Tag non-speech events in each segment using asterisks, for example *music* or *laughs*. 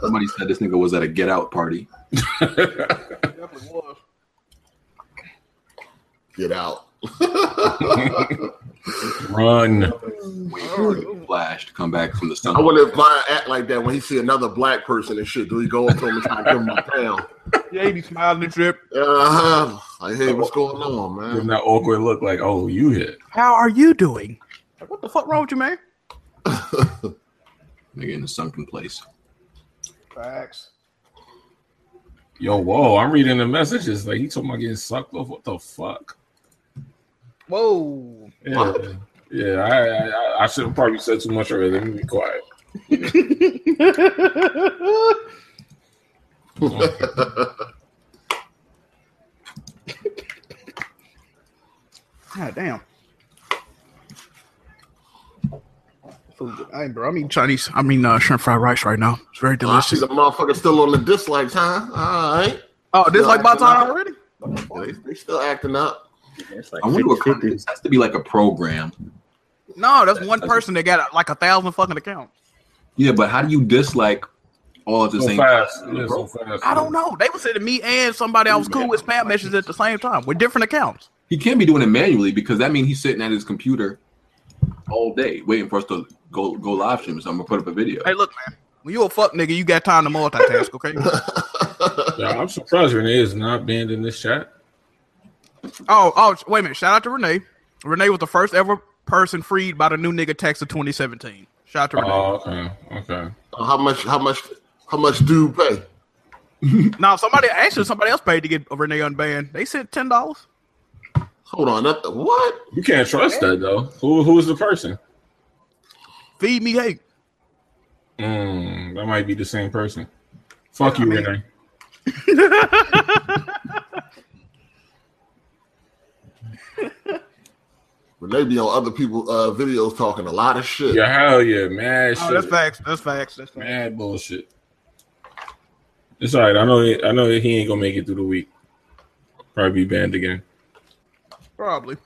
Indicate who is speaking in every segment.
Speaker 1: Somebody said this nigga was at a get out party.
Speaker 2: Definitely was.
Speaker 3: Get out.
Speaker 4: *laughs* Run.
Speaker 1: Wait for the flash to come back from the sun.
Speaker 3: I wonder if Brian act like that when he see another black person and shit. Do he go up to him and try to give him a pound?
Speaker 2: Yeah, he be smiling and trip.
Speaker 3: Uh huh. Like, hey, what's going on,
Speaker 4: Give him
Speaker 3: man?
Speaker 4: that awkward look like, oh, you hit.
Speaker 5: How are you doing?
Speaker 2: Like, what the fuck wrong with you, man?
Speaker 1: nigga in a sunken place.
Speaker 2: Facts.
Speaker 4: Yo, whoa, I'm reading the messages. Like, he talking about getting sucked off. What the fuck?
Speaker 5: *laughs*
Speaker 2: Whoa.
Speaker 4: Yeah. Yeah, I, I, I- I should have probably said too much earlier. Let me be quiet.
Speaker 5: God damn. Food. I ain't, bro. I'm eating Chinese. I mean, uh, shrimp fried rice right now. It's very
Speaker 3: *laughs* I see
Speaker 5: delicious.
Speaker 3: the motherfucker still on the dislikes, huh? All right.
Speaker 5: Oh, this like my time already?
Speaker 3: They, they still acting up.
Speaker 1: I wonder what kind of, this has to be like a program.
Speaker 5: No, that's one person that got like a thousand fucking accounts.
Speaker 1: Yeah, but how do you dislike all at the
Speaker 4: So
Speaker 1: same
Speaker 4: fast.
Speaker 1: time?
Speaker 4: Yeah,
Speaker 1: bro?
Speaker 4: so fast.
Speaker 5: I don't know. They were sending me and somebody I was cool with spam messages at the same time with different accounts.
Speaker 1: He can't be doing it manually because that means he's sitting at his computer all day waiting for us to go go live stream. So I'm gonna put up a video.
Speaker 5: Hey, look, man. When you a fuck nigga, you got time to multitask, *laughs* okay?
Speaker 4: Yeah, I'm surprised Renee is not banned in this chat.
Speaker 5: oh, oh, wait a minute. Shout out to Renee. Renee was the first ever person freed by the new nigga tax of 2017. Shout out to Renee.
Speaker 4: Oh, okay. Okay.
Speaker 3: Uh, How much? How much? How much do you pay?
Speaker 5: no, somebody actually somebody else paid to get Renee unbanned. They sent ten dollars.
Speaker 3: Hold on. That, what?
Speaker 4: You can't trust that though. Who who's the person?
Speaker 5: Feed me hate.
Speaker 4: Mm, that might be the same person. Fuck you, Renee.
Speaker 5: Oh,
Speaker 3: When they be on other people' uh, videos talking a lot of shit.
Speaker 4: Yeah, hell yeah, mad
Speaker 5: Oh, that's
Speaker 4: shit,
Speaker 5: facts. That's facts. That's facts.
Speaker 4: mad bullshit. It's all right. I know. I know he ain't gonna make it through the week. Probably be banned again.
Speaker 5: Probably.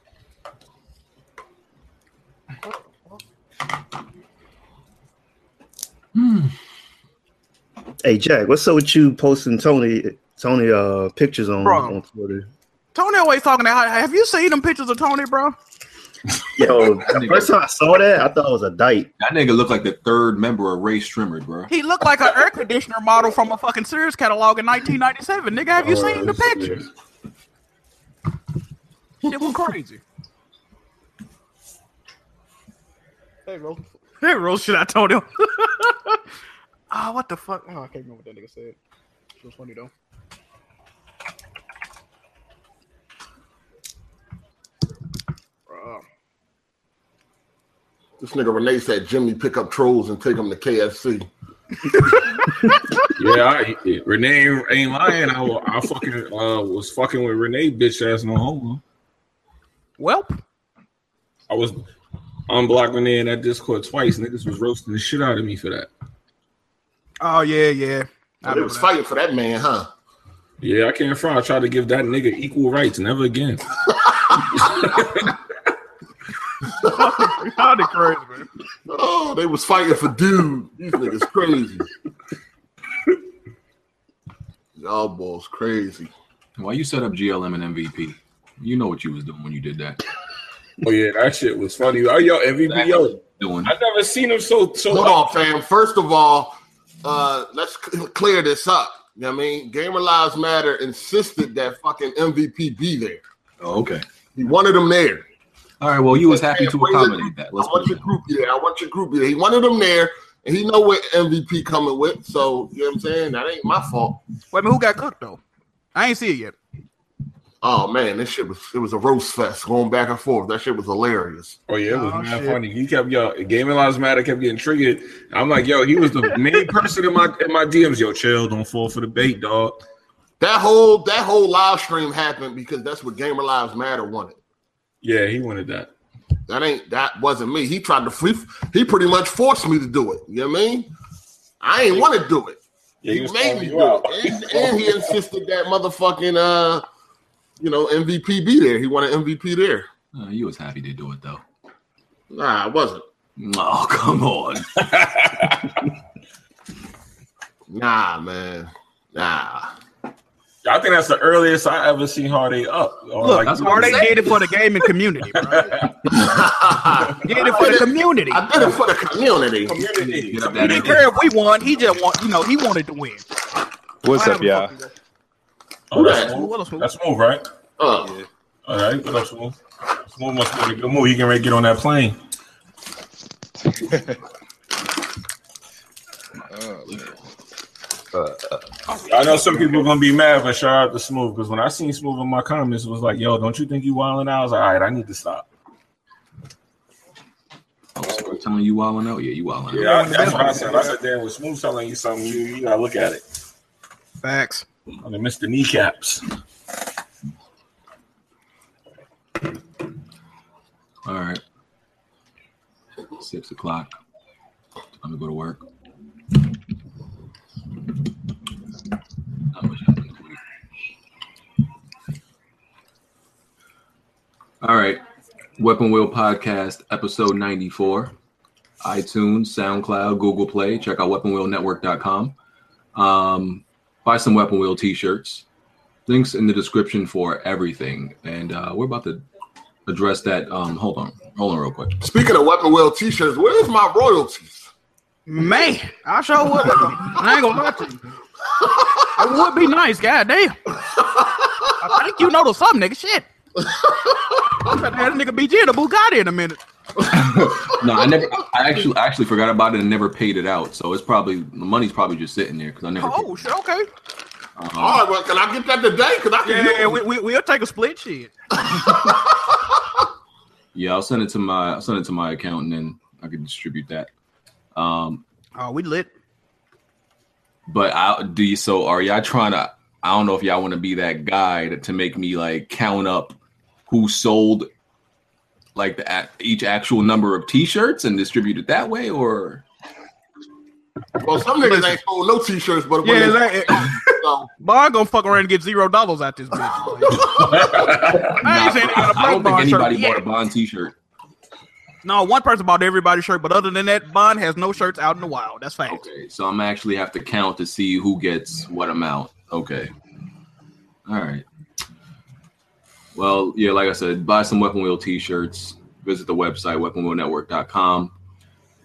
Speaker 6: Hey Jack, what's up with you posting Tony Tony uh pictures on,
Speaker 5: Bro.
Speaker 6: on Twitter?
Speaker 5: Tony always talking about. Have you seen them pictures of Tony, bro?
Speaker 6: Yo, *laughs* the first time I saw that, I thought it was
Speaker 1: *laughs*
Speaker 6: a dyke.
Speaker 1: That nigga looked like the third member of Ray Strimmer, bro.
Speaker 5: He looked like an air conditioner model from a fucking Sears catalog in 1997. Nigga, have you
Speaker 4: All
Speaker 5: seen the
Speaker 4: right,
Speaker 5: pictures? Shit was crazy. Hey, Rose. Hey, Rose, shit, I told *laughs* him. Ah, what the fuck? Oh, I can't remember what that nigga said. It was funny, though. Bro.
Speaker 3: This nigga Renee said Jimmy pick up trolls and take them to KFC.
Speaker 4: Yeah, I, yeah, Renee ain't- ain't lying. I, wa- I fucking uh, was fucking with Renee, bitch ass no homo.
Speaker 5: Welp.
Speaker 4: I was unblocked Renee in that Discord twice. Niggas was roasting the shit out of me for that.
Speaker 5: Oh, yeah, yeah. I
Speaker 3: they
Speaker 5: remember
Speaker 3: was
Speaker 5: that.
Speaker 3: fighting for that man, huh?
Speaker 4: Yeah, I can't front. I tried to give that nigga equal rights. Never again.
Speaker 5: How the crazy, man.
Speaker 3: Oh, they was fighting for dude. These niggas crazy. Y'all boys crazy.
Speaker 1: Why you set up GLM and MVP? You know what you was doing when you did that.
Speaker 4: Oh yeah, that shit was funny. Oh yo, MVP, yo,
Speaker 1: Doing
Speaker 4: I never seen him so so.
Speaker 3: Hold on, fam. First of all, uh, let's c- clear this up. You know what I mean? Gamer Lives Matter insisted that fucking MVP be there.
Speaker 1: Oh, okay.
Speaker 3: He wanted him there.
Speaker 1: All right. Well, you was happy to
Speaker 3: Wait, wait,
Speaker 1: accommodate that. Let's
Speaker 3: I
Speaker 1: put
Speaker 3: want
Speaker 1: it
Speaker 3: your
Speaker 1: that
Speaker 3: group there. I want your group there. He wanted him there, and he know what MVP coming with. So you know what I'm saying? That ain't my fault.
Speaker 5: Wait, man, who got cooked, though? I ain't see it yet.
Speaker 3: Oh man, this shit was it was a roast fest going back and forth. That shit was hilarious.
Speaker 4: Oh yeah, it was
Speaker 5: Oh,
Speaker 4: mad
Speaker 5: shit.
Speaker 4: funny. He kept yo, Gaming Lives Matter kept getting triggered. I'm like, yo, he was the main person in my in my DMs. Yo, chill, don't fall for the bait, dog.
Speaker 3: That whole that whole live stream happened because that's what Gamer Lives Matter wanted.
Speaker 4: Yeah, he wanted that.
Speaker 3: That ain't that wasn't me. He tried to free, he pretty much forced me to do it. You know what I mean? I ain't want to do it.
Speaker 4: Yeah,
Speaker 3: He,
Speaker 4: was
Speaker 3: made
Speaker 4: calling
Speaker 3: me
Speaker 4: you
Speaker 3: do
Speaker 4: out.
Speaker 3: it. And, and he insisted that motherfucking uh you know MVP be there. He wanted MVP there.
Speaker 1: way. Uh, you was happy to do it though. *laughs*
Speaker 3: Nah, I wasn't.
Speaker 1: Oh, come on.
Speaker 3: You Nah, man. Nah. *laughs*
Speaker 4: I think that's the earliest I ever seen Hardy up. Or
Speaker 5: Look,
Speaker 4: like-
Speaker 1: that's what
Speaker 5: Or they did it for the gaming community, bro.
Speaker 3: I
Speaker 5: Did it for the community.
Speaker 3: did it for
Speaker 4: *laughs*
Speaker 3: the community.
Speaker 4: Community.
Speaker 1: Get up
Speaker 5: He
Speaker 1: that
Speaker 5: didn't
Speaker 1: ass.
Speaker 5: care if we won. He just want, you know, he wanted to win.
Speaker 7: What's up,
Speaker 5: Whatever the
Speaker 7: y'all?
Speaker 5: fuck he
Speaker 4: Oh, that's
Speaker 5: was.
Speaker 4: smooth.
Speaker 5: What else was-
Speaker 4: That's smooth, right?
Speaker 3: Oh,
Speaker 4: All right, what up, smooth? Smooth must be a good move. You can ready to get on that plane. I know some people are gonna be mad, but shout out to Smooth because when I seen Smooth in my comments, it was like, "Yo, don't you think you wilding out?" I was like, "All right, I need to stop."
Speaker 1: I'm telling you, wilding out. Yeah, you wilding out.
Speaker 4: Yeah, I- that's what I said. I said, "Damn, with Smooth telling you something, you, you gotta look at it."
Speaker 5: Facts.
Speaker 4: I mean, Mr. Kneecaps.
Speaker 1: All right. Six o'clock. Time to go to work. Not much happened this week. All right. Weapon Wheel Podcast, episode 94. iTunes, SoundCloud, Google Play. Check out weaponwheelnetwork.com. Um, buy some Weapon Wheel t shirts. Links in the description for everything. And uh, we're about to address that. Um, hold on, hold on, real quick.
Speaker 3: speaking of Weapon Wheel t-shirts, where's my royalties?
Speaker 5: Man, I sure would. I ain't gonna lie to you. It would be nice, goddamn. I think you noticed something, nigga. Shit. I'm about to have a nigga BG in a Bugatti in a minute.
Speaker 1: No, I never. I actually I actually forgot about it and never paid it out. So it's probably the money's probably just sitting there because I never.
Speaker 5: Oh, shit, okay.
Speaker 1: Uh,
Speaker 3: All right, well, can I get that today? Because I can
Speaker 5: Yeah,
Speaker 3: use
Speaker 5: we, we, we'll take a split shit.
Speaker 1: yeah, I'll send it to my I'll send it to my account and then I can distribute that. Um,
Speaker 5: Oh, we lit.
Speaker 1: but I do you so are y'all trying to? I don't know if y'all want to be that guy to, to make me like count up who sold like the a- each actual number of T-shirts and distribute it that way, or
Speaker 3: Well, some niggas ain't sold no t-shirts, but when
Speaker 5: Yeah,
Speaker 3: they-
Speaker 5: like,
Speaker 3: *laughs* so,
Speaker 5: Bar gonna fuck around and get zero dollars
Speaker 1: *laughs*
Speaker 5: out this bitch. I ain't saying they got a
Speaker 1: I don't
Speaker 5: Bond
Speaker 1: think
Speaker 5: Bond shirt
Speaker 1: anybody
Speaker 5: yet.
Speaker 1: bought a Bond T-shirt.
Speaker 5: No, one person bought everybody's shirt, but other than that, Bond has no shirts out in the wild. That's fact.
Speaker 1: Okay, so I'm actually have to count to see who gets what amount. Okay. All right. Well, yeah, like I said, buy some Weapon Wheel t-shirts. Visit the website weaponwheelnetwork.com.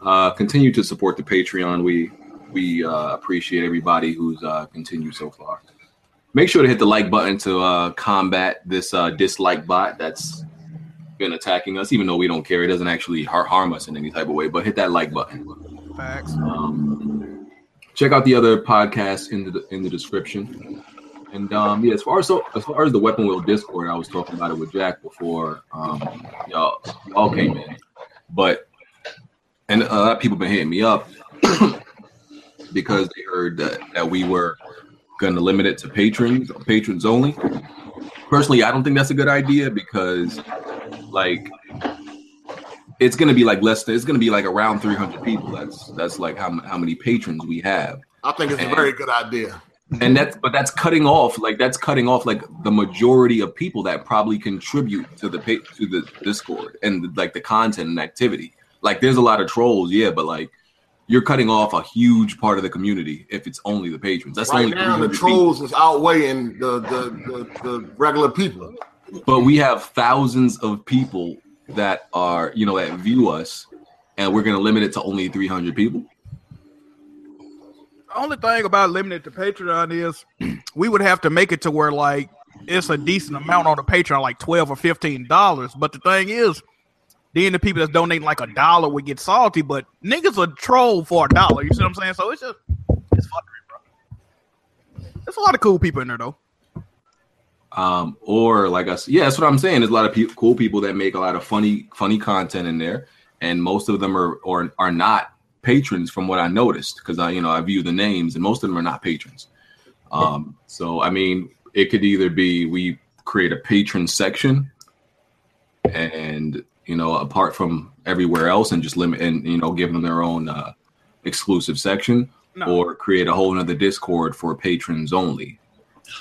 Speaker 1: Uh, continue to support the Patreon. We we uh, appreciate everybody who's uh, continued so far. Make sure to hit the like button to uh, combat this uh, dislike bot that's been attacking us. Even though we don't care, it doesn't actually har- harm us in any type of way. But hit that like button.
Speaker 5: Facts.
Speaker 1: Um, check out the other podcasts in the in the description. And um, yeah, as far as so, as far as the Weapon Wheel Discord, I was talking about it with Jack before um, y'all y'all came in, but and a lot of people been hitting me up *clears throat* because they heard that, that we were going to limit it to patrons patrons only. Personally, I don't think that's a good idea because like it's gonna be like less than it's gonna be like around 300 people that's that's like how, m- how many patrons we have
Speaker 3: I think it's a very good idea.
Speaker 1: and that's but that's cutting off like that's cutting off like the majority of people that probably contribute to the pa- to the discord and like the content and activity like there's a lot of trolls yeah but like you're cutting off a huge part of the community if it's only the patrons that's
Speaker 3: Right
Speaker 1: only
Speaker 3: now, the
Speaker 1: 300 people.
Speaker 3: trolls is outweighing the the, the, the regular people.
Speaker 1: but we have thousands of people that are you know that view us and we're gonna limit it to only 300 people
Speaker 5: Only thing about limited to Patreon is *clears throat* we would have to make it to where like it's a decent amount on the Patreon, like twelve or fifteen dollars. But the thing is, then the people that's donating like a dollar would get salty, but niggas a troll for a dollar. You see what I'm saying? So it's just it's fuckery, bro. There's a lot of cool people in there though.
Speaker 1: um or like us yeah that's what i'm saying there's a lot of peop cool people that make a lot of funny funny content in there and most of them are or are not patrons from what i noticed because i you know i view the names and most of them are not patrons um so i mean it could either be we create a patron section and you know apart from everywhere else and just limit and you know give them their own uh exclusive section
Speaker 5: No.
Speaker 1: or create a whole nother discord for patrons only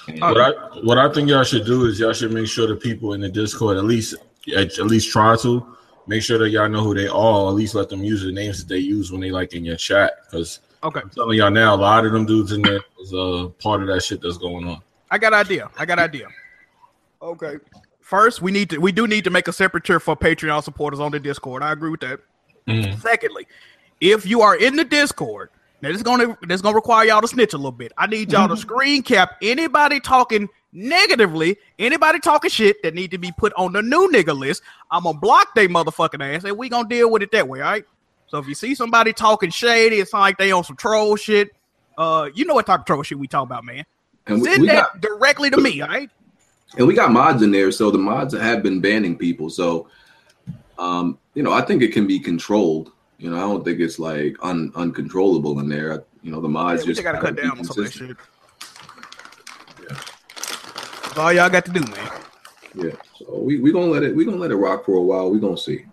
Speaker 1: And-
Speaker 5: Uh,
Speaker 4: What I what I think y'all should do is y'all should make sure the people in the Discord at least at, at least try to make sure that y'all know who they are. At least let them use the names that they use when they like in your chat because
Speaker 5: Okay,
Speaker 4: I'm telling y'all now, a lot of them dudes in there was uh, part of that shit that's going on.
Speaker 5: I got idea. I got idea.
Speaker 2: Okay.
Speaker 5: First, we need to we do need to make a separate tier for Patreon supporters on the Discord. I agree with that.
Speaker 4: Mhm.
Speaker 5: Secondly, if you are in the Discord, now this is gonna this is gonna require y'all to snitch a little bit. I need y'all to screen cap anybody talking negatively, anybody talking shit that need to be put on the new nigga list. I'm gonna block they motherfucking ass, and we gonna deal with it that way. All right. So if you see somebody talking shady, it's like they on some troll shit. Uh, you know what type of troll shit we talk about, man.
Speaker 1: And we,
Speaker 5: Send
Speaker 1: we
Speaker 5: that
Speaker 1: got
Speaker 5: directly to me. All right.
Speaker 1: and we got mods in there, so the mods have been banning people. So, um, you know, I think it can be controlled. You know, I don't think it's like un, uncontrollable in there. I- You know, the mods
Speaker 5: Yeah, we
Speaker 1: just
Speaker 5: just gotta cut
Speaker 1: be
Speaker 5: down on some of that
Speaker 1: consistent.
Speaker 5: shit. That's all y'all got to do, man.
Speaker 1: Yeah. So we we gonna let it we gonna let it rock for a while. We gonna see.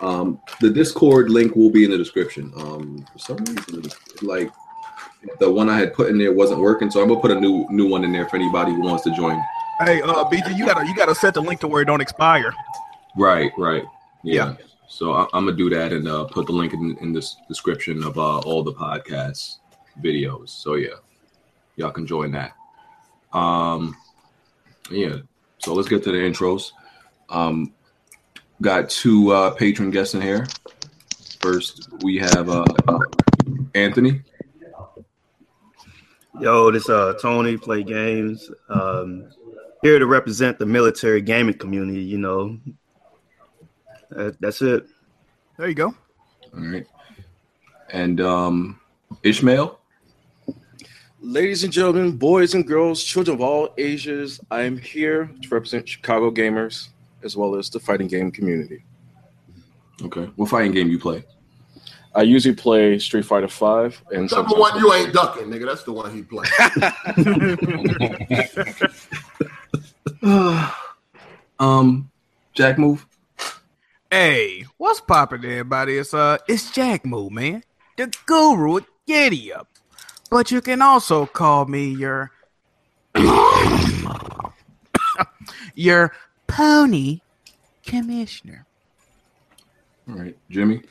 Speaker 1: Um, the Discord link will be in the description. Um, for some reason, like the one I had put in there wasn't working, so I'm gonna put a new new one in there for anybody who wants to join.
Speaker 5: Hey, uh, BG, you gotta you gotta set the link to where it don't expire.
Speaker 1: Right. Right. Yeah. So I, I'm gonna do that and uh, put the link in, in this description of uh, all the podcast videos. So yeah, y'all can join that. Um, yeah. So let's get to the intros. Um, got two uh, patron guests in here. First, we have uh, Anthony.
Speaker 6: Yo, this uh Tony play games. Um here to represent the military gaming community, you know. That, that's it.
Speaker 5: There you go.
Speaker 1: All right. And um, Ishmael.
Speaker 7: Ladies and gentlemen, boys and girls, children of all ages, I am here to represent Chicago gamers as well as the fighting game community.
Speaker 1: Okay. What fighting game you play?
Speaker 7: I usually play Street Fighter Five and
Speaker 3: Number
Speaker 7: sometimes-
Speaker 3: one, you ain't ducking, nigga. That's the one he played.
Speaker 1: um, Jack move.
Speaker 5: Hey, what's poppin', everybody? It's uh, it's Jack Moo, man, the guru at Giddy Up. But you can also call me your *coughs* your pony commissioner.
Speaker 1: All right, Jimmy.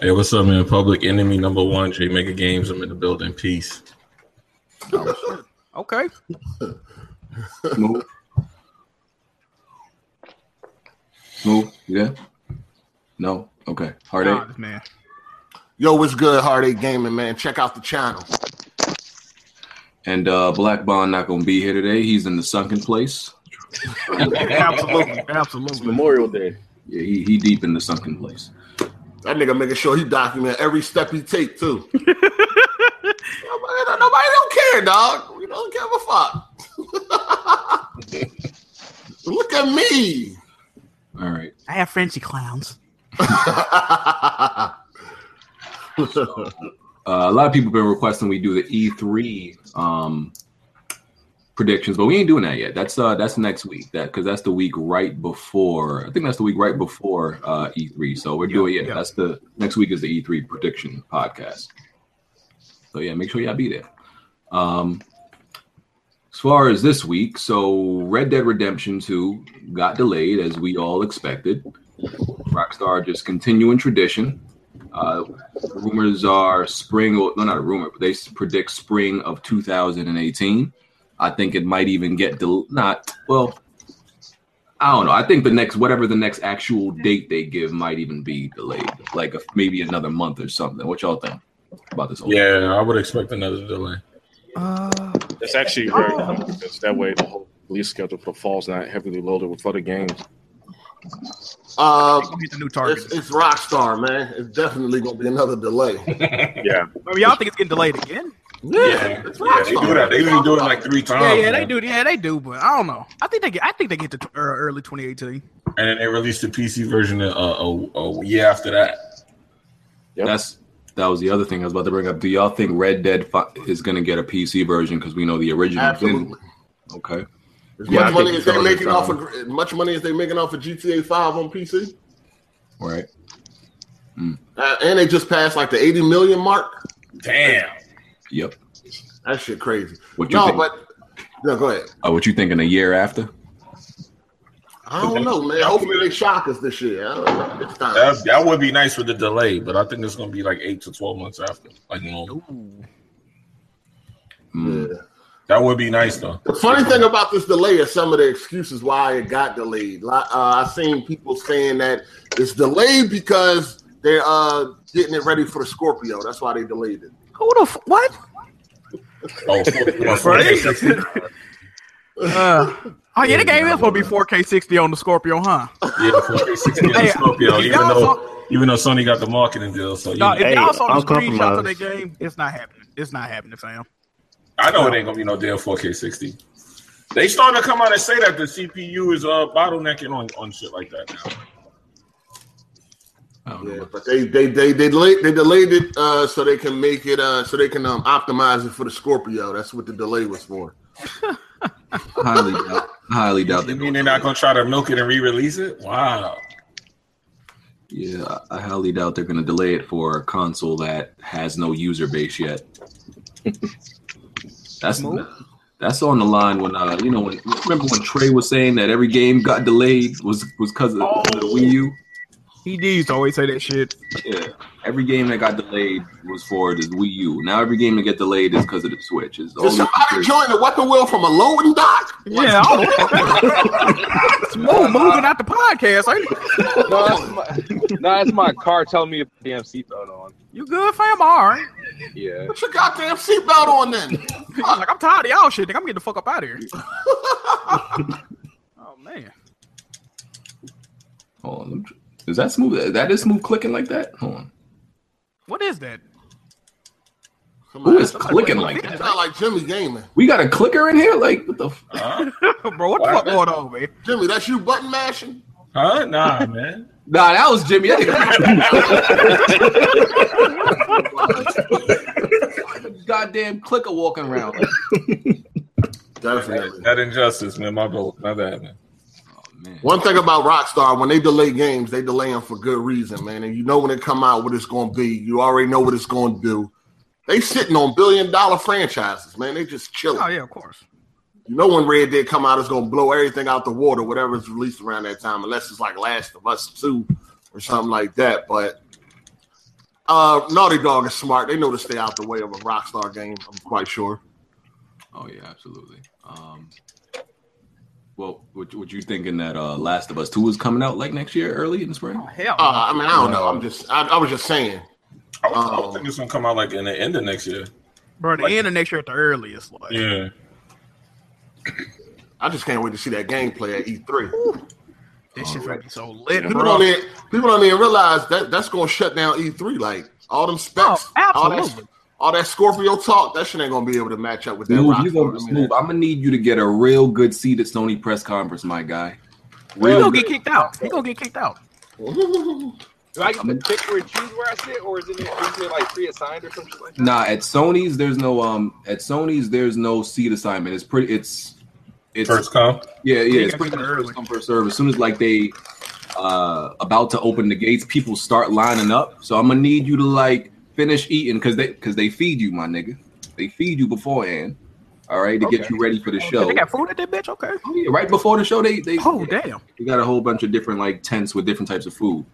Speaker 4: Hey, what's up, man? Public enemy number one, J Maker Games. I'm in the building. Peace.
Speaker 5: Okay,
Speaker 1: Move. Move. Yeah. No. Okay. Heartache.
Speaker 5: Honest, man.
Speaker 3: *laughs* Yo, what's good, Heartache Gaming, man? Check out the channel.
Speaker 1: And uh Black Bond not gonna be here today. He's in the sunken place.
Speaker 5: absolutely,
Speaker 7: It's
Speaker 5: absolutely.
Speaker 7: Memorial Day.
Speaker 1: Yeah, he, he deep in the sunken place.
Speaker 3: That nigga making sure he document every step he take too.
Speaker 5: *laughs*
Speaker 3: nobody, nobody don't care, dog. We don't give a fuck. *laughs* Look at me. *laughs*
Speaker 1: All right.
Speaker 5: I have Frenchy clowns.
Speaker 1: Uh, a lot of people been requesting we do the E3 um predictions, but we ain't doing that yet. That's uh that's next week. That because that's the week right before I think that's the week right before uh E3. So we're doing yeah,
Speaker 5: yeah.
Speaker 1: that's the next week is the E3 prediction podcast. So yeah, make sure y'all be there. Um as far as this week, so Red Dead Redemption 2 got delayed as we all expected. Rockstar just continuing tradition. Uh, rumors are spring, well, no, not a rumor, but they s- predict spring of 2018. I think it might even get del- not well. I don't know. I think the next whatever the next actual date they give might even be delayed, like a, maybe another month or something. What y'all think about this? whole-
Speaker 4: Yeah, I would expect another delay.
Speaker 5: Uh,
Speaker 7: That's actually very cool because that way the whole release schedule for the fall's not heavily loaded with other games.
Speaker 3: uh,
Speaker 5: gonna hit the new
Speaker 3: it's,
Speaker 5: target.
Speaker 3: it's Rockstar, man. It's definitely gonna be another delay.
Speaker 1: *laughs*
Speaker 7: Yeah,
Speaker 5: I mean, y'all think it's getting delayed again?
Speaker 4: Yeah,
Speaker 3: it's
Speaker 4: yeah, they do that. They usually do it like three times.
Speaker 5: yeah, yeah, they
Speaker 4: man.
Speaker 5: do. Yeah, they do. But I don't know. I think they get. I think they get to t- uh, early 2018.
Speaker 4: And then they released the PC version a, a, a year after that.
Speaker 1: That's that was the other thing I was about to bring up. Do y'all think Red Dead fi- is going to get a PC version because we know the original? didn't?
Speaker 3: Absolutely.
Speaker 1: Okay.
Speaker 3: As
Speaker 1: Yeah, I think
Speaker 3: much money
Speaker 1: it's
Speaker 3: as they
Speaker 1: already
Speaker 3: making off
Speaker 1: done.
Speaker 3: of as much money as they making off of GTA Five on PC,
Speaker 1: All right.
Speaker 3: uh, and they just passed like the eighty million mark.
Speaker 4: Damn.
Speaker 1: Yep.
Speaker 3: That shit crazy.
Speaker 1: What you
Speaker 3: No,
Speaker 1: think?
Speaker 3: but no, go ahead.
Speaker 1: Uh, what you thinking a year after?
Speaker 3: I don't know, man. Hopefully they shock us this year. I don't know. This time.
Speaker 4: That's, that would be nice with the delay, but I think it's going to be like eight to twelve months after. Like normal.
Speaker 1: Mm,
Speaker 3: Yeah.
Speaker 4: That would be nice though.
Speaker 3: The funny thing about this delay is some of the excuses why it got delayed. Li- Uh, I've seen people saying that it's delayed because they're uh, getting it ready for the Scorpio. That's why they delayed it.
Speaker 5: Who the f- what?
Speaker 4: Oh, yeah,
Speaker 5: Uh, oh yeah, the game is supposed to be 4K 60 on the Scorpio, huh?
Speaker 4: 4K60 on
Speaker 5: Hey,
Speaker 4: Scorpio,
Speaker 5: if
Speaker 4: even
Speaker 5: y'all
Speaker 4: though even though Sony got the marketing deal, so you
Speaker 5: Nah,
Speaker 4: know,
Speaker 5: if y'all
Speaker 6: Hey,
Speaker 5: saw
Speaker 6: I'm
Speaker 5: the screenshots of that
Speaker 6: compromised.
Speaker 5: game, it's not happening. It's not happening, fam.
Speaker 4: I know it ain't gonna be no damn 4K60. They starting to come out and say that the CPU is uh bottlenecking on, on shit like that now.
Speaker 1: I don't
Speaker 3: Yeah,
Speaker 1: know.
Speaker 3: but they they they they delayed they delayed it uh, so they can make it uh, so they can um, optimize it for the Scorpio. That's what the delay was for.
Speaker 1: I highly doubt. I
Speaker 3: *laughs*
Speaker 1: highly doubt
Speaker 4: You
Speaker 1: they.
Speaker 4: mean they're not gonna try to milk it and re-release it? Wow.
Speaker 1: Yeah, I- I highly doubt they're going to delay it for a console that has no user base
Speaker 3: *laughs*
Speaker 1: yet. that's that's on the line when uh you know when remember when Trey was saying that every game got delayed was was because of,
Speaker 3: Oh,
Speaker 1: the Wii U.
Speaker 5: He needs to always say that shit.
Speaker 1: Yeah, every game that got delayed was for the Wii U. Now every game that get delayed is because of the Switch. It's
Speaker 3: Did
Speaker 1: always
Speaker 3: somebody join the weapon wheel from a loading dock?
Speaker 5: Yeah, I don't *laughs* Smooth moving out the podcast. Ain't it?
Speaker 8: No, that's my, no, that's my car telling me to put the damn seatbelt on.
Speaker 5: You good, fam? All right.
Speaker 8: Yeah.
Speaker 3: Put your goddamn seatbelt on then.
Speaker 5: I'm like, I'm tired of y'all shit. Nigga. I'm getting the fuck up out *laughs* of here. oh man.
Speaker 1: Hold on, let me tr- is that smooth? That is smooth clicking like that. Hold on,
Speaker 5: What is that? *laughs*
Speaker 1: who is clicking like that?
Speaker 3: It's not like Jimmy Gaming.
Speaker 1: We got a clicker in here. Like what the? F-
Speaker 4: Huh?
Speaker 5: Bro, what the
Speaker 4: Why-
Speaker 5: fuck going on, man?
Speaker 3: Jimmy, that's you button mashing.
Speaker 4: Huh? Nah, man.
Speaker 1: nah, that was Jimmy. That nigga- *laughs* Goddamn clicker walking around.
Speaker 3: Definitely.
Speaker 4: That injustice, man. My bro, my bad, man.
Speaker 1: Oh, man.
Speaker 3: One thing about Rockstar, when they delay games, they delay them for good reason, man. And you know when it come out, what it's going to be. You already know what it's going to do. They sitting on billion dollar franchises, man. They just chilling.
Speaker 5: Oh yeah, of course.
Speaker 3: You know when Red Dead come out, it's going to blow everything out the water, whatever is released around that time, unless it's like Last of Us Two or something like that. But uh, Naughty Dog is smart. They know to stay out the way of a Rockstar game. I'm quite sure.
Speaker 1: Oh yeah, absolutely. Um, well, what, what you thinking that uh, Last of Us Two is coming out like next year, early in the spring?
Speaker 5: Oh, hell. no.
Speaker 3: Uh, I mean, I don't know. I'm just, I, I was just saying.
Speaker 4: I was, I was
Speaker 3: Um,
Speaker 4: thinking it's gonna come out like in the end of next year.
Speaker 5: Bro, the
Speaker 4: like-
Speaker 5: end of next year at the earliest. Like,
Speaker 4: Yeah.
Speaker 3: I just can't wait to see that gameplay at E3.
Speaker 5: this shit gonna be so lit,
Speaker 3: People
Speaker 5: bro.
Speaker 3: don't even people don't even realize that that's gonna shut down E3. Like all them specs,
Speaker 5: Oh,
Speaker 3: all that,
Speaker 5: absolutely.
Speaker 3: all that Scorpio talk, that shit ain't gonna be able to match up with that.
Speaker 1: Dude,
Speaker 3: Rockstar.
Speaker 1: you gonna,
Speaker 3: I mean,
Speaker 1: Smooth, I'm gonna need you to get a real good seat at Sony press conference, my guy.
Speaker 5: He
Speaker 1: Real
Speaker 5: gonna
Speaker 1: good.
Speaker 5: get kicked out. He gonna get kicked out.
Speaker 8: Do I get to pick where choose where I sit, or is it, is it like pre-assigned or something like that?
Speaker 1: Nah, at Sony's there's no um at Sony's there's no seat assignment. It's pretty. It's it's
Speaker 4: First come.
Speaker 1: yeah yeah. It's
Speaker 5: got
Speaker 1: pretty
Speaker 5: you
Speaker 1: much
Speaker 5: early.
Speaker 1: first come first serve. As soon as like they uh about to open the gates, people start lining up. So I'm gonna need you to like finish eating because they because they feed you, my nigga. They feed you beforehand. All right, to get
Speaker 8: Okay.
Speaker 1: you ready for the show.
Speaker 5: Oh, They got food at that bitch. Okay.
Speaker 1: Oh, yeah, right before the show, they they
Speaker 5: Oh damn. *laughs*
Speaker 1: you got a whole bunch of different like tents with different types of food.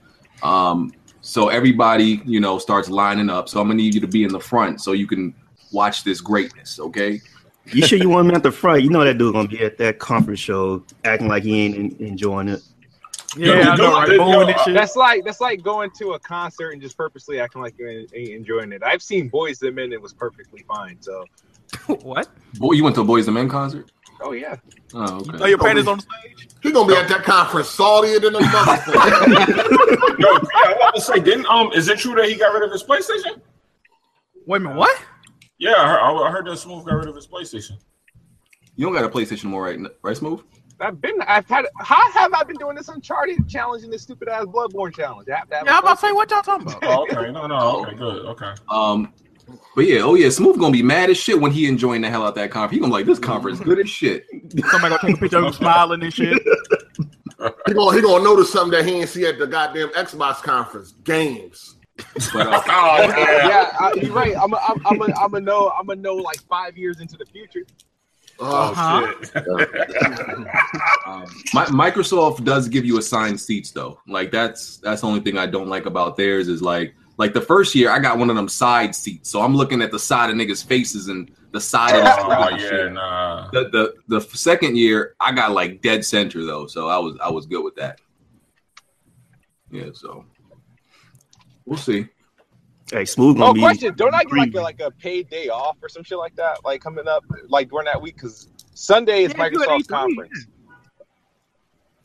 Speaker 1: Um, so everybody, you know, starts lining up. So I'm gonna need you to be in the front so you can watch this greatness. Okay.
Speaker 6: *laughs* You sure you want me at the front? You know that dude gonna be at that conference show acting like he ain't en- enjoying it.
Speaker 4: Yeah,
Speaker 5: Yeah, I know, right?
Speaker 4: dude,
Speaker 5: Booing
Speaker 4: yo,
Speaker 5: and shit.
Speaker 8: That's like that's like going to a concert and just purposely acting like you ain't ain't enjoying it. I've seen Boys the Men; it was perfectly fine. So,
Speaker 5: What?
Speaker 1: Boy, you went to a Boys and Men concert?
Speaker 8: oh yeah,
Speaker 1: Oh,
Speaker 5: Throw
Speaker 1: okay.
Speaker 5: your panties on the stage.
Speaker 3: he gonna be at that conference saltier than a
Speaker 1: *laughs*
Speaker 3: motherfucker.
Speaker 4: Yo, yeah, I was about to say, didn't um, is it true that he got rid of his PlayStation?
Speaker 5: Wait a minute. What?
Speaker 4: Yeah, I heard, I heard that Smooth got rid of his PlayStation.
Speaker 1: You don't got a PlayStation no more, right? Right, Smooth?
Speaker 8: I've been. I've had. How have I been doing this Uncharted challenge and this stupid ass Bloodborne challenge? I have to have a
Speaker 5: Yeah, I'm about to
Speaker 8: first-
Speaker 5: say what y'all talking about.
Speaker 4: Oh, okay. No, no. Okay, good. Okay.
Speaker 1: Um, but yeah, oh yeah, Smooth gonna be mad as shit when he enjoying the hell out that conference. He gonna be like, this conference good as shit.
Speaker 5: *laughs* Somebody gonna take a picture of him smiling and shit.
Speaker 3: he, gonna, he gonna notice something that he ain't see at the goddamn Xbox conference. Games.
Speaker 1: But, uh,
Speaker 4: Oh,
Speaker 8: *laughs* yeah, I, you're right. I'm. A, I'm. I'm. A, I'm. A know. I'm. A know. Like five years into the future.
Speaker 3: Oh,
Speaker 1: Um, my, Microsoft does give you assigned seats though. Like that's that's the only thing I don't like about theirs is like like the first year I got one of them side seats, so I'm looking at the side of niggas' faces and the side of the
Speaker 4: Oh,
Speaker 1: screen and
Speaker 4: yeah,
Speaker 1: shit.
Speaker 4: nah.
Speaker 1: *laughs* The, the the second year I got like dead center though, so I was I was good with that. Yeah, so we'll see.
Speaker 6: Hey, smooth
Speaker 8: Oh,
Speaker 6: gonna be.
Speaker 8: question. Don't I get like a, like a paid day off or some shit like that? Like coming up, like during that week? Because Sunday is
Speaker 5: Yeah, you at
Speaker 8: Microsoft's
Speaker 5: E3,
Speaker 8: conference.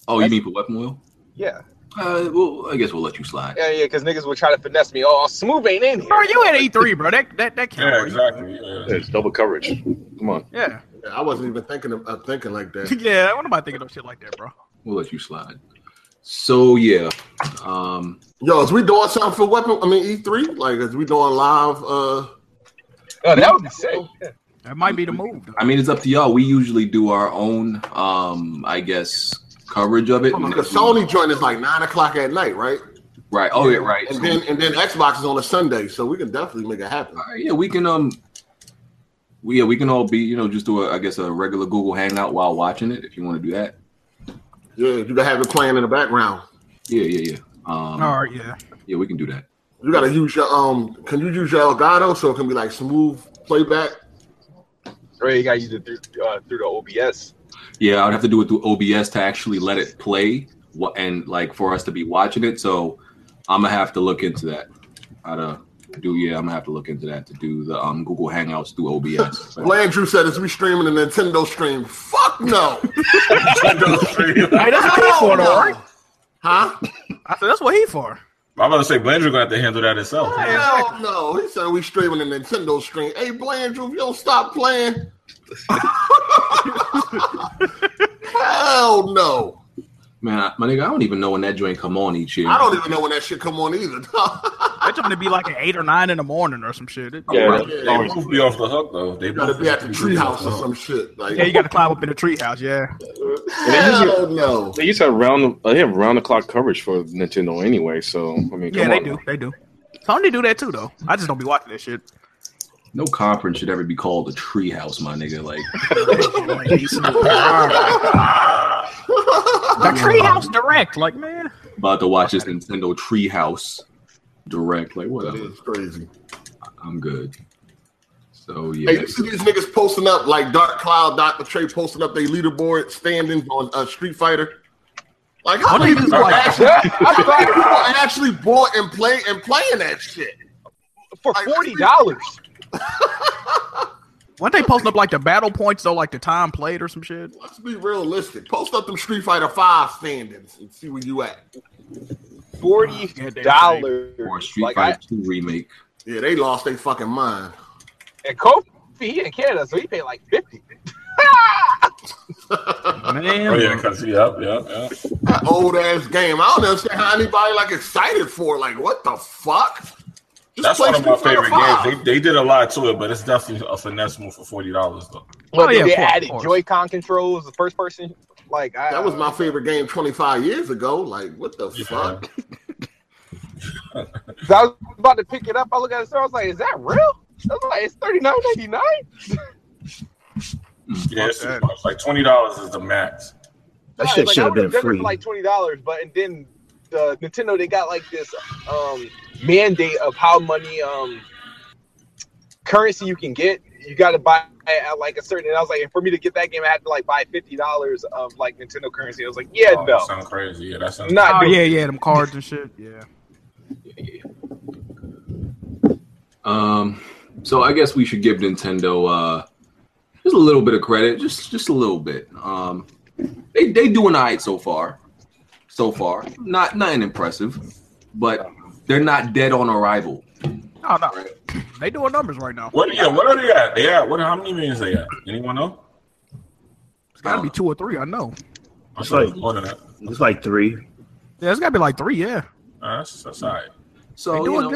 Speaker 1: Oh, you mean for weapon wheel?
Speaker 8: Yeah.
Speaker 1: Uh, well, I guess we'll let you slide.
Speaker 8: Yeah, yeah, because niggas would try to finesse me. Oh, Smooth ain't
Speaker 5: *laughs*
Speaker 8: in
Speaker 5: Bro,
Speaker 8: here.
Speaker 5: you at E3, bro. That that that
Speaker 4: Yeah,
Speaker 5: counts.
Speaker 4: exactly.
Speaker 9: *laughs*
Speaker 4: Yeah. *laughs*
Speaker 7: It's double coverage. Come on.
Speaker 5: Yeah, *laughs*
Speaker 3: yeah, I wasn't even thinking of uh, thinking like
Speaker 5: yeah.
Speaker 3: that.
Speaker 5: What am I thinking of shit like that, bro?
Speaker 1: We'll let you slide. So yeah, um,
Speaker 3: Yo, is we doing something for weapon? I mean, E three. Like, is we doing live? Uh,
Speaker 8: Oh, that would be sick.
Speaker 5: That might be the move. Though.
Speaker 1: I mean, it's up to y'all. We usually do our own, um, I guess, coverage of it.
Speaker 3: the Sony joint is like nine o'clock at night, right?
Speaker 1: right? Oh, yeah, right.
Speaker 3: And then and then Xbox is on a Sunday, so we can definitely make it happen.
Speaker 1: All right, yeah, we can. Um, we yeah, we can all be, you know, just do a, I guess, a regular Google Hangout while watching it. If you want to do that,
Speaker 3: Yeah, you can have it playing in the background.
Speaker 1: yeah, yeah, yeah. Um,
Speaker 5: All right, yeah.
Speaker 1: yeah, we can do that.
Speaker 3: You gotta use your um. Can you use your Elgato so it can be like smooth playback?
Speaker 8: Or you got to use it through, uh, through the OBS.
Speaker 1: Yeah, I'd have to do it through OBS to actually let it play, wha- and like for us to be watching it. So I'm gonna have to look into that. How to do? Yeah, I'm gonna have to look into that to do the um Google Hangouts through
Speaker 3: *laughs*
Speaker 1: OBS.
Speaker 3: Landrew said, "Is we streaming a Nintendo stream?" Fuck no.
Speaker 5: Hey, *laughs* that's
Speaker 1: *laughs*
Speaker 5: what he's for, though, right?
Speaker 3: Huh?
Speaker 5: I said that's what he for.
Speaker 4: I'm about to say Blandrew gonna have to handle that himself.
Speaker 3: Hell no. He said we streaming a Nintendo stream. Hey, Blandrew, if you don't stop playing. Hell no.
Speaker 1: Man, I- my nigga, I don't even know when that joint come on each year.
Speaker 3: I don't even know when that shit come on either. *laughs*
Speaker 5: That's gonna be like at eight or nine in the morning or some shit. It-
Speaker 7: Yeah,
Speaker 1: Right.
Speaker 7: that-
Speaker 4: They both be off the hook though. They
Speaker 3: gotta
Speaker 4: both
Speaker 3: be at the treehouse or some shit. Like,
Speaker 5: Yeah, you got to climb up in the treehouse. Yeah,
Speaker 3: hell no.
Speaker 7: They used to have round. uh, They have round the clock coverage for Nintendo anyway. So I mean,
Speaker 5: yeah,
Speaker 7: come
Speaker 5: they
Speaker 7: on.
Speaker 5: do, they do. Sony do that too, though. I just don't be watching that *laughs* shit.
Speaker 1: No conference should ever be called a treehouse, my nigga. Like,
Speaker 3: *laughs*
Speaker 5: The treehouse direct, like man.
Speaker 1: about to watch this Nintendo treehouse direct. Like,
Speaker 3: That
Speaker 1: whatever.
Speaker 3: is crazy.
Speaker 1: I'm good. So
Speaker 3: Hey,
Speaker 1: yeah,
Speaker 3: you see these niggas posting up like Dark Cloud, Dr. Trey posting up their leaderboard standings on uh, Street Fighter. Like how
Speaker 5: How
Speaker 3: many
Speaker 5: niggas
Speaker 3: people
Speaker 5: like-
Speaker 3: actually, how many people actually bought and play and playing that shit?
Speaker 8: For
Speaker 3: Like-
Speaker 8: $40.
Speaker 5: Weren't they posting up like the battle points though, like the time played or some shit?
Speaker 3: Let's be realistic. Post up them Street Fighter Five standings and see where you at.
Speaker 8: forty dollars.
Speaker 1: for Street
Speaker 8: Like I,
Speaker 1: Fighter Two remake.
Speaker 3: Yeah, they lost their fucking mind.
Speaker 8: and Kofi, he in Canada, so he paid like fifty.
Speaker 4: Oh
Speaker 5: Man,
Speaker 4: yeah, cause yeah, yeah, yeah.
Speaker 3: That old ass game. I don't understand how anybody like excited for. it. Like, what the fuck? Just
Speaker 4: That's
Speaker 3: play
Speaker 4: one of my
Speaker 3: Street Fighter
Speaker 4: favorite
Speaker 3: five.
Speaker 4: games. They, they did a lot to it, but it's definitely a finesse move for forty dollars though.
Speaker 8: Well,
Speaker 5: Oh, yeah,
Speaker 8: they
Speaker 5: of course,
Speaker 8: added
Speaker 5: of course.
Speaker 8: Joy-Con controls, the first person. Like I,
Speaker 3: That was my favorite game 25 years ago. Like, what the
Speaker 4: Yeah.
Speaker 3: fuck?
Speaker 8: so I was about to pick it up. I look at it, so I was like, "Is that real?" I was like, "It's thirty nine ninety nine.
Speaker 4: Yeah, it's too much. Like twenty dollars is the max.
Speaker 6: That shit
Speaker 8: like,
Speaker 6: should
Speaker 8: I
Speaker 6: have been
Speaker 8: would've done it for
Speaker 6: free.
Speaker 8: like twenty dollars, but and then the Nintendo they got like this um, mandate of how many um, currency you can get. You got to buy at like a certain. And I was like, for me to get that game, I had to like buy fifty dollars of like Nintendo currency. I was like, yeah,
Speaker 4: Oh, That
Speaker 8: no,
Speaker 4: sounds crazy. Yeah, that sounds.
Speaker 8: not
Speaker 5: oh
Speaker 8: doing
Speaker 5: yeah, yeah, them cards and shit. Yeah,
Speaker 1: Um, so I guess we should give Nintendo uh just a little bit of credit, just just a little bit. Um, they they doing all right so far, so far. Not nothing impressive, but they're not dead on arrival.
Speaker 5: *laughs* oh no, they doing numbers right now.
Speaker 4: What? Yeah. What are they at? They at what? How many millions they at? Anyone know?
Speaker 5: It's gotta be two or three, I know.
Speaker 4: I'm
Speaker 6: It's
Speaker 4: sure it's
Speaker 6: like-
Speaker 4: more than that.
Speaker 6: It's like three.
Speaker 5: Yeah, it's gotta be like three. Yeah,
Speaker 4: Uh, that's that's all right.
Speaker 1: So
Speaker 5: they
Speaker 1: you
Speaker 5: doing
Speaker 1: know,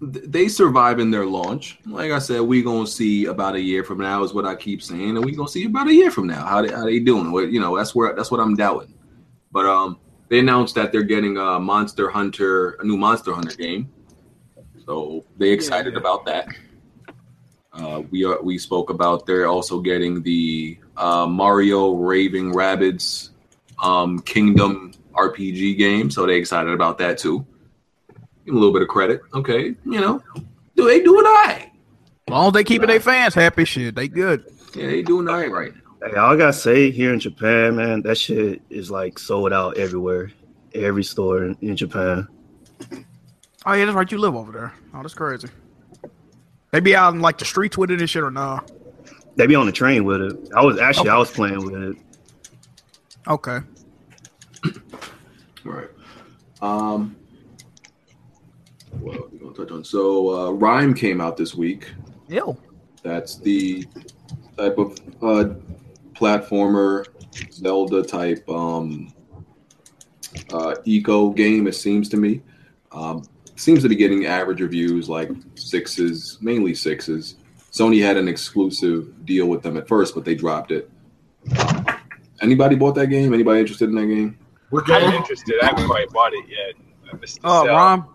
Speaker 5: good.
Speaker 1: th- they surviving their launch. Like I said, we gonna see about a year from now is what I keep saying, and we gonna see about a year from now how they how they doing. What you know, that's where that's what I'm doubting. But um, they announced that they're getting a Monster Hunter, a new Monster Hunter game. So they excited about that. Uh, we are we spoke about they're also getting the uh, Mario Raving Rabbids um, Kingdom RPG game, so they excited about that too. Give 'em a little bit of credit, okay? You know, do they doing all right?
Speaker 5: As long as they keeping their fans happy, shit, they good.
Speaker 1: Yeah, they doing all right right now.
Speaker 6: Hey, all I gotta say here in Japan, man, that shit is like sold out everywhere, every store in, in Japan.
Speaker 5: Oh yeah, that's right. You live over there. Oh, that's crazy. They be out in like the streets with it and shit, or nah?
Speaker 6: They be on the train with it. I was actually I was playing with it.
Speaker 5: Okay.
Speaker 1: Right. Um, well, we're gonna touch on. So, uh, Rhyme came out this week.
Speaker 5: Ew.
Speaker 1: That's the type of uh, platformer, Zelda type um, uh, eco game. It seems to me. Um, seems to be getting average reviews, like sixes, mainly sixes. Sony had an exclusive deal with them at first, but they dropped it. Anybody bought that game? Anybody interested in that game?
Speaker 8: I'm interested. I haven't quite bought it yet. I missed the
Speaker 5: Uh,
Speaker 8: sale.
Speaker 5: Rom.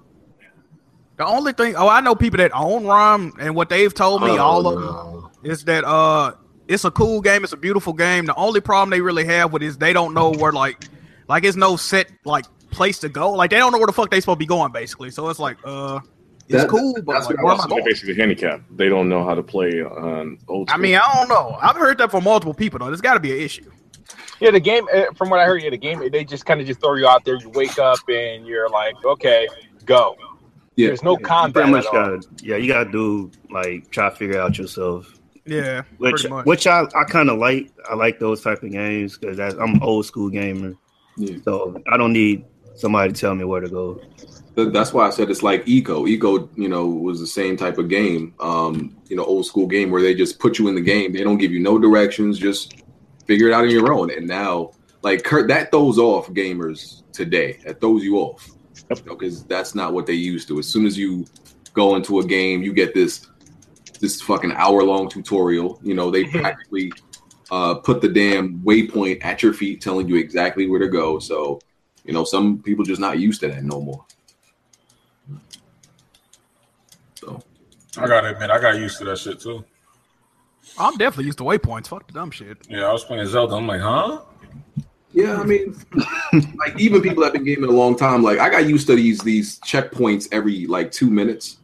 Speaker 5: The only thing, oh, I know people that own Rom, and what they've told me, all of them,
Speaker 1: Oh,
Speaker 5: is that uh, it's a cool game, it's a beautiful game. The only problem they really have with it is they don't know where like, like it's no set like place to go. Like they don't know where the fuck they supposed to be going, basically. So it's like, uh, it's
Speaker 1: That-
Speaker 5: cool, but
Speaker 1: that's
Speaker 5: like,
Speaker 1: what I
Speaker 5: where
Speaker 1: was
Speaker 5: am I
Speaker 9: They're
Speaker 5: going?
Speaker 9: basically handicapped. They don't know how to play on old.
Speaker 5: I mean, I don't know. I've heard that from multiple people though. There's got to be an issue.
Speaker 8: Yeah, the game. uh, From what I heard, yeah, the game. They just kind of just throw you out there. You wake up and you're like, okay, go.
Speaker 1: Yeah.
Speaker 8: There's no
Speaker 6: You
Speaker 8: combat.
Speaker 6: pretty much
Speaker 8: at all.
Speaker 6: gotta, yeah, you gotta do like try to figure out yourself.
Speaker 5: Yeah,
Speaker 6: Which
Speaker 5: pretty much.
Speaker 6: which I, I kind of like. I like those type of games because I'm an old school gamer,
Speaker 1: Yeah.
Speaker 6: so I don't need somebody to tell me where to go.
Speaker 1: Th- That's why I said it's like Eco. Eco, you know, was the same type of game, um, you know, old school game where they just put you in the game. They don't give you no directions, just figure it out on your own. And now, like Kurt, that throws off gamers today. That throws you off because that's not what they used to. As soon as you go into a game, you get this this fucking hour long tutorial. You know, they practically uh, put the damn waypoint at your feet, telling you exactly where to go. So, you know, some people just not used to that no more. So
Speaker 4: I gotta admit, I got used to that shit too.
Speaker 5: I'm definitely used to waypoints. Fuck the dumb shit.
Speaker 4: Yeah, I was playing Zelda. I'm like, huh?
Speaker 1: yeah, I mean, like even people that've been gaming a long time, like I got used to these these checkpoints every like two minutes.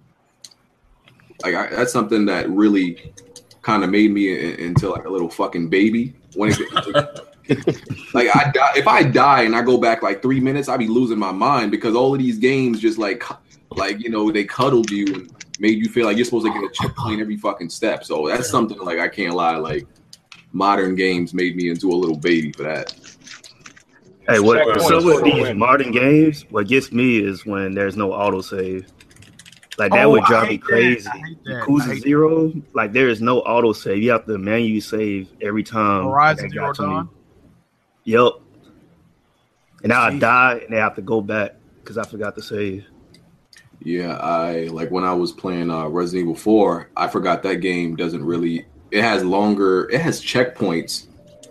Speaker 1: Like I, that's something that really kind of made me i- into like a little fucking baby. When it, like I die, if I die and I go back like three minutes, I'd be losing my mind because all of these games just like cu- like you know they cuddled you and made you feel like you're supposed to get a checkpoint every fucking step. So that's something like I can't lie, like modern games made me into a little baby for that.
Speaker 6: Hey, what?
Speaker 4: Checkpoints
Speaker 6: So with
Speaker 4: for a
Speaker 6: these
Speaker 4: win.
Speaker 6: modern games, what gets me is when there's no autosave. Like that
Speaker 5: Oh,
Speaker 6: would
Speaker 5: I
Speaker 6: drive me
Speaker 5: hate that.
Speaker 6: crazy.
Speaker 5: I hate that. I
Speaker 6: Yakuza
Speaker 5: hate
Speaker 6: Zero, like there is no autosave. You have to manually save every time.
Speaker 5: Horizon
Speaker 6: that
Speaker 5: Zero
Speaker 6: got to me.
Speaker 5: Dawn?
Speaker 6: Yep. And I
Speaker 5: Jeez.
Speaker 6: die, and I have to go back because I forgot to save.
Speaker 1: Yeah, I like when I was playing uh, Resident Evil 4, I forgot that game doesn't really it has longer it has checkpoints,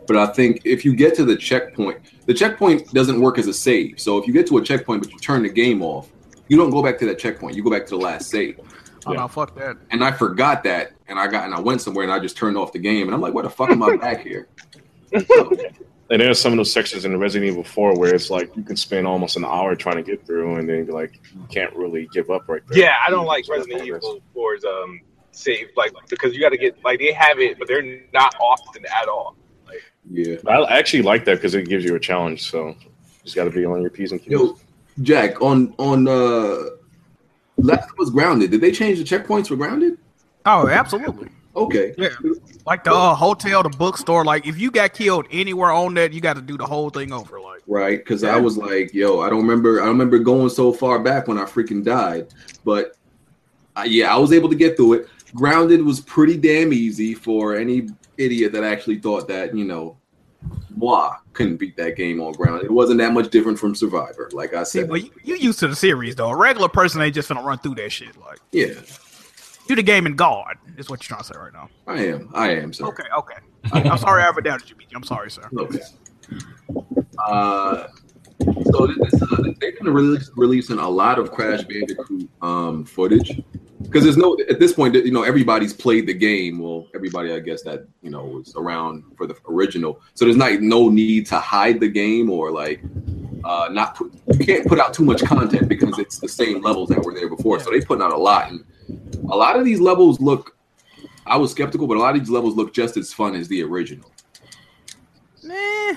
Speaker 1: but I think if you get to the checkpoint, the checkpoint doesn't work as a save. So if you get to a checkpoint but you turn the game off, you don't go back to that checkpoint. You go back to the last save.
Speaker 5: Oh no, fuck that.
Speaker 1: And I forgot that and I got and I went somewhere and I just turned off the game and I'm like, where the fuck am I back here? So,
Speaker 9: And there's some of those sections in Resident Evil 4 where it's like you can spend almost an hour trying to get through, and then like you can't really give up right there.
Speaker 8: Yeah, I don't like Resident Evil 4's um save like because you got to get like they have it, but they're not often at all.
Speaker 1: yeah.
Speaker 9: I actually like that because it gives you a challenge. So you just got to be on your p's and q's.
Speaker 1: Yo, Jack, on on uh Last was grounded. Did they change the checkpoints for grounded?
Speaker 5: Oh, absolutely.
Speaker 1: Okay.
Speaker 5: Yeah. Like the uh, hotel, the bookstore. Like if you got killed anywhere on that, you got to do the whole thing over. Like
Speaker 1: right? Because I was like, yo, I don't remember. I don't remember going so far back when I freaking died, but I, yeah, I was able to get through it. Grounded was pretty damn easy for any idiot that actually thought that you know, blah, couldn't beat that game on ground. It wasn't that much different from Survivor, like I
Speaker 5: see,
Speaker 1: said.
Speaker 5: but you, you used to the series though. A regular person ain't just gonna run through that shit. Like
Speaker 1: yeah,
Speaker 5: you the game in God is what you're trying to say right now.
Speaker 1: I am. I am. Sorry.
Speaker 5: Okay, okay. I'm sorry I ever doubted you, BG. I'm sorry, sir.
Speaker 1: Okay. Uh, so this, this, uh, they've been releas- releasing a lot of Crash Bandicoot um, footage. because there's no at this point you know everybody's played the game well everybody i guess that you know was around for the original so there's not no need to hide the game or like uh not put, you can't put out too much content because it's the same levels that were there before so they putting out a lot and a lot of these levels look i was skeptical but a lot of these levels look just as fun as the original
Speaker 5: Nah.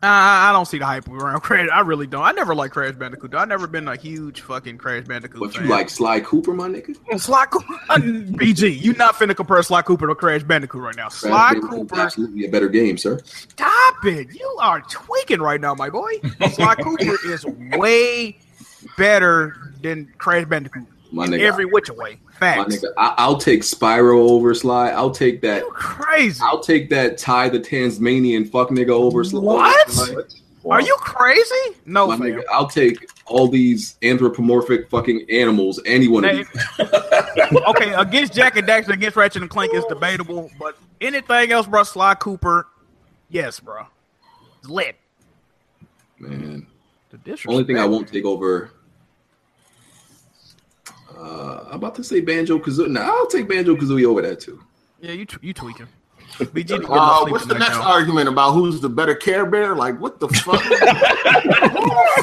Speaker 5: I, I don't see the hype around *laughs* Crash. I really don't. I never liked Crash Bandicoot. though. I've never been a huge fucking Crash Bandicoot
Speaker 1: but
Speaker 5: fan.
Speaker 1: you like sly cooper my nigga
Speaker 5: Sly Cooper? *laughs* BG, you not finna compare Sly Cooper to Crash Bandicoot right now. Sly
Speaker 1: Crash Bandicoot is
Speaker 5: Cooper,
Speaker 1: absolutely a better game sir
Speaker 5: stop it. You are tweaking right now,
Speaker 1: *laughs*
Speaker 5: my boy. Sly Cooper is way better than Crash Bandicoot.
Speaker 1: my
Speaker 5: in
Speaker 1: nigga
Speaker 5: Every which way.
Speaker 1: my
Speaker 5: Facts.
Speaker 1: nigga I, i'll take spyro over sly i'll take that
Speaker 5: You crazy.
Speaker 1: I'll take that tie the Tasmanian fuck nigga over. Sly.
Speaker 5: What?
Speaker 9: Wow.
Speaker 5: Are you crazy? No,
Speaker 1: My
Speaker 5: fam.
Speaker 1: nigga, I'll take all these anthropomorphic fucking animals. Any one of
Speaker 5: Hey.
Speaker 1: these.
Speaker 5: okay, against Jack and Daxter, against Ratchet and Clank is debatable, but anything else, bro, Sly Cooper, yes, bro. It's lit.
Speaker 1: Man,
Speaker 5: The disrespect.
Speaker 1: only thing I won't take over. Uh, I'm about to say Banjo Kazooie. Nah, I'll take Banjo Kazooie over that too.
Speaker 5: Yeah, you tw- you tweaking. BG,
Speaker 3: Uh, what's the next argument about who's the better Care Bear? Like, what
Speaker 4: *laughs*
Speaker 3: the fuck? yo,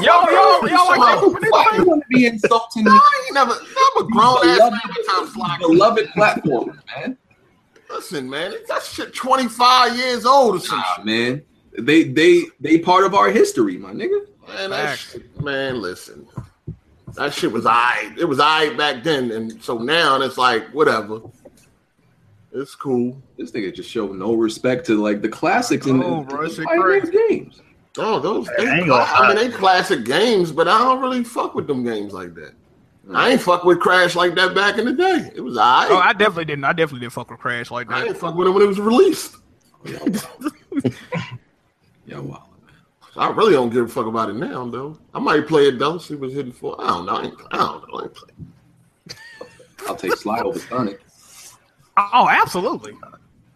Speaker 5: yo, yo, Oh, like,
Speaker 1: Why you want to be insulting
Speaker 3: No,
Speaker 1: me?
Speaker 3: I ain't never. I'm a grown ass man. every time Sly Cooper-
Speaker 1: Beloved platform, man.
Speaker 3: Listen, man, that shit 25 years old or some
Speaker 1: Nah,
Speaker 3: shit.
Speaker 1: man. They they they part of our history, my nigga.
Speaker 3: Man, that
Speaker 5: Facts.
Speaker 3: shit, man, listen. That shit was I. It was I back then, and so now it's like whatever. It's cool.
Speaker 1: This nigga just showed no respect to like the classics and
Speaker 5: Oh, bro, this shit
Speaker 1: pioneer
Speaker 5: crazy.
Speaker 1: games. *laughs*
Speaker 3: Oh, those. They,
Speaker 6: I ain't gonna
Speaker 3: I mean, they classic games, but I don't really fuck with them games like that. I ain't fuck with Crash like that back in the day. It was I.
Speaker 5: Hmm. Oh,
Speaker 3: I,
Speaker 5: I definitely didn't. I definitely didn't fuck with Crash like
Speaker 3: I didn't
Speaker 5: that.
Speaker 3: fuck with it when it was released.
Speaker 1: Yeah, wow.
Speaker 3: I really don't give a fuck about it now, though. I might play it though. See what's hitting for. I don't know. I, ain't, I don't know. I ain't play.
Speaker 1: I'll take Sly over Sonic.
Speaker 5: Oh, absolutely.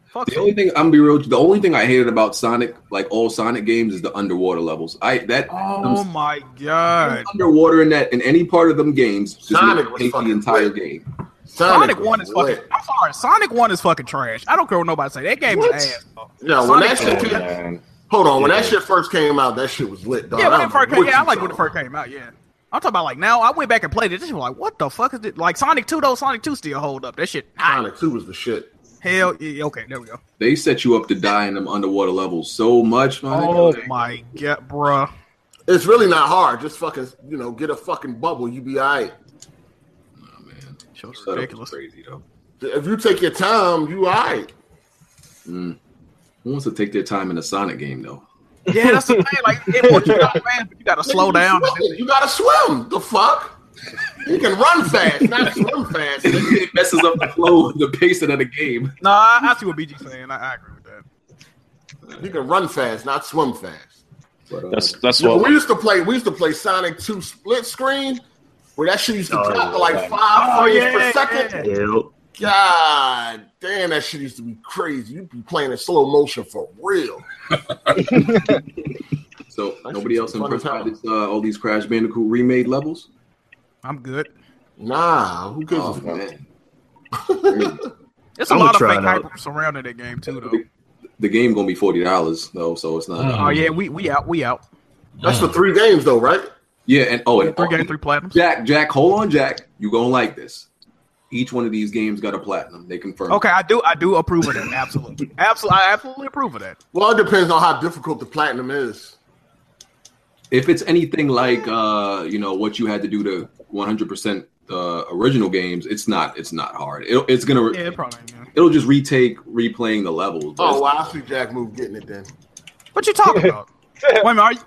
Speaker 5: Fuck
Speaker 1: The only thing I'm gonna be real, the only thing I hated about Sonic, like all Sonic games, is the underwater levels. I that
Speaker 5: Oh my god.
Speaker 1: underwater in that in any part of them games just
Speaker 3: Sonic
Speaker 1: made
Speaker 3: was
Speaker 1: me hate the
Speaker 3: fucking
Speaker 1: entire
Speaker 3: great.
Speaker 1: game.
Speaker 5: Sonic
Speaker 3: was
Speaker 5: One is
Speaker 3: lit.
Speaker 5: fucking. I'm sorry. Sonic One is fucking trash. I don't care what nobody say. That game is
Speaker 3: What?
Speaker 5: ass. though.
Speaker 3: Yeah, when that
Speaker 9: Oh,
Speaker 3: shit came,
Speaker 9: man.
Speaker 3: Hold on, when that
Speaker 9: Yeah.
Speaker 3: shit first came out, that shit was lit, dog.
Speaker 5: Yeah, when
Speaker 3: I
Speaker 5: it
Speaker 3: don't know
Speaker 5: first came,
Speaker 3: what
Speaker 5: yeah, I
Speaker 3: you
Speaker 5: like when it
Speaker 3: talking
Speaker 5: first came out. Yeah, I'm talking about like now. I went back and played it. This is like, what the fuck is it? Like Sonic Two though. Sonic Two still hold up. That shit.
Speaker 3: about.
Speaker 5: hot.
Speaker 3: Sonic Two was the shit.
Speaker 5: Hell, yeah, okay, there we go.
Speaker 1: They set you up to die in them underwater levels so much, my
Speaker 5: Oh
Speaker 1: nigga.
Speaker 5: my god, bruh.
Speaker 3: It's really not hard. Just fucking, you know, get a fucking bubble. You be all right.
Speaker 1: Oh, man. Shut up,
Speaker 5: Show's
Speaker 1: it's
Speaker 5: ridiculous.
Speaker 1: crazy though.
Speaker 3: If you take your time, you all right.
Speaker 1: Mm. Who wants to take their time in a Sonic game *laughs* though?
Speaker 5: Yeah, that's the thing. Like, it wants you to go fast, but you gotta slow down.
Speaker 3: You, swim. You gotta swim. The fuck? You can run fast, not swim fast. nigga.
Speaker 1: it messes up the flow and the pacing of the game.
Speaker 5: Nah, I, I see what BG's saying. I, I agree with that.
Speaker 3: You can run fast, not swim fast.
Speaker 1: But, uh,
Speaker 9: That's that's
Speaker 3: So we
Speaker 9: what
Speaker 3: used to play. We used to play Sonic Two split screen, where that shit used to
Speaker 6: Oh,
Speaker 3: drop to
Speaker 9: yeah.
Speaker 3: like five
Speaker 5: Oh,
Speaker 3: frames
Speaker 5: yeah.
Speaker 3: per second.
Speaker 6: Yep.
Speaker 3: God damn, that shit used to be crazy. You'd be playing in slow motion for real.
Speaker 1: so
Speaker 3: That
Speaker 1: nobody else
Speaker 3: shit's a fun
Speaker 1: impressed by
Speaker 3: time.
Speaker 1: this, uh, all these Crash Bandicoot remade levels.
Speaker 5: I'm good.
Speaker 3: Nah, who gives
Speaker 1: Oh
Speaker 3: a
Speaker 1: *laughs*
Speaker 3: fuck?
Speaker 1: man,
Speaker 5: It's a
Speaker 6: I'm gonna
Speaker 5: lot of
Speaker 6: try
Speaker 5: fake
Speaker 6: it out.
Speaker 5: hype surrounding that game too, though.
Speaker 1: the, the game gonna be forty dollars though, so it's not.
Speaker 5: Oh yeah, we we out, we out.
Speaker 3: That's for three games though, right?
Speaker 1: Yeah, and oh, and
Speaker 5: Three game, three platinums.
Speaker 1: Jack, Jack, hold on, Jack. You gonna like this? Each one of these games got a platinum. They confirmed.
Speaker 5: Okay, I do, I do approve of that. *laughs* Absolutely, absolutely, I absolutely approve of that.
Speaker 3: Well, it depends on how difficult the platinum is.
Speaker 1: If it's anything like uh, you know what you had to do to one hundred percent the original games, it's not. It's not hard. It'll, it's gonna.
Speaker 5: Yeah, it probably. Yeah.
Speaker 1: It'll just retake replaying the levels. but
Speaker 3: Oh,
Speaker 1: it's-
Speaker 3: well, I see Jack move getting it then.
Speaker 5: What you talking about? *laughs* Wait a minute, are you,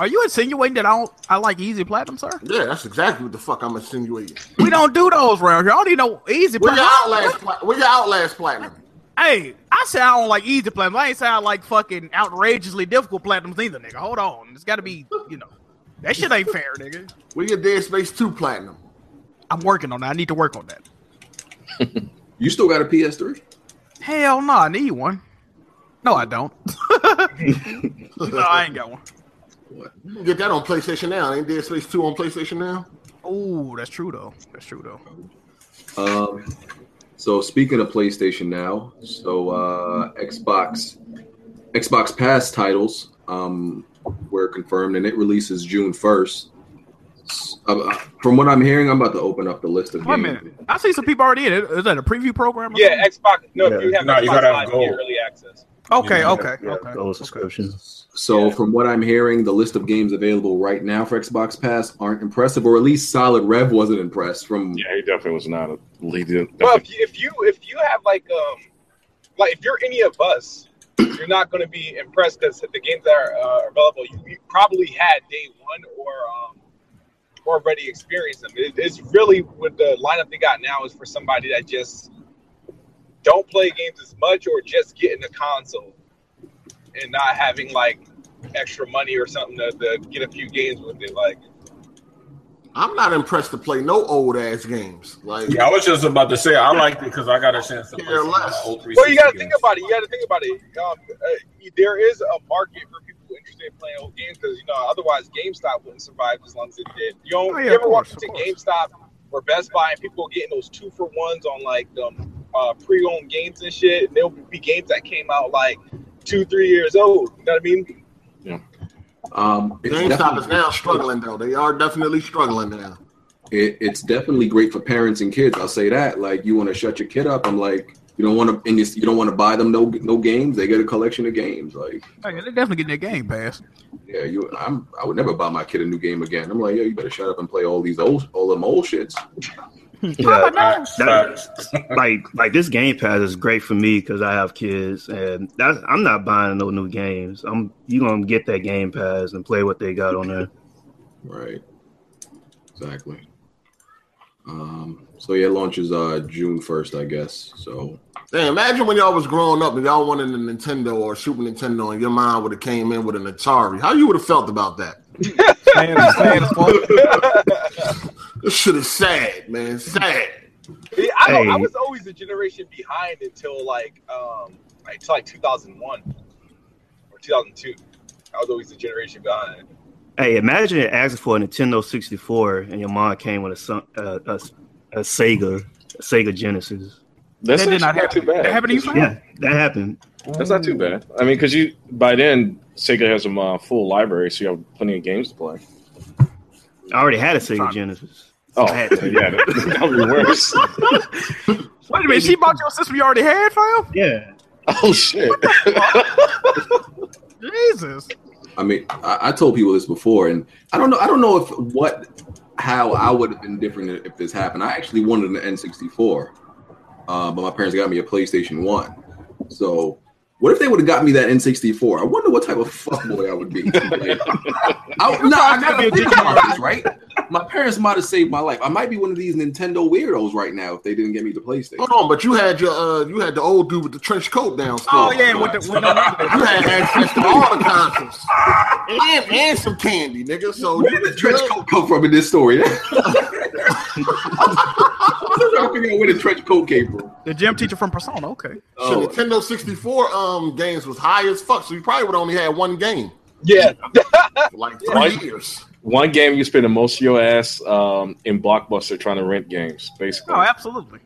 Speaker 5: are you insinuating that I don't I like easy platinum, sir?
Speaker 3: Yeah, that's exactly what the fuck I'm insinuating.
Speaker 5: We don't do those round here. I don't need no easy
Speaker 3: Where your
Speaker 5: platinum.
Speaker 3: outlast? Pla- where your outlast platinum?
Speaker 5: Hey, I say I don't like easy platinum. I ain't say I like fucking outrageously difficult platinums either, nigga. Hold on, it's got to be you know that shit ain't fair, nigga.
Speaker 3: Where your Dead Space Two platinum?
Speaker 5: I'm working on that. I need to work on that.
Speaker 1: you still got a PS3?
Speaker 5: Hell no, I need one. No, I don't. no, I ain't got one.
Speaker 3: *laughs* You can get that on PlayStation now. Ain't Dead Space 2 on PlayStation now?
Speaker 5: Oh, that's true though. That's true though.
Speaker 1: Um, so speaking of PlayStation now, so uh, Xbox Xbox Pass titles um, were confirmed, and it releases June first. uh, from what I'm hearing, I'm about to open up the list of
Speaker 5: Wait a
Speaker 1: games.
Speaker 5: minute. I see some people already in it. Is that a preview program? or
Speaker 8: Yeah, Xbox. No,
Speaker 6: Yeah.
Speaker 8: you have
Speaker 4: No,
Speaker 8: Xbox
Speaker 4: you gotta have
Speaker 8: Live
Speaker 4: gold.
Speaker 8: here, early access.
Speaker 5: something? Okay,
Speaker 4: Yeah,
Speaker 5: okay,
Speaker 6: Yeah,
Speaker 5: okay.
Speaker 6: gold subscription.
Speaker 1: So from what I'm hearing, the list of games available right now for Xbox Pass aren't impressive, or at least Solid Rev wasn't impressed. From
Speaker 9: Yeah, he definitely was not a lead.
Speaker 8: Well, if you, if you if you have like um like if you're any of us, you're not going to be impressed because the games that are uh, available, you, you probably had day one or um already experienced them. It, it's really what the lineup they got now is for somebody that just don't play games as much or just getting a console and not having like extra money or something to, to get a few games with it. Like
Speaker 3: I'm not impressed to play no old ass games. Like,
Speaker 4: Yeah, I was just about to say I liked it because I got a chance to play
Speaker 3: Care
Speaker 4: some of my
Speaker 3: less.
Speaker 4: old
Speaker 8: Well, you got
Speaker 4: 360
Speaker 8: to
Speaker 4: games.
Speaker 8: think about it. You got to think about it. Um, uh, there is a market for people interested in playing old games because you know otherwise GameStop wouldn't survive as long as it did. You don't
Speaker 5: Oh, yeah,
Speaker 8: you ever
Speaker 5: of
Speaker 8: walk
Speaker 5: course,
Speaker 8: into
Speaker 5: of course.
Speaker 8: GameStop or Best Buy and people getting those two for ones on like um, uh, pre-owned games and shit. And there'll be games that came out like two, three years old. You know what I mean? *laughs*
Speaker 1: um, it's
Speaker 3: GameStop is
Speaker 1: definitely-
Speaker 3: now struggling, though. They are definitely struggling now.
Speaker 1: it, it's definitely great for parents and kids. I'll say that. Like, you want to shut your kid up. I'm like, you don't want to, and you, you don't want to buy them no no games. They get a collection of games. Like,
Speaker 5: Hey, they're definitely getting their game pass.
Speaker 1: yeah, you, I'm, I would never buy my kid a new game again. I'm like, yo, you better shut up and play all these old, all them old shits.
Speaker 4: Uh,
Speaker 6: Yeah,
Speaker 4: Facts,
Speaker 6: That-
Speaker 4: facts.
Speaker 6: like like this Game Pass is great for me because I have kids, and that's I'm not buying no new games. I'm you gonna get that Game Pass and play what they got on there.
Speaker 1: Right. Exactly. Um. So yeah, it launches uh June first, I guess. So
Speaker 3: Hey, imagine when y'all was growing up and y'all wanted a Nintendo or a Super Nintendo, and your mom would have came in with an Atari. How you would have felt about that?
Speaker 5: Sad- sad as fuck.
Speaker 3: This shit is sad, man. Sad.
Speaker 8: Yeah, I, don't, I
Speaker 6: Hey.
Speaker 8: was always a generation behind until like um like, till, like 2001 or 2002. I was always a generation behind.
Speaker 6: Hey, imagine asking for a Nintendo 64 and your mom came with a Sun- uh, a, a Sega a Sega Genesis.
Speaker 9: That's
Speaker 5: That did
Speaker 9: actually
Speaker 5: not
Speaker 9: not,
Speaker 5: happen.
Speaker 9: too bad.
Speaker 5: That happened to you, Sam?
Speaker 6: Yeah, that happened.
Speaker 9: That's not too bad. I mean, because you by then Sega has a uh, full library, so you have plenty of games to play.
Speaker 6: I already had a Sega Genesis.
Speaker 9: Oh,
Speaker 6: I
Speaker 9: *laughs* yeah,
Speaker 6: had to.
Speaker 9: that, that would be worse. *laughs*
Speaker 5: Wait a minute, she bought your system you already had, fam?
Speaker 6: Yeah,
Speaker 9: oh shit!
Speaker 5: Jesus.
Speaker 1: I mean, I, I told people this before, and I don't know. I don't know if what how I would have been different if this happened. I actually wanted an N64, uh, but my parents got me a PlayStation One. So. What if they would have got me that N64? I wonder what type of fuckboy I would be. Like, I, I, no, I gotta think about this, right? My parents might have saved my life. I might be one of these Nintendo weirdos right now if they didn't get me the PlayStation.
Speaker 3: Hold on, but you had your uh, you had the old dude with the trench coat down. Still.
Speaker 5: Oh yeah, with the
Speaker 4: *laughs*
Speaker 5: with the
Speaker 3: You had access to all the consoles and and some candy, nigga. So
Speaker 1: Oh, Where did the trench coat come from in this story? *laughs* I'm still trying to figure out where the trench coat came from.
Speaker 5: the gym teacher from Persona. Okay.
Speaker 3: So
Speaker 1: Oh,
Speaker 3: Nintendo 64 um games was high as fuck, so you probably would only had one game
Speaker 8: Yeah,
Speaker 3: for like three
Speaker 9: Right.
Speaker 3: years.
Speaker 9: One game you spend the most of your ass um, in Blockbuster trying to rent games, basically.
Speaker 5: Oh, absolutely.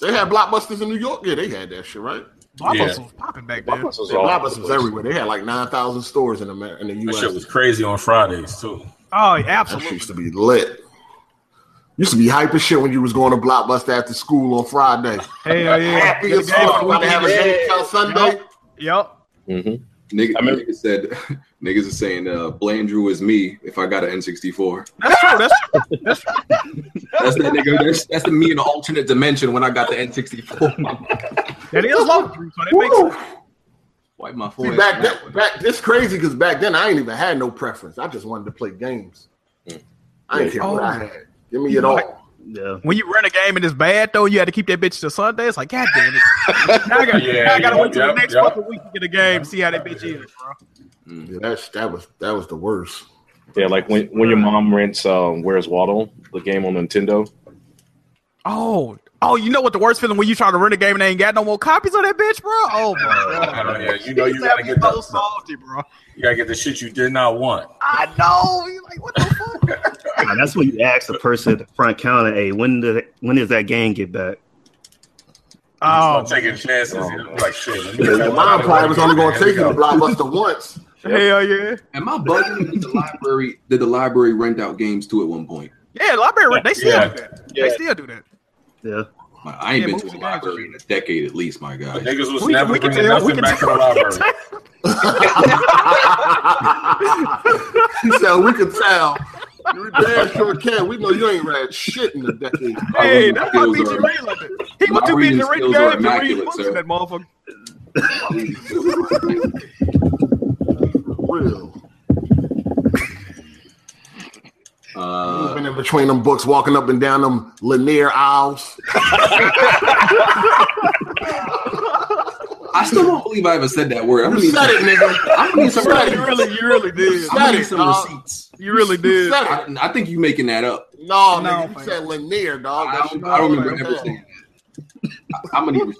Speaker 3: They had blockbusters in New York. Yeah, they had that shit, right?
Speaker 5: Blockbuster
Speaker 4: Yeah.
Speaker 5: was popping back then.
Speaker 9: Blockbusters was
Speaker 3: Yeah,
Speaker 9: all over
Speaker 3: blockbusters
Speaker 9: the
Speaker 3: was
Speaker 9: place.
Speaker 3: everywhere. They had like nine thousand stores in America in the
Speaker 4: That
Speaker 3: U.S.
Speaker 4: shit was crazy on Fridays too.
Speaker 5: Oh, yeah,
Speaker 3: That shit
Speaker 5: absolutely.
Speaker 3: used to be lit. Used to be hype as shit when you was going to Blockbuster after school on Friday.
Speaker 5: Hell yeah.
Speaker 3: Happy as fuck. About to have a game till Sunday.
Speaker 5: Yep.
Speaker 9: Mhm.
Speaker 1: nigga,
Speaker 9: I remember-
Speaker 1: nigga said *laughs* niggas is saying uh, Bland Drew is me if I got an N64.
Speaker 5: That's true. That's true.
Speaker 1: That's that nigga. That's, that's the me in the alternate dimension when I got the *laughs* N64.
Speaker 5: That is love, Drew, so that makes sense.
Speaker 1: Wipe my
Speaker 3: See,
Speaker 1: forehead.
Speaker 3: back then, back it's crazy because back then I ain't even had no preference. I just wanted to play games. I didn't care what I had. Give me it all.
Speaker 6: yeah.
Speaker 5: When you rent a game and it's bad though, you had to keep that bitch to Sunday. It's like, God
Speaker 4: *laughs*
Speaker 5: damn it! now I got
Speaker 4: Yeah,
Speaker 5: now I gotta
Speaker 4: yeah,
Speaker 5: wait till
Speaker 4: yep,
Speaker 5: the next
Speaker 4: yep.
Speaker 5: fucking week to get a game, see how that bitch is, bro.
Speaker 3: Yeah, that's that was that was the worst.
Speaker 9: Yeah, like when,
Speaker 3: *laughs*
Speaker 9: when your mom rents um, Where's Waddle, the game on Nintendo.
Speaker 5: Oh, Oh, you know what the worst feeling when you try to rent a game and they ain't got no more copies of that bitch, bro? Oh my god.
Speaker 4: Oh, yeah, you know you
Speaker 5: These
Speaker 4: gotta get
Speaker 5: apples so
Speaker 4: the,
Speaker 5: salty, bro.
Speaker 4: you gotta get the shit you did not want.
Speaker 5: I know. You're like, what the fuck?
Speaker 6: Nah, that's when you ask the person at the front counter, "Hey, when did when does that game get back?"
Speaker 4: Oh,
Speaker 5: Oh,
Speaker 4: taking chances. you know, like shit. let me get
Speaker 3: Yeah, your
Speaker 4: that
Speaker 3: mom
Speaker 4: out of
Speaker 3: probably
Speaker 4: the
Speaker 3: was
Speaker 4: way.
Speaker 3: only going to
Speaker 4: Here we
Speaker 3: take you to
Speaker 4: go.
Speaker 3: Blockbuster once.
Speaker 5: hell yeah.
Speaker 1: Am I bugging? or did the library did the library rent out games too at one point?
Speaker 5: Yeah, library, they still
Speaker 4: Yeah.
Speaker 5: do that.
Speaker 8: Yeah.
Speaker 5: They still do that.
Speaker 6: Yeah,
Speaker 1: My, I ain't
Speaker 5: Yeah,
Speaker 1: been to a
Speaker 5: movies and games.
Speaker 1: library in a decade at least. My
Speaker 4: But
Speaker 1: God,
Speaker 4: Niggas was
Speaker 5: We-
Speaker 4: never
Speaker 5: we can
Speaker 4: bringing
Speaker 5: tell- we
Speaker 4: nothing back
Speaker 5: can
Speaker 4: to the
Speaker 5: tell-
Speaker 4: library.
Speaker 3: *laughs* he said, "We can tell. You damn sure can. We know you ain't read shit in a decade."
Speaker 5: Hey,
Speaker 1: reading
Speaker 5: that's why
Speaker 1: skills
Speaker 5: BG
Speaker 1: are-
Speaker 5: Ray like that. He
Speaker 1: my
Speaker 5: was too busy
Speaker 1: reading
Speaker 5: to read
Speaker 1: skills are
Speaker 5: games and read
Speaker 1: immaculate,
Speaker 5: books
Speaker 1: sir.
Speaker 5: in that motherfucker. *laughs*
Speaker 3: Real.
Speaker 1: uh,
Speaker 3: Moving in between them books, walking up and down them Lanier aisles.
Speaker 1: I still don't believe I ever said that word. I'm gonna
Speaker 3: You
Speaker 1: need
Speaker 3: said
Speaker 1: some,
Speaker 3: it, nigga.
Speaker 1: I'm gonna need some,
Speaker 3: You said
Speaker 5: You
Speaker 3: it.
Speaker 1: I'm
Speaker 5: really, you really did.
Speaker 1: gonna need
Speaker 3: it,
Speaker 1: some
Speaker 3: dog.
Speaker 1: receipts.
Speaker 5: You really
Speaker 3: You *laughs*
Speaker 5: did.
Speaker 3: said it.
Speaker 1: I, I think you making that up.
Speaker 3: No,
Speaker 5: No,
Speaker 3: nigga, you
Speaker 5: fam.
Speaker 3: said Lanier, dog.
Speaker 1: I
Speaker 3: That
Speaker 1: don't,
Speaker 3: shit-
Speaker 1: I don't remember ever
Speaker 3: that.
Speaker 1: saying that. I, I'm gonna. Need,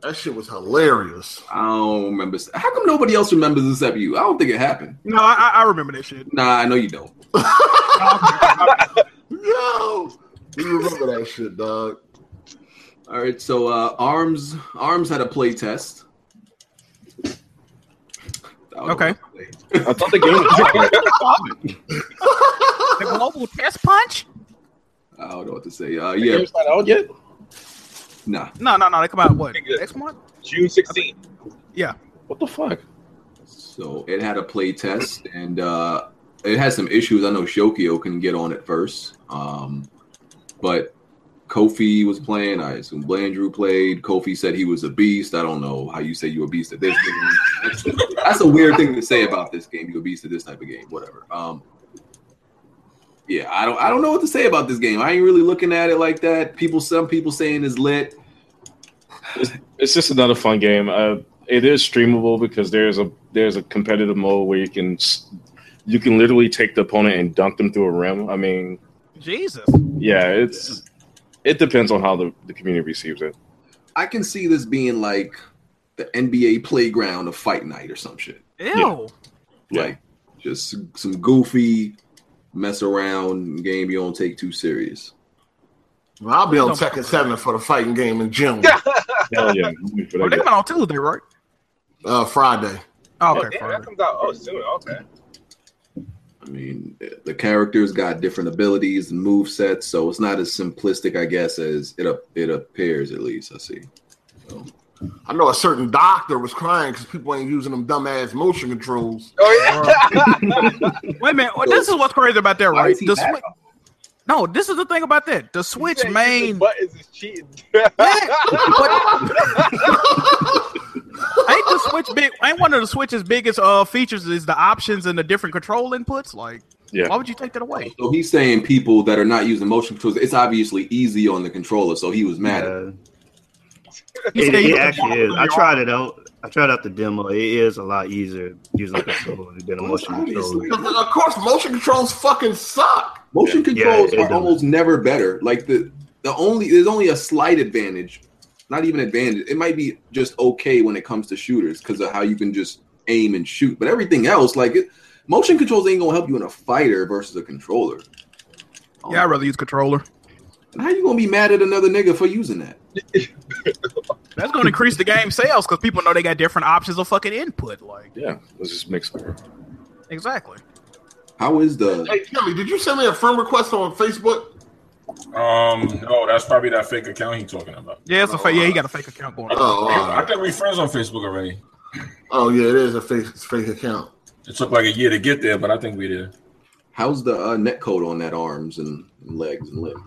Speaker 3: That shit was hilarious.
Speaker 1: I don't remember. How come nobody else remembers except you? I don't think it happened.
Speaker 5: No, I, I- I remember that shit.
Speaker 1: Nah, I know you don't.
Speaker 3: Yo, you remember that shit, dog?
Speaker 1: All right, so uh, arms arms had a play test. That was a
Speaker 5: Okay.
Speaker 1: rough play.
Speaker 7: I thought the game
Speaker 3: *laughs*
Speaker 7: was
Speaker 5: The global test punch?
Speaker 1: I don't know what to say. Uh,
Speaker 7: the
Speaker 1: yeah,
Speaker 7: game's not
Speaker 8: oh,
Speaker 7: out yet.
Speaker 1: nah.
Speaker 5: No, no, no. They come out what
Speaker 8: Nigga.
Speaker 5: next month?
Speaker 8: June 16th.
Speaker 5: Yeah.
Speaker 7: What the fuck?
Speaker 1: So it had a play test, and uh, it had some issues. I know Shokio can get on it first, um, but Kofi was playing. I assume Blandrew played. Kofi said he was a beast. I don't know how you say you a beast at this game. That's, that's a weird thing to say about this game. You a beast at this type of game, whatever. Um, yeah, I don't. I don't know what to say about this game. I ain't really looking at it like that. People, some people saying it's lit.
Speaker 9: It's just another fun game. Uh, it is streamable because there's a there's a competitive mode where you can s- you can literally take the opponent and dunk them through a rim. I mean,
Speaker 5: Jesus.
Speaker 9: yeah, it's it depends on how the, the community
Speaker 3: *laughs*
Speaker 9: receives it.
Speaker 1: I can see this being like the NBA playground of Fight Night or some shit.
Speaker 5: Ew.
Speaker 9: Yeah.
Speaker 1: like just some goofy mess around game you don't take too serious.
Speaker 3: Well, I'll be on
Speaker 5: No.
Speaker 3: Tekken Seven for the fighting game in June,
Speaker 9: Hell yeah!
Speaker 5: Oh, they come out on Tuesday, right?
Speaker 3: uh, Friday.
Speaker 5: Oh,
Speaker 8: Oh,
Speaker 5: okay.
Speaker 8: damn,
Speaker 5: fine.
Speaker 8: that comes out oh soon. Okay.
Speaker 1: I mean, the characters got different abilities and move sets, so it's not as simplistic, I guess, as it ap- it appears. At least I see.
Speaker 3: I know a certain doctor was crying because people ain't using them dumbass
Speaker 1: *laughs*
Speaker 3: motion controls.
Speaker 8: *laughs* Oh yeah.
Speaker 5: *laughs* Wait a minute. well, this is what's crazy about that,
Speaker 1: Why
Speaker 5: right?
Speaker 1: is he
Speaker 5: The
Speaker 1: back
Speaker 5: Switch. No, this is the thing about that. The Switch
Speaker 8: He said using
Speaker 5: main. *laughs*
Speaker 8: buttons is cheating.
Speaker 5: Yeah,
Speaker 8: *laughs*
Speaker 5: but ain't the Switch big? Ain't one of the Switch's biggest uh features is the options and the different control inputs? Like,
Speaker 9: Yeah.
Speaker 5: why would you take that away?
Speaker 1: So he's saying people that are not using motion controls. It's obviously easy on the controller, so he was mad. at
Speaker 6: Uh, it, it actually is. I tried it out. I tried out the demo. It is a lot easier using a controller than a motion controller.
Speaker 3: Because, Of course, motion controls fucking suck.
Speaker 1: Motion
Speaker 6: Yeah,
Speaker 1: controls
Speaker 6: it
Speaker 1: are
Speaker 6: does.
Speaker 1: almost never better. Like the the only there's only a slight advantage, not even advantage. It might be just okay when it comes to shooters because of how you can just aim and shoot. But everything else, like it, motion controls ain't gonna help you in a fighter versus a controller.
Speaker 5: Yeah, I'd rather use controller.
Speaker 1: How you gonna be mad at another nigga for using that?
Speaker 5: That's gonna increase the game sales because people know they got different options of fucking input. Like,
Speaker 9: Yeah, let's just mix.
Speaker 5: exactly.
Speaker 1: How is the
Speaker 3: Hey, Kimmy, did you send me a friend request on Facebook?
Speaker 4: Um, no, that's probably that fake account he talking about.
Speaker 5: Yeah, it's a fa- yeah. He got a fake account going. on.
Speaker 3: Oh, all
Speaker 4: I
Speaker 3: right.
Speaker 4: think we friends on Facebook already.
Speaker 3: oh yeah, it is a fake, it's a fake account.
Speaker 4: It took like a year to get there, but I think we did.
Speaker 1: how's the uh, net code on that arms and, and legs and limbs?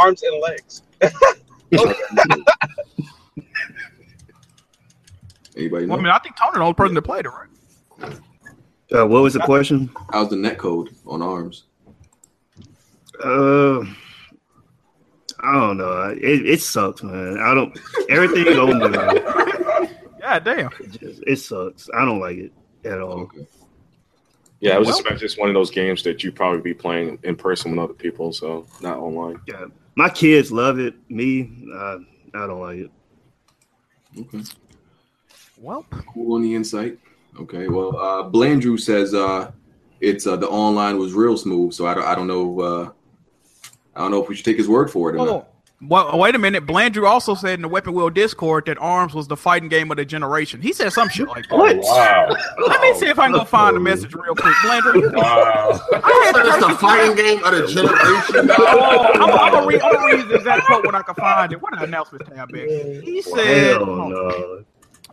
Speaker 8: Arms and legs.
Speaker 1: Anybody
Speaker 5: Well, I
Speaker 1: know?
Speaker 5: mean, I think Tony the only person that played it, right?
Speaker 6: Uh, what was the question?
Speaker 1: How's the net code on arms?
Speaker 6: Uh, I don't know. It, it sucks, man. I don't. Everything on there,
Speaker 5: Yeah, damn.
Speaker 6: it just- it sucks. I don't like it at
Speaker 5: Oh,
Speaker 6: all.
Speaker 1: Okay.
Speaker 9: Yeah, I was
Speaker 5: Well-
Speaker 9: expecting it's one of those games that you probably be playing in person with other people, so not online.
Speaker 6: Yeah, My kids love it. Me, uh, I don't like it.
Speaker 1: Okay.
Speaker 5: Well,
Speaker 1: Cool on the insight. Okay. Well, uh, Blandrew says uh, it's uh, the online was real smooth, so I don't I don't know uh, I don't know if we should take his word for it. Or not.
Speaker 5: well, well, wait a minute. Blandrew also said in the Weapon Wheel Discord that Arms was the fighting game of the generation. He said some shit like that.
Speaker 6: What?
Speaker 4: Wow.
Speaker 5: Let me see if I can go find the message real quick. Blandrew, you
Speaker 4: Wow.
Speaker 3: I said it's the fighting game of the generation.
Speaker 5: I'm, I'm gonna read, I'm gonna read the exact quote when I can find it. What an announcement tab is. He said,
Speaker 6: Hell no.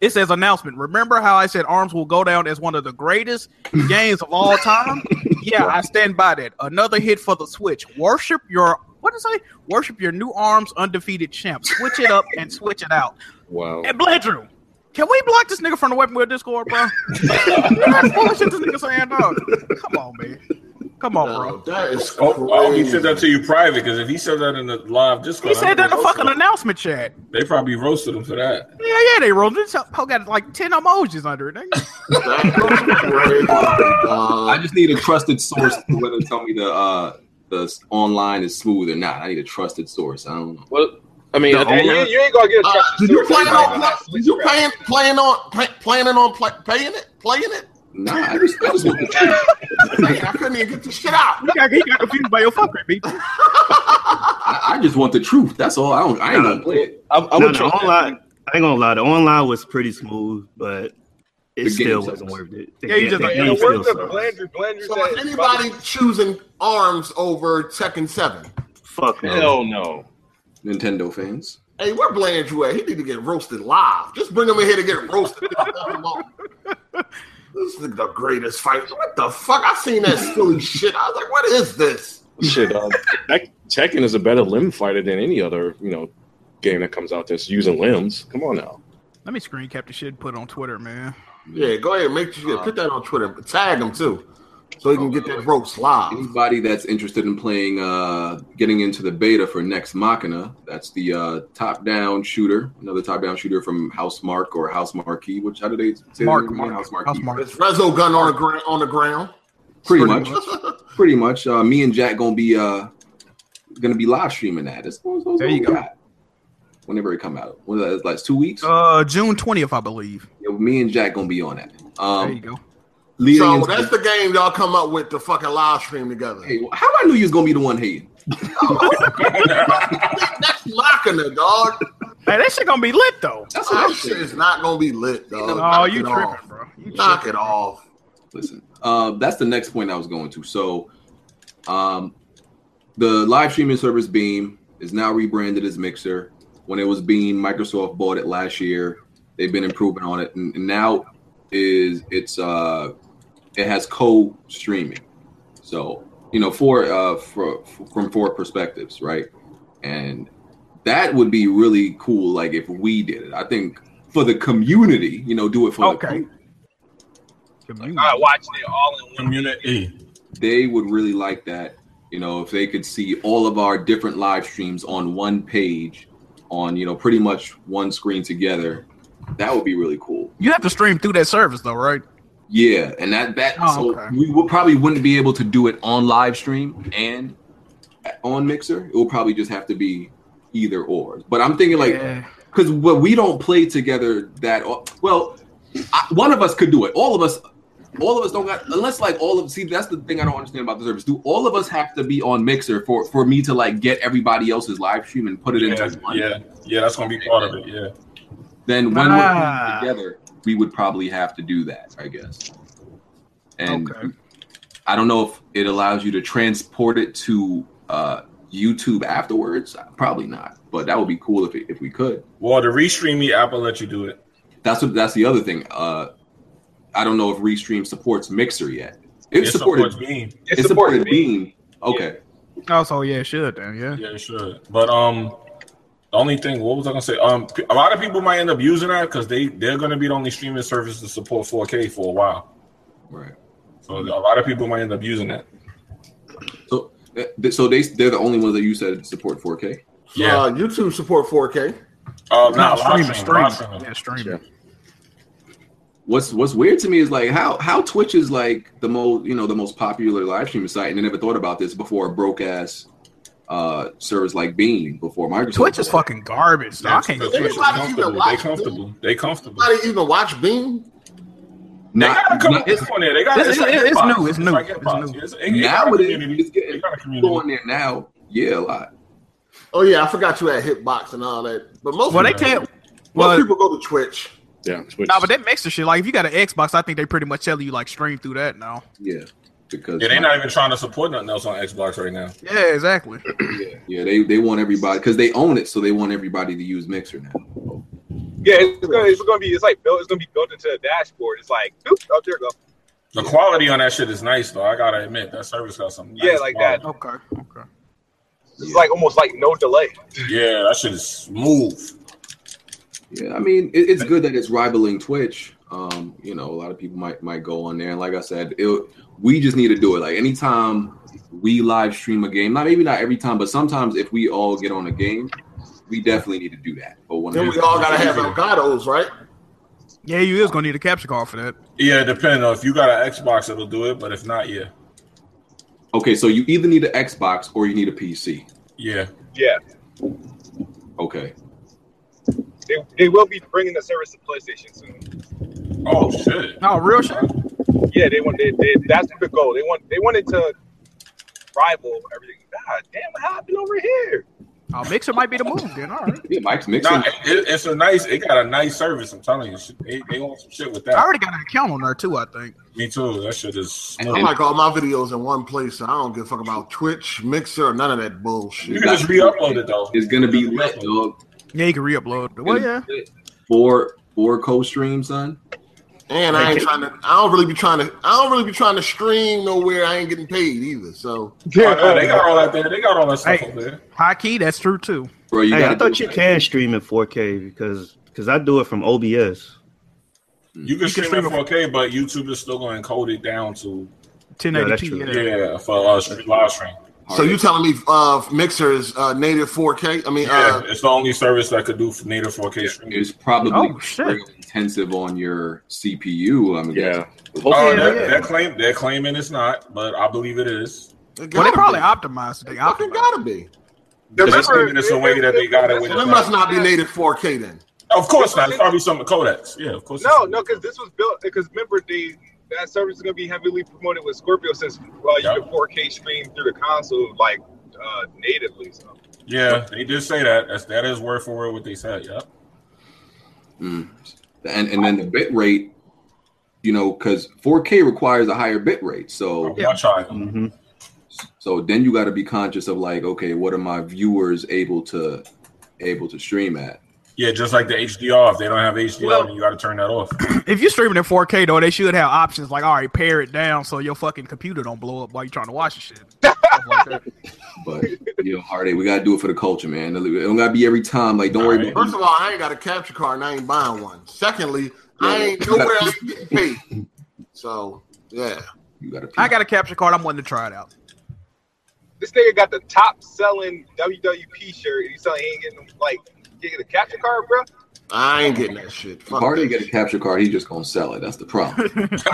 Speaker 5: "It says announcement. Remember how I said Arms will go down as one of the greatest games of all time? Yeah, I stand by that. Another hit for the Switch. Worship your what did I say? Worship your new Arms undefeated champ. Switch it up and switch it out.
Speaker 9: Wow.
Speaker 5: And Blandrew, can we block this nigga from the Weapon Wheel Discord, bro? That's bullshit. This nigga saying, dog. Come on, man. Come on, bro.
Speaker 3: No, that is
Speaker 4: Oh, I hope he
Speaker 3: crazy.
Speaker 4: said that to you private because if he said that in the live Discord,
Speaker 5: He said that in the fucking announcement chat.
Speaker 4: They probably roasted him for that.
Speaker 5: Yeah, yeah, they rolled it. Poe got like ten emojis under it. nigga.
Speaker 3: That is crazy,
Speaker 1: I
Speaker 3: dog.
Speaker 1: just need a trusted source to whether to tell me the uh, the s- online is smooth or not. I need a trusted source. I don't know.
Speaker 9: Well, I mean,
Speaker 6: The
Speaker 9: I
Speaker 8: Hey,
Speaker 9: think-
Speaker 8: you, you ain't gonna get a
Speaker 3: Uh,
Speaker 8: trusted
Speaker 3: did you
Speaker 8: source.
Speaker 3: plan on
Speaker 8: Everybody got
Speaker 3: did you plan, plan on pla- planning on pla- paying it playing it?
Speaker 1: Nah, I just, I just want the truth.
Speaker 3: Man, I couldn't even get the shit out.
Speaker 5: He got, he got confused by your fuck with me.
Speaker 1: I, I just want the truth. That's all. I don't. I ain't gonna play it.
Speaker 9: I, I
Speaker 6: No,
Speaker 9: would
Speaker 6: the
Speaker 9: trust
Speaker 6: online, I ain't gonna lie. The online was pretty smooth, but it
Speaker 1: The game
Speaker 6: still
Speaker 1: sucks.
Speaker 6: wasn't worth it. The
Speaker 5: Yeah, you
Speaker 6: game-
Speaker 5: just
Speaker 6: the
Speaker 5: like,
Speaker 8: Hey,
Speaker 6: game
Speaker 8: the
Speaker 6: still
Speaker 8: words of
Speaker 6: sucks.
Speaker 8: Blandrew, Blandrew
Speaker 3: So is
Speaker 8: said,
Speaker 3: anybody choosing arms over Tekken Seven?
Speaker 6: Fuck
Speaker 9: you.
Speaker 6: no.
Speaker 9: Hell Oh, no.
Speaker 1: Nintendo fans.
Speaker 3: Hey, where Blandrew at? He need to get roasted live. Just bring him in here to get
Speaker 5: *laughs*
Speaker 3: roasted. this is the greatest fight. What the fuck? I seen that silly shit. I was like, what is this?
Speaker 9: Shit. *laughs* Uh, Tek- Tekken is a better limb fighter than any other, you know, game that comes out that's using limbs. Come on now.
Speaker 5: Let me screen cap the shit and put it on Twitter, man.
Speaker 3: Yeah, go ahead. Make sure you put that on Twitter. Tag him too, so he can get that roast live.
Speaker 1: Anybody that's interested in playing, uh, getting into the beta for Next Machina, that's the uh, top-down shooter, another top-down shooter from House Mark or House Marquee. Which how do they say?
Speaker 5: Mark,
Speaker 1: the name?
Speaker 5: Mark,
Speaker 1: House Marquee.
Speaker 5: House Mark.
Speaker 3: It's Rezo gun on the ground. On the ground.
Speaker 1: Pretty much. *laughs* Pretty much. Uh, me and Jack gonna be uh, gonna be live streaming that. That's, that's, that's
Speaker 5: There
Speaker 1: what
Speaker 5: you
Speaker 1: we
Speaker 5: go.
Speaker 1: got. Whenever it come out, what is that? Like two weeks.
Speaker 5: Uh, June twentieth, I believe.
Speaker 1: Yeah, me and Jack gonna be on that.
Speaker 5: There you
Speaker 1: Um,
Speaker 5: go.
Speaker 1: leading
Speaker 3: So
Speaker 1: into-
Speaker 3: that's the game y'all come up with to fucking live stream together.
Speaker 1: Hey, how I knew you was gonna be the one hating?
Speaker 3: That's Machina, dog.
Speaker 5: Hey, that shit gonna be lit though.
Speaker 1: That's what
Speaker 3: That
Speaker 1: I'm
Speaker 3: Oh, shit is
Speaker 1: saying.
Speaker 3: not gonna be lit, dog.
Speaker 5: Oh,
Speaker 3: Knock
Speaker 5: you
Speaker 3: it
Speaker 5: tripping,
Speaker 3: off.
Speaker 5: bro? You
Speaker 3: Knock it off.
Speaker 1: Listen, uh, that's the next point I was going to. So, um, the live streaming service Beam is now rebranded as Mixer. When it was Beam, Microsoft bought it last year. They've been improving on it, and, and now is it's uh, it has co-streaming. So you know, for uh, for from four perspectives, right? And that would be really cool. Like if we did it, I think for the community, you know, do it for the
Speaker 5: Okay.
Speaker 1: community.
Speaker 5: tripping.
Speaker 8: I watched it all in one.
Speaker 4: Community.
Speaker 1: they would really like that. You know, if they could see all of our different live streams on one page, on you know, pretty much one screen together, that would be really cool.
Speaker 5: You have to stream through that service though, right?
Speaker 1: Yeah, and that that
Speaker 5: Oh,
Speaker 1: so
Speaker 5: okay.
Speaker 1: we would probably wouldn't be able to do it on live stream and on Mixer. It would probably just have to be either or. But I'm thinking like
Speaker 5: yeah.
Speaker 1: because what we don't play together that o- well I, one of us could do it all of us all of us don't got unless like all of see that's the thing i don't understand about the service do all of us have to be on mixer for for me to like get everybody else's live stream and put it
Speaker 4: Yeah,
Speaker 1: into one
Speaker 4: yeah, yeah. That's gonna be part of it. Yeah.
Speaker 1: then when
Speaker 5: Ah.
Speaker 1: we're playing together we would probably have to do that i guess and
Speaker 5: Okay.
Speaker 1: i don't know if it allows you to transport it to uh youtube afterwards probably not but that would be cool if, it, if we could
Speaker 4: Well, the restream me app will let you do it.
Speaker 1: That's what. That's the other thing. Uh, I don't know if Restream supports Mixer yet. It,
Speaker 4: It
Speaker 1: supported.
Speaker 4: supports Beam.
Speaker 1: It supported Beam. Okay.
Speaker 5: Oh, so yeah, it should then, yeah.
Speaker 4: Yeah, it should. But um, the only thing, what was I gonna say? Um, p- a lot of people might end up using that because they they're gonna be the only streaming service to support 4K for a while.
Speaker 1: Right.
Speaker 4: So a lot of people might end up using that.
Speaker 1: So, th- so they they're the only ones that you said support 4K.
Speaker 4: Yeah.
Speaker 3: Uh, YouTube support 4K.
Speaker 4: Uh,
Speaker 5: No,
Speaker 4: not live
Speaker 5: streaming,
Speaker 4: streaming.
Speaker 5: streaming.
Speaker 4: live streaming.
Speaker 5: Yeah, streaming.
Speaker 1: What's What's weird to me is like how how Twitch is like the most you know the most popular live streaming site, and I never thought about this before. A broke ass uh, service like Beam before Microsoft.
Speaker 5: Twitch is fucking garbage. though. I can't
Speaker 4: Because
Speaker 5: get
Speaker 4: Twitch is
Speaker 5: it.
Speaker 3: Everybody
Speaker 4: comfortable.
Speaker 3: even
Speaker 4: They
Speaker 3: like
Speaker 4: comfortable. They comfortable.
Speaker 3: Nobody even watch Beam.
Speaker 4: They
Speaker 1: Not-
Speaker 4: got a couple
Speaker 1: not-
Speaker 4: people on there. They got
Speaker 5: It's-
Speaker 4: like
Speaker 5: it's- it's
Speaker 4: Xbox.
Speaker 5: new, it's new,
Speaker 4: like
Speaker 5: it's
Speaker 4: Xbox.
Speaker 5: new.
Speaker 4: It's- it- it got a
Speaker 1: Nowadays,
Speaker 4: community.
Speaker 1: it's
Speaker 4: They
Speaker 1: getting
Speaker 4: got a
Speaker 1: going
Speaker 4: community.
Speaker 1: there now. Yeah, a lot.
Speaker 3: Oh yeah, I forgot you had Hitbox and all that. But most
Speaker 5: Well, they
Speaker 3: people,
Speaker 5: can't.
Speaker 3: most
Speaker 5: Well,
Speaker 3: people go to Twitch.
Speaker 9: Yeah, Twitch.
Speaker 5: nah, but that makes the shit. Like, if you got an Xbox, I think they pretty much tell you like stream through that now.
Speaker 1: Yeah, because
Speaker 4: Yeah, they're not even trying to support nothing else on Xbox right now.
Speaker 5: Yeah, exactly.
Speaker 1: Yeah, they they want everybody because they own it, so they want everybody to use Mixer now.
Speaker 8: Yeah, it's gonna, it's gonna be it's like built it's gonna be built into the dashboard. It's like oop, oh there it go.
Speaker 4: The quality on that shit is nice though. I gotta admit that service got some.
Speaker 8: Yeah,
Speaker 4: nice
Speaker 8: like
Speaker 4: quality.
Speaker 5: Okay. Okay.
Speaker 8: It's like almost like no delay.
Speaker 4: Yeah, that shit is smooth.
Speaker 1: Yeah, I mean it, it's good that it's rivaling Twitch. Um, you know, a lot of people might might go on there, and like I said, it, we just need to do it. Like anytime we live stream a game, not maybe not every time, but sometimes if we all get on a game, we definitely need to do that. But when
Speaker 3: Then we all gotta have Elgatos, right?
Speaker 5: Yeah, you is gonna need a capture card for that.
Speaker 4: Yeah, it depends. If you got an Xbox, it'll do it. But if not, yeah,
Speaker 1: okay, so you either need an Xbox or you need a PC.
Speaker 4: yeah.
Speaker 8: Yeah.
Speaker 1: Okay,
Speaker 8: They, they will be bringing the service to PlayStation soon.
Speaker 4: Oh shit.
Speaker 5: No, real shit.
Speaker 8: Yeah, they want they, they that's the big goal. They want they wanted to rival everything. God damn what happened over here.
Speaker 5: Oh, Mixer might be the move then. All *laughs* right.
Speaker 1: yeah, Mike's Mixer.
Speaker 4: Nah, it, it's a nice. It got a nice service. I'm telling you, Shit, they, they want some shit with
Speaker 5: I
Speaker 4: that.
Speaker 5: already got an account on there too. I think.
Speaker 4: Me too. That shit is smooth.
Speaker 3: I like all my videos in one place. So I don't give a fuck about Twitch, Mixer, or none of that bullshit.
Speaker 4: You can just re-upload it though.
Speaker 1: It's gonna be lit, dog.
Speaker 5: Yeah, you can re-upload. it. Well, yeah.
Speaker 1: Four four co-stream, son.
Speaker 3: And I ain't trying to. I don't really be trying to. I don't really be trying to stream nowhere. I ain't getting paid either. So
Speaker 4: Oh, no, they got all that there. They got all that stuff
Speaker 5: Hey.
Speaker 4: up there.
Speaker 5: High key, that's true too.
Speaker 1: Bro, you
Speaker 6: Hey,
Speaker 1: gotta
Speaker 6: I thought
Speaker 1: do
Speaker 6: you can stream in 4K because because I do it from OBS.
Speaker 4: You can stream in 4K, but YouTube is still going to encode it down to
Speaker 5: 1080p.
Speaker 6: Yeah,
Speaker 5: Yeah,
Speaker 6: that's
Speaker 4: yeah, for uh, stream, live stream.
Speaker 5: Oh,
Speaker 3: so you telling me uh, Mixer is uh, native 4K? I mean,
Speaker 4: Yeah,
Speaker 3: uh,
Speaker 4: it's the only service that could do native 4K streaming.
Speaker 1: It's probably
Speaker 5: Oh, shit.
Speaker 1: real intensive on your CPU. I'm
Speaker 9: yeah.
Speaker 1: guessing.
Speaker 4: Oh,
Speaker 9: Hopefully,
Speaker 4: they're,
Speaker 5: yeah.
Speaker 4: they're claim they're claiming it's not, but I believe it is.
Speaker 3: it
Speaker 5: Well,
Speaker 3: gotta
Speaker 5: they probably
Speaker 3: be.
Speaker 5: optimized. They
Speaker 3: fucking
Speaker 5: optimized.
Speaker 3: gotta be.
Speaker 4: Because it's claiming it's a way that they got it with.
Speaker 3: Well, it
Speaker 4: it.
Speaker 3: must not be native 4K then.
Speaker 4: Of course not. It's probably some codecs. Yeah, of course.
Speaker 8: No,
Speaker 4: it's-
Speaker 8: no, because this was built because remember they that service is gonna be heavily promoted with Scorpio since well
Speaker 4: Yeah.
Speaker 8: you can 4K stream through the console like uh, natively. So
Speaker 4: Yeah, they did say that. That's that is word for word what they said. Yep.
Speaker 1: Mm. And and then the bit rate, you know, because 4K requires a higher bit rate. So
Speaker 4: Yeah. Watch out.
Speaker 6: hmm
Speaker 1: so then you got to be conscious of like, okay, what are my viewers able to able to stream at?
Speaker 4: Yeah, just like the HDR. If they don't have HDR,
Speaker 5: Well-
Speaker 4: then you got to turn that off.
Speaker 5: If you're streaming in 4K though, they should have options like, all right, pare it down so your fucking computer don't blow up while you're trying to watch the shit. *laughs* Stuff like that.
Speaker 1: But you know, Hardy, we gotta do it for the culture, man. It don't gotta be every time. Like, don't worry
Speaker 4: Alright.
Speaker 1: about
Speaker 3: First of all, I ain't got a capture card and I ain't buying one. Secondly, I ain't nowhere I ain't getting paid. So yeah.
Speaker 1: you. Gotta
Speaker 5: I got a capture card. I'm wanting to try it out.
Speaker 8: this nigga got the top selling WWP shirt and he's selling he ain't getting like getting a capture card, bro.
Speaker 3: I ain't getting that shit. Fuck
Speaker 1: Hardy
Speaker 3: that
Speaker 1: get a capture card. He's just gonna sell it. That's the
Speaker 5: *laughs*
Speaker 1: problem.
Speaker 3: shit. Fuck,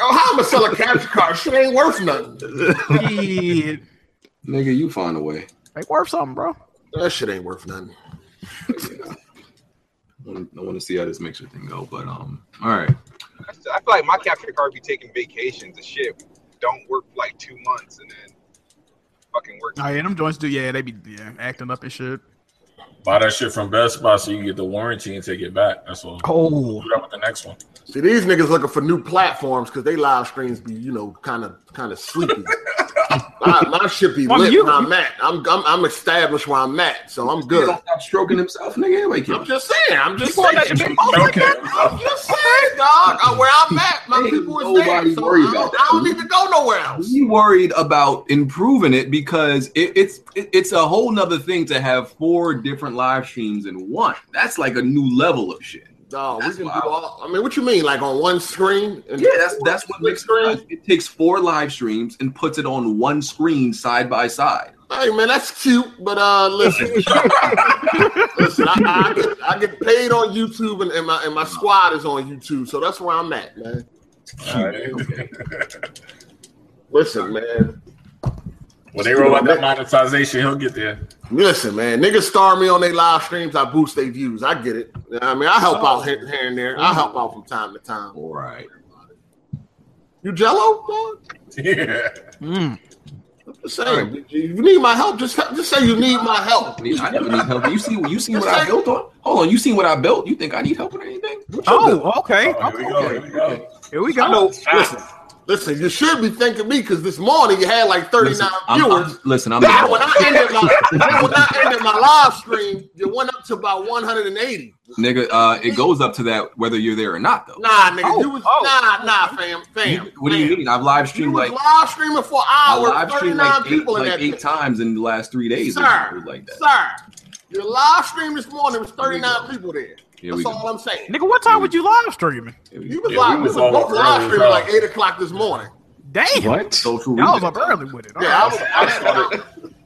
Speaker 3: oh, how am I sell a capture card? Shit ain't worth nothing.
Speaker 5: Shit.
Speaker 1: Nigga, you find a way.
Speaker 5: They worth something, bro.
Speaker 3: That shit ain't worth nothing.
Speaker 1: I want to see how this mixer thing go, but um, all right.
Speaker 8: I feel I feel like my capture card be taking vacations and shit. Don't work for like two months and then fucking work.
Speaker 5: Oh, yeah, them joints do. Yeah, they be yeah, acting up and shit.
Speaker 4: Buy that shit from Best Buy so you get the warranty and take it back. That's all.
Speaker 5: Oh,
Speaker 4: Do that with the next one.
Speaker 3: See, these niggas looking for new platforms because they live streams be, you know, kind of kind of sleepy. I, my shit be
Speaker 5: Well,
Speaker 3: lit
Speaker 5: you-
Speaker 3: where I'm at. I'm, I'm I'm established where I'm at, so I'm
Speaker 1: He
Speaker 3: good.
Speaker 1: don't stop stroking himself, nigga. Like,
Speaker 3: I'm just saying. I'm just
Speaker 5: You
Speaker 3: saying.
Speaker 5: want that big
Speaker 4: Okay.
Speaker 3: I'm just saying, dog. uh, Where I'm at, my
Speaker 1: Ain't
Speaker 3: people is
Speaker 1: nobody
Speaker 3: there. So
Speaker 1: worried
Speaker 3: I,
Speaker 1: about
Speaker 3: don't, I don't
Speaker 1: you.
Speaker 3: need to go nowhere else.
Speaker 1: we worried about improving it because it, it's it, it's a whole nother thing to have four different live streams in one. That's like a new level of shit.
Speaker 3: Dog, we
Speaker 1: That's
Speaker 3: can do
Speaker 1: wild.
Speaker 3: all. I mean, what you mean? Like on one screen? And
Speaker 1: Yeah, that's that's what
Speaker 3: Big
Speaker 1: makes it. It takes four live streams and puts it on one screen side by side.
Speaker 3: Hey man, that's cute, but
Speaker 1: *laughs*
Speaker 3: uh, listen, listen, I, I, get, I get paid on YouTube, and, and my and my squad is on YouTube, so that's where I'm at, man.
Speaker 4: All right.
Speaker 3: Listen, man,
Speaker 4: *laughs* When they roll out
Speaker 3: *laughs*
Speaker 4: that monetization, he'll get there. *laughs*
Speaker 3: Listen, man, niggas star me on their live streams. I boost their views. I get it. You know what I mean, I help out here, here and there.
Speaker 1: Mm-hmm.
Speaker 3: I help out from time to time.
Speaker 1: All right.
Speaker 3: You jello, dog?
Speaker 4: Yeah.
Speaker 5: Mm.
Speaker 3: I'm just saying. If you need my help, just just say you need my help.
Speaker 1: I need- I never need help. You see, you seen what I built on? Hold on, you seen what I built? You think I need help with anything?
Speaker 5: Oh, okay.
Speaker 4: Oh, here we go. Here we go.
Speaker 5: Here we
Speaker 3: I
Speaker 5: go.
Speaker 3: know. Listen, listen. You should be thanking me because this morning you had like 39
Speaker 1: Listen, I'm,
Speaker 3: viewers.
Speaker 1: I'm, listen, I'm the
Speaker 3: That when
Speaker 1: boss.
Speaker 3: I ended my that when I ended my live stream, you went up to about 180.
Speaker 1: nigga. Uh, it goes up to that whether you're there or not, though.
Speaker 3: Nah, nigga, you was nah, nah, fam, fam.
Speaker 1: Oh, You- what do you
Speaker 3: fam.
Speaker 1: mean? I've live
Speaker 3: You
Speaker 1: streamed
Speaker 3: was
Speaker 1: like
Speaker 3: live streaming for
Speaker 1: I
Speaker 3: hours.
Speaker 1: live streamed
Speaker 3: 39
Speaker 1: like eight,
Speaker 3: people in
Speaker 1: like
Speaker 3: that
Speaker 1: eight
Speaker 3: bitch.
Speaker 1: times in the last three days. or
Speaker 3: Sir,
Speaker 1: something like that.
Speaker 3: sir, your live stream this morning was 39 people there.
Speaker 1: Here we
Speaker 3: That's
Speaker 1: go.
Speaker 3: all I'm saying.
Speaker 5: Nigga, what time was you live streaming?
Speaker 1: Here we
Speaker 3: You
Speaker 1: go.
Speaker 3: was
Speaker 4: Yeah,
Speaker 3: live,
Speaker 4: we
Speaker 3: we
Speaker 4: was
Speaker 3: was
Speaker 4: all
Speaker 3: both
Speaker 4: up
Speaker 3: live
Speaker 4: early,
Speaker 3: streaming
Speaker 4: so-
Speaker 3: like eight o'clock this morning.
Speaker 5: Damn.
Speaker 9: What?
Speaker 1: Social
Speaker 5: Y'all was
Speaker 1: media.
Speaker 5: up early with it.
Speaker 3: Yeah, I,
Speaker 5: All
Speaker 3: was, I, had about,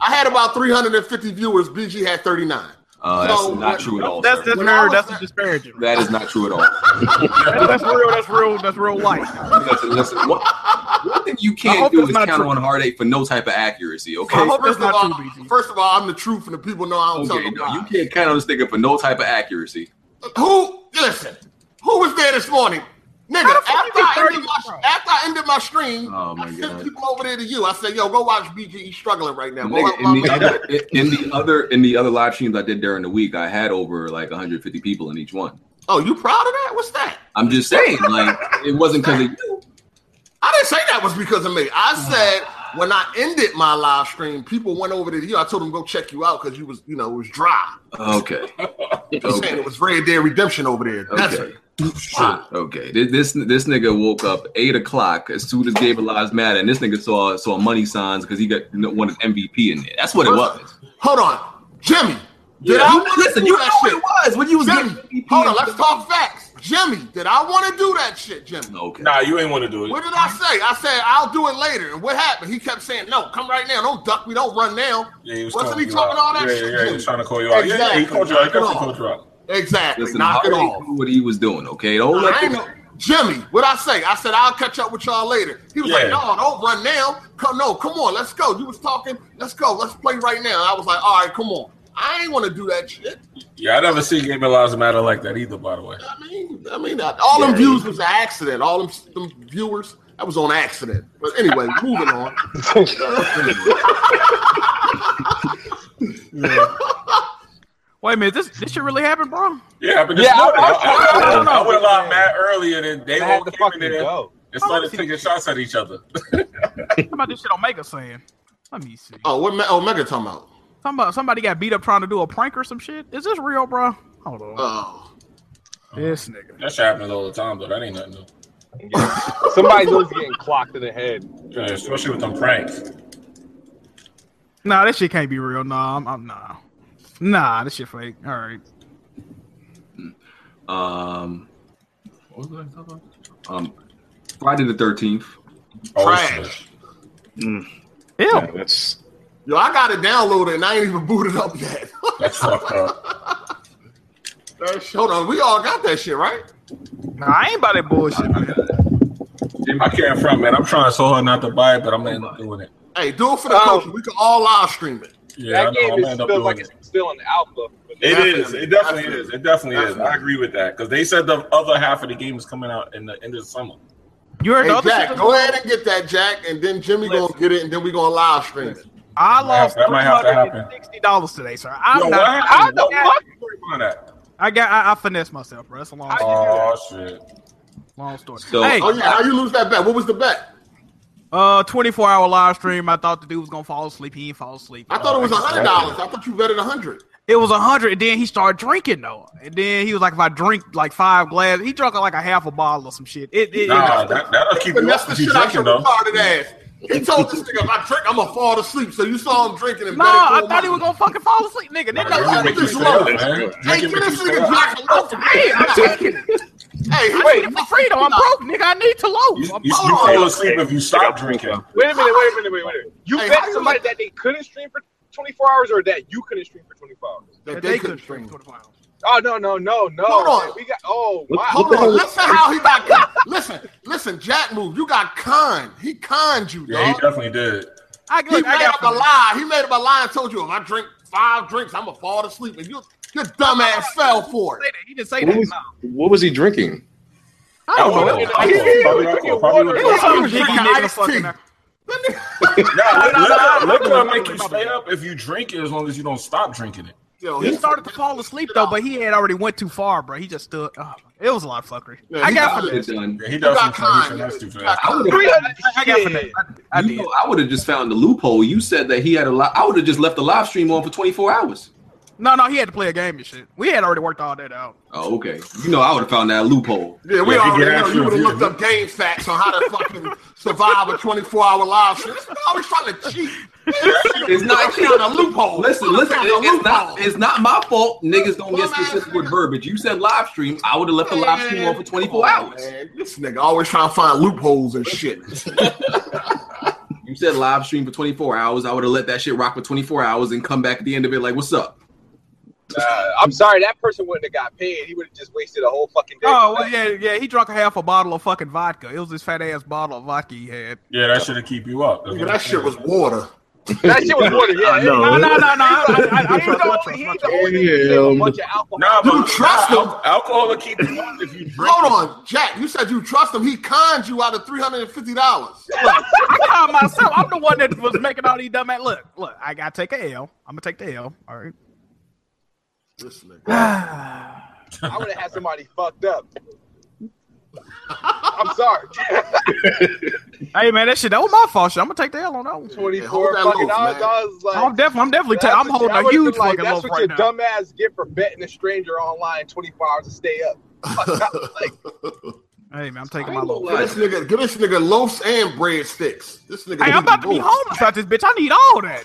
Speaker 3: I had about 350 viewers. BG had 39.
Speaker 1: Uh, that's
Speaker 3: So,
Speaker 1: not true at all.
Speaker 5: right. That's
Speaker 1: sir.
Speaker 5: that's
Speaker 3: When I
Speaker 5: nerd.
Speaker 3: was
Speaker 5: That's
Speaker 3: there-
Speaker 5: disparaging.
Speaker 1: That is not true at all.
Speaker 5: That's, that's real. That's real. That's real life.
Speaker 1: Listen, listen. One, one thing you
Speaker 5: I
Speaker 1: can't
Speaker 5: hope
Speaker 1: do
Speaker 5: that's
Speaker 1: is
Speaker 5: not
Speaker 1: count
Speaker 5: true.
Speaker 1: on heartache for no type of accuracy. Okay.
Speaker 5: I hope
Speaker 3: first,
Speaker 5: that's
Speaker 3: of
Speaker 5: not
Speaker 3: all,
Speaker 5: true, BG.
Speaker 3: first of all, I'm the truth, and the people know I don't tell
Speaker 1: Okay,
Speaker 3: them
Speaker 1: no, you
Speaker 3: lies.
Speaker 1: can't count on this nigga for no type of accuracy.
Speaker 3: Who listen? Who was there this morning?
Speaker 5: How
Speaker 3: Nigga,
Speaker 5: the
Speaker 3: after
Speaker 5: fuck you get
Speaker 3: I,
Speaker 5: 30,
Speaker 3: ended my,
Speaker 5: bro?
Speaker 3: after I ended my stream,
Speaker 1: Oh, my
Speaker 3: I sent
Speaker 1: God.
Speaker 3: people over there to you. I said, yo, go watch BG. He's struggling right now. Go
Speaker 1: Nigga,
Speaker 3: help
Speaker 1: in the
Speaker 3: my man.
Speaker 1: other in the other in the other live streams I did during the week, I had over like 150 people in each one.
Speaker 3: oh, you proud of that? What's that?
Speaker 1: I'm just saying, like it wasn't because of you.
Speaker 3: I didn't say that was because of me. I
Speaker 1: Mm.
Speaker 3: said when I ended my live stream, people went over to you. I told them go check you out because you was, you know, it was dry.
Speaker 1: Okay.
Speaker 3: *laughs* You was saying
Speaker 1: Okay.
Speaker 3: it was Red Dead Redemption over there. That's
Speaker 1: Okay.
Speaker 3: why.
Speaker 1: Okay. Thi- This this nigga woke up eight o'clock as soon as Gabriel Lives Matter, and this nigga saw saw money signs because he got you know, one of MVP in there. That's what it was.
Speaker 3: Hold on, Jimmy. Did
Speaker 1: Yeah.
Speaker 3: I
Speaker 1: You-
Speaker 3: want to
Speaker 1: listen,
Speaker 3: do
Speaker 1: you know
Speaker 3: that
Speaker 1: what
Speaker 3: shit?
Speaker 1: it was when you was getting
Speaker 3: Jimmy,
Speaker 1: MVP.
Speaker 3: hold on, let's talk facts. Jimmy, did I want to do that shit, Jimmy?
Speaker 1: Okay.
Speaker 4: Nah, you ain't want to do it.
Speaker 3: What did I say? I said I'll do it later. And what happened? He kept saying, "No, come right now. Don't duck. We don't run now."
Speaker 4: Yeah, he was
Speaker 3: Wasn't
Speaker 4: calling
Speaker 3: he
Speaker 4: you
Speaker 3: talking
Speaker 4: out.
Speaker 3: all
Speaker 4: yeah,
Speaker 3: that shit,
Speaker 4: Yeah, yeah, he
Speaker 3: too?
Speaker 4: was trying to call you out. Yeah, yeah, he
Speaker 3: Exactly.
Speaker 4: called you out. He
Speaker 3: Knock it
Speaker 4: definitely called
Speaker 3: off.
Speaker 4: you out.
Speaker 3: Exactly.
Speaker 1: Listen,
Speaker 3: Knock it
Speaker 1: Hardy
Speaker 3: off.
Speaker 1: knew what he was doing. Okay. Don't
Speaker 3: I
Speaker 1: let
Speaker 3: ain't
Speaker 1: the,
Speaker 3: no- Jimmy, what I say? I said I'll catch up with y'all later. He was like,
Speaker 4: Yeah.
Speaker 3: "No, don't run now. Come, no, come on, let's go." You was talking, "Let's go, let's play right now." I was like, "All right, come on." I ain't want to do that shit.
Speaker 4: Yeah, I never see Game of Lives Matter like that either, by the way.
Speaker 3: I mean, I mean, all them
Speaker 1: Yeah.
Speaker 3: views was an accident. All them, them viewers, that was on accident. But anyway, *laughs* moving on.
Speaker 5: Wait a minute. This this shit really happened, bro.
Speaker 4: Yeah, happened this
Speaker 8: Yeah, I-
Speaker 4: morning. I,
Speaker 8: I-
Speaker 4: I-
Speaker 8: I-
Speaker 4: I-
Speaker 8: I-
Speaker 4: I went live mad earlier than they
Speaker 8: I
Speaker 4: all
Speaker 8: had to
Speaker 4: came in
Speaker 8: fucking
Speaker 4: there
Speaker 8: go.
Speaker 4: and started taking shots at each other.
Speaker 5: How about this shit Omega saying? Let me see.
Speaker 3: Oh, what Me- Omega talking about?
Speaker 5: Somebody somebody got beat up trying to do a prank or some shit. Is this real, bro? Hold on.
Speaker 3: Oh,
Speaker 5: this nigga.
Speaker 4: That shit happens all the time, though. That ain't nothing new.
Speaker 8: Somebody's always getting clocked in the head.
Speaker 4: Yeah, especially with them pranks.
Speaker 5: Nah, that shit can't be real. Nah, I'm, I'm nah. Nah, this shit fake. All right.
Speaker 1: Um, what was I talking about? Um, Friday the Thirteenth.
Speaker 4: Oh,
Speaker 3: Trash.
Speaker 4: shit.
Speaker 5: Ew.
Speaker 9: Yeah, that's
Speaker 3: yo, I got it downloaded and I ain't even booted up yet. *laughs*
Speaker 4: That's fucked up.
Speaker 3: That shit- Hold on, we all got that shit right.
Speaker 5: Nah, I ain't about that bullshit, man.
Speaker 4: I can't front, man. I'm trying so hard not to buy it, but I'm gonna end up doing it.
Speaker 3: Hey, do it for the
Speaker 8: Um,
Speaker 3: culture. We can all live stream it.
Speaker 4: Yeah, I
Speaker 8: that
Speaker 4: know. I'm
Speaker 8: game
Speaker 4: gonna
Speaker 8: is,
Speaker 4: end up
Speaker 8: feels
Speaker 4: doing
Speaker 8: like
Speaker 4: it.
Speaker 8: it's still an alpha.
Speaker 4: It
Speaker 3: Definitely.
Speaker 4: is. It definitely
Speaker 3: Definitely.
Speaker 4: is. It definitely is.
Speaker 3: Definitely.
Speaker 4: I agree with that because they said the other half of the game is coming out in the end of the summer.
Speaker 5: You heard
Speaker 3: Hey,
Speaker 5: the other shit?
Speaker 3: Jack, go ahead and get that, Jack, and then Jimmy gonna get it, and then we gonna live stream it.
Speaker 4: might
Speaker 5: I
Speaker 4: have-
Speaker 5: lost
Speaker 4: that might
Speaker 5: three
Speaker 4: have to
Speaker 5: hundred
Speaker 4: happen.
Speaker 5: and sixty dollars today, sir. I'm
Speaker 4: Yo,
Speaker 5: not.
Speaker 4: what happened?
Speaker 5: I,
Speaker 4: What
Speaker 5: got,
Speaker 4: Why that?
Speaker 5: I got. I, I finessed myself, bro. That's a long,
Speaker 4: Oh shit!
Speaker 5: long story.
Speaker 1: So-
Speaker 5: hey,
Speaker 3: Oh yeah, how you lose that bet? What was the bet?
Speaker 5: uh, twenty-four hour live stream. I thought the dude was gonna fall asleep. He ain't fall asleep.
Speaker 3: I thought it was
Speaker 4: Oh,
Speaker 3: a hundred dollars. I thought you betted a hundred.
Speaker 5: It was a hundred, and then he started drinking though. And then he was like, "If I drink like five glasses, he drank like a half a bottle or some shit." It, it,
Speaker 4: Nah, that, that'll keep you
Speaker 3: Finesse
Speaker 4: up
Speaker 3: the
Speaker 4: if you
Speaker 3: shit out
Speaker 4: drinking
Speaker 3: your
Speaker 4: though.
Speaker 3: retarded ass. He told this nigga, if I drink, I'm gonna fall asleep. So you saw him drinking and
Speaker 5: no,
Speaker 3: betting
Speaker 5: I
Speaker 3: cold
Speaker 5: thought he was
Speaker 3: money.
Speaker 5: gonna fucking fall asleep, nigga. Then
Speaker 4: Nah,
Speaker 5: I-
Speaker 4: you make you
Speaker 3: Just
Speaker 4: stay up,
Speaker 3: low.
Speaker 4: man.
Speaker 3: Hey,
Speaker 4: Drinking
Speaker 3: give
Speaker 4: make you
Speaker 3: this
Speaker 4: stay
Speaker 3: nigga
Speaker 4: up.
Speaker 3: Jack a loaf. Hey, I'm taking it. Hey,
Speaker 5: I
Speaker 3: wait,
Speaker 5: need it for freedom. I'm broke, nigga. I need to
Speaker 4: You,
Speaker 5: loaf. I'm
Speaker 4: you,
Speaker 5: broke.
Speaker 4: you fall asleep if you stop drinking.
Speaker 8: Wait a minute, wait a minute, wait a minute. You
Speaker 3: Hey,
Speaker 8: bet
Speaker 3: how you
Speaker 8: somebody
Speaker 3: like-
Speaker 8: that they couldn't stream for 24 hours or that you couldn't stream for 24 hours?
Speaker 3: That
Speaker 5: They
Speaker 3: they
Speaker 5: couldn't
Speaker 3: couldn't
Speaker 5: drink
Speaker 3: stream.
Speaker 5: 24 hours.
Speaker 8: Oh, no, no, no, no.
Speaker 3: Hold on.
Speaker 8: We got, oh,
Speaker 9: What-
Speaker 8: wow.
Speaker 3: Hold
Speaker 9: What the
Speaker 3: on,
Speaker 9: hell was-
Speaker 3: listen how he got. con- Listen, listen, Jack moved. You got conned. He conned you,
Speaker 4: Yeah, he
Speaker 3: dog.
Speaker 4: definitely did.
Speaker 5: I,
Speaker 3: He
Speaker 5: look, I
Speaker 3: made
Speaker 5: got
Speaker 3: up a lie. He made up a lie and told you if I drink five drinks, I'm gonna fall asleep. And you, your dumb ass fell for it.
Speaker 5: He didn't say
Speaker 9: What
Speaker 5: that.
Speaker 9: was,
Speaker 5: No.
Speaker 9: what was he drinking?
Speaker 3: I don't know.
Speaker 4: Probably-
Speaker 3: It was-
Speaker 4: probably- probably-
Speaker 3: it
Speaker 5: It was
Speaker 3: was
Speaker 5: some
Speaker 3: some
Speaker 5: jiggy
Speaker 3: fucking
Speaker 5: nigga
Speaker 3: iced
Speaker 5: fucking
Speaker 3: tea.
Speaker 5: her.
Speaker 4: Nah, liquor- liquor will make you
Speaker 5: Probably.
Speaker 4: stay up if you drink it as long as you don't stop drinking it.
Speaker 3: Yo,
Speaker 5: He started to fall asleep though, but he had already went too far, bro. He just stood. Oh, it was a lot of fuckery.
Speaker 3: Yeah,
Speaker 5: I
Speaker 3: he
Speaker 5: got
Speaker 3: got
Speaker 5: finessed.
Speaker 1: It done.
Speaker 4: Yeah, he
Speaker 3: You
Speaker 4: does
Speaker 3: got
Speaker 4: some crazy shit.
Speaker 3: time.
Speaker 4: That's too
Speaker 3: You
Speaker 4: fast.
Speaker 3: got time.
Speaker 8: 300
Speaker 5: I got
Speaker 8: shit.
Speaker 5: finessed. I, I
Speaker 1: I,
Speaker 5: did.
Speaker 1: you know, I would have just found the loophole. You said that he had a lot. I would have just left the live stream on for 24 hours.
Speaker 5: No, no, he had to play a game and shit. We had already worked all that out.
Speaker 1: Oh, okay. You know, I would have found that loophole.
Speaker 3: Yeah, we
Speaker 4: Yeah, he
Speaker 3: already
Speaker 4: did
Speaker 3: know.
Speaker 4: ask
Speaker 3: You
Speaker 4: you
Speaker 3: would
Speaker 4: if
Speaker 3: have
Speaker 4: you-
Speaker 3: looked up game facts on how to fucking survive a 24 hour live stream. This nigga always trying to cheat.
Speaker 1: It's not
Speaker 3: found a loophole.
Speaker 1: Listen,
Speaker 3: I
Speaker 1: listen.
Speaker 3: found
Speaker 1: it-
Speaker 3: a
Speaker 1: it's not.
Speaker 3: loophole.
Speaker 1: It's not my fault. Niggas don't get
Speaker 3: Bum ass
Speaker 1: specific with
Speaker 3: nigga.
Speaker 1: verbiage. You said live stream. I would have left the live stream on for 24 hours.
Speaker 3: Oh, Man, This nigga always trying to find loopholes and shit.
Speaker 1: You said live stream for 24 hours. I would have let that shit rock for 24 hours and come back at the end of it like, what's up?
Speaker 8: Uh, I'm sorry, that person wouldn't have got paid. He would have just wasted a whole fucking day.
Speaker 5: Oh well, yeah, yeah. He drank a half a bottle of fucking vodka. It was this fat ass bottle of vodka he had.
Speaker 4: Yeah, that should keep you up.
Speaker 3: Nigga, that shit was water.
Speaker 8: that shit was water. Yeah,
Speaker 6: I know.
Speaker 5: No, no, no, no. I, I, I, I
Speaker 8: He's
Speaker 5: trust, I trust,
Speaker 8: the only,
Speaker 5: I
Speaker 8: he's
Speaker 5: trust.
Speaker 8: the only
Speaker 9: Yeah,
Speaker 8: nigga with a
Speaker 9: um,
Speaker 8: bunch of alcohol.
Speaker 4: Nah, but
Speaker 3: You trust
Speaker 4: nah,
Speaker 3: him.
Speaker 4: al- Alcohol will keep you up if you drink.
Speaker 3: Hold on, Jack. You said you trust him. He conned you out of three hundred and fifty dollars.
Speaker 5: I called myself. I'm the one that was making all these dumb ass. Look, look. I gotta take a L. I'm gonna take the L. All *sighs* right.
Speaker 3: This nigga.
Speaker 5: I
Speaker 8: I would have had somebody fucked up. I'm sorry.
Speaker 5: Hey man, that shit that was my fault. Shit. I'm gonna take the L on that one.
Speaker 8: Twenty
Speaker 3: hold
Speaker 8: four
Speaker 3: that
Speaker 8: fucking
Speaker 3: loaf,
Speaker 8: dollars.
Speaker 3: man.
Speaker 8: I was like,
Speaker 5: I'm definitely, I'm definitely,
Speaker 8: that's
Speaker 5: ta- I'm
Speaker 8: what you-
Speaker 5: holding
Speaker 8: I
Speaker 5: a
Speaker 8: would've
Speaker 5: huge
Speaker 8: been like,
Speaker 5: fucking
Speaker 8: That's
Speaker 5: loaf
Speaker 8: what
Speaker 5: right
Speaker 8: your
Speaker 5: now.
Speaker 8: dumb ass get for betting a stranger online twenty four hours to stay
Speaker 3: *laughs*
Speaker 8: up.
Speaker 5: Hey man, I'm taking
Speaker 1: I
Speaker 5: my
Speaker 1: ain't gonna
Speaker 5: loaf.
Speaker 3: Give this nigga, give this nigga loaves and breadsticks. This nigga.
Speaker 5: Hey, I'm
Speaker 3: need
Speaker 5: about to be
Speaker 3: both.
Speaker 5: homeless out this bitch. I need all that.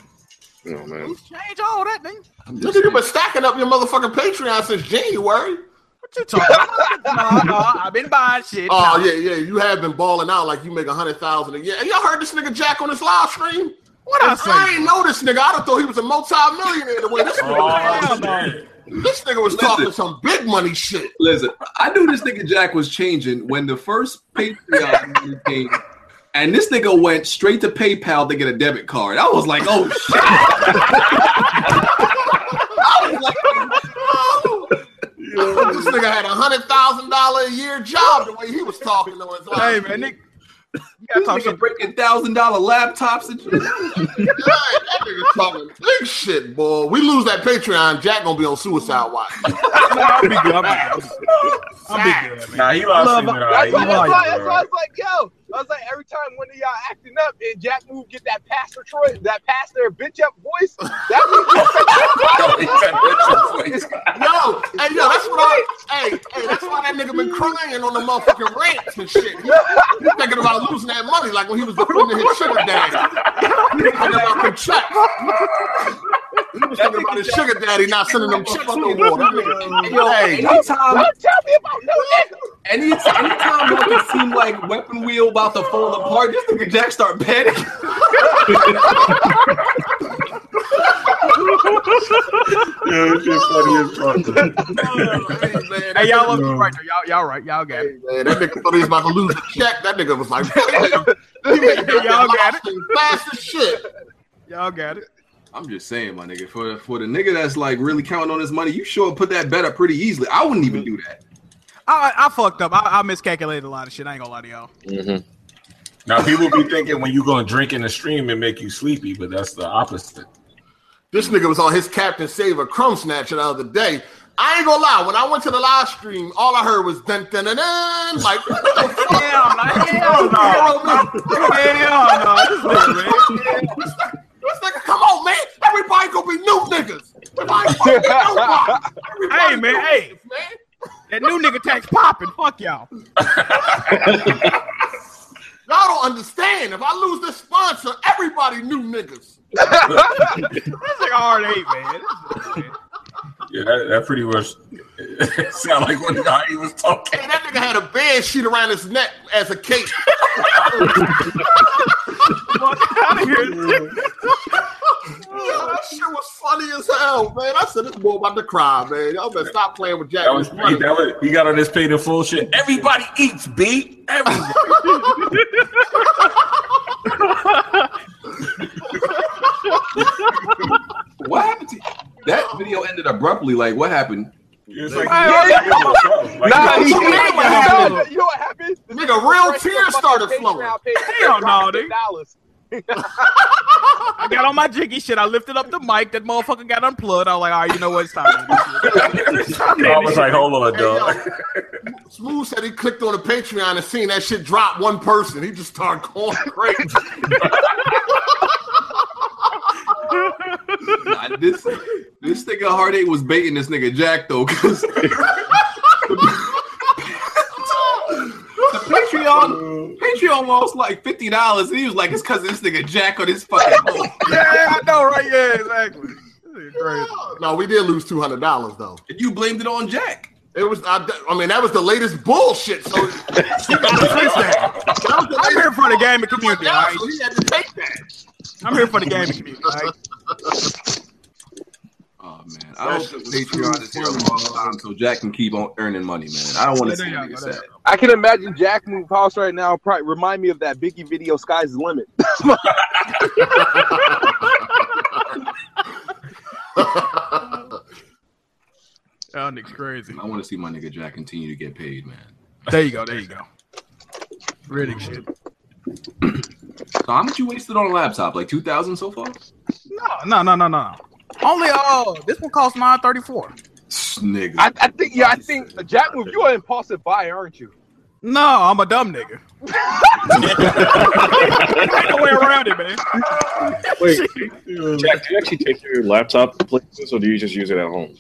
Speaker 9: Oh man.
Speaker 5: Who's change all that thing?
Speaker 3: This nigga been stacking up your motherfucking Patreon since January.
Speaker 5: What you talking about? no, no, I've been buying shit.
Speaker 3: Oh yeah, yeah. You have been balling out like you make a hundred thousand a year. And y'all heard this nigga Jack on his live stream?
Speaker 5: what I
Speaker 3: If I
Speaker 5: say?
Speaker 3: ain't know this nigga. I done thought he was a multi-millionaire the way this nigga was
Speaker 4: Oh,
Speaker 3: talking.
Speaker 4: shit.
Speaker 3: This nigga was
Speaker 1: Listen.
Speaker 3: talking some big money shit.
Speaker 1: Listen, I knew this nigga Jack was changing when the first Patreon money came, and this nigga went straight to PayPal to get a debit card. I was like, oh shit. *laughs* I was like, "Oh,
Speaker 3: this nigga had a hundred thousand dollar a year job the way he was talking to his
Speaker 5: Hey
Speaker 3: live.
Speaker 5: man, Nick, you gotta
Speaker 1: this
Speaker 5: talk
Speaker 1: nigga
Speaker 5: shit.
Speaker 1: breaking thousand dollar laptops and shit.
Speaker 3: Yeah, that nigga talking big shit, boy. We lose that Patreon, Jack gonna be on suicide watch.
Speaker 5: I'll be good. I'll be good. I'll be good.
Speaker 4: Nah, he lost
Speaker 5: Love-
Speaker 4: him. and all right.
Speaker 8: That's why,
Speaker 4: He lost him,
Speaker 8: that's, why, that's
Speaker 4: all
Speaker 8: why I
Speaker 4: right.
Speaker 8: was like, yo, I was like, every time one of y'all acting up and Jack move get that pastor Troy, that pastor bitch up voice,
Speaker 3: *laughs*
Speaker 8: that
Speaker 3: Yo, hey, yo, that's what I. Hey, hey, that's why that nigga been crying on the motherfucking rants and shit. He, he thinking about losing that money, like when he was defending his sugar daddy. He thinking about the checks. He was thinking about his sugar daddy not sending them checks no more. That
Speaker 1: Yo,
Speaker 3: nigga, hey,
Speaker 1: anytime,
Speaker 8: don't tell me about no nigga.
Speaker 1: any, anytime like it seemed like Weapon Wheel about to fall apart, this nigga Jack start panicking.
Speaker 4: Yeah, this shit funny as fuck.
Speaker 3: hey, man,
Speaker 5: Hey, y'all love me right now. Y'all, y'all right. Y'all got it.
Speaker 3: Hey, man, that nigga thought he was about to lose a check. That nigga was like,
Speaker 5: *laughs*
Speaker 3: "This nigga got
Speaker 5: Y'all got
Speaker 3: that fast as shit."
Speaker 5: Y'all got it.
Speaker 1: I'm just saying, my nigga, for for the nigga that's like really counting on his money, you sure put that bet up pretty easily. I wouldn't even do that.
Speaker 5: I, I fucked up. I, I miscalculated a lot of shit. I ain't gonna lie to y'all.
Speaker 9: Mhm.
Speaker 4: Now people be thinking when you gonna drink in the stream and make you sleepy, but that's the opposite.
Speaker 3: This nigga was on his Captain Saver crumb snatcher the other day. I ain't gonna lie, when I went to the live stream, all I heard was dun dun dun dun. Like, what the fuck?
Speaker 5: Hell no. Hell no. Hell no.
Speaker 3: This nigga, this nigga, come on, man. Everybody gonna be new niggas.
Speaker 4: *laughs*
Speaker 3: Everybody fucking new niggas.
Speaker 5: Hey, man, hey. That new nigga tax popping. Fuck y'all.
Speaker 3: Y'all don't understand. If I lose this sponsor, everybody new niggas.
Speaker 5: This nigga hard eight, man. This nigga, man.
Speaker 4: Yeah, that, that pretty much *laughs* it sound like what how he was talking.
Speaker 3: Hey, that nigga had a bed sheet around his neck as a cape.
Speaker 5: Fuck out of here.
Speaker 3: *laughs* Yo, that shit was funny as hell, man. I said this boy about to cry, man. Y'all better stop playing with Jack.
Speaker 4: That was,
Speaker 3: Money.
Speaker 4: he, that was he got on his paid in full shit. Everybody eats, B. Everybody.
Speaker 1: that video ended abruptly. Like, what happened?
Speaker 4: It's like,
Speaker 8: Yeah, yeah.
Speaker 4: Like,
Speaker 8: Nah,
Speaker 3: you
Speaker 8: he,
Speaker 3: know
Speaker 8: he,
Speaker 3: what
Speaker 8: he,
Speaker 3: happened?
Speaker 8: no, you know what happened?
Speaker 3: Nigga, real tears started flowing.
Speaker 8: Hell
Speaker 5: no, dude. I got on my jiggy shit. I lifted up the mic. That motherfucker got unplugged. I was like, all right, you know what? It's time.
Speaker 4: I was like, hold on,
Speaker 3: Hey,
Speaker 4: *laughs*
Speaker 3: yo,
Speaker 4: dog.
Speaker 3: Smooth said he clicked on the Patreon and seen that shit drop one person. He just started going *laughs* crazy.
Speaker 4: *laughs*
Speaker 1: Nah, this this nigga Heartache was baiting this nigga Jack though, because Patreon Patreon lost like fifty dollars, and he was like, "It's because this nigga Jack on his fucking phone."
Speaker 5: *laughs* yeah, I know, right? Yeah, exactly. This is Crazy.
Speaker 3: no, we did lose two hundred dollars though.
Speaker 1: And you blamed it on Jack.
Speaker 3: It was I, I mean that was the latest bullshit. So
Speaker 5: I'm here for the gaming community. All right?
Speaker 3: so he had to take that.
Speaker 5: I'm here for the gaming community. All right?
Speaker 1: Oh man, I hope Patreon is here a long time so Jack can keep on earning money, man. I don't want to see
Speaker 5: Yeah,
Speaker 1: nigga
Speaker 5: yeah,
Speaker 1: sad.
Speaker 8: I can imagine Jack move house right now. Probably remind me of that Biggie video, "Sky's the Limit."
Speaker 5: That nigga's crazy.
Speaker 1: I want to see my nigga Jack continue to get paid, man.
Speaker 5: There you go. There you go. Riddick shit.
Speaker 1: So how much you wasted on a laptop? Like two thousand so far?
Speaker 5: No, no, no, no, no. Only uh, this one cost nine thirty four.
Speaker 1: Nigga,
Speaker 8: I, I think, yeah, I think Jack move. You're an impulsive buyer, aren't you?
Speaker 5: No, I'm a dumb *laughs* nigga. Ain't no way around it, man.
Speaker 9: Wait, Jack, do you actually take your laptop places or do you just use it at *laughs* home?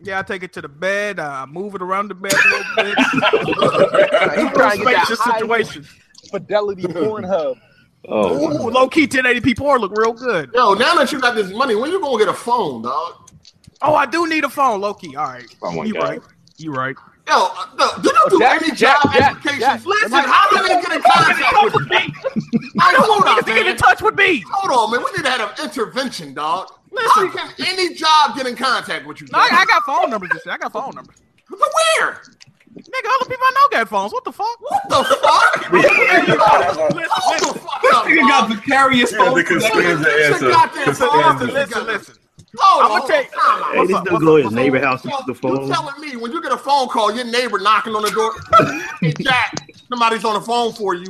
Speaker 5: Yeah, I take it to the bed. I move it around the bed a little bit. *laughs*
Speaker 8: He's trying to get
Speaker 5: Space
Speaker 8: that
Speaker 5: the
Speaker 8: high
Speaker 5: situation. *laughs*
Speaker 8: fidelity Pornhub.
Speaker 9: Oh,
Speaker 5: Ooh, low key 1080p porn look real good.
Speaker 3: Yo, now that you got this money, when you gonna get a phone, dog?
Speaker 5: Oh, I do need a phone, low key. All right,
Speaker 9: oh my
Speaker 5: you
Speaker 9: God.
Speaker 5: right. You right.
Speaker 3: Yo, uh, no, do you do
Speaker 8: Jack,
Speaker 3: any
Speaker 8: Jack,
Speaker 3: job
Speaker 8: Jack,
Speaker 3: applications?
Speaker 8: Jack.
Speaker 3: Listen,
Speaker 8: Am I-
Speaker 3: how do they get in contact with you? Like, hold on,
Speaker 5: Niggas to get in
Speaker 3: man.
Speaker 5: touch with me.
Speaker 3: Hold on, man. We need to have an intervention, dog. Listen, how can any job get in contact with you?
Speaker 5: No, I,
Speaker 3: Jack?
Speaker 5: I got phone numbers. and shit. I got phone numbers.
Speaker 3: But where?
Speaker 5: Nigga, other people I know got phones. What the fuck?
Speaker 3: What the
Speaker 8: *laughs*
Speaker 3: fuck? Hold the fuck up,
Speaker 1: nigga got
Speaker 3: dog.
Speaker 1: vicarious
Speaker 4: Yeah,
Speaker 1: phone.
Speaker 4: they could
Speaker 1: sex.
Speaker 4: stand the
Speaker 3: Get your
Speaker 4: answer. Could
Speaker 3: goddamn phone
Speaker 4: stand
Speaker 3: off
Speaker 5: Listen,
Speaker 4: the-
Speaker 5: listen, listen.
Speaker 3: Hold on,
Speaker 5: I'ma
Speaker 3: hold
Speaker 5: take-
Speaker 3: on, time out.
Speaker 6: Hey, this dude go to his neighbor house and
Speaker 3: So,
Speaker 6: get the
Speaker 3: You
Speaker 6: phone.
Speaker 3: telling me when you get a phone call, your neighbor knocking on the door, hey Jack, somebody's on the phone for
Speaker 6: *laughs*
Speaker 3: you.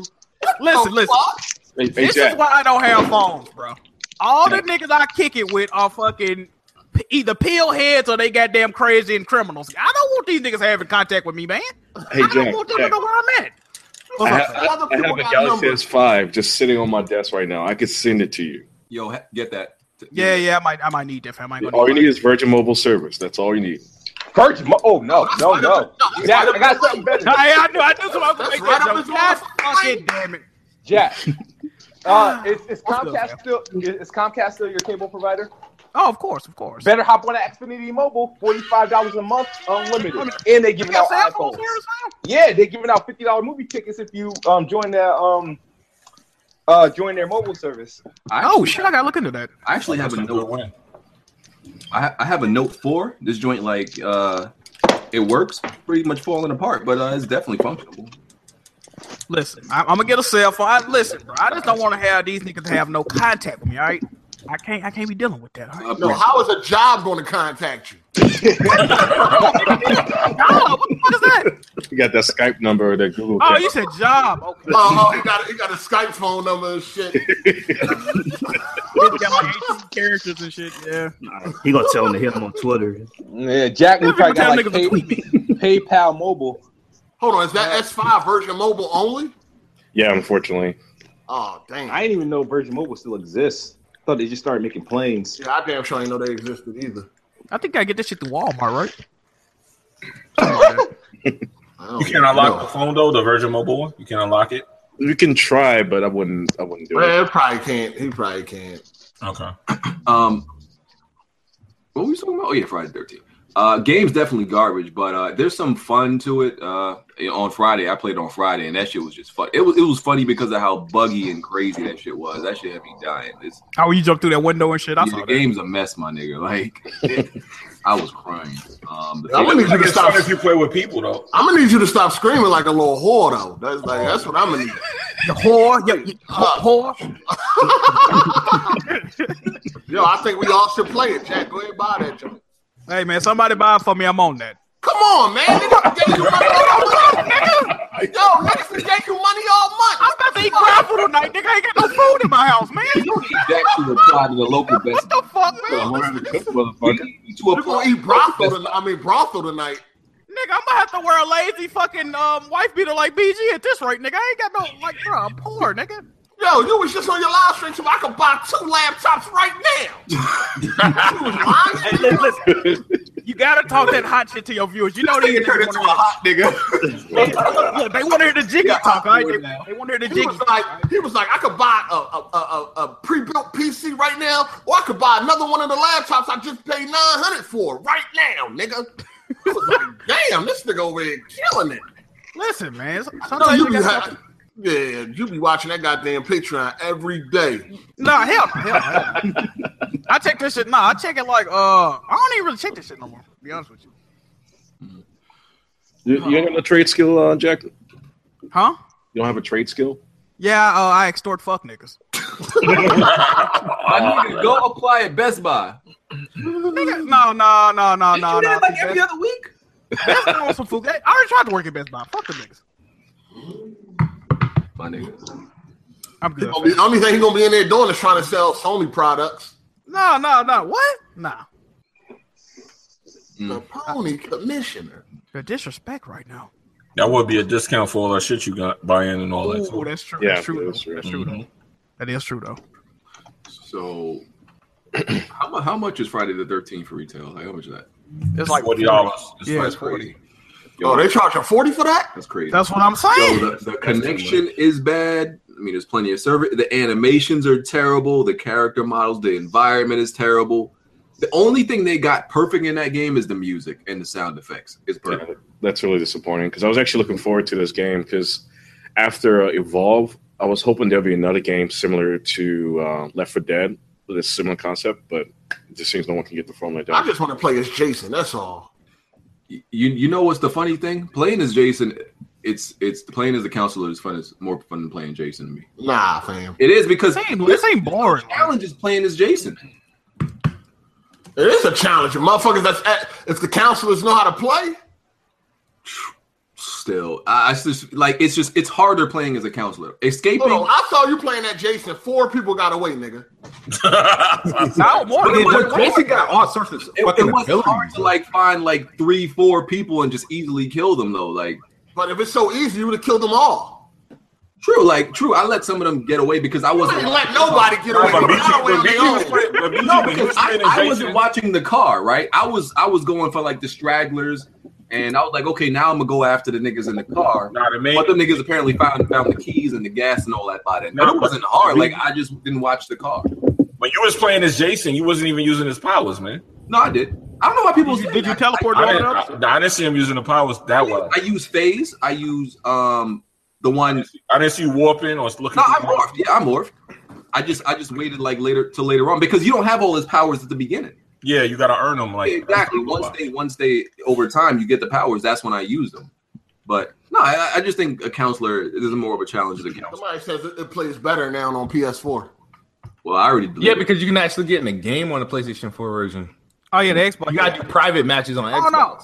Speaker 5: Listen,
Speaker 3: The
Speaker 5: listen.
Speaker 3: fuck?
Speaker 9: Hey, hey,
Speaker 5: This is
Speaker 9: Jack,
Speaker 5: why I don't have phones, bro. All the niggas I kick it with are fucking p- either pill heads or they goddamn crazy and criminals. I don't want these niggas having contact with me, man.
Speaker 9: hey,
Speaker 5: I don't
Speaker 9: Jack.
Speaker 5: want them to
Speaker 9: Jack.
Speaker 5: know where I'm at.
Speaker 9: I
Speaker 3: What's
Speaker 9: have,
Speaker 3: up?
Speaker 9: I- I have a Galaxy S5 just sitting on my desk right now. I could send it to you.
Speaker 1: Yo, ha- get that.
Speaker 5: Yeah, yeah, I might, I might need that. fam. I might
Speaker 9: All you
Speaker 5: gonna
Speaker 9: need is Virgin Mobile service. That's all you need.
Speaker 8: Virgin. Mo- Oh no, no, no. Jack, I got something better.
Speaker 5: Nah, yeah, I knew, I knew somebody was gonna
Speaker 3: That's
Speaker 5: make that
Speaker 3: right up
Speaker 5: joke.
Speaker 3: his
Speaker 5: God
Speaker 3: motherfucking
Speaker 5: fucking damn it.
Speaker 8: Jack.
Speaker 5: *laughs*
Speaker 8: Uh, is, is
Speaker 5: What's up,
Speaker 8: Comcast still is Comcast still your cable provider?
Speaker 5: Oh, of course, of course.
Speaker 8: Better hop on an Xfinity Mobile, forty five dollars a month, unlimited, and they giving
Speaker 5: You
Speaker 8: out
Speaker 5: got cell phones
Speaker 8: iPhones.
Speaker 5: here as well?
Speaker 8: Yeah, they giving out fifty dollar movie tickets if you um join their um uh join their mobile service.
Speaker 1: I
Speaker 5: Oh shit, I gotta look into that.
Speaker 1: I actually have
Speaker 4: That's
Speaker 1: a
Speaker 4: a good
Speaker 1: note.
Speaker 4: win.
Speaker 1: I, I have a note four. This joint, like, uh, it works pretty much falling apart, but uh, it's definitely functional.
Speaker 5: Listen, I, I'm gonna get a cell phone. I, listen, bro, I just don't want to have these niggas have no contact with me. All right, I can't, I can't be dealing with that. All right? *laughs*
Speaker 1: Uh,
Speaker 3: No, how is a job going to contact you?
Speaker 5: No, what the fuck is that?
Speaker 9: You got that Skype number or that Google.
Speaker 5: Oh,
Speaker 9: account.
Speaker 5: you said job. Okay,
Speaker 3: Oh,
Speaker 5: *laughs*
Speaker 3: oh, he got he got a Skype phone number and shit.
Speaker 5: It's *laughs* got like 18 characters and shit. Yeah,
Speaker 6: He gonna tell him to hit him on Twitter.
Speaker 8: Yeah, Jack we
Speaker 5: Every
Speaker 8: probably
Speaker 5: time
Speaker 8: got like
Speaker 5: niggas will tweet me.
Speaker 10: *laughs*
Speaker 8: pay, PayPal Mobile.
Speaker 3: Hold on, is that S5 version mobile only?
Speaker 9: Yeah, unfortunately.
Speaker 3: Oh, damn.
Speaker 8: I didn't even know Virgin Mobile still exists. I thought they just started making planes.
Speaker 3: Yeah, I damn sure I didn't know they existed either.
Speaker 5: I think I get this shit through Walmart, right?
Speaker 3: I don't
Speaker 4: You can unlock
Speaker 3: know.
Speaker 4: the phone though, the Virgin Mobile one. You can unlock it.
Speaker 9: You can try, but I wouldn't. I wouldn't do it.
Speaker 3: Man, probably can't. He probably can't.
Speaker 4: Okay.
Speaker 1: Um, what were we talking about? Oh yeah, Friday Thirteenth. Uh, game's definitely garbage, but uh, there's some fun to it. Uh, on Friday, I played on Friday, and that shit was just fun. It was it was funny because of how buggy and crazy that shit was. That shit had me dying. It's,
Speaker 5: Oh, you jumped through that window and shit. I
Speaker 1: yeah,
Speaker 5: saw
Speaker 1: the
Speaker 5: that.
Speaker 1: game's a mess, my nigga. Like, *laughs* I was crying. Um, the
Speaker 3: I'm gonna need you to
Speaker 4: It's fun
Speaker 3: stop.
Speaker 4: if you play with people though.
Speaker 3: I'm gonna need you to stop screaming like a little whore, though. That's like that's what I'm gonna need. Uh,
Speaker 5: The whore, yo, you- whore.
Speaker 3: Yo, I think we all should play it, Jack. Go ahead and buy that joint.
Speaker 5: Hey man, somebody buy it for me. I'm on that.
Speaker 3: Come on, man. Niggas gave you money all month, nigga. Yo, niggas been gave you money all month.
Speaker 5: I'm about to eat crab food tonight. Nigga, I ain't got no food in my house, man.
Speaker 1: You don't need that to apply to the local best.
Speaker 5: What the fuck, man?
Speaker 1: To
Speaker 3: You gonna
Speaker 1: apply,
Speaker 3: eat brothel tonight? I mean brothel tonight.
Speaker 5: Nigga, I'm gonna have to wear a lazy fucking um wife beater like BG at this rate, nigga. I ain't got no like, bro. I'm poor, nigga.
Speaker 3: Yo, you was just on your live stream, so I could buy two laptops right
Speaker 2: *laughs*
Speaker 3: now. you was lying.
Speaker 5: Hey, li- listen, you gotta talk that hot shit to your viewers. You know they
Speaker 2: Nigga turned into a hot nigga.
Speaker 5: look, look, they want to hear the jiggy talk. All right? they, want to hear the
Speaker 3: He
Speaker 5: jiggy.
Speaker 3: was like, he was like, I could buy a, a, a, a, a pre-built PC right now, or I could buy another one of the laptops I just paid nine hundred for right now, nigga. I was like, *laughs* damn, this nigga over here killing it.
Speaker 5: Listen, man.
Speaker 3: No,
Speaker 5: Sometimes
Speaker 3: you
Speaker 5: you
Speaker 3: be
Speaker 5: gotta-
Speaker 3: ha- yeah, you be watching that goddamn Patreon every day.
Speaker 5: Nah, hell, no, hell, no. I check this shit. Nah, I check it like uh, I don't even really check this shit no more. To be honest with you,
Speaker 9: *laughs* You, you ain't got no trade skill, uh, Jack. You
Speaker 5: huh?
Speaker 9: don't have a trade skill.
Speaker 5: Yeah, uh, I extort fuck niggas.
Speaker 1: my nigga, go apply at Best Buy.
Speaker 5: Nigga, no, no, no, no, no, no.
Speaker 1: like every other week.
Speaker 5: Best Buy on some food. I already tried to work at Best Buy. Fuck the niggas.
Speaker 1: My nigga,
Speaker 5: I'm good.
Speaker 3: The only thing he gonna be in there doing is trying to sell Sony products.
Speaker 5: No, no, no. What? Nah.
Speaker 2: Mm.
Speaker 3: The Pony Commissioner.
Speaker 5: The disrespect right now.
Speaker 4: That would be a discount for all that shit you got buying and all that.
Speaker 5: Oh,
Speaker 4: too.
Speaker 5: that's true.
Speaker 9: Yeah,
Speaker 5: that's true.
Speaker 9: that's
Speaker 5: though.
Speaker 9: true.
Speaker 5: That's true. Though. That is true though.
Speaker 1: so how, mu- how much is Friday the Thirteenth for retail? Like how much is that?
Speaker 5: It's like
Speaker 4: forty dollars.
Speaker 5: Yeah,
Speaker 1: That's
Speaker 5: it's
Speaker 1: crazy.
Speaker 3: Yo, Oh, they charging forty for that?
Speaker 1: That's crazy.
Speaker 5: That's what I'm saying.
Speaker 1: Yo, the, the connection is bad. I mean, there's plenty of service. The animations are terrible. The character models, the environment is terrible. The only thing they got perfect in that game is the music and the sound effects. It's perfect.
Speaker 9: Yeah, that's really disappointing because I was actually looking forward to this game because after uh, Evolve, I was hoping there'd be another game similar to uh, Left 4 Dead with a similar concept, but it just seems no one can get the formula
Speaker 3: I
Speaker 9: down.
Speaker 3: just want to play as Jason. That's all.
Speaker 1: Y- You you know what's the funny thing? Playing as Jason, it's it's playing as the counselor is fun. It's more fun than playing Jason to me.
Speaker 3: Nah, fam.
Speaker 1: It is because
Speaker 5: This ain't, this ain't boring.
Speaker 1: challenge is playing as Jason.
Speaker 3: It is a challenge. Motherfuckers, that's at, if the counselors know how to play,
Speaker 1: Still, I, I just like it's just it's harder playing as a counselor. Escaping.
Speaker 3: Hold on, I saw you playing that Jason. Four people got away, nigga.
Speaker 8: *laughs*
Speaker 5: No, more.
Speaker 1: But it
Speaker 5: more-
Speaker 1: was-
Speaker 5: more-
Speaker 1: Jason
Speaker 10: got all sorts of
Speaker 1: it, it was hard to like find like three, four people and just easily kill them though. Like
Speaker 3: But if it's so easy, you would have killed them all.
Speaker 1: true, like true. I let some of them get away because I
Speaker 3: You
Speaker 1: wasn't.
Speaker 3: didn't let nobody get away.
Speaker 4: But
Speaker 3: They
Speaker 4: BG,
Speaker 3: got away
Speaker 4: but
Speaker 3: on their
Speaker 4: BG was
Speaker 3: own.
Speaker 4: playing- but BG,
Speaker 1: No,
Speaker 4: when he
Speaker 1: because
Speaker 4: was
Speaker 1: I,
Speaker 4: playing as
Speaker 1: I wasn't
Speaker 4: Jason-
Speaker 1: watching the car. Right, I was I was going for like the stragglers, and I was like, okay, now I'm gonna go after the niggas in the car.
Speaker 4: Nah, the main-
Speaker 1: But them niggas apparently found found the keys and the gas and all that by then.
Speaker 4: No,
Speaker 1: But it wasn't
Speaker 4: but-
Speaker 1: hard. Like I just didn't watch the car.
Speaker 4: when you was playing as Jason, you wasn't even using his powers, man.
Speaker 1: No, I did. I don't know why people
Speaker 5: Did you,
Speaker 1: say
Speaker 5: did you
Speaker 1: that.
Speaker 5: teleport
Speaker 4: I
Speaker 5: to
Speaker 4: didn't,
Speaker 5: another episode?
Speaker 4: I, uh, I didn't see him using the powers that well.
Speaker 1: I use phase. I use um the one
Speaker 4: I didn't see you warping or looking.
Speaker 1: No, I
Speaker 4: through-
Speaker 1: morphed. Yeah, I morphed. I just I just waited like later till later on because you don't have all his powers at the beginning.
Speaker 4: Yeah, you gotta earn them. Like
Speaker 1: exactly. Once they once they over time you get the powers. That's when I use them. But no, I, I just think a counselor this is more of a challenge than a counselor.
Speaker 3: Somebody says it, it plays better now on PS4.
Speaker 1: Well, I already
Speaker 10: Yeah,
Speaker 1: deleted it.
Speaker 10: because you can actually get in a game on the PlayStation 4 version.
Speaker 5: Oh yeah, the Xbox.
Speaker 10: You gotta do private matches on Xbox.
Speaker 5: Oh, no.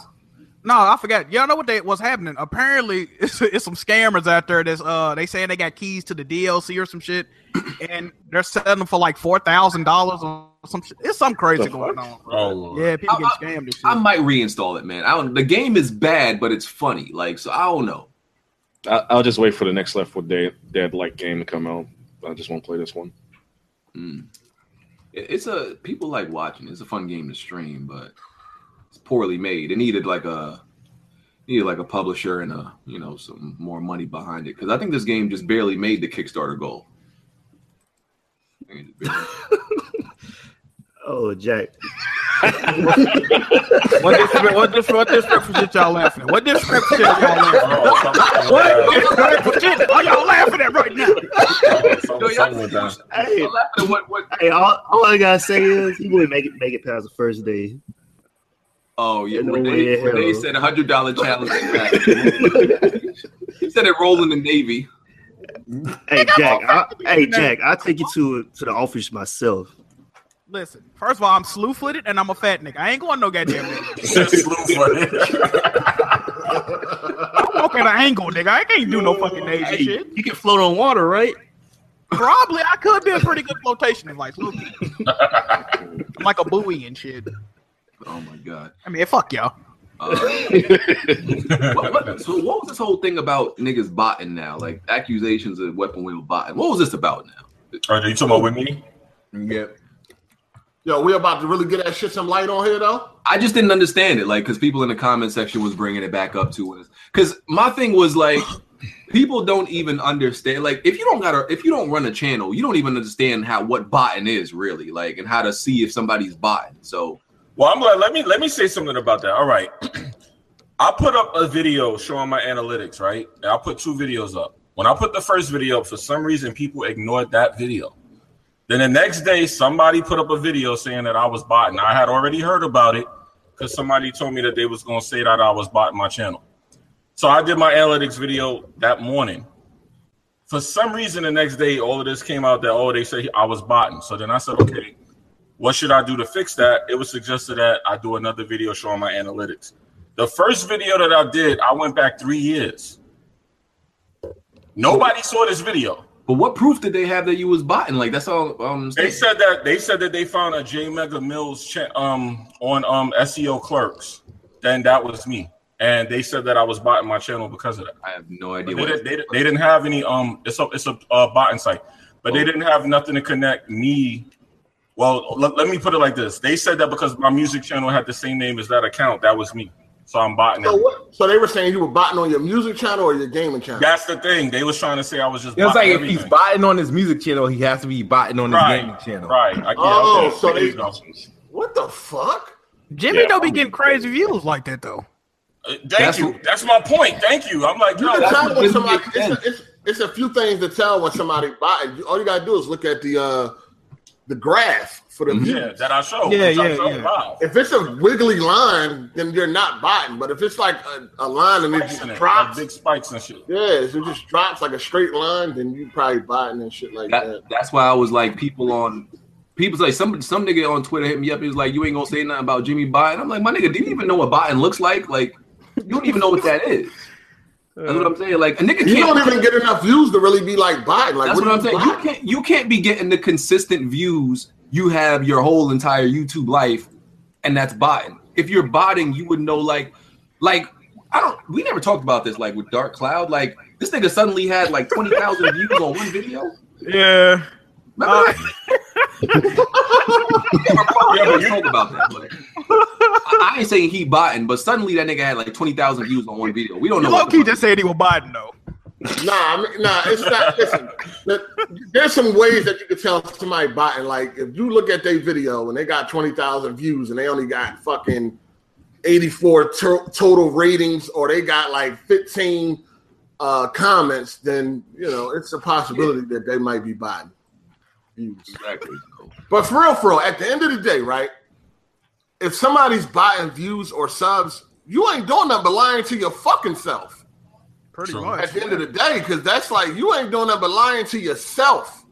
Speaker 5: No, I forgot. Y'all know what they was happening? Apparently, *laughs* it's, it's some scammers out there that's uh they saying they got keys to the DLC or some shit, and they're selling them for like four thousand dollars or some shit. It's some crazy
Speaker 9: The
Speaker 5: going
Speaker 9: fuck?
Speaker 5: on. bro.
Speaker 1: *laughs*
Speaker 4: Oh lord.
Speaker 5: Yeah, people
Speaker 1: I-
Speaker 5: get scammed and shit.
Speaker 1: I might reinstall it, man. I don't. The game is bad, but it's funny. Like so, I don't know.
Speaker 9: I, I'll just wait for the next Left 4 Dead, Dead like game to come out. I just won't play this one. *laughs*
Speaker 1: Mm. It- It's a people like watching. it. It's a fun game to stream, but it's poorly made. It needed like a needed like a publisher and a you know some more money behind it because I think this game just barely made the Kickstarter goal. I think it just barely-
Speaker 6: Oh, Jack.
Speaker 5: what disrespect? What disrespect? What disrespectful shit y'all laughing at? What disrespectful shit y'all laughing at?
Speaker 4: Oh, something-
Speaker 5: *laughs* What disrespectful shit are y'all laughing at right now?
Speaker 4: something- something- something with that.
Speaker 6: Hey,
Speaker 1: I'm laughing at what- what-
Speaker 6: hey, all, all I gotta say is he wouldn't make it make it past the first day.
Speaker 1: Oh yeah,
Speaker 6: No
Speaker 1: when
Speaker 6: way
Speaker 1: they,
Speaker 6: in
Speaker 1: when they
Speaker 6: hell.
Speaker 1: said a hundred dollar challenge. he said it rolling the navy.
Speaker 6: Hey Jack, I, hey Jack, I'll take you to to the office myself.
Speaker 5: Listen, first of all, I'm slew footed and I'm a fat nigga. I ain't going no goddamn
Speaker 4: *laughs*
Speaker 5: nigga. *laughs* I walk at an angle, nigga. I can't do no fucking Asian shit.
Speaker 6: You can float on water, right?
Speaker 5: Probably I could be a pretty good flotation in life. Look,
Speaker 4: *laughs*
Speaker 5: I'm like a buoy and shit.
Speaker 1: Oh my god.
Speaker 5: I mean, fuck y'all.
Speaker 1: Uh, what- what- so what was this whole thing about niggas botting now? Like accusations of weapon wheel botting. What was this about now?
Speaker 4: Are you talking about with me?
Speaker 10: Yep.
Speaker 3: Yo, we about to really get that shit some light on here though.
Speaker 1: I just didn't understand it, like, because people in the comment section was bringing it back up to us. Because my thing was like, people don't even understand. Like, if you don't got, to if you don't run a channel, you don't even understand how what botting is really, like, and how to see if somebody's botting. So,
Speaker 4: Well, I'm glad. Let me let me say something about that. All right, *clears throat* I put up a video showing my analytics. Right, and I put two videos up. When I put the first video up, for some reason, people ignored that video. Then the next day, somebody put up a video saying that I was botting. I had already heard about it because somebody told me that they was going to say that I was botting my channel. So I did my analytics video that morning. For some reason, the next day, all of this came out that oh, they say I was botting. So then I said, okay, what should I do to fix that? It was suggested that I do another video showing my analytics. The first video that I did, I went back three years. Nobody saw this video.
Speaker 1: but what proof did they have that you was botting? Like, that's all. Um,
Speaker 4: They said that they said that they found a J Mega Mills cha- um on um SEO clerks. Then that was me, and they said that I was botting my channel because of that.
Speaker 1: I have no
Speaker 4: But
Speaker 1: idea
Speaker 4: They,
Speaker 1: what.
Speaker 4: didn't- they, didn't- they didn't have any um. It's a it's a uh, botting site, but they didn't have nothing to connect me. Well, let, let me put it like this: They said that because my music channel had the same name as that account, that was me. So I'm botting.
Speaker 3: So
Speaker 4: it.
Speaker 3: what? So they were saying you were botting on your music channel or your gaming channel.
Speaker 4: That's the thing. They was trying to say I was just.
Speaker 10: It was like
Speaker 4: botting
Speaker 10: if he's
Speaker 4: everything.
Speaker 10: botting on his music channel, he has to be botting on his
Speaker 4: Right.
Speaker 10: gaming channel.
Speaker 4: right. I, yeah,
Speaker 3: Oh,
Speaker 4: okay.
Speaker 3: so
Speaker 4: There you Uh,
Speaker 3: they-
Speaker 4: go.
Speaker 3: What the fuck?
Speaker 5: Jimmy
Speaker 4: Yeah,
Speaker 5: don't be
Speaker 4: I'm-
Speaker 5: getting crazy views like that though.
Speaker 4: Uh, Thank
Speaker 1: That's-
Speaker 4: you. That's my point. Thank you. I'm like,
Speaker 3: You
Speaker 4: no,
Speaker 3: can
Speaker 4: that's-
Speaker 3: tell when
Speaker 1: doesn't
Speaker 3: somebody.
Speaker 1: make
Speaker 3: It's a, it's, it's a few things to tell when somebody botting. You- All you gotta do is look at the uh the graph for
Speaker 1: Mm-hmm.
Speaker 3: the views.
Speaker 4: yeah, that I show.
Speaker 6: Yeah,
Speaker 4: which I
Speaker 6: yeah,
Speaker 4: show
Speaker 6: yeah.
Speaker 4: live.
Speaker 3: If it's a wiggly line, then you're not botting. But if it's like a, a line and it
Speaker 4: Spikes
Speaker 3: just
Speaker 4: in it, like
Speaker 3: drops,
Speaker 4: big spikes and shit.
Speaker 3: yeah, if it just drops like a straight line, then you probably botting and shit like that.
Speaker 1: That, that's why I was like, people on people's like some some nigga on Twitter hit me up. He was like, "You ain't gonna say nothing about Jimmy Biden." I'm like, "My nigga, do you even know what Biden looks like? Like, you don't even know what that is." That's what I'm saying. Like, a nigga
Speaker 3: You
Speaker 1: can't.
Speaker 3: don't even get enough views to really be like botting. Like
Speaker 1: that's what
Speaker 3: are
Speaker 1: I'm saying. You
Speaker 3: botting?
Speaker 1: can't. You can't be getting the consistent views you have your whole entire YouTube life, and that's botting. If you're botting, you would know. Like, like I don't. We never talked about this. Like with Dark Cloud, like this nigga suddenly had like twenty thousand views on one video.
Speaker 5: Yeah.
Speaker 1: Remember that? We were probably
Speaker 4: Yeah, but
Speaker 1: gonna
Speaker 4: you-
Speaker 1: talk about that. But I, I ain't saying he botting, but suddenly that nigga had like twenty thousand views on one video. We don't
Speaker 4: Oh,
Speaker 1: know.
Speaker 5: You
Speaker 1: what
Speaker 5: low
Speaker 1: the
Speaker 5: key
Speaker 1: fuck-
Speaker 5: just said he was Biden though.
Speaker 3: Nah, I mean, nah, it's not. Listen, the- there's some ways that you can tell somebody botting. Like if you look at their video and they got twenty thousand views and they only got fucking eighty four to- total ratings, or they got like fifteen uh, comments, then you know it's a possibility that they might be botting views.
Speaker 1: Exactly. so.
Speaker 3: But for real, for real, at the end of the day, right? If somebody's buying views or subs, you ain't doing nothing but lying to your fucking self
Speaker 5: Pretty
Speaker 4: True.
Speaker 5: much.
Speaker 3: at the end of the day, because that's like you ain't doing nothing but lying to yourself.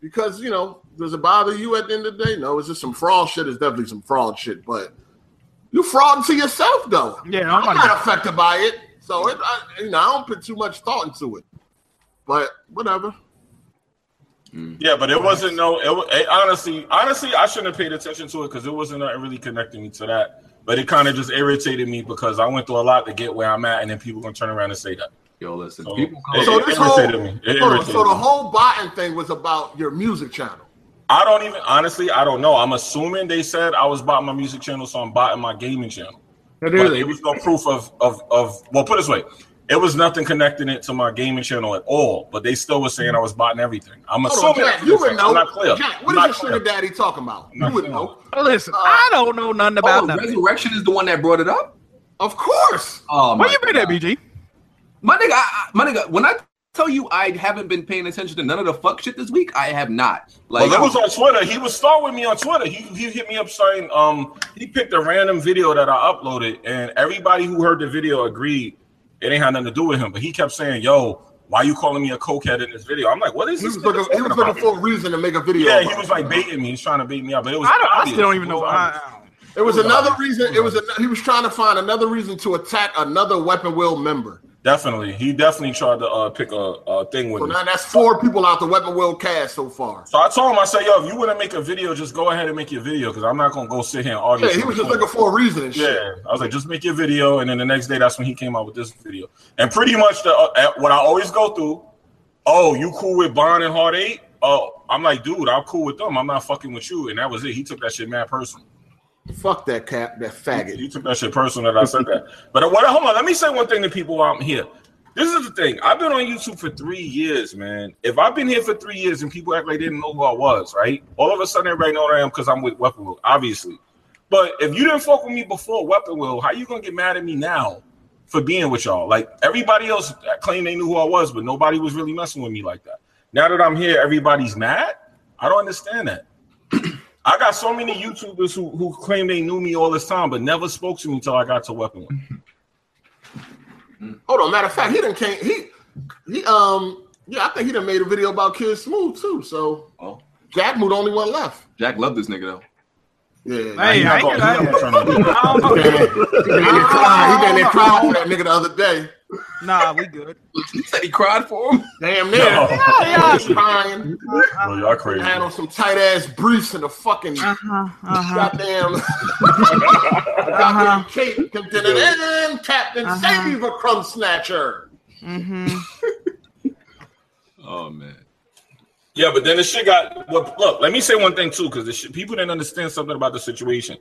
Speaker 3: Because you know, does it bother you at the end of the day? No, it's just some fraud shit. It's definitely some fraud shit, but you fraud to yourself though.
Speaker 5: Yeah, I'm
Speaker 3: I'm
Speaker 5: like,
Speaker 3: not affected by it, so it, I, you know, I don't put too much thought into it. But whatever.
Speaker 4: Yeah, but it wasn't no. It, wa- it honestly, honestly, I shouldn't have paid attention to it because it wasn't nothing really connecting me to that. But it kind of just irritated me because I went through a lot to get where I'm at, and then people gonna turn around and say that.
Speaker 1: Yo, listen.
Speaker 4: So,
Speaker 1: people
Speaker 4: it,
Speaker 1: come.
Speaker 3: So
Speaker 4: it
Speaker 3: this whole-
Speaker 4: irritated me. It
Speaker 3: Hold on,
Speaker 4: irritated
Speaker 3: so the
Speaker 4: me.
Speaker 3: whole botting thing was about your music channel.
Speaker 4: I don't even honestly. I don't know. I'm assuming they said I was botting my music channel, so I'm botting my gaming channel.
Speaker 10: Now,
Speaker 4: But
Speaker 10: there's
Speaker 4: there was no proof of of of. Well, put it this way, it was nothing connecting it to my gaming channel at all. But they still were saying I was botting everything. I'm
Speaker 3: Hold
Speaker 4: assuming
Speaker 3: on, Jack, you would know.
Speaker 4: I'm not clear.
Speaker 3: Jack,
Speaker 4: I'm
Speaker 3: what
Speaker 4: not
Speaker 3: is your
Speaker 4: clear.
Speaker 3: sugar daddy talking about? You
Speaker 4: not
Speaker 3: would
Speaker 4: clear.
Speaker 3: know.
Speaker 4: Uh,
Speaker 5: listen, I don't know nothing about
Speaker 1: Oh,
Speaker 5: nothing.
Speaker 1: resurrection is the one that brought it up.
Speaker 3: Of course.
Speaker 1: Oh
Speaker 5: Where
Speaker 1: my,
Speaker 5: you been at, BG?
Speaker 1: my nigga, I, I- my nigga. When I tell you I haven't been paying attention to none of the fuck shit this week, I have not. Like,
Speaker 4: well, it was on Twitter. He was star with me on Twitter. He, he hit me up saying, um, he picked a random video that I uploaded, and everybody who heard the video agreed it ain't had nothing to do with him. But he kept saying, yo, why you calling me a cokehead in this video? I'm like, what is
Speaker 3: He
Speaker 4: this?
Speaker 3: was looking,
Speaker 4: nigga
Speaker 3: he was
Speaker 4: talking
Speaker 3: looking
Speaker 4: about?
Speaker 3: for a reason to make a video.
Speaker 4: yeah,
Speaker 3: about
Speaker 4: he was
Speaker 3: it.
Speaker 4: like baiting me. He's trying to bait me out, but it was.
Speaker 5: I, don't, I
Speaker 4: obvious.
Speaker 5: still don't even
Speaker 4: It was
Speaker 5: know. I,
Speaker 4: obvious.
Speaker 3: It was another reason. It was an, he was trying to find another reason to attack another Weapon Will member.
Speaker 4: Definitely, he definitely tried to uh, pick a, a thing with
Speaker 3: So
Speaker 4: me.
Speaker 3: now that's four people out the Weapon Will cast so far.
Speaker 4: So I told him, I said, "Yo, if you want to make a video, just go ahead and make your video, because I'm not gonna go sit here and argue."
Speaker 3: Yeah, he
Speaker 4: with
Speaker 3: was
Speaker 4: you."
Speaker 3: just looking for a reason and shit.
Speaker 4: Yeah, I was like, just make your video, and then the next day, that's when he came out with this video. And pretty much the uh, at- what I always go through. Oh, you cool with Bond and Hard Eight? Oh, I'm like, dude, I'm cool with them. I'm not fucking with you. And that was it. He took that shit mad personal.
Speaker 3: Fuck that cap, that faggot.
Speaker 4: You took that shit personal that I said that. But uh, what? Hold on. Let me say one thing to people while I'm here. This is the thing. I've been on YouTube for three years, man. If I've been here for three years and people act like they didn't know who I was, right? All of a sudden, everybody know who I am because I'm with Weapon Will, obviously. But if you didn't fuck with me before Weapon Will, how you gonna get mad at me now for being with y'all? Like everybody else claimed they knew who I was, but nobody was really messing with me like that. Now that I'm here, everybody's mad. I don't understand that. I got so many YouTubers who, who claim they knew me all this time, but never spoke to me until I got to Weapon One.
Speaker 3: Hold on, matter of fact, he didn't came. He he um yeah, I think he done made a video about Kid Smooth too. So
Speaker 1: Oh,
Speaker 3: Jack Mood only one left.
Speaker 1: Jack loved this nigga though. *laughs*
Speaker 3: Yeah.
Speaker 5: Hey,
Speaker 4: He's
Speaker 5: I
Speaker 4: not gonna-
Speaker 5: ain't
Speaker 4: he's not
Speaker 5: *laughs*
Speaker 4: gonna do that.
Speaker 5: I don't
Speaker 3: He
Speaker 5: know. *laughs*
Speaker 3: been in there crying. He been in there crying for that nigga the other day.
Speaker 5: Nah, we good.
Speaker 1: He said he cried for him.
Speaker 3: Damn near.
Speaker 4: No.
Speaker 3: Yeah, he was crying.
Speaker 4: Bro, y'all crazy.
Speaker 3: Had on some tight ass briefs and a fucking uh-huh,
Speaker 4: *laughs*
Speaker 5: Uh-huh.
Speaker 3: goddamn, goddamn cape. And Captain Save a Crumb Snatcher.
Speaker 1: Oh man.
Speaker 4: Yeah, but then the shit got. Well, look, let me say one thing too, because people didn't understand something about the situation.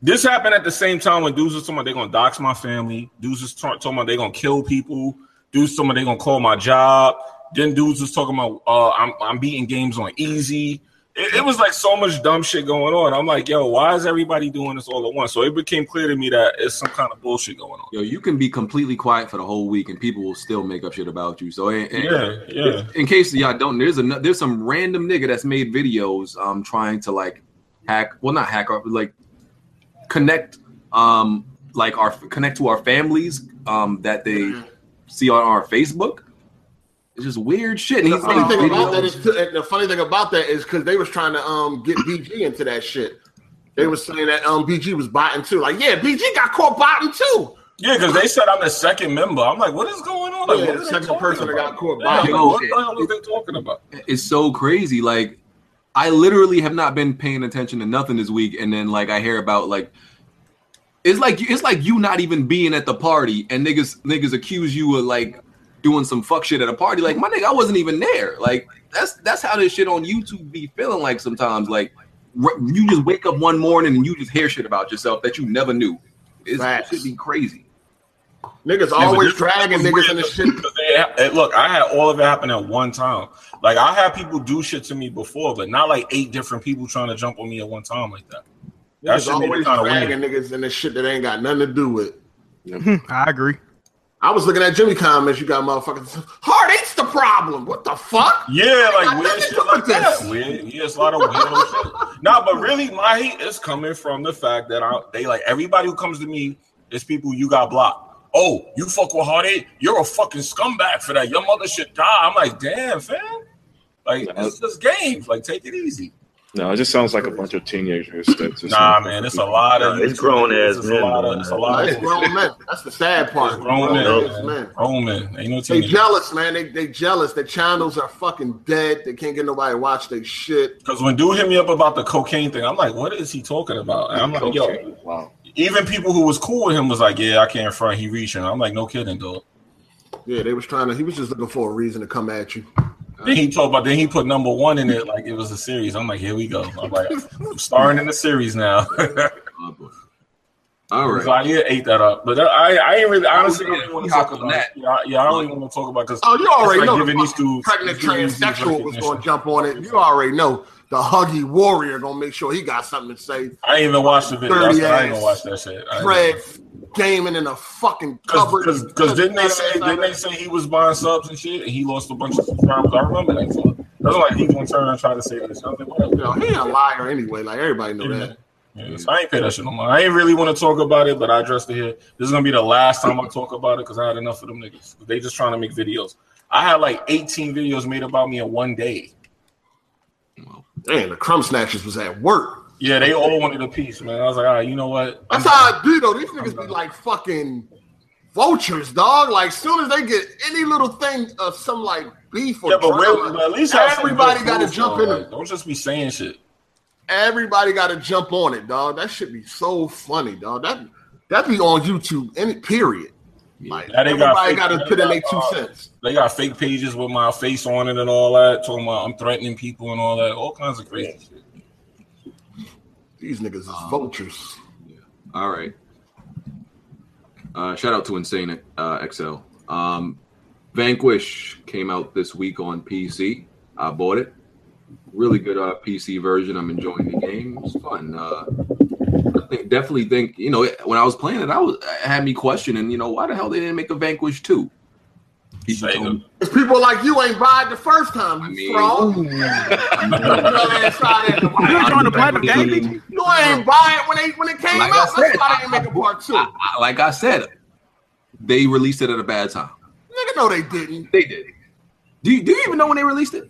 Speaker 4: This happened at the same time when dudes was talking about they're gonna dox my family. Dudes was ta- talking about they're gonna kill people. Dudes talking about they're gonna call my job. Then dudes was talking about uh, I'm I'm beating games on easy. It, it was like so much dumb shit going on. I'm like, yo, why is everybody doing this all at once? So it became clear to me that it's some kind of bullshit going on.
Speaker 1: Yo, you can be completely quiet for the whole week and people will still make up shit about you. So and, and-
Speaker 4: Yeah, yeah.
Speaker 1: in case y'all don't, there's a there's some random nigga that's made videos um trying to like hack well not hack our like connect um like our connect to our families um that they
Speaker 3: Mm-hmm.
Speaker 1: see on our Facebook. It's just weird shit. And
Speaker 3: The
Speaker 1: he's
Speaker 3: funny
Speaker 1: made
Speaker 3: thing about that
Speaker 1: videos.
Speaker 3: is, the funny thing about that is because they was trying to um get BG into that shit. They was saying that um BG was botting too. Like, yeah, BG got caught botting too.
Speaker 4: Yeah, because they said I'm the second member. I'm like, what is going on? Like,
Speaker 3: Yeah,
Speaker 4: what are
Speaker 3: the
Speaker 4: they
Speaker 3: second
Speaker 4: talking
Speaker 3: person that
Speaker 4: about?
Speaker 3: got caught
Speaker 4: Yeah,
Speaker 3: by
Speaker 4: like,
Speaker 1: it.
Speaker 4: what the hell are they talking about?
Speaker 1: it's so crazy. Like, I literally have not been paying attention to nothing this week, and then like I hear about like, it's like it's like you not even being at the party, and niggas niggas accuse you of like doing some fuck shit at a party. Like my nigga, I wasn't even there. Like that's that's how this shit on YouTube be feeling like sometimes. Like re- you just wake up one morning and you just hear shit about yourself that you never knew. It's, it
Speaker 3: Facts.
Speaker 1: should be crazy.
Speaker 3: Niggas
Speaker 4: Yeah, but
Speaker 3: always
Speaker 4: this-
Speaker 3: dragging
Speaker 4: this was
Speaker 3: niggas in the
Speaker 4: weird,
Speaker 3: shit.
Speaker 4: though, 'cause they ha- and Look, I had all of it happen at one time. Like I had people do shit to me before, but not like eight different people trying to jump on me at one time like that. *laughs* That
Speaker 3: Niggas
Speaker 4: shit made
Speaker 3: always
Speaker 4: it kind of
Speaker 3: dragging
Speaker 4: weird.
Speaker 3: niggas in the shit that ain't got nothing to do with.
Speaker 5: I agree.
Speaker 3: I was looking at Jimmy comments. You got motherfuckers. Heartache's the problem. What the fuck?
Speaker 4: Yeah, like
Speaker 3: got
Speaker 4: weird
Speaker 3: nothing to do
Speaker 4: shit like
Speaker 3: with
Speaker 4: that.
Speaker 3: this.
Speaker 4: Weird, yeah, it's a lot of weirdo shit. Nah, but really, my hate is coming from the fact that I they like everybody who comes to me is people you got blocked. Oh, you fuck with heartache? You're a fucking scumbag for that. Your mother should die. I'm like, damn, fam. Like it's just games. Like take it easy.
Speaker 9: No, it just sounds like a bunch of teenagers. That's just
Speaker 4: Nah, man, it's a lot of
Speaker 6: Nah, it's grown ass
Speaker 4: It's a
Speaker 6: men
Speaker 4: lot
Speaker 6: doing
Speaker 4: of it's a
Speaker 6: that.
Speaker 4: lot
Speaker 3: That's
Speaker 4: of
Speaker 3: grown men. That's the sad part.
Speaker 4: grown men,
Speaker 3: ass
Speaker 4: man.
Speaker 3: men.
Speaker 4: grown men. Ain't no
Speaker 3: They
Speaker 4: teenagers.
Speaker 3: jealous, man. They they jealous. Their channels are fucking dead. They can't get nobody to watch their shit.
Speaker 4: Because when dude hit me up about the cocaine thing, I'm like, what is he talking about? And I'm like, yo,
Speaker 9: wow.
Speaker 4: *laughs* even people who was cool with him was like, yeah, I can't front. He reaching. I'm like, no kidding, dog.
Speaker 3: Yeah, they was trying to. He was just looking for a reason to come at you.
Speaker 4: Then he told about. Then he put number one in it like it was a series. I'm like, here we go. I'm like, I'm starring in the series now. *laughs*
Speaker 1: Oh, boy. All right.
Speaker 4: Zaire ate that up, but uh, I I ain't really honestly
Speaker 1: yeah,
Speaker 4: I don't want
Speaker 1: we
Speaker 4: to talk
Speaker 1: hopped
Speaker 4: about
Speaker 1: on
Speaker 4: that. Yeah, I- yeah, I don't even want to talk about because
Speaker 3: Oh, you already
Speaker 4: like
Speaker 3: know
Speaker 4: giving
Speaker 3: the
Speaker 4: these
Speaker 3: fucking
Speaker 4: dudes-
Speaker 3: pregnant
Speaker 4: giving these dudes
Speaker 3: transsexual was
Speaker 4: recognition.
Speaker 3: going to jump on it. You already know the huggy warrior going to make sure he got something to say.
Speaker 4: I ain't even watch the video. I,
Speaker 3: Dirty
Speaker 4: said, I ain't gonna
Speaker 3: ass.
Speaker 4: watch that shit. I ain't-
Speaker 3: Fred gaming in a fucking cupboard.
Speaker 4: Because didn't they say didn't they say he was buying subs and shit and he lost a bunch of subscribers? I remember that. So that's like he's gonna turn and try to say this. I'm like, whatever.
Speaker 3: Yo, he a liar anyway. Like everybody know that.
Speaker 4: Yeah, so I ain't pay that shit no more. I ain't really want to talk about it, but I addressed it here. This is gonna be the last time I talk about it because I had enough of them niggas. They just trying to make videos. I had like 18 videos made about me in one day.
Speaker 3: Damn, the crumb snatchers was at work.
Speaker 4: Yeah, they all wanted a piece, man. I was like, all right, you know what?
Speaker 3: That's how I do though. These niggas be like fucking vultures, dog. Like soon as they get any little thing of some like beef or
Speaker 4: Yeah, but,
Speaker 3: drama,
Speaker 4: where, but at least have some
Speaker 3: everybody
Speaker 4: good
Speaker 3: got to
Speaker 4: proof,
Speaker 3: jump
Speaker 4: though.
Speaker 3: in.
Speaker 4: Like, don't just be saying shit.
Speaker 3: Everybody got to jump on it, dog. That should be so funny, dog. That that be on YouTube. Any period. Like
Speaker 4: Now they got
Speaker 3: everybody
Speaker 4: fake-
Speaker 3: got to put in
Speaker 4: they
Speaker 3: their
Speaker 4: got,
Speaker 3: two
Speaker 4: uh,
Speaker 3: cents.
Speaker 4: They got fake pages with my face on it and all that, talking about I'm threatening people and all that, all kinds of crazy shit.
Speaker 3: These niggas is
Speaker 1: Um,
Speaker 3: vultures.
Speaker 1: All right. Uh, shout out to Insane uh, XL. Um, Vanquish came out this week on PC. I bought it. Really good uh, PC version. I'm enjoying the game. It's fun. Uh, I think, definitely think you know when I was playing it, I was it had me questioning. You know why the hell they didn't make a Vanquish two? People
Speaker 4: Sega.
Speaker 1: told me-
Speaker 3: If people like you ain't vied the first time, you
Speaker 1: mean-
Speaker 3: fraud. *laughs* You know, that's how that-
Speaker 5: You ain't trying to play the game,
Speaker 1: Like,
Speaker 5: BG?
Speaker 3: You ain't buy it when they when it came
Speaker 1: Like I
Speaker 3: out.
Speaker 1: said,
Speaker 3: That's why they didn't make a part two.
Speaker 1: I- I- like I said, they released it at a bad time.
Speaker 3: Nigga, no, they didn't.
Speaker 1: They did. Do you, do you even know when they released it?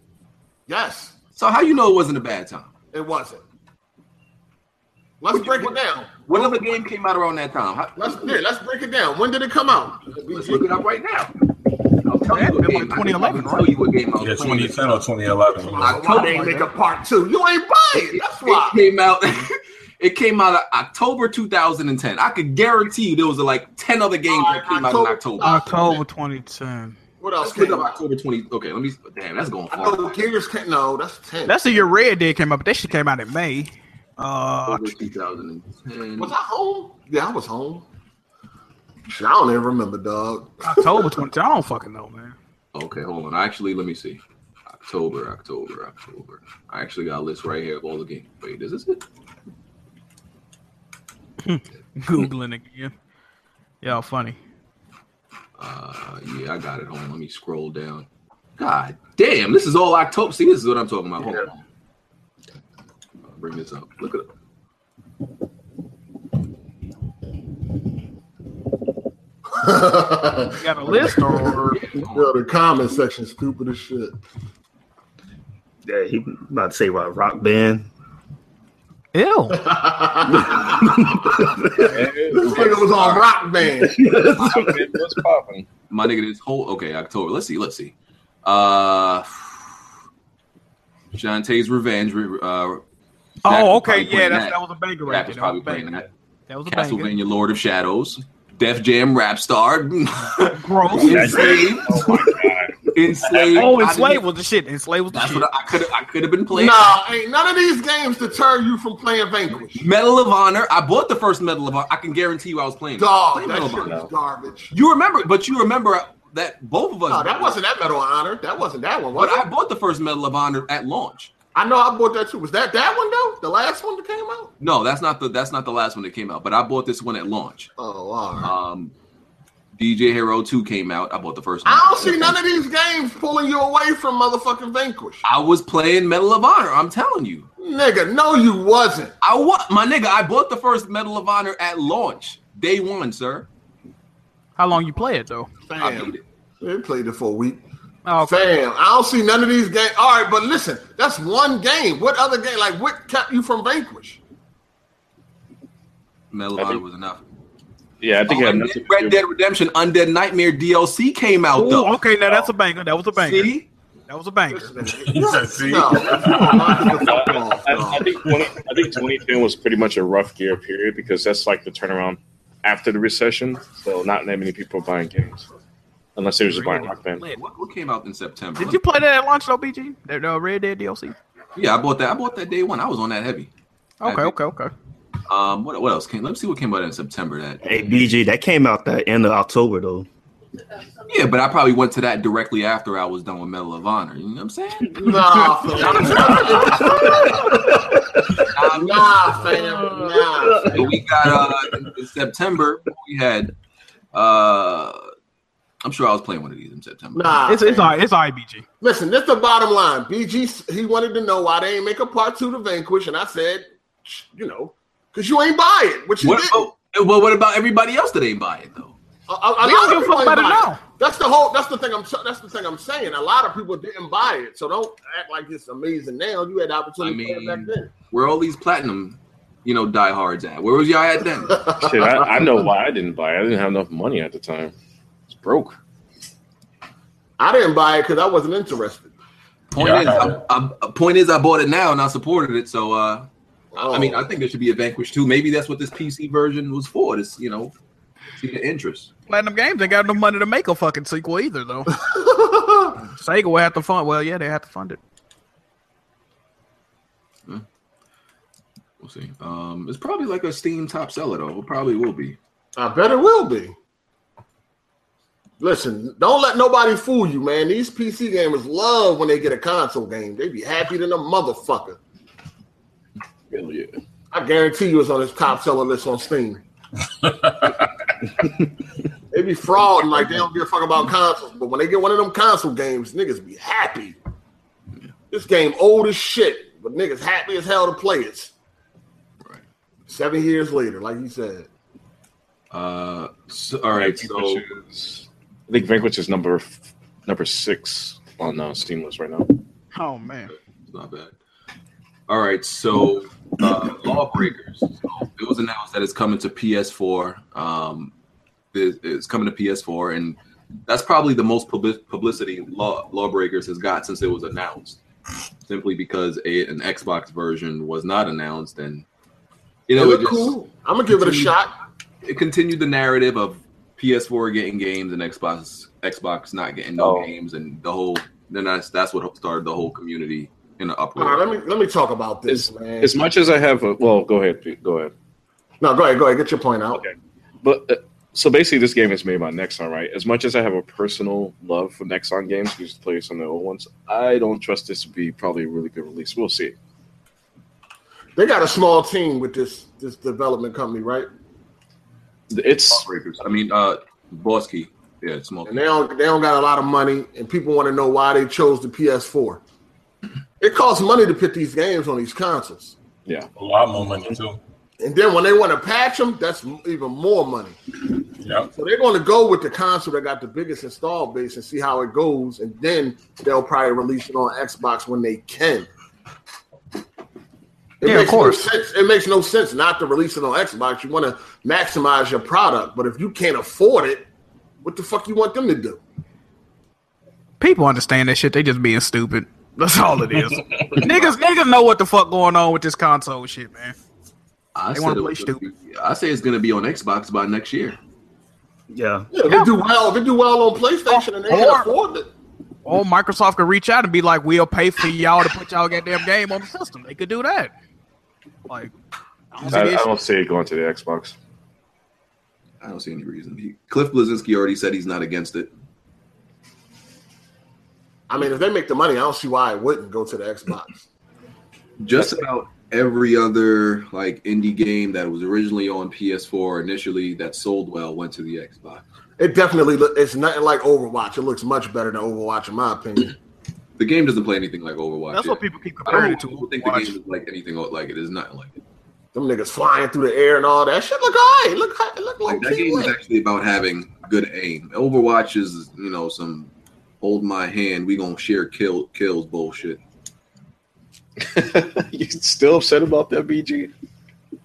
Speaker 3: Yes,
Speaker 1: So how you know it wasn't a bad time?
Speaker 3: it wasn't. Let's break it down.
Speaker 1: What other game came out around that time? How-
Speaker 3: Let's yeah, let's break it down. When did it come out?
Speaker 1: let's look it up right now. I'll tell you what
Speaker 5: Like
Speaker 1: game.
Speaker 5: 2011,
Speaker 1: I can tell you what game I was
Speaker 4: Yeah,
Speaker 1: playing.
Speaker 4: 2010 or 2011. *laughs*
Speaker 3: Why why they ain't make a part two? You ain't buy it. That's why.
Speaker 1: It came out. *laughs* it came out of October 2010. I could guarantee you there was like 10 other games that came out in October.
Speaker 3: uh,
Speaker 5: October 2010.
Speaker 3: What else
Speaker 1: Let's look
Speaker 3: came
Speaker 1: up
Speaker 3: out?
Speaker 1: October 20. Okay, let me. Damn, that's going
Speaker 3: I
Speaker 1: far.
Speaker 3: know Gears can't. No, that's ten.
Speaker 5: That's the year Red Dead came up. That shit came out in May. Uh,
Speaker 1: October 2010.
Speaker 3: was I home? Yeah, I was home. Shit, I don't even remember, dog. *laughs*
Speaker 5: October 2010. I don't fucking know, man.
Speaker 1: Okay, hold on. Actually, let me see. October, October, October. I actually got a list right here of all the games. Wait, is this it?
Speaker 5: Googling again. Y'all funny.
Speaker 1: Uh, yeah, I got it. Hold on. Let me scroll down. God damn, this is all October. See, this is what I'm talking about. Hold on. I'll bring this up. Look at it.
Speaker 5: You got a list or
Speaker 3: Yo, the comment section stupid as shit. *laughs*
Speaker 6: Yeah, he about to say what rock band. *laughs*
Speaker 5: ill?
Speaker 3: This nigga was on Rock Band.
Speaker 8: What's popping?
Speaker 1: My nigga, this whole okay, October. Let's see, let's see. Uh Shantae's Revenge. re- Uh, Zach
Speaker 5: Oh,
Speaker 1: was
Speaker 5: okay,
Speaker 1: probably
Speaker 5: yeah,
Speaker 1: playing
Speaker 5: that's,
Speaker 1: that.
Speaker 5: that was a banger right
Speaker 1: Zach
Speaker 5: there.
Speaker 1: was probably
Speaker 5: That was a banger.
Speaker 1: playing that.
Speaker 5: That was a banger.
Speaker 1: Castlevania Lord of Shadows, Def Jam Rap *laughs* Star,
Speaker 5: Gross.
Speaker 1: Enslaved, Enslaved.
Speaker 5: Oh,
Speaker 1: I
Speaker 5: and Slave
Speaker 1: didn't-
Speaker 5: was the shit. And Slave was the
Speaker 1: That's
Speaker 5: shit.
Speaker 1: what I could I could have been playing.
Speaker 3: Nah, ain't none of these games deter you from playing Vanquish.
Speaker 1: Medal of Honor. I bought the first Medal of Honor. I can guarantee you I was playing. it. Play
Speaker 3: Dog,
Speaker 1: Medal
Speaker 3: that
Speaker 1: of
Speaker 3: shit
Speaker 1: Honor.
Speaker 3: is garbage.
Speaker 1: You remember, but you remember that both of us.
Speaker 3: No, that wasn't that Medal of Honor. That wasn't that one, was
Speaker 1: But I
Speaker 3: it?
Speaker 1: bought the first Medal of Honor at launch.
Speaker 3: I know I bought that too. Was that that one though? The last one that came out?
Speaker 1: No, that's not the that's not the last one that came out. But I bought this one at launch.
Speaker 3: Oh, all right.
Speaker 1: Um, DJ Hero Two came out. I bought the first. one.
Speaker 3: I don't see none of these games pulling you away from motherfucking Vanquish.
Speaker 1: I was playing Medal of Honor. I'm telling you.
Speaker 3: Nigga, no, you wasn't.
Speaker 1: I what my nigga. I bought the first Medal of Honor at launch, day one, sir.
Speaker 5: How long you play it though?
Speaker 1: I beat
Speaker 3: Fam,
Speaker 1: it.
Speaker 3: they played it for a week.
Speaker 5: Oh, okay.
Speaker 3: Fam, I don't see none of these games. All right, but listen, that's one game. What other game? Like, what kept you from Vanquish?
Speaker 1: Medal of Honor was enough.
Speaker 9: Yeah, I think
Speaker 1: Oh,
Speaker 9: it had
Speaker 1: and
Speaker 9: nothing to
Speaker 1: then Red
Speaker 9: do-
Speaker 1: Dead Redemption Undead Nightmare DLC came out
Speaker 5: Ooh,
Speaker 1: though.
Speaker 5: okay, now that's a banger. That was a banger.
Speaker 1: See,
Speaker 5: That was a banger.
Speaker 4: He said, see?
Speaker 3: No,
Speaker 4: *laughs*
Speaker 9: I, I
Speaker 1: *laughs*
Speaker 9: think 20, I think 2010 was pretty much a rough year period because that's like the turnaround after the recession. So not that many people are buying games, unless they were just buying Rock Band.
Speaker 1: what, what came out in September?
Speaker 5: Did you play that at launch though, BG? That uh, Red Dead DLC.
Speaker 1: Yeah, I bought that. I bought that day one. I was on that heavy.
Speaker 5: Okay, okay, okay.
Speaker 1: Um, what, what else came? Let's see what came out in September. That
Speaker 6: Hey BG, that came out the end of October though.
Speaker 1: yeah, but I probably went to that directly after I was done with Medal of Honor. You know what I'm saying?
Speaker 3: Nah, fam.
Speaker 1: Um,
Speaker 3: *laughs* Nah, fam. Nah. fam.
Speaker 1: we got uh, in September. We had. uh I'm sure I was playing one of these in September.
Speaker 3: Nah.
Speaker 5: It's it's
Speaker 3: fam.
Speaker 5: all right. It's all right, BG.
Speaker 3: Listen, this the bottom line. BG, he wanted to know why they ain't make a part two to Vanquish, and I said, you know, because you ain't buy it, which you
Speaker 1: What,
Speaker 3: didn't.
Speaker 1: oh, well, what about everybody else that ain't buy it though?
Speaker 3: A- a- a
Speaker 5: They
Speaker 3: lot
Speaker 5: don't
Speaker 3: of
Speaker 5: give a fuck
Speaker 3: people
Speaker 5: about
Speaker 3: ain't
Speaker 5: it
Speaker 3: buy
Speaker 5: now.
Speaker 3: That's the whole. That's the thing. I'm. That's the thing I'm saying. A lot of people didn't buy it, so don't act like it's amazing now. You had the opportunity to play it back then.
Speaker 1: Where all these platinum, you know, diehards at? Where was y'all at
Speaker 3: *laughs*
Speaker 1: then?
Speaker 9: Shit, I, I know why I didn't buy. it. I didn't have enough money at the time. It's broke.
Speaker 3: I didn't buy it because I wasn't interested.
Speaker 1: Point
Speaker 9: Yeah, I
Speaker 1: is,
Speaker 9: got
Speaker 1: I, I- point is, I bought it now and I supported it. So, uh,
Speaker 9: Oh.
Speaker 1: I- I mean, I think there should be a Vanquish too. Maybe that's what this PC version was for. This, you know, see the interest.
Speaker 5: Platinum Games ain't got no money to make a fucking sequel either, *laughs* though.
Speaker 3: Oh. *laughs*
Speaker 5: Sega will have to fund. Well, yeah, they have to fund it.
Speaker 1: We'll see. Um, it's probably like a Steam top seller though. It probably will be.
Speaker 3: I bet it will be. Listen, don't let nobody fool you, man. These PC gamers love when they get a console game. They be happier than a motherfucker.
Speaker 9: Hell yeah.
Speaker 3: I guarantee you it's on this top seller list on Steam. they be frauding like they don't give a fuck about consoles, but when they get one of them console games, niggas be happy. This game old as shit, but niggas happy as hell to play it. Seven years later, like you said.
Speaker 1: Uh, so, all right. So,
Speaker 9: Vanquish is- I think Vanquish is number f- number six on uh, Steam list right now.
Speaker 5: Oh man,
Speaker 1: It's not bad. All right, so uh, Lawbreakers. So it was announced that it's coming to PS4. Um, it- it's coming to PS4, and that's probably the most publi- publicity Law Lawbreakers has got since it was announced. Simply because a, an Xbox version was not announced, and you
Speaker 3: It
Speaker 1: know it,
Speaker 3: look
Speaker 1: just,
Speaker 3: cool. I'm gonna give it a shot.
Speaker 1: it continued the narrative of PS4 getting games and Xbox Xbox not getting no
Speaker 9: Oh.
Speaker 1: games, and the whole then that's that's what started the whole community in an
Speaker 3: All
Speaker 1: uproar.
Speaker 3: right, let me let me talk about this, man.
Speaker 9: As much as I have, a, well, go ahead, Pete, go ahead.
Speaker 3: no, go ahead, go ahead, get your point out.
Speaker 9: Okay. But uh, so basically, this game is made by Nexon, right? As much as I have a personal love for Nexon games, we used to play some of the old ones. I don't trust this to be probably a really good release. We'll see.
Speaker 3: They got a small team with this this development company, right?
Speaker 9: It's
Speaker 1: Lawbreakers. I mean, uh, Bosky. Yeah, it's small.
Speaker 3: And they don't they don't got a lot of money, and people want to know why they chose the PS4. It costs money to put these games on these consoles,
Speaker 4: A lot more money too.
Speaker 3: and then when they want to patch them, that's m- even more money.
Speaker 4: Yeah.
Speaker 3: So they're going to go with the console that got the biggest install base and see how it goes, and then they'll probably release it on Xbox when they can. It
Speaker 5: Yeah, of
Speaker 3: makes
Speaker 5: course.
Speaker 3: No sense. It makes no sense not to release it on Xbox. You want to maximize your product, but if you can't afford it, what the fuck you want them to do?
Speaker 5: people understand that shit. They just being stupid. That's all *laughs* it is. niggas, niggas know what the fuck going on with this console shit, man.
Speaker 1: I
Speaker 5: They
Speaker 1: said
Speaker 5: wanna
Speaker 1: it
Speaker 5: play
Speaker 1: was gonna be- I say it's gonna be on Xbox by next year.
Speaker 6: Yeah.
Speaker 3: Yeah, they do well. They do well on PlayStation, and they
Speaker 5: Or-
Speaker 3: can afford it.
Speaker 5: Or Microsoft could reach out and be like, "We'll pay for y'all to put y'all goddamn game on the system." They could do that. Like, I don't see
Speaker 9: I, I
Speaker 5: the issue.
Speaker 9: don't see it going to the *laughs* Xbox.
Speaker 1: I don't see any reason. He, Cliff Blazinski already said he's not against it.
Speaker 3: I mean, if they make the money, I don't see why it wouldn't go to the Xbox.
Speaker 1: Just about every other like indie game that was originally on PS4 initially that sold well went to the Xbox.
Speaker 3: It definitely look. It's nothing like Overwatch. It looks much better than Overwatch, in my opinion.
Speaker 1: The game doesn't play anything like Overwatch.
Speaker 5: That's
Speaker 1: yet.
Speaker 5: what people keep
Speaker 1: I don't
Speaker 5: comparing it to.
Speaker 1: think the
Speaker 5: Overwatch.
Speaker 1: game is like anything like it. It's nothing like it.
Speaker 3: Them niggas flying through the air and all that shit. Look, all right. Look, hi- look
Speaker 1: Like,
Speaker 3: like
Speaker 1: that game is actually about having good aim. Overwatch is you know some hold my hand, we gonna share kill kills bullshit.
Speaker 9: you still upset about that, BG?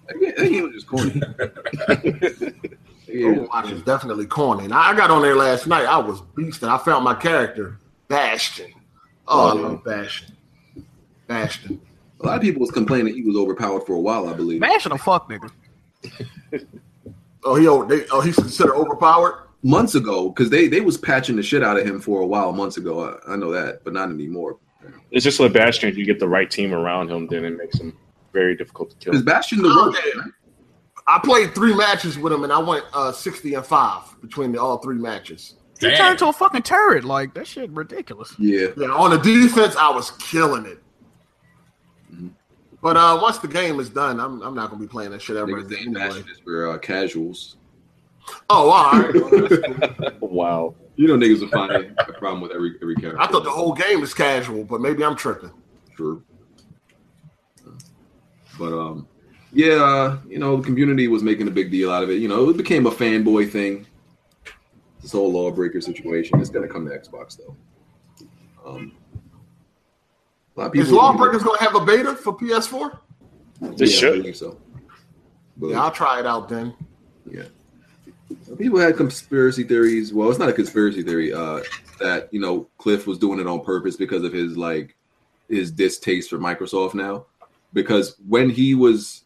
Speaker 1: That game- that game was just corny. *laughs* yeah.
Speaker 3: Overwatch is definitely corny. And I got on there last night. I was beasting. I found my character Bastion. Oh, I love Bastion. Bastion.
Speaker 1: A lot of people was complaining he was overpowered for a while, I believe.
Speaker 5: Bashing a fuck nigga.
Speaker 3: Oh, he. o- They, oh, he's considered overpowered.
Speaker 1: Months ago, because they they was patching the shit out of him for a while months ago. I, I know that, but not anymore.
Speaker 9: It's just like Bastion. If you get the right team around him, then it makes him very difficult to
Speaker 1: Because
Speaker 9: kill.
Speaker 1: Bastion the
Speaker 3: Oh,
Speaker 1: worst.
Speaker 3: damn. I played three matches with him, and I went uh, sixty and five between the, all three matches.
Speaker 5: He
Speaker 4: Damn.
Speaker 5: turned to a fucking turret. Like that shit ridiculous.
Speaker 1: Yeah,
Speaker 3: Yeah, on the defense, I was killing it.
Speaker 1: Mhm.
Speaker 3: But uh, once the game is done, I'm, I'm not gonna be playing that shit ever
Speaker 1: niggas
Speaker 3: again.
Speaker 1: saying
Speaker 3: Anyway.
Speaker 1: Bastion is for uh, casuals.
Speaker 3: Oh, all
Speaker 1: *laughs*
Speaker 3: right.
Speaker 9: Wow.
Speaker 1: You know, niggas would find a problem with every every character.
Speaker 3: I thought the whole game was casual, but maybe I'm tripping.
Speaker 1: True. But um, yeah, uh, you know, the community was making a big deal out of it. You know, it became a fanboy thing. this whole lawbreaker situation. It's gonna come to Xbox though. Um, a lot of
Speaker 3: Is
Speaker 1: people-
Speaker 3: Lawbreakers gonna have a beta for PS4?
Speaker 1: yeah,
Speaker 9: They should.
Speaker 1: I believe so. But-
Speaker 3: Yeah, I'll try it out then.
Speaker 1: Yeah. People had conspiracy theories. Well, it's not a conspiracy theory. Uh, that you know Cliff was doing it on purpose because of his like his distaste for Microsoft now. Because when he was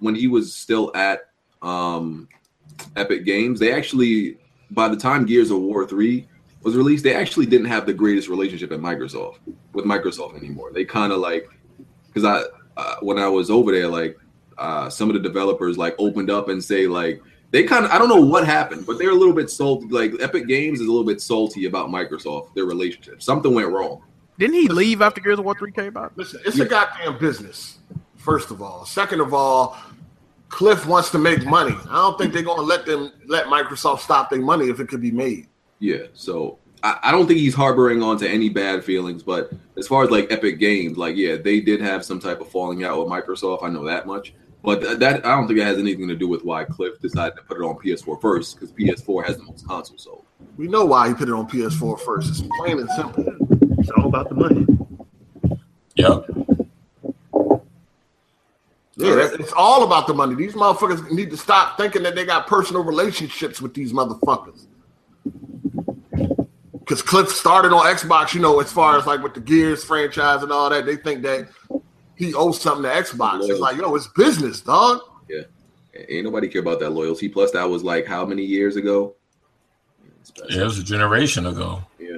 Speaker 1: when he was still at um, Epic Games, they actually by the time Gears of War three was released, they actually didn't have the greatest relationship at Microsoft with Microsoft anymore. They kind of like because I uh, when I was over there, like uh, some of the developers like opened up and say like they kind of I don't know what happened, but they're a little bit salty. Like Epic Games is a little bit salty about Microsoft, their relationship. Something went wrong.
Speaker 5: Didn't he leave after Gears of War 3 came out?
Speaker 3: Listen, it's a goddamn business. First of all, second of all, Cliff wants to make money. I don't think they're gonna let them let Microsoft stop their money if it could be made.
Speaker 1: Yeah, so I, I don't think he's harboring onto any bad feelings, but as far as like Epic Games, like yeah, they did have some type of falling out with Microsoft. I know that much, but th- that I don't think it has anything to do with why Cliff decided to put it on PS4 first because PS4 has the most consoles sold.
Speaker 3: We know why he put it on PS4 first. It's plain and simple.
Speaker 6: It's all about the money.
Speaker 4: Yep.
Speaker 3: Yeah, that's, it's all about the money. These motherfuckers need to stop thinking that they got personal relationships with these motherfuckers. Because Cliff started on Xbox, you know, as far as like with the Gears franchise and all that, they think that he owes something to Xbox. It's like, yo, it's business, dog. *laughs*
Speaker 1: Ain't nobody care about that loyalty. Plus, that was like how many years ago?
Speaker 4: Yeah, it was a generation ago.
Speaker 1: Yeah.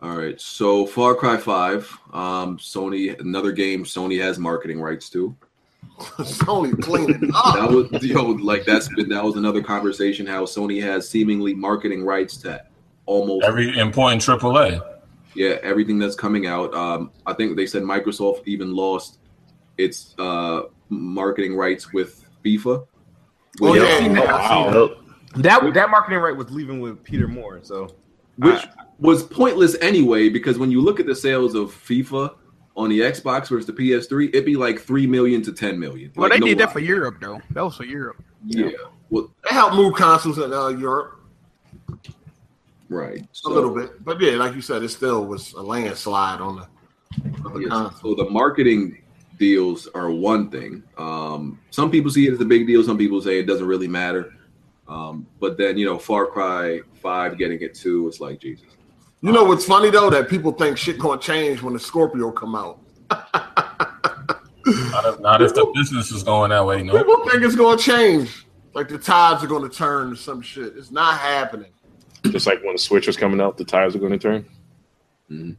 Speaker 1: All right. So Far Cry Five, um, Sony, another game Sony has marketing rights to.
Speaker 3: It's only cleaning up.
Speaker 1: That was *laughs* yo, like that's been that was another conversation how Sony has seemingly marketing rights to almost
Speaker 4: Every important AAA.
Speaker 1: yeah everything that's coming out. Um, I think they said Microsoft even lost its uh marketing rights with FIFA.
Speaker 3: Oh,
Speaker 1: Which-
Speaker 3: yeah. Oh,
Speaker 6: Nope.
Speaker 10: That that marketing right was leaving with Peter Moore. So
Speaker 1: which was pointless anyway because when you look at the sales of FIFA on the Xbox versus the PS3, it'd be like three million to ten million.
Speaker 5: Well,
Speaker 1: Like,
Speaker 5: they
Speaker 1: no
Speaker 5: did that
Speaker 1: lie.
Speaker 5: for Europe, though. That was for Europe.
Speaker 1: yeah. Well,
Speaker 3: They helped move consoles in uh, Europe
Speaker 1: right.
Speaker 3: a
Speaker 1: So,
Speaker 3: little bit. But yeah, like you said, it still was a landslide on the. on the
Speaker 1: yeah,
Speaker 3: console.
Speaker 1: Uh-huh. so the marketing deals are one thing. Um, some people see it as a big deal. Some people say it doesn't really matter. Um, but then you know, Far Cry Five getting it too. It's like Jesus.
Speaker 3: You know what's funny though? That people think shit gonna change when the Scorpio come out.
Speaker 4: Not if, not if the business is going that way. No.
Speaker 3: People think it's gonna change. Like the tides are gonna turn or some shit. It's not happening. *laughs*
Speaker 9: Just like when the Switch was coming out, the tires are going to turn.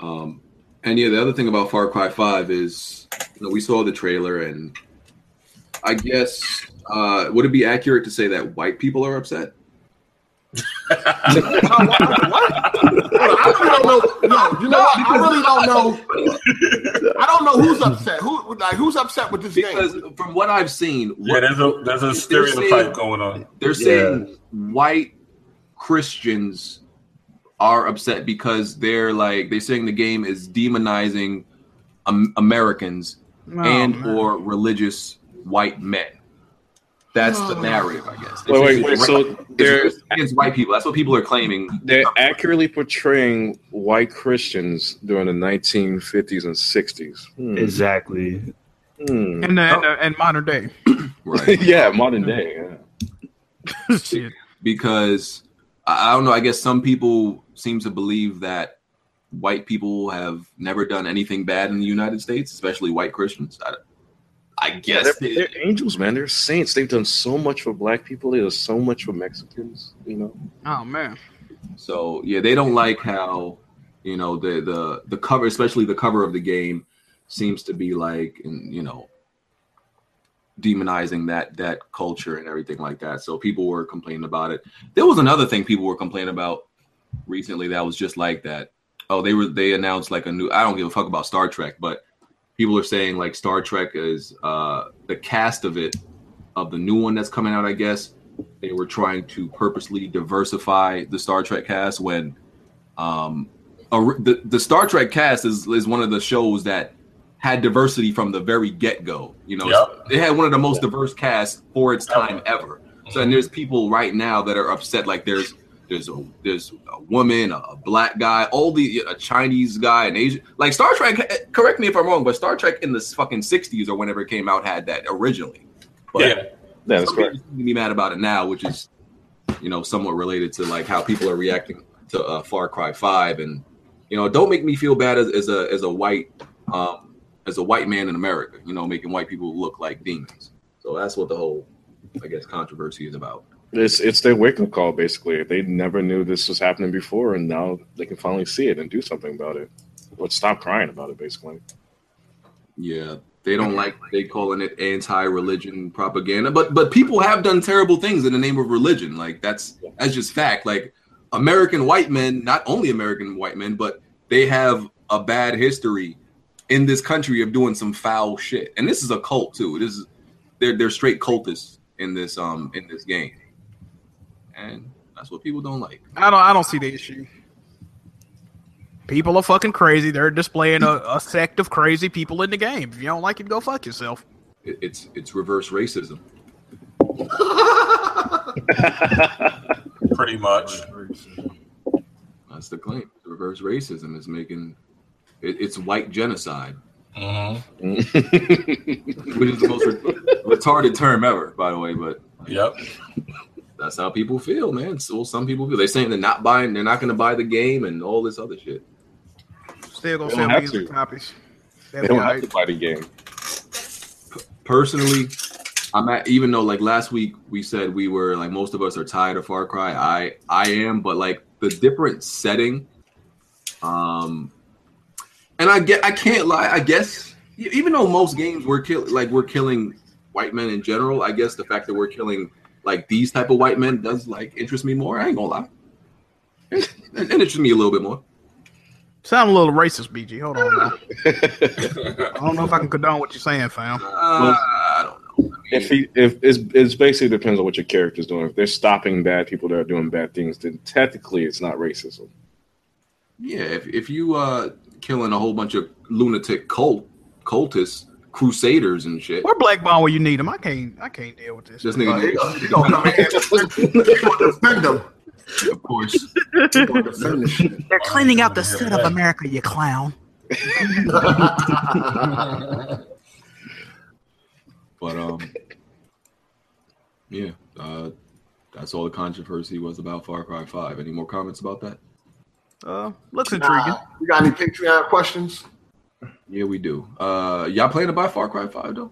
Speaker 1: Um, and yeah, the other thing about Far Cry Five is, you know, we saw the trailer, and I guess uh, would it be accurate to say that white people are upset?
Speaker 3: I really don't know. No, you know what? I really don't know. I don't know who's upset. Who like who's upset with this
Speaker 1: Because
Speaker 3: game?
Speaker 1: from what I've seen,
Speaker 4: Yeah,
Speaker 1: what-
Speaker 4: there's a there's a stereotype going on.
Speaker 1: they're saying white Christians are upset because they're like they're saying the game is demonizing um, Americans and or religious white men. That's the narrative, I guess.
Speaker 9: Wait, wait,
Speaker 1: It's
Speaker 9: wait.
Speaker 1: just-
Speaker 9: So
Speaker 1: it's
Speaker 9: they're
Speaker 1: just against white people. That's what people are claiming.
Speaker 9: they're accurately portraying white Christians during the 1950s and 60s. Hmm.
Speaker 6: *laughs*
Speaker 9: *laughs*
Speaker 6: Exactly.
Speaker 9: Hmm.
Speaker 5: And, uh, and, uh, and modern day. *laughs*
Speaker 1: Right.
Speaker 9: *laughs* yeah, modern day. Yeah.
Speaker 5: Shit.
Speaker 1: because I I don't know. I guess some people seem to believe that white people have never done anything bad in the United States, especially white Christians. I, I guess
Speaker 9: they're, they're angels, man. They're saints. They've done so much for black people. They done so much for Mexicans. You know,
Speaker 5: Oh, man.
Speaker 1: so. Yeah, they don't like how you know the the the cover, especially the cover of the game, seems to be like and you know demonizing that that culture and everything like that. So people were complaining about it. There was another thing people were complaining about recently that was just like that. Oh, they were they announced like a new I don't give a fuck about Star Trek, but people are saying like Star Trek is uh the cast of it of the new one that's coming out, I guess. They were trying to purposely diversify the Star Trek cast when um a, the the Star Trek cast is is one of the shows that had diversity from the very get-go. You know,
Speaker 4: Yep.
Speaker 1: it had one of the most diverse casts for its time ever. So and there's people right now that are upset. Like there's there's a there's a woman, a, a black guy, all the a Chinese guy, an Asian. Like Star Trek. eh, Correct me if I'm wrong, but Star Trek in the fucking '60s or whenever it came out had that originally. But
Speaker 4: Yeah. Yeah, that's
Speaker 1: some people seem to Be mad about it now, which is you know somewhat related to like how people are reacting to uh, Far Cry Five, and you know don't make me feel bad as, as a as a white um, as a white man in America. You know, making white people look like demons. So that's what the whole I guess controversy is about.
Speaker 9: It's it's their wake up call basically. They never knew this was happening before, and now they can finally see it and do something about it, or stop crying about it *laughs* basically.
Speaker 1: Yeah, they don't like they calling it anti-religion propaganda, but but people have done terrible things in the name of religion. Like that's that's just fact. Like American white men, not only American white men, but they have a bad history in this country of doing some foul shit. And this is a cult too. This is they're they're straight cultists in this um in this game. And that's what people don't like.
Speaker 5: I don't. I don't see the issue. People are fucking crazy. They're displaying a, a sect of crazy people in the game. If you don't like it, go fuck yourself.
Speaker 1: It, it's it's reverse racism.
Speaker 4: Pretty much.
Speaker 1: That's the claim. Reverse racism is making it, it's white genocide,
Speaker 4: Mm-hmm.
Speaker 1: which is the most re- retarded term ever, by the way. But
Speaker 4: Yep.
Speaker 1: that's how people feel, man. So some people feel they're saying they're not buying, they're not going to buy the game, and all this other shit.
Speaker 5: Still gonna
Speaker 9: They
Speaker 5: sell
Speaker 9: don't have
Speaker 5: millions of
Speaker 9: to.
Speaker 5: copies.
Speaker 9: They
Speaker 5: That'd be
Speaker 9: don't
Speaker 5: all
Speaker 9: have
Speaker 5: right.
Speaker 9: to buy the *laughs* game.
Speaker 1: Personally, I'm at even though like last week we said we were like most of us are tired of Far Cry. I I am, but like the different setting, um, and I get I can't lie. I guess e- even though most games we're kill like we're killing white men in general, I guess the fact that we're killing like these type of white men does like interest me more. I ain't gonna lie, it, it interests me a little bit more.
Speaker 5: Sound a little racist, BG. Hold on. Now. I don't know if I can condone what you're saying, fam.
Speaker 1: Uh, I don't know.
Speaker 9: If he, if it's, it's basically depends on what your character's doing. If they're stopping bad people that are doing bad things, then technically it's not racism.
Speaker 1: Yeah, if if you uh killing a whole bunch of lunatic cult cultists, crusaders and shit.
Speaker 5: We're blackball where you need them. I can't. I can't deal with this.
Speaker 1: This nigga,
Speaker 3: They gonna- they gonna come in here and defend them.
Speaker 1: *laughs* of course.
Speaker 3: They gonna defend this
Speaker 9: *laughs*
Speaker 3: shit.
Speaker 5: They're
Speaker 4: cleaning out the set of
Speaker 5: America, you clown.
Speaker 1: But um, yeah, uh, that's all the controversy was about Far Cry Five. Any more comments about that?
Speaker 5: Uh, looks intriguing.
Speaker 3: Nah, you got any Patreon questions?
Speaker 1: Yeah, we do. Uh, y'all planning to buy Far Cry Five though?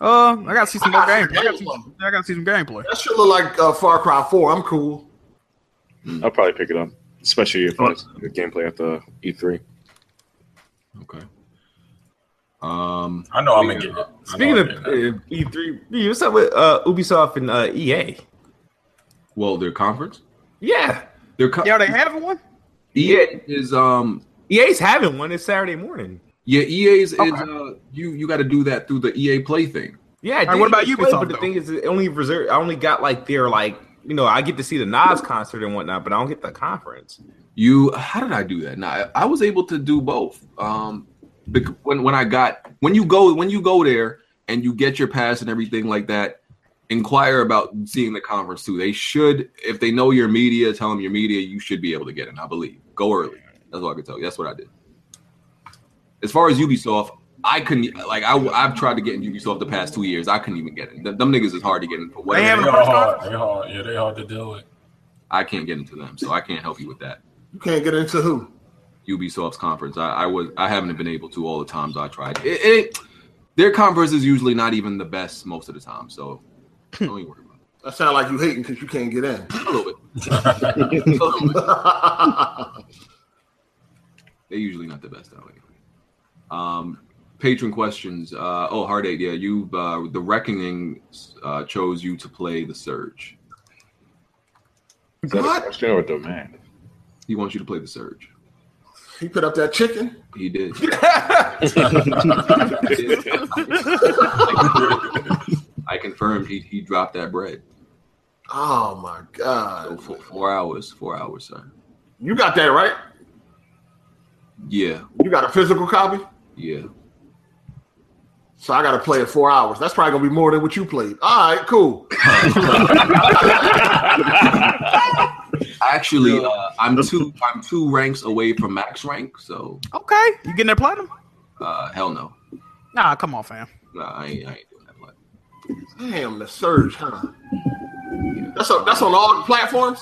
Speaker 5: Uh, I gotta see some more
Speaker 3: I got
Speaker 5: gameplay.
Speaker 3: some
Speaker 5: I gotta see, I gotta see
Speaker 3: gameplay.
Speaker 5: some gameplay.
Speaker 3: That should look like uh, Far Cry 4. I'm cool.
Speaker 9: I'll probably pick it up, especially if it's the gameplay at the E E3.
Speaker 1: Okay. Um,
Speaker 4: I know I'm gonna get it. I know
Speaker 10: Speaking
Speaker 4: I'm
Speaker 10: of
Speaker 4: getting
Speaker 10: uh,
Speaker 4: it.
Speaker 10: E3, B, what's up with uh, Ubisoft and uh, EA?
Speaker 1: well, their conference,
Speaker 10: Yeah,
Speaker 1: their co-
Speaker 5: Yeah, they having one.
Speaker 1: EA E is um,
Speaker 10: EA's E having one. It's Saturday morning.
Speaker 1: yeah, EA's is uh, you you got to do that through the EA Play thing.
Speaker 10: Yeah. I
Speaker 5: right,
Speaker 10: did
Speaker 5: what about
Speaker 10: get to play,
Speaker 5: Ubisoft,
Speaker 10: But the
Speaker 5: though?
Speaker 10: thing is, it only reserve. I only got like their like you know. I get to see the Nas concert and whatnot, but I don't get the conference.
Speaker 1: You how did I do that? Now I, I was able to do both. Um, bec- when when I got when you go when you go there and you get your pass and everything like that, inquire about seeing the conference too. They should if they know your media, tell them your media. You should be able to get in. I believe go early. That's what I could tell you. That's what I did. As far as Ubisoft, I couldn't like I I've tried to get in Ubisoft the past two years. I couldn't even get in. Them, them niggas is hard to get in for
Speaker 5: They
Speaker 1: whatever.
Speaker 5: haven't-
Speaker 4: They are hard. They hard. Yeah, they hard to deal *laughs* with.
Speaker 1: I can't get into them, so I can't help you with that.
Speaker 3: You can't get into who?
Speaker 1: Ubisoft's conference. I, I was I haven't been able to all the times I tried. It, it their conference is usually not even the best most of the time, so don't even worry about
Speaker 3: That sound like you hating because you can't get in.
Speaker 1: it. A little bit. They're usually not the best out anyway. Um, patron questions. Uh, oh, Heart Eight. Yeah, you uh, the Reckoning uh, chose you to play the Surge.
Speaker 9: Is that
Speaker 3: What?
Speaker 9: a question or a demand?
Speaker 1: He wants you to play the Surge.
Speaker 3: he put up that chicken.
Speaker 1: *laughs* He did. I confirmed he, he dropped that bread.
Speaker 3: Oh my
Speaker 1: So
Speaker 3: god.
Speaker 1: for four hours, four hours, sir.
Speaker 3: You got that right?
Speaker 1: Yeah,
Speaker 3: You got a physical copy?
Speaker 1: yeah.
Speaker 3: So I got to play it four hours. That's probably gonna be more than what you played. All right, cool.
Speaker 1: Actually, uh, I'm two I'm two ranks away from max rank, so
Speaker 5: Okay, you getting that platinum?
Speaker 1: uh, hell no.
Speaker 5: Nah, come on, fam.
Speaker 1: Nah, I ain't, I ain't doing that much.
Speaker 3: Damn, the surge, huh? That's a, that's on all platforms.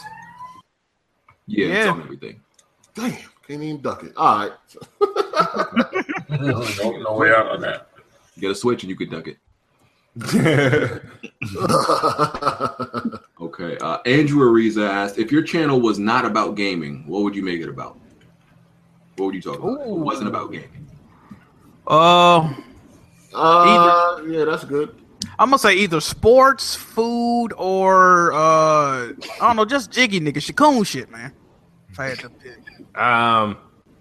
Speaker 1: Yeah, it's
Speaker 5: Yeah.
Speaker 1: on everything.
Speaker 3: Damn, can't even duck it. All right, *laughs*
Speaker 4: no, no way out on that.
Speaker 1: Get a switch and you could duck it. Okay. Uh, Andrew Ariza asked if your channel was not about gaming, what would you make it about? What would you talk about? if It wasn't about gaming.
Speaker 5: Uh,
Speaker 3: uh, yeah, that's good.
Speaker 5: I'm gonna say either sports, food, or uh, I don't know, just jiggy nigga, Shakoon shit, man. If I had to pick.
Speaker 10: *laughs* Um,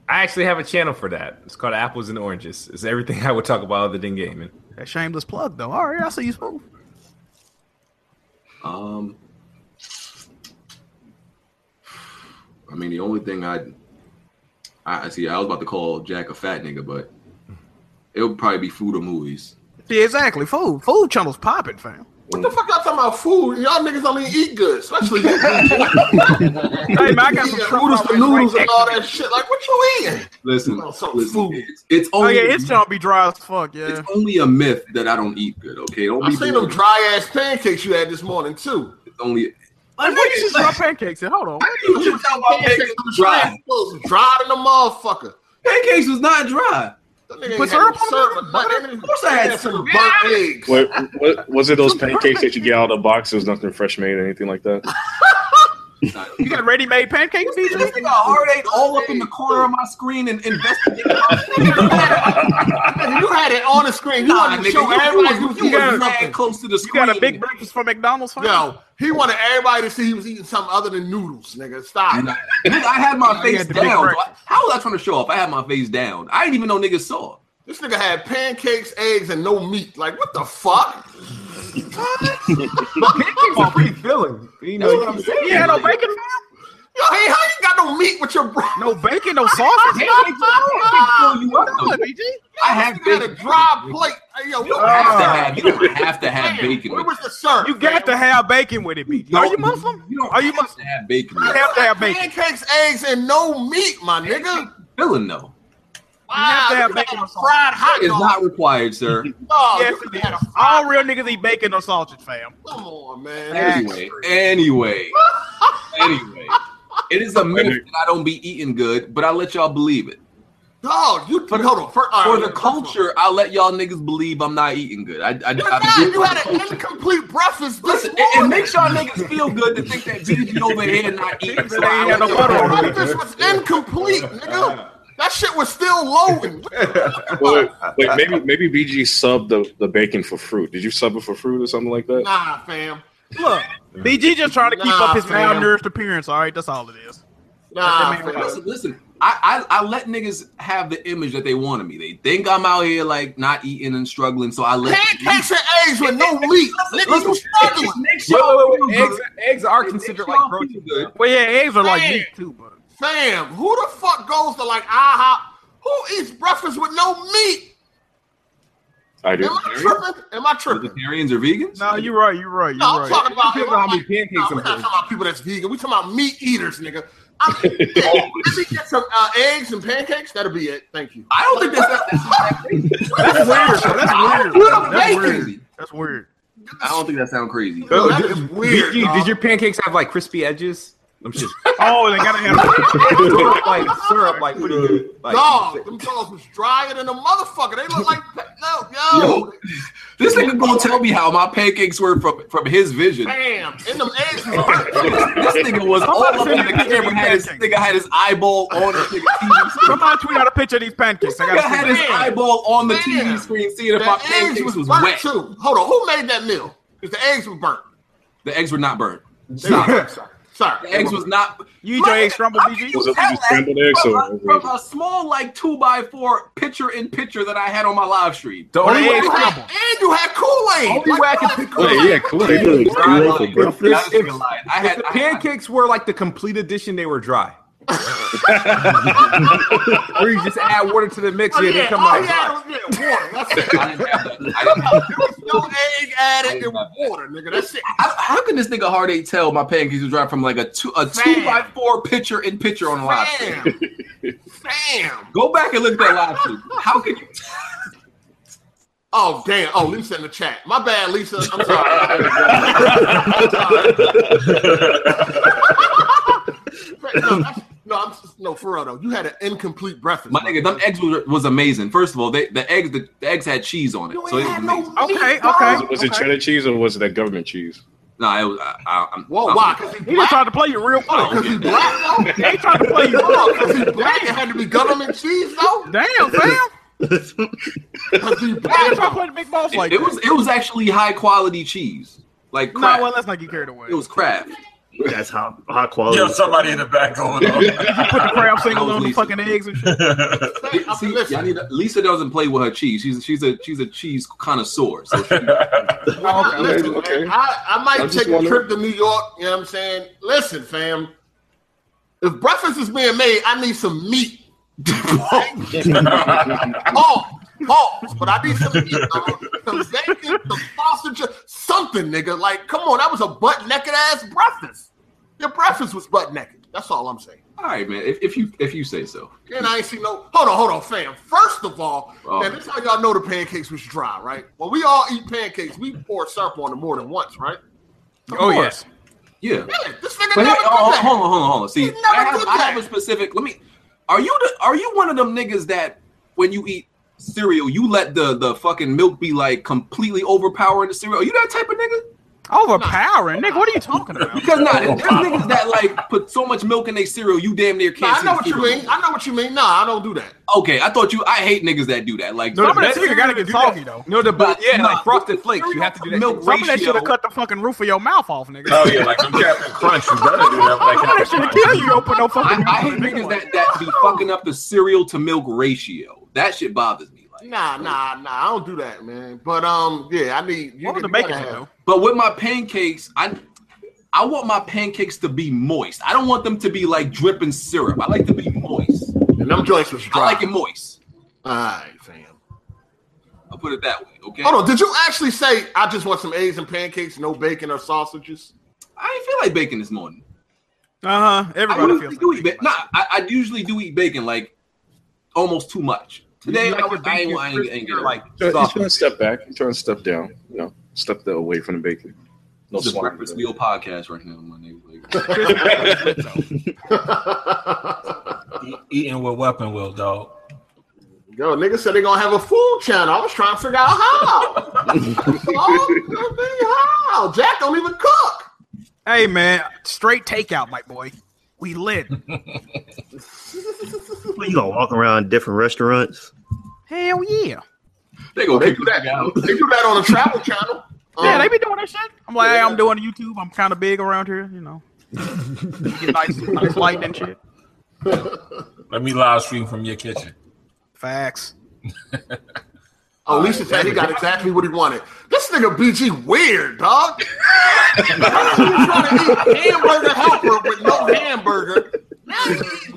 Speaker 10: I actually have a channel for that. It's called Apples and Oranges. It's everything *laughs* I would talk about other than gaming.
Speaker 5: That shameless plug though. All right, I see you smooth.
Speaker 1: Um, I mean, the only thing I'd, I I see, I was about to call Jack a fat nigga, but it would probably be food or movies.
Speaker 5: Yeah, exactly. Food, food channels popping, fam.
Speaker 3: What the fuck y'all talking about food? Y'all niggas don't even eat good, especially you
Speaker 5: Hey, man, I got
Speaker 3: eating
Speaker 5: some
Speaker 3: noodles to noodles and all that shit. Like, what you eating?
Speaker 1: Listen,
Speaker 3: Oh, so
Speaker 1: listen,
Speaker 3: food.
Speaker 1: It's, it's
Speaker 5: Oh
Speaker 1: only
Speaker 5: yeah, it's gonna be dry as fuck.
Speaker 1: it's
Speaker 5: Yeah,
Speaker 1: only a myth that I don't eat good. Okay, don't
Speaker 3: I
Speaker 1: be
Speaker 3: seen them
Speaker 1: believing
Speaker 3: dry ass pancakes you had this morning too.
Speaker 1: it's only.
Speaker 5: like what you just dry pancakes? in? Hold on.
Speaker 1: What you talking about pancakes was dry?
Speaker 3: Dried in the motherfucker.
Speaker 1: Pancakes was not dry.
Speaker 3: That nigga
Speaker 5: put
Speaker 3: ain't had no
Speaker 5: syrup on
Speaker 3: syrup,
Speaker 5: it?
Speaker 3: nothing. That nigga-
Speaker 1: Of course I had
Speaker 3: that some
Speaker 1: syrup.
Speaker 3: burnt eggs.
Speaker 9: What, what was it? Those pancakes that you get out of the box? It was nothing fresh made, or anything like that.
Speaker 1: Nah,
Speaker 5: You got ready-made pancakes,
Speaker 1: This
Speaker 5: BJ?
Speaker 1: nigga heartache all up in *laughs* the corner of my screen and investigating. nah,
Speaker 3: You had it on the screen. You wanted to
Speaker 1: nigga,
Speaker 3: show
Speaker 1: you,
Speaker 3: everybody
Speaker 1: you,
Speaker 3: you
Speaker 1: was-
Speaker 3: was
Speaker 1: you,
Speaker 3: eating
Speaker 1: was mad
Speaker 3: something.
Speaker 1: close to the
Speaker 5: You
Speaker 1: screen.
Speaker 5: got a big breakfast from McDonald's, fam?
Speaker 3: No, he wanted everybody to see he was eating something other than noodles, nigga. Stop.
Speaker 1: And I, nigga, I had
Speaker 5: *laughs*
Speaker 1: my face
Speaker 5: had the big
Speaker 1: down. So I,
Speaker 5: breakfast.
Speaker 1: how was I trying to show off? I had my face down. I didn't even know niggas saw.
Speaker 3: This nigga had pancakes, eggs, and no meat. Like, what
Speaker 1: *laughs*
Speaker 3: the fuck?
Speaker 10: Pancakes are pretty filling. You
Speaker 1: That's
Speaker 10: know,
Speaker 1: what I'm saying.
Speaker 5: You had no bacon, fam?
Speaker 3: Yo, hey, how you got no meat with your bro?
Speaker 5: No bacon, no sausage.
Speaker 1: Pancakes- pancakes fill you up,
Speaker 5: Come
Speaker 1: though.
Speaker 5: on, BG.
Speaker 1: I
Speaker 3: This
Speaker 1: had
Speaker 3: nigga had
Speaker 1: bacon.
Speaker 3: a dry plate. Hey, yo,
Speaker 1: You
Speaker 3: what
Speaker 1: don't have to
Speaker 3: the-
Speaker 1: have. You don't have to have
Speaker 3: Damn,
Speaker 1: bacon.
Speaker 3: Where
Speaker 1: with
Speaker 3: was
Speaker 1: it.
Speaker 3: the syrup?
Speaker 5: You got to
Speaker 3: man?
Speaker 5: have bacon with it, BG.
Speaker 1: No,
Speaker 5: Are you Muslim?
Speaker 1: You don't.
Speaker 5: Are you
Speaker 1: have
Speaker 5: Muslim?
Speaker 1: to have bacon?
Speaker 5: You
Speaker 1: with it.
Speaker 5: have to have bacon.
Speaker 3: pancakes, eggs, and no meat, my nigga.
Speaker 1: Filling though.
Speaker 3: Wow,
Speaker 5: have to have
Speaker 3: you got
Speaker 5: bacon
Speaker 3: a
Speaker 5: or something.
Speaker 3: fried hot
Speaker 1: It's
Speaker 3: dog.
Speaker 1: not required, sir.
Speaker 3: No,
Speaker 5: Yes,
Speaker 3: you
Speaker 5: it
Speaker 3: had a
Speaker 5: is.
Speaker 3: fried-
Speaker 5: All real niggas eat bacon or sausage, fam.
Speaker 3: Come on, man.
Speaker 1: Anyway, anyway,
Speaker 3: *laughs*
Speaker 1: anyway, it is a myth that I don't be eating good, but I let y'all believe it.
Speaker 3: Dog, you
Speaker 1: For the-
Speaker 3: hold on. For, all
Speaker 1: For
Speaker 3: right,
Speaker 1: the
Speaker 3: first
Speaker 1: culture, I let y'all niggas believe I'm not eating good. I, I,
Speaker 3: You're
Speaker 1: I,
Speaker 3: not. You had an incomplete
Speaker 1: *laughs*
Speaker 3: breakfast this
Speaker 1: Listen, it, it
Speaker 3: morning.
Speaker 1: makes y'all niggas feel good to think that BG over here not eating. So I
Speaker 5: ain't
Speaker 1: let
Speaker 5: had no
Speaker 1: y'all-
Speaker 5: butter on it.
Speaker 3: breakfast was incomplete, nigga. That shit was still
Speaker 5: *laughs*
Speaker 3: loading.
Speaker 9: Wait, wait, maybe maybe BG subbed the, the bacon for fruit. Did you sub it for fruit or something like that?
Speaker 3: Nah, fam.
Speaker 5: Look, BG just trying to keep
Speaker 3: Nah,
Speaker 5: up his
Speaker 3: fam.
Speaker 5: malnourished appearance. All right, that's all it is.
Speaker 3: Nah,
Speaker 5: Let that man
Speaker 3: fam.
Speaker 1: Listen, listen. I, I, I let niggas have the image that they want of me. They think I'm out here like not eating and struggling, so I let
Speaker 3: Pancakes and eggs with no meat. Niggas was struggling.
Speaker 1: Makes
Speaker 10: Wait,
Speaker 1: y'all
Speaker 10: wait, wait, wait.
Speaker 1: feel
Speaker 10: Eggs,
Speaker 1: good.
Speaker 10: eggs are
Speaker 1: It makes
Speaker 10: considered
Speaker 1: y'all
Speaker 10: like
Speaker 1: feel
Speaker 10: protein.
Speaker 1: good.
Speaker 5: Well, yeah, eggs are like
Speaker 3: Man.
Speaker 5: meat too, but
Speaker 3: Fam, who the fuck goes to like IHOP? Who eats breakfast with no meat?
Speaker 9: I do.
Speaker 3: Am I tripping? Am I tripping?
Speaker 1: Vegetarians or vegans?
Speaker 5: no, you're right, you're right, you're
Speaker 3: No, I'm
Speaker 5: right.
Speaker 3: talking about.
Speaker 10: Depends on how many
Speaker 3: Nah,
Speaker 10: pancakes
Speaker 3: we're
Speaker 10: I'm
Speaker 3: not
Speaker 10: getting.
Speaker 3: talking about people that's vegan. We're talking about meat eaters, nigga.
Speaker 10: *laughs*
Speaker 3: I'm, let me get some uh, eggs and pancakes. That'll be it. Thank you.
Speaker 1: I don't think that's that. *laughs*
Speaker 5: That's weird. bro. That's weird.
Speaker 3: You're the
Speaker 5: That's
Speaker 3: bacon.
Speaker 5: weird. That's weird.
Speaker 1: I don't think that sounds crazy.
Speaker 3: Yo, that
Speaker 10: did-
Speaker 3: is weird,
Speaker 10: BG,
Speaker 3: dog.
Speaker 10: did your pancakes have like crispy edges? I'm *laughs* just
Speaker 5: Oh, they gotta
Speaker 10: *laughs*
Speaker 5: have.
Speaker 10: syrup, like syrup, like pretty good. Like,
Speaker 3: Dog, them dogs was drier than a motherfucker. They look like
Speaker 10: *laughs*
Speaker 3: no, yo,
Speaker 1: Yo, this nigga gonna tell me how my pancakes were from, from his vision.
Speaker 3: bam, and them
Speaker 10: *laughs*
Speaker 3: eggs. was burnt.
Speaker 1: This nigga was all up in the camera. Had his, nigga had his eyeball on the nigga TV
Speaker 3: *laughs*
Speaker 1: screen.
Speaker 5: Somebody tweet out a picture of these pancakes. I
Speaker 1: Nigga
Speaker 5: gotta
Speaker 1: had
Speaker 5: see.
Speaker 1: his
Speaker 5: that.
Speaker 1: eyeball on the
Speaker 3: Damn.
Speaker 1: TV screen, seeing if my
Speaker 3: The eggs
Speaker 1: pancakes
Speaker 3: was,
Speaker 1: was
Speaker 3: burnt
Speaker 1: wet.
Speaker 3: too. Hold on, who made that meal? Because the eggs were burnt.
Speaker 1: *laughs* The eggs were not burnt.
Speaker 3: They were burnt. Sorry, sorry.
Speaker 1: The eggs was not.
Speaker 5: You eat your eggs scrambled, BG.
Speaker 9: Was it was it scrambled eggs
Speaker 1: From
Speaker 9: or
Speaker 1: a, from a small like two by four picture in picture that I had on my live stream.
Speaker 10: The
Speaker 5: Or
Speaker 10: only
Speaker 5: the
Speaker 10: way
Speaker 5: eggs
Speaker 3: You had-
Speaker 5: scrambled.
Speaker 3: and you had Kool
Speaker 1: Oh,
Speaker 3: Aid.
Speaker 10: Only way I can pick
Speaker 1: uh,
Speaker 9: Wait, yeah, cool. They do.
Speaker 1: I
Speaker 9: It's
Speaker 1: lied. I
Speaker 10: breakfast.
Speaker 1: honestly lied. I
Speaker 10: if
Speaker 1: had
Speaker 10: the
Speaker 1: I- I-
Speaker 10: pancakes were like the complete edition, they were dry. *laughs* or you just add water to the mix.
Speaker 3: Oh,
Speaker 10: yeah,
Speaker 3: yeah.
Speaker 10: they come
Speaker 3: oh,
Speaker 10: out.
Speaker 3: yeah, it was- yeah, water. That's it.
Speaker 1: I didn't have that. I
Speaker 3: There
Speaker 1: didn't-
Speaker 3: was
Speaker 1: *laughs*
Speaker 3: no egg added. It was
Speaker 1: I-
Speaker 3: water, nigga. That's it.
Speaker 1: How, how can this nigga hard eight tell my pancakes was dropped from like a two a two
Speaker 3: Fam.
Speaker 1: by four picture in picture on live stream?
Speaker 3: Fam. Fam.
Speaker 1: Go back and look at that live stream. How can you?
Speaker 3: Oh damn! Oh, Lisa in the chat. My bad, Lisa. I'm sorry.
Speaker 1: *laughs*
Speaker 3: I'm sorry. no, that's- no, I'm no for real though. You had an incomplete breakfast.
Speaker 1: My nigga, them eggs was, was amazing. First of all, they the eggs the, the eggs had cheese on it,
Speaker 3: You
Speaker 1: so it
Speaker 3: ain't
Speaker 1: was
Speaker 3: had no
Speaker 1: amazing.
Speaker 3: meat,
Speaker 5: Okay,
Speaker 3: dog.
Speaker 5: okay.
Speaker 9: Was it cheddar cheese or was it that government cheese?
Speaker 1: Nah, it was. I, I, I'm,
Speaker 3: Whoa,
Speaker 1: I'm-
Speaker 3: why? Because he
Speaker 5: He just
Speaker 3: black.
Speaker 5: tried to play you real
Speaker 3: Because
Speaker 5: quick.
Speaker 3: he black
Speaker 5: He ain't trying to play
Speaker 3: though. *laughs*
Speaker 5: you.
Speaker 3: Because he black, it had to be government cheese though.
Speaker 5: Damn, fam.
Speaker 3: Because he
Speaker 5: Why you
Speaker 3: black.
Speaker 5: trying to
Speaker 3: though.
Speaker 5: play the big boss
Speaker 1: It,
Speaker 5: like
Speaker 1: it was it was actually high quality cheese, like
Speaker 5: No, nah,
Speaker 1: craft.
Speaker 5: well, let's not get carried away.
Speaker 1: it was craft.
Speaker 6: That's high, high quality.
Speaker 4: Yo, somebody in the back going
Speaker 5: You put the crab singles
Speaker 1: That was
Speaker 5: on the
Speaker 1: Lisa.
Speaker 5: fucking eggs and shit.
Speaker 4: on.
Speaker 3: Hey, I mean,
Speaker 1: See,
Speaker 3: listen,
Speaker 1: y'all need to- Lisa doesn't play with her cheese. She's she's a she's a cheese connoisseur. So she, *laughs*
Speaker 5: Oh, okay.
Speaker 3: Listen,
Speaker 9: Okay,
Speaker 3: man, I, I might
Speaker 9: I'm just
Speaker 3: take a
Speaker 9: wondering.
Speaker 3: trip to New York. You know what I'm saying? Listen, fam. If breakfast is being made, I need some meat. *laughs* Pause, pause. But I need some meat, dog. some bacon, some sausage, something, nigga. Like, come on, that was a butt naked ass breakfast. Your breakfast was butt naked. That's all I'm saying.
Speaker 1: all right, man. If, if you if you say so.
Speaker 3: And I ain't seen no. Hold on, hold on, fam. First of all,
Speaker 1: Oh.
Speaker 3: and this how y'all know the pancakes was dry, right? Well, we all eat pancakes. We pour syrup on them more than once, right?
Speaker 10: Oh yes.
Speaker 1: Yeah.
Speaker 3: Yeah, this
Speaker 1: But
Speaker 3: nigga
Speaker 1: hey,
Speaker 3: never
Speaker 1: oh,
Speaker 3: did
Speaker 1: oh,
Speaker 3: that.
Speaker 1: hold on, hold on, hold on. See,
Speaker 3: He never
Speaker 1: I have,
Speaker 3: did
Speaker 1: I
Speaker 3: that.
Speaker 1: have a specific. Let me. Are you the, are you one of them niggas that when you eat cereal, you let the the fucking milk be like completely overpowering the cereal? Are you that type of nigga?
Speaker 5: Overpowering, nigga. What are you talking about?
Speaker 1: Because nah,
Speaker 10: *laughs*
Speaker 1: there's niggas that like put so much milk in their cereal, you damn near
Speaker 3: Nah,
Speaker 1: can't.
Speaker 3: I
Speaker 1: see
Speaker 3: know
Speaker 1: the
Speaker 3: what you
Speaker 1: cereal.
Speaker 3: mean. I know what you mean. Nah, I don't do that.
Speaker 1: Okay, I thought you. I hate niggas that do that. Like,
Speaker 10: No,
Speaker 5: Some of that
Speaker 10: best
Speaker 5: cereal gotta get
Speaker 10: do that-
Speaker 5: soggy, though.
Speaker 10: No, the but yeah,
Speaker 1: Nah,
Speaker 10: like frosted flakes. You have to do that.
Speaker 1: milk
Speaker 10: shit.
Speaker 5: Some of that should
Speaker 1: ratio.
Speaker 5: have cut the fucking roof of your mouth
Speaker 4: *laughs*
Speaker 5: off,
Speaker 4: Oh
Speaker 5: nigga.
Speaker 4: yeah, like them Captain Crunch. You better do that. Like *laughs*
Speaker 5: Some of
Speaker 4: Captain
Speaker 5: that should have
Speaker 4: Crunch.
Speaker 5: killed you. You Open no fucking.
Speaker 1: I, I hate niggas that that be fucking up the cereal to milk ratio. That shit bothers me. Like,
Speaker 3: Nah, nah, nah. I don't do that, man. But um, yeah, I need you.
Speaker 5: What was
Speaker 3: you
Speaker 5: the bacon
Speaker 3: gotta
Speaker 5: at,
Speaker 3: have-
Speaker 5: though?
Speaker 1: But with my pancakes, I I want my pancakes to be moist. I don't want them to be like dripping syrup. I like to be moist.
Speaker 3: And them joints was dry.
Speaker 1: I like it moist.
Speaker 3: All right, fam.
Speaker 1: I'll put it that way. Okay.
Speaker 3: Hold on. Did you actually say I just want some eggs and pancakes, no bacon or sausages? *laughs*
Speaker 1: I didn't feel like bacon this morning.
Speaker 5: Uh huh.
Speaker 1: I
Speaker 5: Everybody
Speaker 1: usually
Speaker 5: feels.
Speaker 1: do
Speaker 5: Like
Speaker 1: eat bacon. Nah, I, I usually do eat bacon like almost too much. Today
Speaker 10: You like
Speaker 1: I,
Speaker 10: your
Speaker 1: was, I ain't, I ain't,
Speaker 10: bacon
Speaker 1: I ain't get it.
Speaker 10: like
Speaker 1: Like
Speaker 9: You're uh,
Speaker 1: Sausage.
Speaker 9: trying to step back. You're trying to step down. You know, step the, away from the bacon. No
Speaker 1: this is a
Speaker 9: swallowing
Speaker 1: breakfast
Speaker 9: it.
Speaker 1: meal podcast right now, my nigga. Like, *laughs*
Speaker 4: Eating with weapon will, dog.
Speaker 3: Yo, nigga said they gonna have a food channel. I was trying to figure out
Speaker 5: *laughs*
Speaker 3: how. oh, how? Jack don't even cook.
Speaker 5: Hey man, straight takeout, my boy.
Speaker 1: *laughs*
Speaker 5: We lit.
Speaker 6: What, you gonna walk around different restaurants?
Speaker 5: Hell yeah.
Speaker 1: they gonna
Speaker 3: They
Speaker 1: kick
Speaker 3: do
Speaker 1: you
Speaker 3: that.
Speaker 1: back out.
Speaker 3: They do that on a travel channel.
Speaker 5: *laughs* Yeah,
Speaker 3: Um,
Speaker 5: they be doing that shit. I'm like, hey, I'm doing YouTube. I'm kind of big around here,
Speaker 1: *laughs*
Speaker 5: you know. Get nice, nice lighting and shit.
Speaker 4: Let me live stream from your kitchen.
Speaker 5: Facts.
Speaker 3: Oh, Lisa said he got exactly what he wanted. This nigga BG weird, dog. *laughs* First he was trying to eat hamburger helper with no hamburger. Now he eat-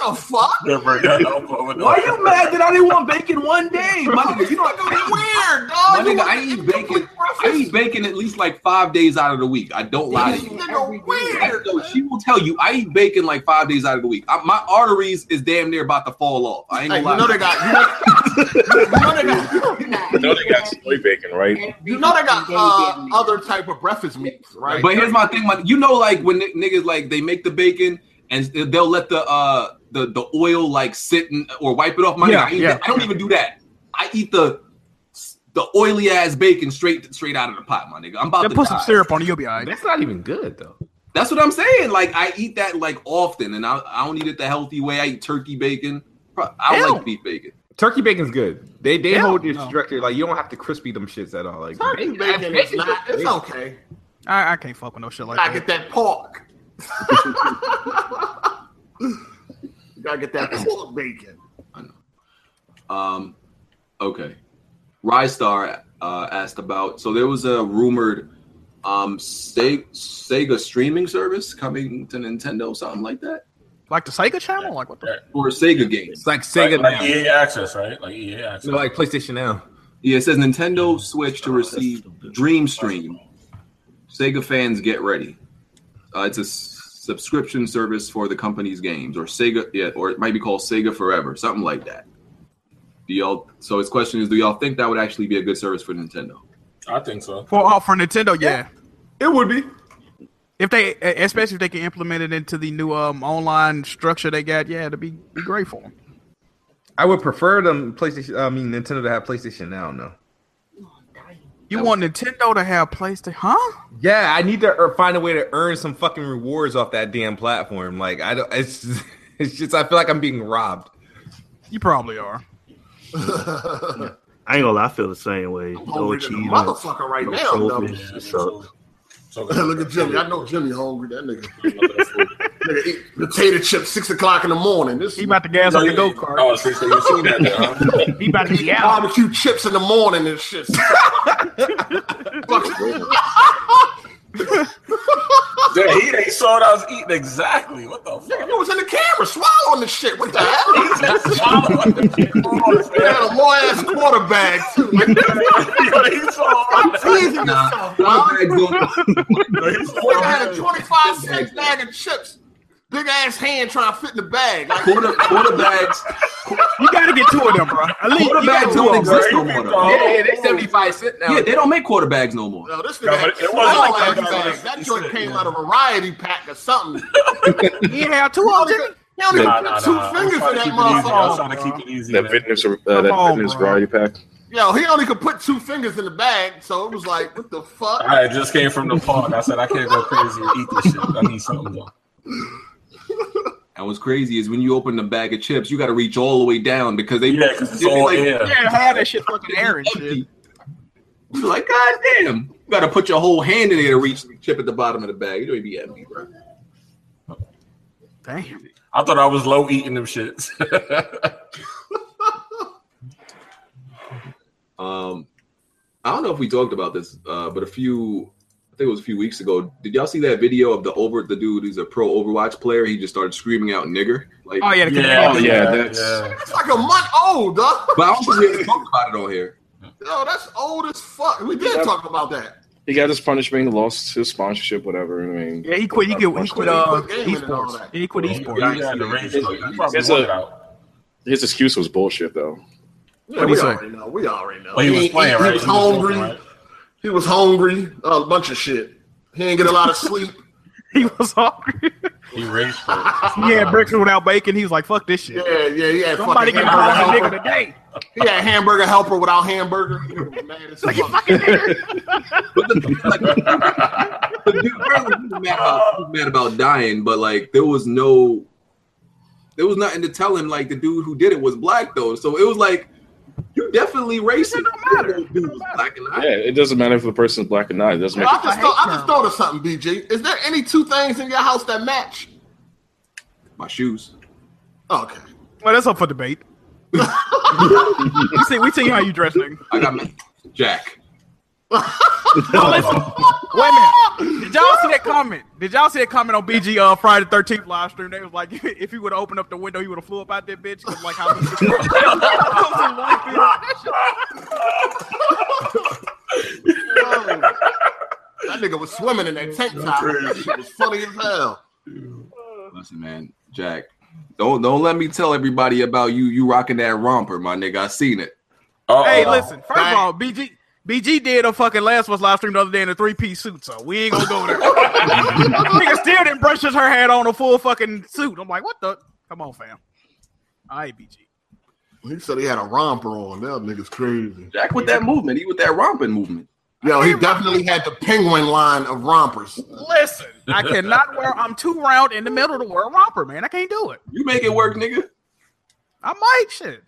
Speaker 3: what the fuck?
Speaker 4: *laughs*
Speaker 1: Why you mad that I didn't want bacon one day? My nigga, you know
Speaker 3: Nigga,
Speaker 1: I
Speaker 3: *laughs* weird, dog.
Speaker 1: My
Speaker 3: You
Speaker 1: nigga,
Speaker 3: want
Speaker 1: I
Speaker 3: to
Speaker 1: eat
Speaker 3: complete
Speaker 1: bacon. I
Speaker 3: breakfast?
Speaker 1: eat bacon at least like five days out of the week. I don't lie
Speaker 3: This
Speaker 1: to you.
Speaker 3: nigga
Speaker 1: Yeah,
Speaker 3: weird.
Speaker 1: no, she will tell you I eat bacon like five days out of the week. I, my arteries is damn near about to fall off. I ain't
Speaker 3: Hey,
Speaker 1: gonna
Speaker 3: you
Speaker 1: lie.
Speaker 3: know they got. You know, you know they *laughs* got.
Speaker 9: You know they got soy bacon, right?
Speaker 3: You know they got uh, other type of breakfast meats, right?
Speaker 1: but here's my thing, my, you know, like when ni- niggas like they make the bacon and they'll let the uh the, the oil like sit and, or wipe it off. My
Speaker 5: Yeah,
Speaker 1: nigga, I, eat
Speaker 5: yeah.
Speaker 1: that. I don't even do that. I eat the the oily ass bacon straight straight out of the pot, my nigga. I'm about
Speaker 5: Then
Speaker 1: to
Speaker 5: put some
Speaker 1: die.
Speaker 5: syrup on it, you'll be all right.
Speaker 10: That's not even good though.
Speaker 1: That's what I'm saying. Like I eat that like often, and I, I don't eat it the healthy way. I eat turkey bacon. Pro- I don't
Speaker 5: Ew.
Speaker 1: like beef bacon.
Speaker 10: Turkey bacon's good. They they
Speaker 5: Yeah,
Speaker 10: hold your
Speaker 5: no.
Speaker 10: structure like you don't have to crispy them shits at all. Like
Speaker 3: turkey bacon is not. It's okay.
Speaker 5: I, I can't fuck with no shit like
Speaker 3: I
Speaker 5: that.
Speaker 3: get that pork. *laughs* you gotta get that pork *laughs* bacon.
Speaker 1: Um, okay. Rystar uh, asked about. So there was a rumored um Se- Sega streaming service coming to Nintendo, something like that.
Speaker 5: Like the Sega channel? Like what the?
Speaker 1: Or Sega games.
Speaker 10: It's like Sega
Speaker 4: like,
Speaker 10: now.
Speaker 4: like EA Access, right? Like EA Access.
Speaker 10: So like PlayStation now.
Speaker 1: Yeah, it says Nintendo Switch to receive Dream Stream. Sega fans get ready. Uh, it's a s- subscription service for the company's games, or Sega, yeah, or it might be called Sega Forever, something like that. Do y'all? So his question is, do y'all think that would actually be a good service for Nintendo?
Speaker 4: I think so.
Speaker 5: For oh, for Nintendo, yeah.
Speaker 10: It would be.
Speaker 5: If they, e, especially if they can implement it into the new um, online structure they got, yeah, to be, be great for 'em.
Speaker 10: I would prefer them PlayStation. I mean Nintendo to have PlayStation now. No.
Speaker 5: You want Nintendo to have PlayStation? Huh?
Speaker 10: Yeah, I need to er- find a way to earn some fucking rewards off that damn platform. Like I don't. It's *laughs* it's just I feel like I'm being robbed.
Speaker 5: You probably are.
Speaker 6: I ain't gonna lie, I feel the same way.
Speaker 3: hungry
Speaker 6: No
Speaker 3: than a
Speaker 6: cheating,
Speaker 3: motherfucker right
Speaker 6: no
Speaker 3: now. though.
Speaker 6: trophies, it sucks.
Speaker 4: So
Speaker 3: *laughs* Look at Jimmy. I know Jimmy hungry. That nigga,
Speaker 4: know.
Speaker 3: nigga eat potato chips six o'clock in the morning. This
Speaker 5: He about to gas up the go kart.
Speaker 4: Oh, so so you seen that, then, huh?
Speaker 3: *laughs*
Speaker 5: He about to
Speaker 3: eat
Speaker 5: get out.
Speaker 3: barbecue chips in the morning and shit. Fuck.
Speaker 4: Damn, he ain't saw what I was eating exactly. What the fuck? *laughs*
Speaker 3: You was in the camera swallowing the shit. What the hell?
Speaker 4: He's *laughs* just swallowing
Speaker 3: You had a more ass quarterback too. Teasing yourself, dog. *laughs* Nigga had a 25 cent bag of chips. Big ass hand trying to fit in the bag. Like,
Speaker 1: Quarter, quarterbacks,
Speaker 4: *laughs*
Speaker 5: You got to get two of them, bro. At least you gotta
Speaker 1: quarterbacks
Speaker 5: do
Speaker 1: don't
Speaker 5: them, bro.
Speaker 1: exist no more. though.
Speaker 10: Yeah, they seventy five cent now.
Speaker 1: Yeah, they don't make quarterbacks no more.
Speaker 3: yo, this
Speaker 4: No,
Speaker 3: nigga had
Speaker 4: but it wasn't
Speaker 3: small
Speaker 4: like
Speaker 3: ass
Speaker 4: that, though.
Speaker 3: bags. That
Speaker 4: He
Speaker 3: joint
Speaker 4: said,
Speaker 3: came
Speaker 4: yeah.
Speaker 3: out of a variety pack or something.
Speaker 5: He ain't have two of them.
Speaker 3: He only
Speaker 4: Nah,
Speaker 3: put
Speaker 4: nah,
Speaker 3: two
Speaker 4: nah. I'm
Speaker 3: fingers
Speaker 4: trying
Speaker 3: in
Speaker 4: to
Speaker 3: that
Speaker 4: keep it easy. I'm
Speaker 3: motherfucker.
Speaker 4: trying to keep it easy.
Speaker 9: That
Speaker 4: man.
Speaker 9: fitness, uh, that
Speaker 5: on,
Speaker 9: fitness
Speaker 5: bro.
Speaker 9: variety pack.
Speaker 3: Yo, he only could put two fingers in the bag, so it was like, what the fuck?
Speaker 4: I just came from the park. I said I can't go crazy and eat this shit. I need something
Speaker 3: *laughs*
Speaker 4: though.
Speaker 1: And what's crazy is when you open the bag of chips, you got to reach all the way down because they
Speaker 4: Yeah, because it's
Speaker 1: they be
Speaker 4: all
Speaker 1: like,
Speaker 4: air.
Speaker 5: Yeah, have that shit fucking air and shit.
Speaker 1: empty. You're like, God damn. You got to put your whole hand in there to reach the chip at the bottom of the bag. You don't even be empty, bro.
Speaker 5: Damn.
Speaker 4: I thought I was low eating them shits. *laughs*
Speaker 1: Um, I don't know if we talked about this, uh, but a few, I think it was a few weeks ago. Did y'all see that video of the over the dude who's a pro Overwatch player? He just started screaming out "nigger." Like,
Speaker 5: Oh yeah, the
Speaker 4: yeah,
Speaker 9: Oh,
Speaker 5: yeah.
Speaker 9: yeah,
Speaker 4: yeah,
Speaker 9: that's-
Speaker 4: yeah.
Speaker 3: That's like a month old, dog.
Speaker 1: but I
Speaker 3: *laughs*
Speaker 1: don't think we ever talked about it on here.
Speaker 3: Yo, that's old as fuck. We did talk about that.
Speaker 9: He got his punishment. He lost his sponsorship. Whatever. I mean,
Speaker 5: Yeah, he quit. He quit. He quit. Uh,
Speaker 3: Gaming and all
Speaker 5: esports.
Speaker 3: that.
Speaker 5: Yeah, he quit esports.
Speaker 4: You had the range, though. You probably
Speaker 9: It's a-
Speaker 4: won it out.
Speaker 9: his excuse was bullshit, though.
Speaker 3: Yeah,
Speaker 5: he
Speaker 3: we
Speaker 5: say?
Speaker 3: already know. We already know.
Speaker 4: Well, he was
Speaker 3: ain't-
Speaker 4: playing, right?
Speaker 3: He was
Speaker 4: He was
Speaker 3: hungry.
Speaker 4: joking, right?
Speaker 3: He was hungry. Uh, a bunch of shit. He ain't get a lot of sleep.
Speaker 5: He was *laughs* hungry.
Speaker 4: He raged for it.
Speaker 5: he had breakfast without bacon. He was like, "Fuck this shit."
Speaker 3: Yeah, yeah, he had
Speaker 5: Somebody
Speaker 3: fucking
Speaker 5: can call a
Speaker 3: hamburger
Speaker 5: nigga
Speaker 3: helper.
Speaker 5: today.
Speaker 3: He had hamburger helper without hamburger. He was mad as fuck.
Speaker 1: But the, like, *laughs* the dude, apparently he was mad about, he was mad about dying, but like there was no, there was nothing to tell him. Like the dude who did it was black though, so it was like you definitely racist.
Speaker 5: It don't matter.
Speaker 1: The Dude was black and
Speaker 9: Yeah, it doesn't matter if the person's black or not. It doesn't
Speaker 3: Yo,
Speaker 9: make.
Speaker 3: I just, thought, I just thought of something, BG. Is there any two things in your house that match?
Speaker 1: my shoes.
Speaker 3: Okay.
Speaker 5: Well, that's up for *laughs* debate. we see, we see how you dress, nigga.
Speaker 1: I got
Speaker 5: *laughs*
Speaker 1: my Jack.
Speaker 5: Wait a minute. Did y'all see that comment? Did y'all see that comment on BG uh, Friday Thirteenth live stream? They was like, *laughs* if he would have opened up the window, he would have flew up out that bitch. 'Cause, Like how?
Speaker 3: Yo, *laughs* that nigga was swimming in that tank top. That shit was funny as hell.
Speaker 1: Listen, man, Jack. Don't don't let me tell everybody about you. You rocking that romper, my nigga. I seen it.
Speaker 4: Uh-oh.
Speaker 5: *laughs* hey, listen. First
Speaker 3: Dang.
Speaker 5: of all, BG BG did a fucking last was live stream the other day in a three piece suit, so we ain't gonna go there. *laughs* nigga still didn't brush his her hair on a full fucking suit. I'm like, what the? Come on, fam. All right, BG.
Speaker 3: He said he had a romper on. That nigga's crazy.
Speaker 1: Jack with that movement. He with that romping movement.
Speaker 3: Yo, he definitely had the penguin line of rompers.
Speaker 5: Listen, I cannot wear. I'm too round in the middle to wear a romper, man. I can't do it.
Speaker 1: You make it work, nigga.
Speaker 5: I might shit.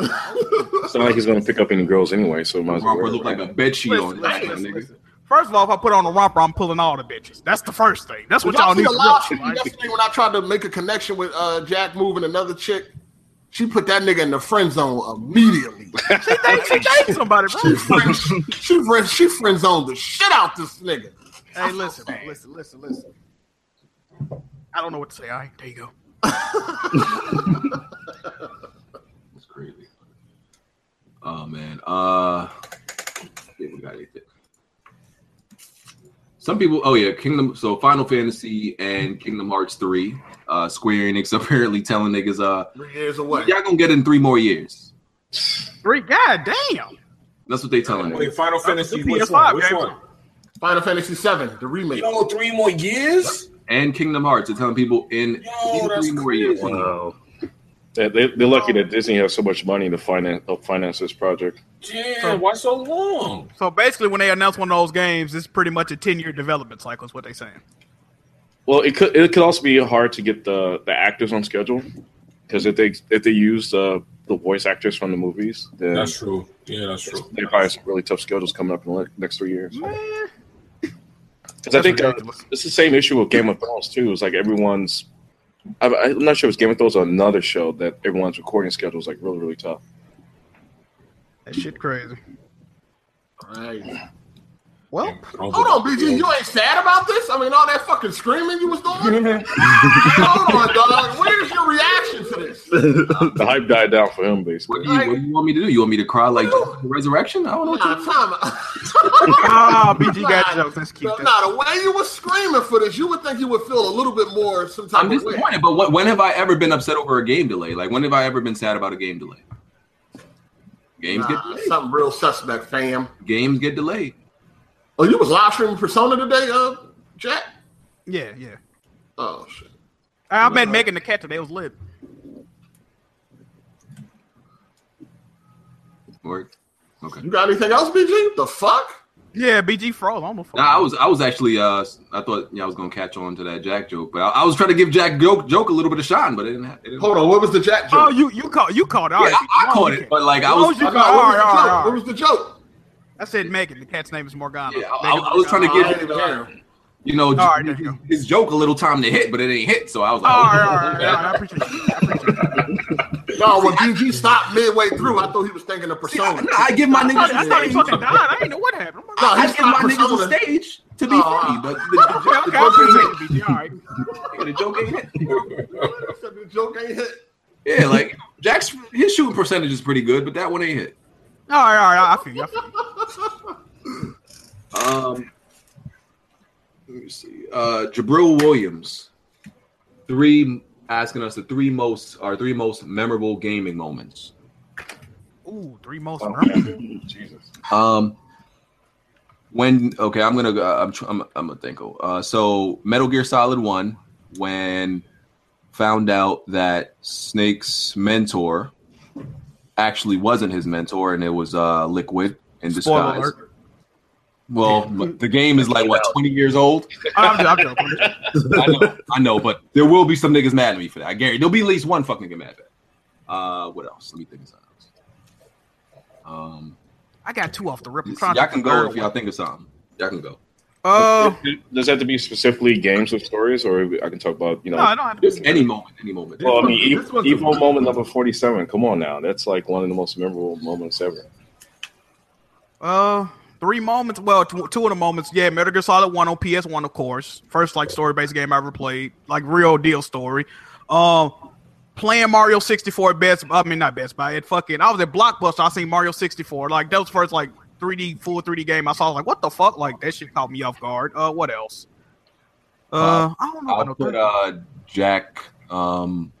Speaker 9: It's not like he's going to pick up any girls anyway. So it might as well.
Speaker 1: Romper look like a bed sheet on it,
Speaker 5: Listen, listen, listen,
Speaker 1: nigga.
Speaker 5: listen. First of all, if I put on a romper, I'm pulling all the bitches. That's the first thing. That's what
Speaker 3: Did y'all
Speaker 5: y'all
Speaker 3: see
Speaker 5: need
Speaker 3: the
Speaker 5: to
Speaker 3: live stream
Speaker 5: realize.
Speaker 3: yesterday when I tried to make a connection with uh, Jack moving another chick? She put that nigga in the friend zone immediately.
Speaker 5: She thinks she dates somebody, bro. *laughs*
Speaker 3: She friend, she friend, she friend zoned the shit out this nigga.
Speaker 5: hey, listen, man, listen, listen, listen. I don't know what to say. All right, there you go.
Speaker 1: That's crazy. Oh man. Uh see if we got anything. Some people oh yeah, Kingdom so Final Fantasy and Kingdom Hearts 3. Uh Square Enix *laughs* apparently telling niggas uh
Speaker 3: Three years away.
Speaker 1: y'all gonna get in three more years.
Speaker 5: Three, god damn.
Speaker 1: That's what they telling
Speaker 4: Wait,
Speaker 1: niggas.
Speaker 4: Final Fantasy,
Speaker 5: the
Speaker 4: which
Speaker 5: PS5
Speaker 4: one? Which
Speaker 5: games.
Speaker 4: one?
Speaker 3: Final Fantasy VII, the remake.
Speaker 4: Yo, three more years?
Speaker 1: And Kingdom Hearts, they're telling people in,
Speaker 4: Yo,
Speaker 1: in
Speaker 4: that's
Speaker 1: three more years.
Speaker 4: crazy.
Speaker 6: Wow.
Speaker 9: They, they, they're lucky that Disney has so much money to finance help finance this project.
Speaker 4: Damn, why so long?
Speaker 5: So basically, when they announce one of those games, it's pretty much a ten-year development cycle. Is what they saying.
Speaker 9: Well, it could it could also be hard to get the, the actors on schedule because if they if they use the the voice actors from the movies, then
Speaker 4: That's true. Yeah, that's true.
Speaker 9: they probably have some really tough schedules coming up in the le- next three years.
Speaker 5: Man,
Speaker 9: Because
Speaker 5: That's
Speaker 9: I think uh,
Speaker 5: ridiculous.
Speaker 9: it's the same issue with Game of Thrones too. It's like everyone's. I, I'm not sure if it's Game of Thrones or another show that everyone's recording schedule is like really really tough.
Speaker 5: that shit
Speaker 1: *laughs*
Speaker 5: crazy.
Speaker 3: Right.
Speaker 5: Well,
Speaker 3: Hold on, BG. You ain't sad about this? I mean, all that fucking screaming you was doing?
Speaker 5: *laughs*
Speaker 3: Hold on, dog. Where's your reaction to this?
Speaker 5: *laughs*
Speaker 9: The hype died down for him
Speaker 1: What
Speaker 9: basically.
Speaker 1: do, you, what do you want me to do? You want me to cry like
Speaker 3: Woo!
Speaker 1: resurrection? I don't know.
Speaker 3: Nah,
Speaker 1: What to do.
Speaker 3: time *laughs*
Speaker 5: ah, BG got
Speaker 3: Nah,
Speaker 5: jokes. Let's keep
Speaker 3: No,
Speaker 5: that.
Speaker 3: nah, the way you were screaming for this, you would think you would feel a little bit more some type
Speaker 1: I'm
Speaker 3: of way.
Speaker 1: disappointed, but what, when have I ever been upset over a game delay? Like, when have I ever been sad about a game delay? Games get
Speaker 3: Nah,
Speaker 1: delayed.
Speaker 3: something real suspect, fam.
Speaker 1: Games get delayed.
Speaker 3: Oh, you was live streaming Persona today, uh, Jack?
Speaker 5: Yeah, yeah.
Speaker 3: Oh shit.
Speaker 5: I've been making the cat today. It was lit.
Speaker 1: Or, okay.
Speaker 3: You got anything else, BG? The fuck?
Speaker 5: Yeah, BG froze. I'm a
Speaker 1: Nah, I was I was actually uh I thought yeah, I was gonna catch on to that Jack joke, but I, I was trying to give Jack joke joke a little bit of shine, but it didn't. ha- It didn't
Speaker 3: Hold on, what was the Jack
Speaker 5: Oh,
Speaker 3: joke?
Speaker 5: you you caught you caught it. All
Speaker 1: yeah,
Speaker 5: right,
Speaker 1: I, I
Speaker 5: BG. Why
Speaker 1: caught
Speaker 5: you
Speaker 1: it,
Speaker 5: can't?
Speaker 1: but like I
Speaker 5: Why
Speaker 1: was
Speaker 5: you
Speaker 1: I,
Speaker 3: I know,
Speaker 5: caught- all
Speaker 3: what, was
Speaker 5: right, all
Speaker 3: the
Speaker 5: right,
Speaker 3: joke?
Speaker 5: all
Speaker 3: what
Speaker 5: right.
Speaker 3: was the joke?
Speaker 5: I said Megan. The cat's name is Morgana.
Speaker 1: yeah, I, I,
Speaker 5: Megan
Speaker 1: I was trying to
Speaker 3: Morgana.
Speaker 1: give you know
Speaker 5: All right, there you go.
Speaker 1: his joke a little time to hit, but it ain't hit. So I was like,
Speaker 5: All right, all right,
Speaker 1: *laughs*
Speaker 5: all right, all right. I appreciate it. I appreciate it.
Speaker 3: No, when BG stopped midway through, I thought he was thinking of
Speaker 1: I,
Speaker 3: Persona.
Speaker 1: nah, I give my
Speaker 5: I thought, I thought
Speaker 1: niggas.
Speaker 5: he
Speaker 1: a stage.
Speaker 5: fucking died. I didn't know what happened. I'm like,
Speaker 3: No,
Speaker 1: I
Speaker 3: he
Speaker 1: give my
Speaker 3: stopped
Speaker 1: niggas
Speaker 3: Persona.
Speaker 1: a stage to be
Speaker 3: Oh.
Speaker 1: funny, but the, the,
Speaker 5: Okay,
Speaker 1: the
Speaker 5: okay, I
Speaker 1: joke
Speaker 5: *laughs*
Speaker 1: ain't hit.
Speaker 5: appreciate it, BG. All right.
Speaker 1: the joke ain't hit.
Speaker 3: *laughs* Said The joke ain't hit.
Speaker 1: Yeah, like Jack's his shooting percentage is pretty good, but that one ain't hit.
Speaker 5: All right, all right. I feel you. I feel you.
Speaker 1: Um, let me see. Uh, Jabril Williams, three asking us the three most our three most memorable gaming moments.
Speaker 5: Ooh, three most.
Speaker 1: Oh.
Speaker 9: Wow.
Speaker 5: memorable.
Speaker 9: Jesus.
Speaker 1: Um, when okay, I'm gonna uh, I'm tr- I'm I'm gonna think. of- Uh, so Metal Gear Solid One, when found out that Snake's mentor actually wasn't his mentor, and it was uh Liquid in
Speaker 5: Spoiler
Speaker 1: disguise.
Speaker 5: alert. *laughs*
Speaker 1: Well, but the game is like what twenty years old.
Speaker 5: Oh, I'm, jo- I'm joking.
Speaker 1: I know, I know, but there will be some niggas mad at me for that. I guarantee there'll be at least one fucking nigga mad at that. Uh, what else? Let me think of something else. Um,
Speaker 5: I got two off the rip. I'm trying
Speaker 1: y'all
Speaker 5: to
Speaker 1: can go if y'all think of something. Y'all can go.
Speaker 5: Oh,
Speaker 9: Does that have to be specifically games with stories, or I can talk about you know?
Speaker 5: no, I don't have to.
Speaker 1: Just any moment, any moment.
Speaker 9: well, I mean,
Speaker 3: This
Speaker 9: Ev-
Speaker 3: one's a-
Speaker 9: evil moment number forty-seven. Come on now, that's like one of the most memorable moments ever.
Speaker 5: Uh, three moments. Well, tw- two of the moments. Yeah, Metal Gear Solid One on PS One, of course. First like story based game I ever played, like real deal story. Um, playing Mario sixty four at Best. I mean, not Best Buy. At fucking, I was at Blockbuster. I seen Mario sixty four. Like that was first like three D full three D game I saw. I was like, what the fuck? Like that shit caught me off guard. Uh, what else? Uh, I don't know.
Speaker 1: I'll
Speaker 5: About no
Speaker 1: put
Speaker 5: third.
Speaker 1: uh, Jack, um,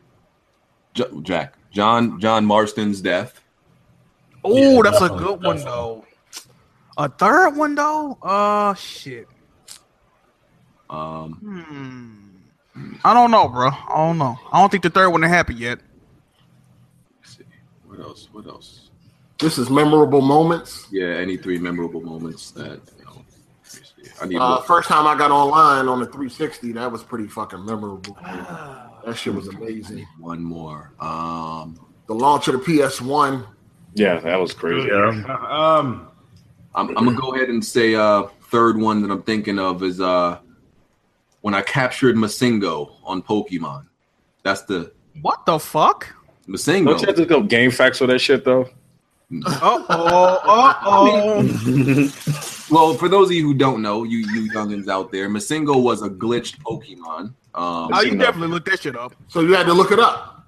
Speaker 1: J- Jack, John, John Marston's death.
Speaker 5: oh,
Speaker 4: Yeah,
Speaker 5: that's a
Speaker 4: definitely,
Speaker 5: good one
Speaker 4: definitely.
Speaker 5: though. A third one though. Uh, shit.
Speaker 1: Um,
Speaker 5: Hmm. I don't know, bro. I don't know. I don't think the third one happened yet.
Speaker 1: let's see. What else? What else?
Speaker 3: This is memorable moments.
Speaker 1: Yeah, any three memorable moments that you know. let me see. I need to
Speaker 3: Uh,
Speaker 1: look.
Speaker 3: first time I got online on the 360, that was pretty fucking memorable.
Speaker 5: Ah.
Speaker 3: That shit was amazing.
Speaker 1: one more. Um,
Speaker 3: The launch of the PS1.
Speaker 9: Yeah, that was crazy.
Speaker 6: Yeah.
Speaker 10: Um,
Speaker 1: I'm, I'm gonna go ahead and say uh third one that I'm thinking of is uh when I captured Masingo on Pokemon. That's the
Speaker 5: What the fuck?
Speaker 1: Masingo.
Speaker 9: Don't you have to go game facts with that shit though?
Speaker 5: Uh oh. Uh
Speaker 10: *laughs*
Speaker 5: oh.
Speaker 1: Well, for those of you who don't know, you you youngins out there, Masingo was a glitched Pokemon Um,
Speaker 5: Oh, you definitely looked that shit up.
Speaker 3: So you had to look it up.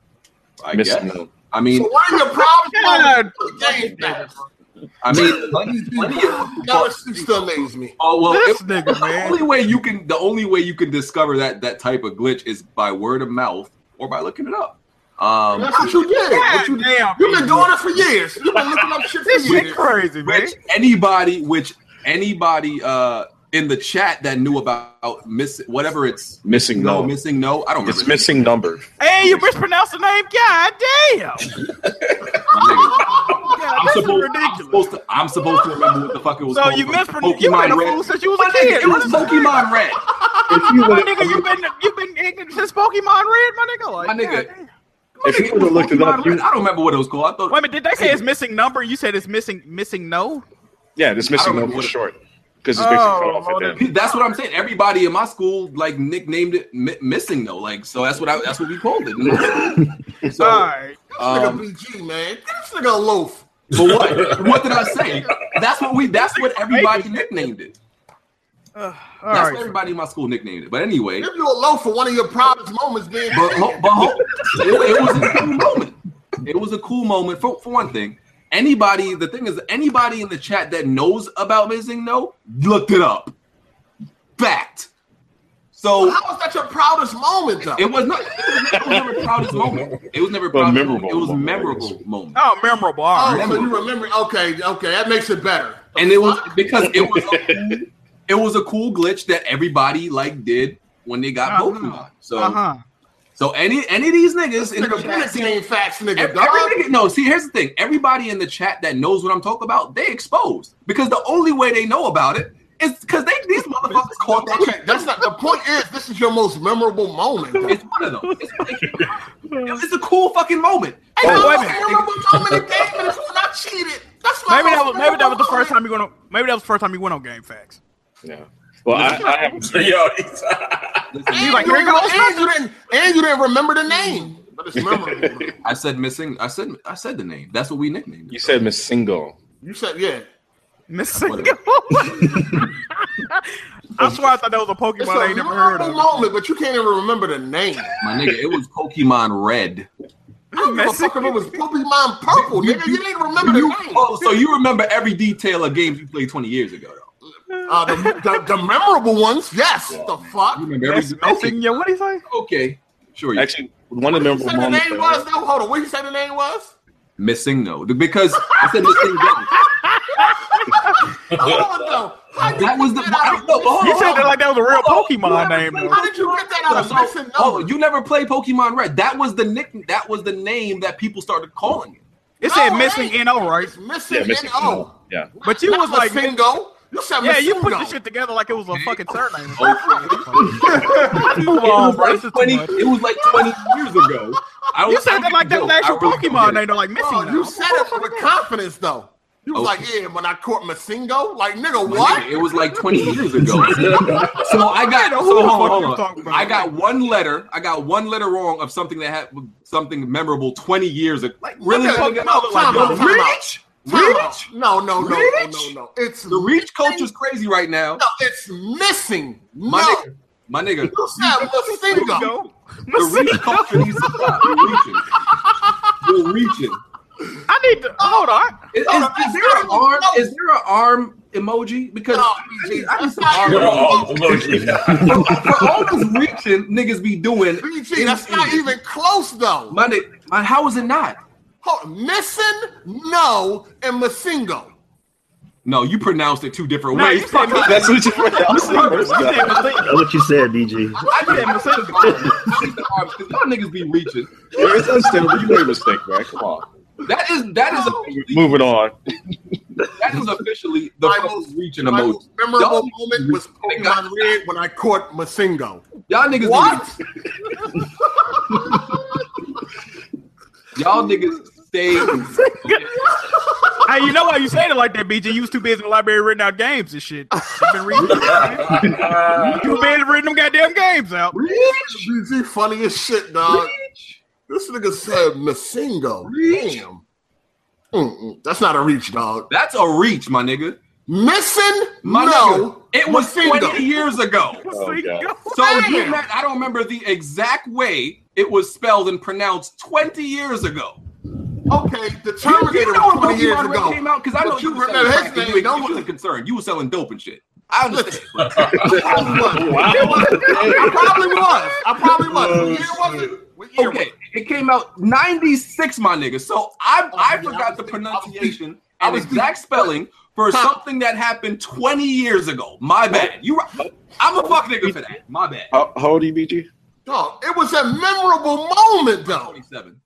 Speaker 1: I
Speaker 9: Missing
Speaker 1: guess.
Speaker 9: out.
Speaker 1: I mean,
Speaker 3: So what are your problems?
Speaker 5: *laughs* God.
Speaker 3: with Game Pass?
Speaker 1: I mean, money- money is-
Speaker 3: No, it still amazes me.
Speaker 1: Oh well,
Speaker 5: This
Speaker 1: if- *laughs*
Speaker 5: nigga,
Speaker 1: the
Speaker 5: man.
Speaker 1: only way you can the only way you can discover that that type of glitch is by word of mouth or by looking it up. Um,
Speaker 3: That's what you did. What you,
Speaker 5: God damn,
Speaker 3: you've been doing it for years. You've been looking up shit for
Speaker 5: this shit
Speaker 3: years.
Speaker 5: crazy, man.
Speaker 1: which anybody, which anybody uh, in the chat that knew about miss whatever it's
Speaker 9: Missing
Speaker 1: no
Speaker 9: no.
Speaker 1: missing no, I don't remember.
Speaker 9: It's missing number.
Speaker 5: Hey, you mispronounced the name. God
Speaker 1: *laughs*
Speaker 5: damn.
Speaker 1: Nigga,
Speaker 5: God,
Speaker 1: I'm
Speaker 5: *laughs* this is
Speaker 1: supposed, I'm
Speaker 5: ridiculous.
Speaker 1: supposed to I'm supposed to remember what the fuck it was.
Speaker 5: So
Speaker 1: called.
Speaker 5: you
Speaker 1: It was
Speaker 5: mispronounced. You been a
Speaker 1: Red.
Speaker 5: fool since you was
Speaker 1: My
Speaker 5: a
Speaker 1: nigga,
Speaker 5: kid.
Speaker 1: it was
Speaker 5: What is this?
Speaker 1: Pokemon Red.
Speaker 9: If you
Speaker 5: My
Speaker 9: would
Speaker 5: nigga, you been you been ignorant since Pokemon Red, my nigga. Like,
Speaker 1: My nigga,
Speaker 5: God damn.
Speaker 9: if you would have looked it up,
Speaker 1: Pokemon Red.
Speaker 9: you,
Speaker 1: I don't remember what it was called. I thought
Speaker 5: Wait a minute, did they say it's missing number? You said it's missing missing no.
Speaker 9: yeah, this
Speaker 1: I don't
Speaker 9: missing
Speaker 1: remember what
Speaker 9: number was
Speaker 1: it-
Speaker 9: short because it's basically
Speaker 5: Oh,
Speaker 9: cut off
Speaker 5: Lord,
Speaker 9: at the
Speaker 1: Pe-
Speaker 9: end.
Speaker 1: That's what I'm saying. Everybody in my school like nicknamed it mi- missing though. Like so that's what I that's what we called it. *laughs* so
Speaker 5: All right.
Speaker 1: um,
Speaker 3: Nigga BG, man. Get this nigga a loaf.
Speaker 1: but what what did I say? That's what we that's what everybody nicknamed it.
Speaker 5: Uh, all
Speaker 1: That's
Speaker 5: right.
Speaker 1: what everybody in my school nicknamed it. But anyway,
Speaker 3: Give you a loaf for one of your proudest moments being
Speaker 1: but ho- but ho- it, it was a
Speaker 9: *laughs*
Speaker 1: cool moment. It was a cool moment for for one thing. Anybody, the thing is, anybody in the chat that knows about missing no looked it up. Fact. So
Speaker 3: How is that your proudest moment, though?
Speaker 1: It was not. It was never proudest moment. It was never
Speaker 9: But
Speaker 1: proudest.
Speaker 9: memorable
Speaker 1: moment. It was
Speaker 9: moment, I
Speaker 1: memorable
Speaker 9: guess.
Speaker 1: moment,
Speaker 5: Oh, memorable. All
Speaker 3: oh,
Speaker 5: right.
Speaker 3: so you remember? Okay, okay, that makes it better.
Speaker 1: and it was because it was.
Speaker 9: *laughs*
Speaker 1: A cool, it was a cool glitch that everybody like did when they got
Speaker 5: Uh-huh.
Speaker 1: Pokemon. So
Speaker 5: Uh huh.
Speaker 1: so any any of these niggas in the
Speaker 3: Nigga,
Speaker 1: chat.
Speaker 3: facts
Speaker 1: see,
Speaker 3: ain't facts, nigga.
Speaker 1: Every,
Speaker 3: Dog.
Speaker 1: nigga, no, see, here's the thing. Everybody in the chat that knows what I'm talking about, they exposed because the only way they know about it is because they these motherfuckers caught that.
Speaker 3: Okay, that's not the point. Is this is your most memorable moment? Though.
Speaker 1: It's one of them. It's, it's, it's a cool fucking moment.
Speaker 3: Hey,
Speaker 5: Oh, wait a
Speaker 3: that was
Speaker 5: minute.
Speaker 3: a memorable moment in game, and it's when I cheated. That's my
Speaker 5: Maybe that
Speaker 3: most
Speaker 5: was maybe that was the
Speaker 3: memorable
Speaker 5: first
Speaker 3: moment.
Speaker 5: time you went on. Maybe that was the first time you went on Game Facts.
Speaker 9: Yeah. Well, I, I have
Speaker 4: Yo,
Speaker 1: Listen,
Speaker 3: And,
Speaker 5: like,
Speaker 3: you
Speaker 5: here
Speaker 3: didn't,
Speaker 5: goes
Speaker 3: and you didn't, and you didn't remember the name, but it's memorable. though.
Speaker 1: I said missing. I said I said the name. That's what we nicknamed. it.
Speaker 9: you said Miss Single.
Speaker 3: you said, yeah.
Speaker 5: Missing.
Speaker 1: Whatever.
Speaker 5: *laughs* I swear I thought that was a
Speaker 3: It's
Speaker 5: Pokemon I
Speaker 3: a
Speaker 5: ain't never heard
Speaker 3: memorable
Speaker 5: of.
Speaker 3: moment, but you can't even remember the
Speaker 5: *laughs*
Speaker 3: name.
Speaker 1: My nigga, it was Pokemon Red.
Speaker 3: I don't give a fuck if it was Pokemon Purple, nigga. You didn't remember the name.
Speaker 1: Oh, so you remember every detail of games you played 20 years ago, though?
Speaker 3: Uh, the, the, the memorable ones, yes. the fuck.
Speaker 1: You
Speaker 3: You
Speaker 1: remember every
Speaker 5: That's
Speaker 1: okay,
Speaker 5: missing. Yeah, what do you say?
Speaker 1: okay, sure. You
Speaker 9: Actually, one of the memorable
Speaker 3: said the
Speaker 9: moments.
Speaker 3: name
Speaker 9: that I
Speaker 3: was? No, hold on. What you said the name *laughs* was?
Speaker 1: missing no because I said missing no.
Speaker 3: Hold on, though. How
Speaker 1: That was the
Speaker 3: did you get that out of-
Speaker 1: no, but hold
Speaker 5: You
Speaker 1: on,
Speaker 5: said that
Speaker 1: hold on.
Speaker 5: like that was a real
Speaker 1: Hold on.
Speaker 5: Pokemon name.
Speaker 1: Whoever
Speaker 5: though.
Speaker 3: How did you get that out of
Speaker 1: So-
Speaker 3: missing
Speaker 1: oh,
Speaker 3: number?
Speaker 1: you never played Pokemon Red. That was the nick. That was the name that people started calling it.
Speaker 5: It said
Speaker 3: No, it
Speaker 5: missing
Speaker 3: ain't.
Speaker 5: no, right?
Speaker 3: It's missing
Speaker 9: Yeah, Miss
Speaker 3: N-O.
Speaker 9: Single. Yeah.
Speaker 5: But you
Speaker 3: Not
Speaker 5: was like,
Speaker 3: Singo. You said
Speaker 5: Yeah, you put
Speaker 3: Masungo.
Speaker 5: this shit together like it was a fucking
Speaker 1: It
Speaker 5: surname. Move on,
Speaker 1: was
Speaker 5: bro.
Speaker 1: like
Speaker 5: This is too
Speaker 1: 20.
Speaker 5: much.
Speaker 1: It was like 20 years ago. I
Speaker 5: You said
Speaker 1: I
Speaker 5: that like that was
Speaker 1: don't- I
Speaker 5: actual
Speaker 1: really don't get
Speaker 5: Pokemon name.
Speaker 1: it.
Speaker 5: They're like missing.
Speaker 3: Oh,
Speaker 5: now.
Speaker 3: you said it with confidence, though. You was
Speaker 1: Okay.
Speaker 3: like, yeah, when I caught Masingo. Like, nigga,
Speaker 1: My
Speaker 3: what?
Speaker 1: nigga, It was like 20 years
Speaker 5: *laughs*
Speaker 1: ago. so I got
Speaker 5: know
Speaker 1: so
Speaker 5: who the
Speaker 1: hold
Speaker 5: fuck
Speaker 1: on,
Speaker 5: you
Speaker 1: hold
Speaker 5: talking
Speaker 1: on.
Speaker 5: about.
Speaker 1: I got one letter. I got one letter wrong of something that had something memorable 20 years ago. Like really?
Speaker 3: Nigga,
Speaker 1: nigga?
Speaker 3: no, time out, time out.
Speaker 1: reach?
Speaker 3: Time out.
Speaker 1: Reach?
Speaker 3: No, no, no, no,
Speaker 1: Reach?
Speaker 3: no, no. It's
Speaker 1: The reach culture's crazy right now.
Speaker 3: No, it's missing.
Speaker 1: My
Speaker 3: no,
Speaker 1: nigga. My nigga.
Speaker 3: you said Masingo.
Speaker 5: Go.
Speaker 1: The reach culture needs to stop. We're reaching. We're reaching.
Speaker 5: I need to hold on.
Speaker 1: Is,
Speaker 3: No,
Speaker 1: is,
Speaker 3: no,
Speaker 1: is
Speaker 3: that's
Speaker 1: there an
Speaker 3: not even
Speaker 1: arm?
Speaker 3: close.
Speaker 1: Is there an arm emoji? Because
Speaker 3: No,
Speaker 1: I need- I need some
Speaker 3: that's not
Speaker 1: arm
Speaker 3: even
Speaker 1: emoji.
Speaker 4: Loki.
Speaker 1: for, for all this reaching niggas be doing.
Speaker 3: BG, that's not even close, though.
Speaker 1: My nigga, my- how is it not?
Speaker 3: Hold, missing, no, and Masingo.
Speaker 1: No, you pronounced it two different
Speaker 5: Nah,
Speaker 1: ways.
Speaker 5: you said *laughs*
Speaker 1: Fuck
Speaker 9: That's what you were
Speaker 5: said Masingo.
Speaker 6: That's what you said, BG.
Speaker 1: I did not mistake the arms. I need the arms, 'cause Y'all niggas be reaching.
Speaker 9: There *laughs* is understandable. You made a mistake, man. Come on.
Speaker 1: That is that is officially,
Speaker 9: Moving on.
Speaker 1: that is officially the
Speaker 3: My
Speaker 1: most
Speaker 3: most-
Speaker 1: reaching
Speaker 3: My
Speaker 1: emoji.
Speaker 3: most memorable
Speaker 1: Y'all-
Speaker 3: moment was Pokemon Red when I caught Masingo.
Speaker 1: Y'all niggas,
Speaker 3: What?
Speaker 1: Be, *laughs* y'all niggas stay.
Speaker 5: *laughs*
Speaker 1: *laughs*
Speaker 5: Hey, you know why you said it like that, BG? You was too busy in the library reading out games and shit. You been reading, you too busy reading them goddamn games out.
Speaker 1: Reach,
Speaker 3: BG funny as shit, dog.
Speaker 1: reach.
Speaker 3: This nigga said Masingo.
Speaker 1: Reach.
Speaker 3: Damn. Mm-mm. That's not a reach, dog.
Speaker 1: That's a reach, my nigga.
Speaker 3: Missing
Speaker 1: My
Speaker 3: no.
Speaker 1: nigga, it was
Speaker 3: Masinga.
Speaker 1: 20 years ago.
Speaker 9: Oh,
Speaker 1: So you meant, I don't remember the exact way it was spelled and pronounced 20 years ago.
Speaker 3: Okay, the Terminator was 20 years
Speaker 1: Pokemon
Speaker 3: ago.
Speaker 1: came out because I
Speaker 3: But
Speaker 1: know
Speaker 3: you
Speaker 1: you, were
Speaker 3: remember
Speaker 1: selling
Speaker 3: his
Speaker 1: crack and
Speaker 3: name,
Speaker 1: you, you
Speaker 3: don't you?
Speaker 1: wasn't concerned. You were selling dope and shit. I understand.
Speaker 3: I was. I probably was. I probably was.
Speaker 1: Oh,
Speaker 3: What year was it? What year
Speaker 1: okay, it came out 96, my nigga. So I I forgot the pronunciation
Speaker 3: I
Speaker 1: and
Speaker 3: was
Speaker 1: exact spelling for
Speaker 3: Huh.
Speaker 1: something that happened 20 years ago. My bad. You right. I'm a fuck nigga for that. My bad.
Speaker 7: How, how old are you, BG?
Speaker 3: Dog, it was a memorable moment, though.
Speaker 1: 27.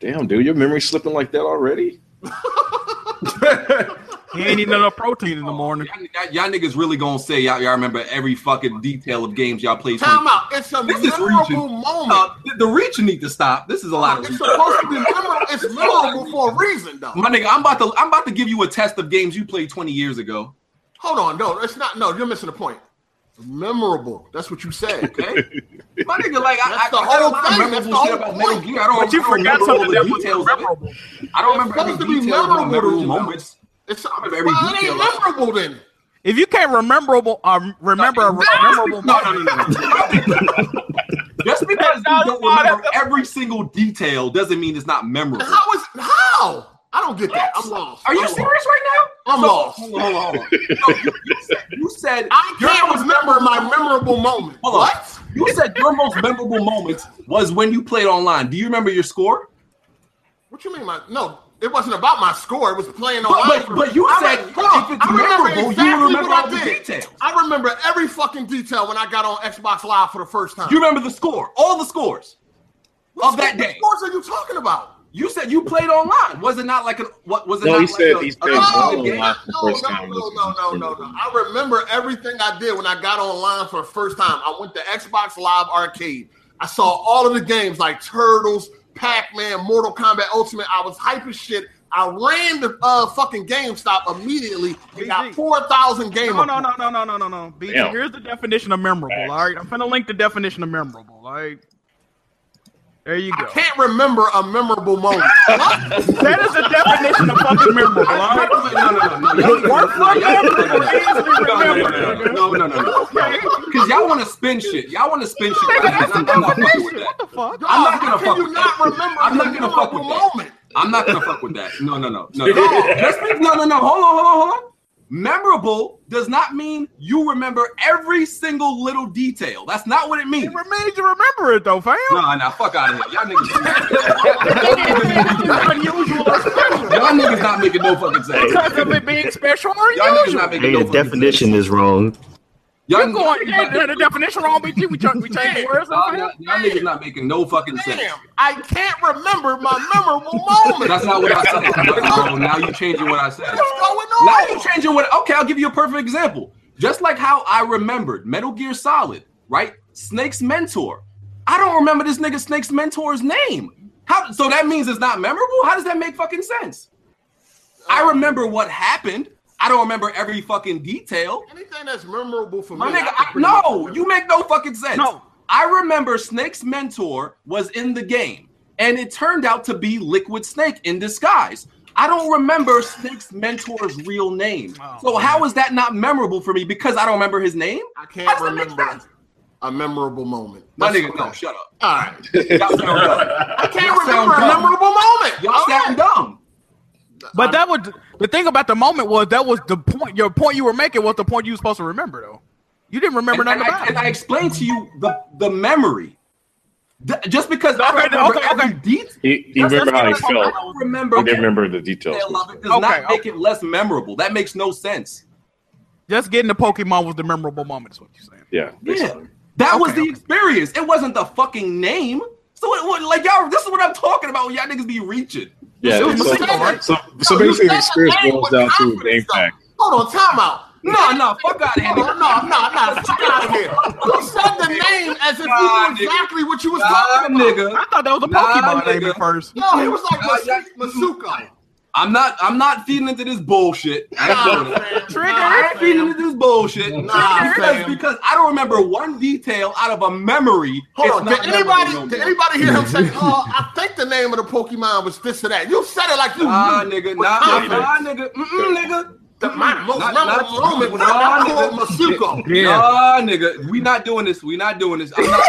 Speaker 7: Damn, dude, your memory slipping like that
Speaker 9: *laughs*
Speaker 7: already?
Speaker 5: He ain't eating enough protein in the morning.
Speaker 1: Y'all, y'all niggas really gonna say y'all, y'all remember every fucking detail of games y'all played.
Speaker 3: Time out. It's a
Speaker 1: This is
Speaker 3: memorable
Speaker 1: reaching.
Speaker 3: moment.
Speaker 1: Uh, the, the reach need to stop. This is a lot of
Speaker 3: It's
Speaker 1: reach.
Speaker 3: supposed to be memorable. It's memorable for a reason, though.
Speaker 1: My nigga, I'm about to I'm about to give you a test of games you played 20 years ago.
Speaker 3: Hold on, no, that's not. No, you're missing the point. Memorable. That's what
Speaker 1: *laughs*
Speaker 3: you said.
Speaker 1: Okay? My nigga, like I, I,
Speaker 3: That's the
Speaker 1: I don't
Speaker 3: whole thing.
Speaker 1: remember
Speaker 3: That's
Speaker 1: memorable shit
Speaker 3: the whole
Speaker 1: about Metal
Speaker 3: point.
Speaker 1: Gear. I don't,
Speaker 5: But you
Speaker 1: I don't
Speaker 5: forgot
Speaker 1: remember
Speaker 5: something
Speaker 1: all
Speaker 5: that
Speaker 1: the
Speaker 5: was
Speaker 1: details of it. I don't remember
Speaker 3: supposed
Speaker 1: every
Speaker 3: to be
Speaker 1: detail of my
Speaker 3: memorable
Speaker 1: memorable
Speaker 3: to you,
Speaker 1: moments.
Speaker 3: It's
Speaker 1: remember
Speaker 3: well,
Speaker 1: every
Speaker 3: it
Speaker 1: detail
Speaker 3: ain't
Speaker 1: of it.
Speaker 3: memorable then.
Speaker 5: If you can't rememberable, um, remember a re- memorable
Speaker 1: No,
Speaker 5: moment.
Speaker 1: no, no, no, no. *laughs* Just because you don't remember every single detail doesn't mean it's not memorable.
Speaker 3: How is how? I don't get that. I'm lost.
Speaker 1: Are you
Speaker 3: I'm
Speaker 1: serious right now?
Speaker 3: I'm lost.
Speaker 1: Hold on, hold on, hold on. No, you, you said, you said
Speaker 3: I
Speaker 1: your
Speaker 3: can't
Speaker 1: most
Speaker 3: remember
Speaker 1: memorable-
Speaker 3: my memorable moment.
Speaker 1: Hold on.
Speaker 3: What?
Speaker 1: You said your most memorable moment was when you played online. Do you remember your score?
Speaker 3: What you mean? My no, it wasn't about my score. It was playing
Speaker 1: But,
Speaker 3: online.
Speaker 1: but, but you
Speaker 3: I
Speaker 1: said
Speaker 3: re- hold on.
Speaker 1: if it's
Speaker 3: I remember
Speaker 1: memorable,
Speaker 3: exactly
Speaker 1: you remember
Speaker 3: what
Speaker 1: all
Speaker 3: I
Speaker 1: the
Speaker 3: did.
Speaker 1: details.
Speaker 3: I remember every fucking detail when I got on Xbox Live for the first time.
Speaker 1: You remember the score, all the scores of that
Speaker 3: What
Speaker 1: day.
Speaker 3: scores are you talking about?
Speaker 1: You said you played online. Was it not like an what? Was it
Speaker 9: No,
Speaker 1: not
Speaker 9: he
Speaker 1: like
Speaker 9: said
Speaker 1: a,
Speaker 9: he
Speaker 1: a-
Speaker 9: played
Speaker 1: a-
Speaker 3: No,
Speaker 9: online.
Speaker 3: no,
Speaker 9: for the
Speaker 3: no,
Speaker 9: first time
Speaker 3: no,
Speaker 9: was-
Speaker 3: no, no, no, no. I remember everything I did when I got online for the first time. I went to Xbox Live Arcade. I saw all of the games like Turtles, Pac Man, Mortal Kombat Ultimate. I was hype as shit. I ran the uh, fucking GameStop immediately. We got
Speaker 5: BG.
Speaker 3: 4,000 game
Speaker 5: No, no,
Speaker 3: reports.
Speaker 5: no, no, no, no, no, no. BG,
Speaker 9: Damn.
Speaker 5: here's the definition of memorable.
Speaker 9: Facts.
Speaker 5: All right, I'm gonna link the definition of memorable. All right, there you
Speaker 3: I
Speaker 5: go.
Speaker 3: can't remember a memorable moment. *laughs* What?
Speaker 5: That is the definition of fucking memorable. All right,
Speaker 1: No, no, no, no, no. Y'all-
Speaker 5: Y'all-
Speaker 1: No, no, no, no. Because y'all want to spin shit. Y'all want to spin shit. I'm not, I'm not fucking with that.
Speaker 5: what the fuck?
Speaker 3: Dog,
Speaker 1: not gonna
Speaker 3: how
Speaker 1: fuck
Speaker 3: can you
Speaker 1: with
Speaker 3: not
Speaker 1: that.
Speaker 3: remember
Speaker 1: I'm
Speaker 3: a
Speaker 1: not gonna fuck with
Speaker 3: memorable
Speaker 1: that.
Speaker 3: moment?
Speaker 1: I'm not gonna fuck with that. No, no, no, no, no. Just be- no, no, no. Hold on, hold on, hold on. Memorable does not mean you remember every single little detail. That's not what it means.
Speaker 5: It remains to remember it though, fam.
Speaker 1: Nah, nah, fuck out of here. Y'all niggas.
Speaker 5: It's unusual or special.
Speaker 1: Y'all niggas not making no fucking sense.
Speaker 5: Because of it being special or
Speaker 1: Y'all niggas
Speaker 5: unusual.
Speaker 1: not making
Speaker 6: Hey,
Speaker 1: no
Speaker 6: the
Speaker 1: fucking
Speaker 6: definition
Speaker 1: sense.
Speaker 6: is wrong.
Speaker 1: Y'all
Speaker 5: You're going, yeah, the- the definition wrong, BG. We, ch- we changed words.
Speaker 1: Y'all,
Speaker 5: and
Speaker 1: y'all,
Speaker 5: shit.
Speaker 1: y'all niggas not making no fucking sense.
Speaker 3: Damn, I can't remember my memorable *laughs* moment.
Speaker 1: That's not what I said. Bro, now you changing what I said.
Speaker 3: What's going
Speaker 1: Now you
Speaker 3: on?
Speaker 1: changing what? Okay, I'll give you a perfect example. Just like how I remembered Metal Gear Solid, right? Snake's mentor. I don't remember this nigga Snake's mentor's name. How? So that means it's not memorable. How does that make fucking sense? I remember what happened. I don't remember every fucking detail.
Speaker 3: Anything that's memorable for
Speaker 1: My
Speaker 3: me.
Speaker 1: nigga,
Speaker 3: I
Speaker 1: I,
Speaker 3: can pretty
Speaker 1: no,
Speaker 3: much
Speaker 1: you make no fucking sense.
Speaker 5: No.
Speaker 1: I remember Snake's mentor was in the game, and it turned out to be Liquid Snake in disguise. I don't remember Snake's mentor's real name.
Speaker 5: Oh,
Speaker 1: so how is that not memorable for me because I don't remember his name?
Speaker 3: I
Speaker 1: How
Speaker 3: can't
Speaker 1: does that make
Speaker 3: remember
Speaker 1: sense?
Speaker 3: a memorable moment.
Speaker 1: My
Speaker 3: That's
Speaker 1: nigga,
Speaker 3: what
Speaker 1: no,
Speaker 3: I-
Speaker 1: shut up.
Speaker 3: All right.
Speaker 1: Y'all sound
Speaker 9: *laughs*
Speaker 1: dumb.
Speaker 3: I can't
Speaker 1: Y'all sound
Speaker 3: remember a
Speaker 1: dumb.
Speaker 3: memorable moment.
Speaker 5: Oh,
Speaker 1: Y'all sound dumb.
Speaker 5: But that was the thing about the moment was that was the point. Your point you were making was the point you were supposed to remember though. You didn't remember
Speaker 1: And,
Speaker 5: nothing
Speaker 1: and I,
Speaker 5: about
Speaker 1: and
Speaker 5: it.
Speaker 1: I explained to you the, the memory. The- just because I don't
Speaker 5: Okay,
Speaker 1: remember
Speaker 5: okay,
Speaker 1: every
Speaker 5: okay.
Speaker 1: detail,
Speaker 9: He, he remember how he
Speaker 1: I
Speaker 9: felt.
Speaker 1: don't remember
Speaker 9: He didn't
Speaker 1: every
Speaker 9: remember the details.
Speaker 1: detail of it does
Speaker 5: Okay,
Speaker 1: not make
Speaker 5: okay.
Speaker 1: it less memorable. That makes no sense.
Speaker 5: Just getting the Pokemon was the memorable moment. Is what you're saying.
Speaker 9: Yeah,
Speaker 1: Yeah,
Speaker 9: basically.
Speaker 1: that was
Speaker 5: Okay,
Speaker 1: the
Speaker 5: okay.
Speaker 1: experience. It wasn't the fucking name. So it was like y'all. This is what I'm talking about. When y'all niggas be reaching.
Speaker 9: Yeah.
Speaker 1: It was
Speaker 9: so,
Speaker 1: Masika, right?
Speaker 9: so, so
Speaker 3: No, you
Speaker 9: basically,
Speaker 3: said
Speaker 9: the experience
Speaker 3: the name
Speaker 9: boils
Speaker 3: with
Speaker 9: down to the game
Speaker 3: confidence,
Speaker 9: fact.
Speaker 3: though. Hold on, time out.
Speaker 1: No,
Speaker 3: *laughs*
Speaker 1: no, fuck out of here.
Speaker 3: Hold
Speaker 1: nigga.
Speaker 3: on, no, no, no. Check out of here. You said the name as if
Speaker 1: Nah,
Speaker 3: you
Speaker 1: nigga.
Speaker 3: knew exactly what you was
Speaker 1: Nah,
Speaker 3: talking about.
Speaker 1: nigga.
Speaker 5: I thought that was a
Speaker 1: Nah,
Speaker 5: Pokemon name
Speaker 1: nigga.
Speaker 5: at first.
Speaker 3: No, he was like
Speaker 1: Nah, y'all-
Speaker 3: Masuko.
Speaker 1: I'm not. I'm not feeding into this bullshit. I ain't doing it.
Speaker 5: Trigger.
Speaker 1: I ain't feeding into this bullshit.
Speaker 3: Nah,
Speaker 1: because,
Speaker 3: fam.
Speaker 1: because I don't remember one detail out of a memory.
Speaker 3: Hold
Speaker 1: It's
Speaker 3: on.
Speaker 1: not memorable
Speaker 3: Did
Speaker 1: no
Speaker 3: anybody, did
Speaker 1: more.
Speaker 3: anybody hear him say,
Speaker 1: *laughs*
Speaker 3: oh, I think the name of the Pokemon was this or that? You said it like you
Speaker 1: Nah,
Speaker 3: knew.
Speaker 1: nigga,
Speaker 3: with
Speaker 1: nah,
Speaker 3: confidence.
Speaker 1: nah, nigga, mm-mm, nigga.
Speaker 3: The, my most
Speaker 1: Not-
Speaker 3: memorable
Speaker 1: not-
Speaker 3: moment when
Speaker 1: Nah,
Speaker 3: I
Speaker 1: nigga.
Speaker 3: called Masuko.
Speaker 1: Nah, nigga, we not doing this. We not doing this. I'm not,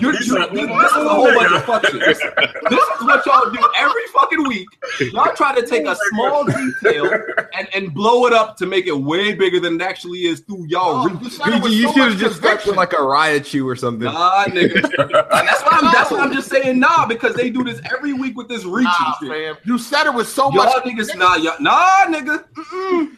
Speaker 1: you're, you this, this is a whole bunch of fuck shit. This, this is what y'all do every fucking week. Y'all try to *laughs* take a small detail and, and blow it up to make it way bigger than it actually is through y'all.
Speaker 3: Oh,
Speaker 1: re-
Speaker 8: BG, you should have just stuck with like a Raichu or something.
Speaker 1: Nah, nigga. And that's why I'm, that's why I'm just saying nah because they do this every week with this reaching
Speaker 3: Nah,
Speaker 1: shit.
Speaker 3: fam. You said it with so
Speaker 1: y'all
Speaker 3: much.
Speaker 1: niggas, nah, y'all, nah, nigga. Mm-mm.
Speaker 9: We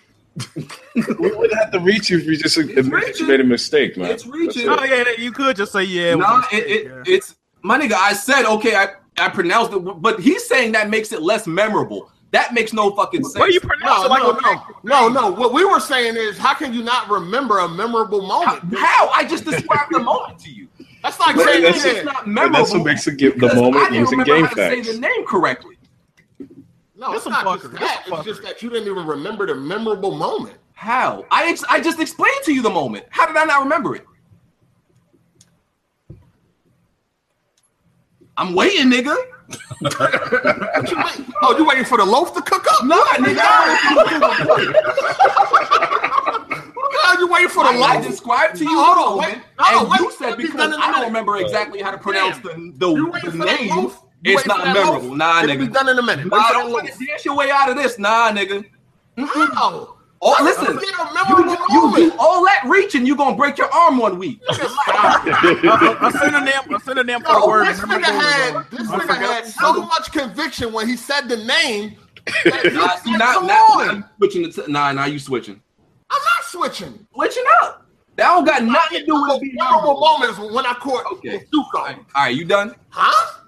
Speaker 9: wouldn't have to reach you if we just, if we just
Speaker 1: reaching.
Speaker 9: made a mistake, man.
Speaker 1: It's reaching.
Speaker 5: Oh yeah, you could just say yeah. it was a
Speaker 1: Nah,
Speaker 5: mistake,
Speaker 1: it, it,
Speaker 5: yeah.
Speaker 1: it's my nigga. I said okay. I I pronounced it, but he's saying that makes it less memorable. That makes no fucking sense.
Speaker 5: Well, you pronounce
Speaker 3: No,
Speaker 5: it like
Speaker 3: no,
Speaker 5: a
Speaker 3: no, no, no. What we were saying is, how can you not remember a memorable
Speaker 1: how,
Speaker 3: moment?
Speaker 1: how? I just described the moment to you.
Speaker 3: That's like
Speaker 9: *laughs* Wait,
Speaker 3: saying
Speaker 9: that's
Speaker 3: yeah.
Speaker 1: It's not
Speaker 9: But
Speaker 1: memorable.
Speaker 9: that's what makes it give the
Speaker 1: because I
Speaker 9: moment
Speaker 1: didn't
Speaker 9: using
Speaker 1: remember
Speaker 9: game
Speaker 1: how to
Speaker 9: facts.
Speaker 1: say the name correctly.
Speaker 3: No,
Speaker 5: This
Speaker 3: it's
Speaker 5: a
Speaker 3: not
Speaker 5: fucker.
Speaker 3: just
Speaker 5: This
Speaker 3: that.
Speaker 5: a
Speaker 3: It's
Speaker 5: fucker.
Speaker 3: just that you didn't even remember the memorable
Speaker 1: *laughs*
Speaker 3: moment.
Speaker 1: How? I ex- I just explained to you the moment. How did I not remember it? I'm waiting, nigga.
Speaker 3: What you wait- oh, you waiting for the loaf to cook up?
Speaker 1: Nah, nigga. I don't-
Speaker 3: God, you waiting for the
Speaker 1: I, I
Speaker 3: loaf?
Speaker 1: described to you
Speaker 3: No,
Speaker 1: the
Speaker 3: hold on,
Speaker 1: moment,
Speaker 3: wait. No,
Speaker 1: and
Speaker 3: wait.
Speaker 1: you said
Speaker 3: Let me
Speaker 1: because
Speaker 3: done in a
Speaker 1: I don't
Speaker 3: minute.
Speaker 1: remember exactly how to pronounce the the,
Speaker 3: you
Speaker 1: the
Speaker 3: waiting for that
Speaker 1: name.
Speaker 3: loaf? You
Speaker 1: It's
Speaker 3: waiting for
Speaker 1: not
Speaker 3: that
Speaker 1: memorable.
Speaker 3: loaf?
Speaker 1: Nah,
Speaker 3: It'll be
Speaker 1: nigga.
Speaker 3: done in a minute. Wait
Speaker 1: Nah,
Speaker 3: for
Speaker 1: don't try to
Speaker 3: that loaf.
Speaker 1: dance your way out of this. Nah, nigga.
Speaker 3: How?
Speaker 1: Oh,
Speaker 3: That's
Speaker 1: listen.
Speaker 3: a
Speaker 1: You,
Speaker 3: damn memorable
Speaker 1: you
Speaker 3: moment.
Speaker 1: do all that reaching, you gonna break your arm one week.
Speaker 5: a, a synonym, a synonym for the
Speaker 3: Yo,
Speaker 5: word.
Speaker 3: this nigga
Speaker 5: memorable is, uh,
Speaker 3: had this nigga had so much conviction when he said
Speaker 1: *laughs*
Speaker 3: the name. that he
Speaker 1: Nah, see,
Speaker 3: said,
Speaker 1: now,
Speaker 3: "Come
Speaker 1: now,
Speaker 3: on."
Speaker 1: now you switching. It to, nah, now you switching.
Speaker 3: I'm not switching.
Speaker 1: Switching up. That don't got nothing to do with it being
Speaker 3: memorable moments when I caught
Speaker 1: Okay.
Speaker 3: Zuko.
Speaker 1: All right, you done?
Speaker 3: Huh?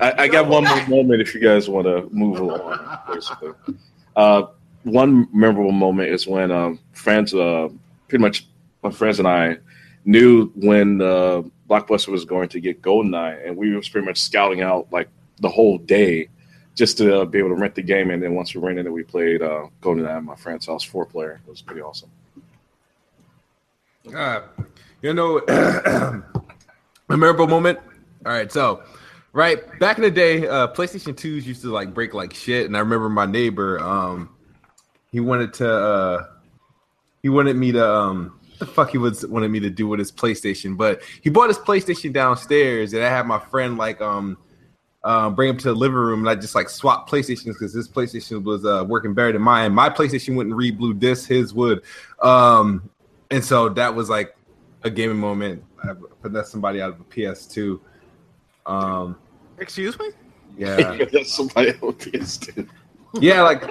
Speaker 9: I, I got one more moment if you guys want to move along. basically. Uh, one memorable moment is when um, friends, uh, pretty much my friends and I, knew when uh, Blockbuster was going to get Goldeneye, and we were pretty much scouting out like the whole day just to uh, be able to rent the game. And then once we rented it, we played uh, Goldeneye at my friend's house, four player. It was pretty awesome.
Speaker 8: Uh, you know, a memorable moment. All right, so right back in the day, uh, PlayStation twos used to like break like shit, and I remember my neighbor. Um, he wanted to. Uh, he wanted me to. Um, what the fuck he was wanted me to do with his PlayStation, but he bought his PlayStation downstairs, and I had my friend like um. Uh, bring him to the living room, and I just like swap PlayStations because his PlayStation was uh, working better than mine. My PlayStation wouldn't read blue disc, his would. Um, and so that was like a gaming moment. I finessed somebody out of a PS2. Um,
Speaker 5: Excuse me.
Speaker 8: yeah,
Speaker 9: That's somebody else.
Speaker 8: yeah, like,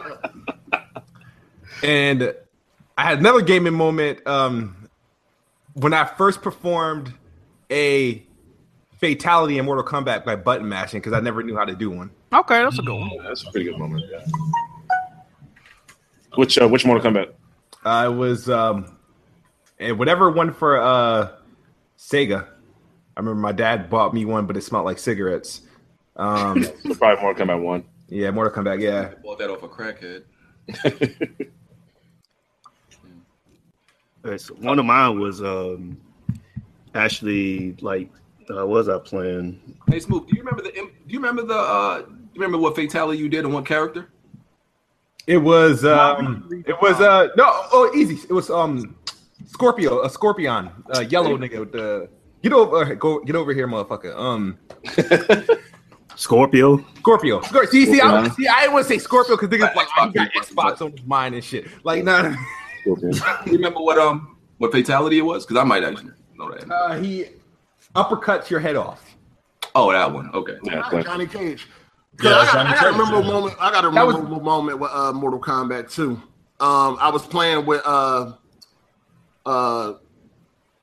Speaker 8: and I had another gaming moment um, when I first performed a fatality in Mortal Kombat by button mashing because I never knew how to do one.
Speaker 5: Okay, that's a good one.
Speaker 9: That's a pretty good moment. Yeah. Which uh, which Mortal Kombat?
Speaker 8: Uh, it was um, and whatever one for uh, Sega. I remember my dad bought me one, but it smelled like cigarettes.
Speaker 9: *laughs*
Speaker 8: Um,
Speaker 9: Probably Mortal Kombat one.
Speaker 8: yeah, Mortal Kombat. Yeah,
Speaker 1: Bought that off a crackhead.
Speaker 6: Alright, so one of mine was um actually like uh, what was I playing?
Speaker 1: Hey, Smoop, do you remember the? im- Do you remember the? uh Do you remember what fatality you did on what character?
Speaker 8: It was um it was uh no oh easy. It was um Scorpio, a Scorpion, uh yellow nigga with the get over go get over here, motherfucker. Um
Speaker 6: Scorpio.
Speaker 8: Scorpio. Scor- see, see, I
Speaker 9: Scorpion.
Speaker 8: see I didn't want to say Scorpio because niggas like I got
Speaker 1: Xbox.
Speaker 8: Xbox on his mind and shit. Like no nah,
Speaker 1: Do you remember what um what fatality it was? Because I might actually know that.
Speaker 8: uh, he uppercuts your head off.
Speaker 1: oh, that one. Okay.
Speaker 9: Yeah,
Speaker 3: Not
Speaker 9: but-
Speaker 3: Johnny Cage. 'Cause
Speaker 4: Yeah,
Speaker 3: I got,
Speaker 4: Johnny
Speaker 3: I got a
Speaker 4: Cage,
Speaker 3: memorable
Speaker 4: yeah.
Speaker 3: moment. I got a
Speaker 8: That was-
Speaker 3: memorable moment with uh, Mortal Kombat 2. Um, I was playing with uh, uh,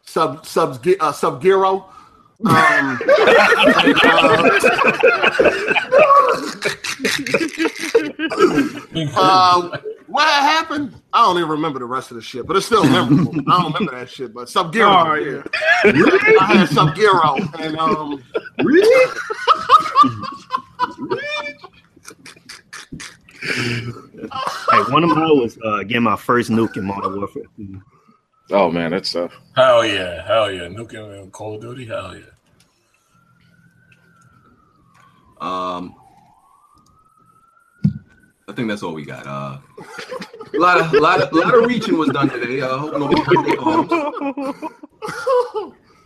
Speaker 3: Sub Sub uh, Sub Giro. Um, *laughs* and, uh,
Speaker 4: *laughs*
Speaker 3: uh, *laughs* what happened? I don't even remember the rest of the shit, but it's still memorable. I don't remember that shit, but Sub Giro.
Speaker 5: Oh, yeah.
Speaker 3: I had Sub Giro, and um,
Speaker 6: Hey, one of mine was uh getting my first nuke in Modern Warfare. two.
Speaker 9: Oh man, that's tough.
Speaker 4: Hell yeah, hell yeah. Nukem and Call of Duty, hell yeah.
Speaker 1: Um. I think that's all we got. Uh, a lot of, lot of, lot of reaching was done today. I uh, hope nobody hurt their arms.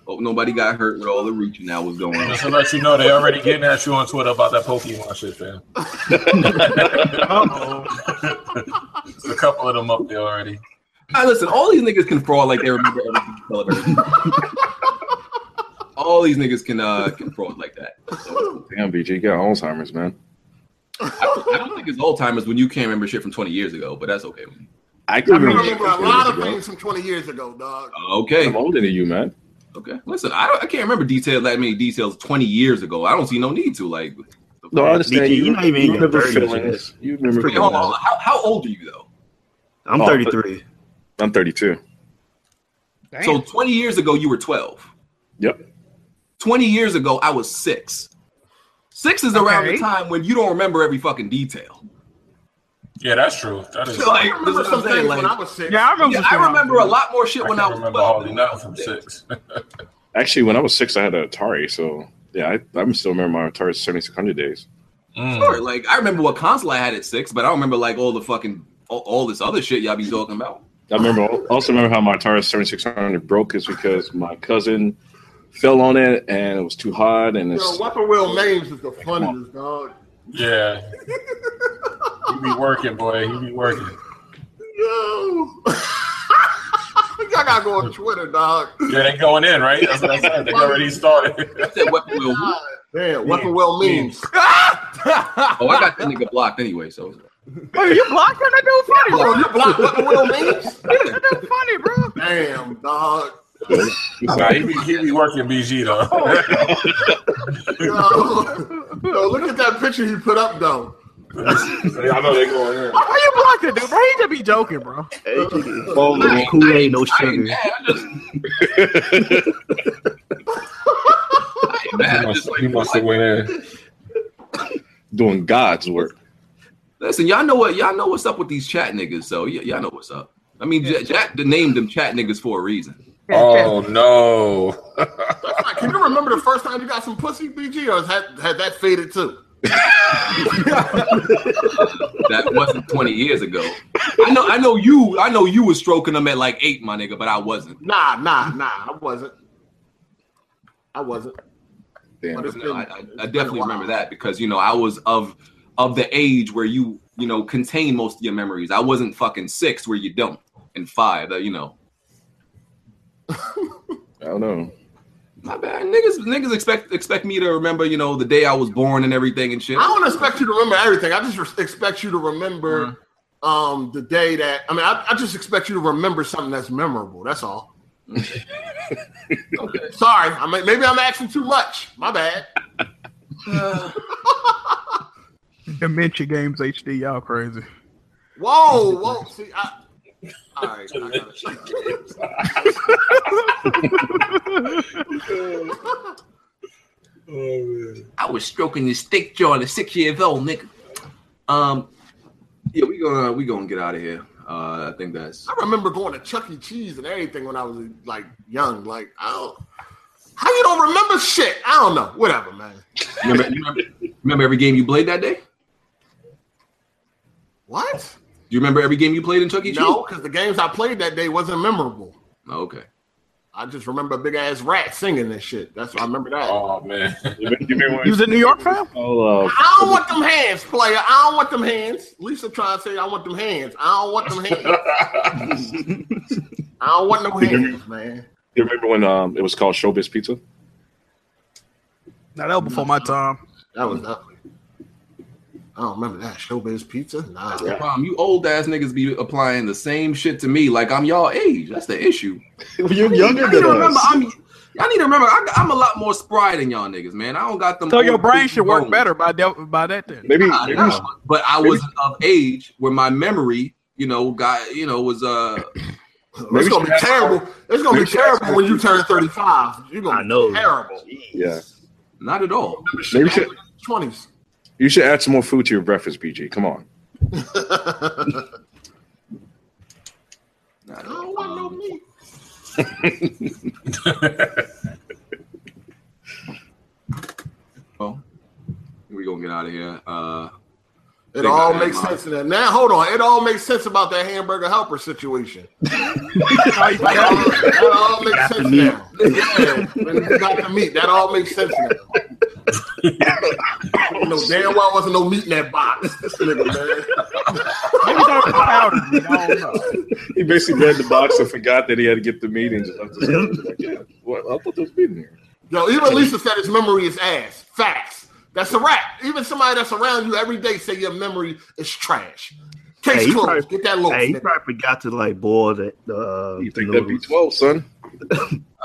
Speaker 1: Hope nobody got hurt with all the reaching that was going
Speaker 4: Just
Speaker 1: on.
Speaker 4: to let you know, they already getting at you on Twitter about that Pokemon shit, *laughs* fam. There's a couple of them up there already.
Speaker 1: Ah, listen, all these niggas can fraud like they remember everything. they tell everybody. all these niggas can uh can fraud like that. So,
Speaker 9: Damn, BG, you got Alzheimer's, man.
Speaker 1: I, I don't think it's Alzheimer's when you can't remember shit from twenty years ago, but that's okay.
Speaker 9: I
Speaker 3: I
Speaker 9: can
Speaker 3: remember a lot of
Speaker 9: ago.
Speaker 3: things from 20 years ago, dog.
Speaker 1: Okay,
Speaker 9: I'm older than you, man.
Speaker 1: okay. Listen, I don't, I can't remember details that many details twenty years ago. I don't see no need to like.
Speaker 9: No, I understand.
Speaker 6: BG,
Speaker 9: you,
Speaker 6: you're not even in
Speaker 9: you
Speaker 6: your
Speaker 9: remember
Speaker 6: 30s,
Speaker 9: feelings.
Speaker 6: yes.
Speaker 9: You remember
Speaker 1: Wait, hold on,
Speaker 9: feelings.
Speaker 1: hold on. How, how old are you though?
Speaker 6: I'm
Speaker 9: Oh,
Speaker 6: 33.
Speaker 9: I'm 32.
Speaker 1: So 20 years ago, you were 12.
Speaker 9: Yep.
Speaker 1: 20 years ago, I was six. Six is around the
Speaker 5: Okay.
Speaker 1: time when you don't remember every fucking detail.
Speaker 4: Yeah, that's true. That is.
Speaker 1: So, *laughs* like,
Speaker 3: I
Speaker 1: this
Speaker 3: remember
Speaker 1: is what
Speaker 3: some
Speaker 1: I'm saying.
Speaker 3: things
Speaker 1: Like,
Speaker 3: when I was six.
Speaker 5: Yeah, I remember.
Speaker 1: yeah, I remember a lot more shit
Speaker 4: I
Speaker 1: when
Speaker 4: can't
Speaker 1: I was
Speaker 4: remember
Speaker 1: 12.
Speaker 4: hardly
Speaker 1: than
Speaker 4: nothing from
Speaker 1: six.
Speaker 4: six. *laughs*
Speaker 9: Actually, when I was six, I had an Atari. So yeah, I, I'm still remember my Atari 7600 days.
Speaker 4: Mm.
Speaker 1: Sure, like, I remember what console I had at six, but I don't remember, like, all the fucking, all, all this other shit y'all be talking about.
Speaker 9: I remember also remember how my Atari 7600 broke is because my cousin fell on it and it was too hot and
Speaker 3: Yo,
Speaker 9: it's
Speaker 3: Weapon Wheel names is the funniest, dog.
Speaker 4: Yeah. You be working, boy. You be working.
Speaker 3: Yo. *laughs* Y'all gotta go on Twitter, dog.
Speaker 4: Yeah, they going in, right? That's what I said. They already
Speaker 10: *laughs*
Speaker 4: started.
Speaker 1: I said, what will who?
Speaker 3: Damn, Weapon Wheel memes.
Speaker 1: Oh, I got that nigga blocked anyway, so.
Speaker 5: Hey, you blocked him? That dude funny,
Speaker 3: Hold
Speaker 5: bro.
Speaker 3: on, you block Weapon Wheel memes?
Speaker 5: That dude funny, bro.
Speaker 3: Damn, dog.
Speaker 4: nah, he be, he be working BG
Speaker 1: Oh.
Speaker 4: *laughs* though.
Speaker 3: *laughs* Yo. Yo, look at that picture you put up, though.
Speaker 4: I know they going in.
Speaker 5: Why you blocked that dude, bro? He just be joking, bro.
Speaker 6: Oh, Kool-Aid, no
Speaker 1: I ain't
Speaker 6: sugar.
Speaker 1: mad. I just, I ain't mad. I just, like,
Speaker 4: he must have went in.
Speaker 1: *laughs*
Speaker 9: doing God's work.
Speaker 1: Listen, y'all know what y'all know what's up with these chat niggas, so y- y'all know what's up. I mean, J- Jack named them chat niggas for a reason.
Speaker 4: Oh no.
Speaker 3: That's like, can you remember the first time you got some pussy, BG, or has that, had that faded too?
Speaker 1: That wasn't 20 years ago. I know, I know you, I know you was stroking them at like eight, my nigga, but I wasn't.
Speaker 3: Nah, nah, nah. I wasn't. I wasn't.
Speaker 9: Damn.
Speaker 1: I, I, I definitely remember that because you know I was of of the age where you you know contain most of your memories. I wasn't fucking six where you don't, and five, uh, you know.
Speaker 9: I don't know.
Speaker 1: My bad, niggas. Niggas expect expect me to remember, you know, the day I was born and everything and shit.
Speaker 3: I don't expect you to remember everything. I just res- expect you to remember
Speaker 1: Mm-hmm.
Speaker 3: um, the day that. I mean, I, I just expect you to remember something that's memorable.
Speaker 1: *laughs*
Speaker 3: That's all.
Speaker 1: Okay.
Speaker 3: Sorry, I may maybe I'm asking too much. My bad.
Speaker 1: Uh,
Speaker 5: Dementia Games HD, y'all crazy.
Speaker 3: Whoa, whoa. See, I, all right. I gotta-
Speaker 1: I was stroking the stick jaw at a six year old nigga. Um, yeah, we gonna we gonna get out of here. Uh, I think that's
Speaker 3: I remember going to Chuck E. Cheese and everything when I was like young. Like, I don't. How you don't remember shit? I don't know. Whatever, man.
Speaker 1: remember, you remember, remember every game you played that day. Do
Speaker 3: What?
Speaker 1: you remember every game you played in Chuck E. Cheese?
Speaker 3: No, because the games I played that day wasn't memorable.
Speaker 1: Oh, okay.
Speaker 3: I just remember a big ass rat singing this shit. That's I remember that.
Speaker 4: Oh man. *laughs*
Speaker 9: You remember- you remember
Speaker 5: You
Speaker 9: *laughs*
Speaker 5: was in New York, fam?
Speaker 9: Oh,
Speaker 3: I don't want them hands, player. I don't want them hands. Lisa trying to say I want them hands. I don't want them hands.
Speaker 9: uh, *laughs*
Speaker 3: I don't want no hands, man.
Speaker 9: you remember when um, it was called Showbiz Pizza?
Speaker 5: Now that was before my time.
Speaker 3: That was ugly. I don't remember that. Showbiz pizza? Nah.
Speaker 1: That's the problem. Um, You old ass niggas be applying the same shit to me like I'm y'all age. That's the issue.
Speaker 9: You're
Speaker 1: I
Speaker 9: younger
Speaker 1: need to remember. I'm. I need to remember. I, I'm a lot more spry than y'all niggas, man. I don't got them.
Speaker 5: So your
Speaker 1: old
Speaker 5: brain
Speaker 1: creepy
Speaker 5: should work
Speaker 1: bones.
Speaker 5: better by de- by that then.
Speaker 9: Maybe,
Speaker 1: Nah,
Speaker 9: maybe
Speaker 1: nah, but I wasn't of age where my memory, you know, got you know was uh
Speaker 3: It's gonna be terrible. It's gonna be terrible when you turn 35. You're gonna
Speaker 6: I know.
Speaker 3: be terrible.
Speaker 9: yeah.
Speaker 1: not at all.
Speaker 9: Maybe you should,
Speaker 3: 20s.
Speaker 9: you should add some more food to your breakfast, BG. Come on.
Speaker 1: Not
Speaker 3: I
Speaker 1: at all.
Speaker 3: don't want no meat.
Speaker 1: Well, we gonna get out of here. Uh,
Speaker 3: It all makes sense in that. Now, hold on. It all makes sense about that hamburger helper situation. *laughs* That all makes sense now. Yeah, when you got the meat, that all makes sense now. you know damn well wasn't no meat in that box. *laughs* This nigga, man.
Speaker 9: *laughs* He basically read the box and forgot that he had to get the meeting. Just left *laughs* the- Yeah, what? I thought there was meat in there.
Speaker 3: Yo, even Lisa said his memory is ass. Facts. That's a wrap. Even somebody that's around you every day say your memory is trash. Case
Speaker 6: Hey, he
Speaker 3: closed.
Speaker 6: probably-
Speaker 4: Oh,
Speaker 3: Get that loaf.
Speaker 6: Hey, he
Speaker 3: nigga.
Speaker 6: probably forgot to like boil the. the, Uh,
Speaker 9: You
Speaker 6: the
Speaker 9: think that'd be
Speaker 6: noodles.
Speaker 9: twelve, son?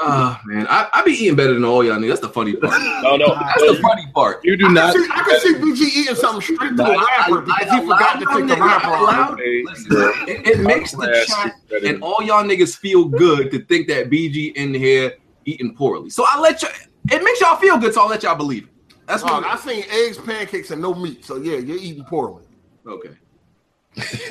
Speaker 1: Ah, man, I, I be eating better than all y'all niggas. That's the funny part.
Speaker 9: No, no,
Speaker 1: That's the funny part.
Speaker 9: you do
Speaker 3: I
Speaker 9: not.
Speaker 3: can, see, I can see BG eating something straight to the wrapper because he forgot to take the wrapper off.
Speaker 1: Listen, it, it makes the chat and all y'all niggas feel good to think that BG in here eating poorly. So I let you. It makes y'all feel good, so I'll let y'all believe it. That's
Speaker 3: Dog,
Speaker 1: what.
Speaker 3: I seen eggs, pancakes, and no meat. So yeah, you're eating poorly.
Speaker 1: okay. what,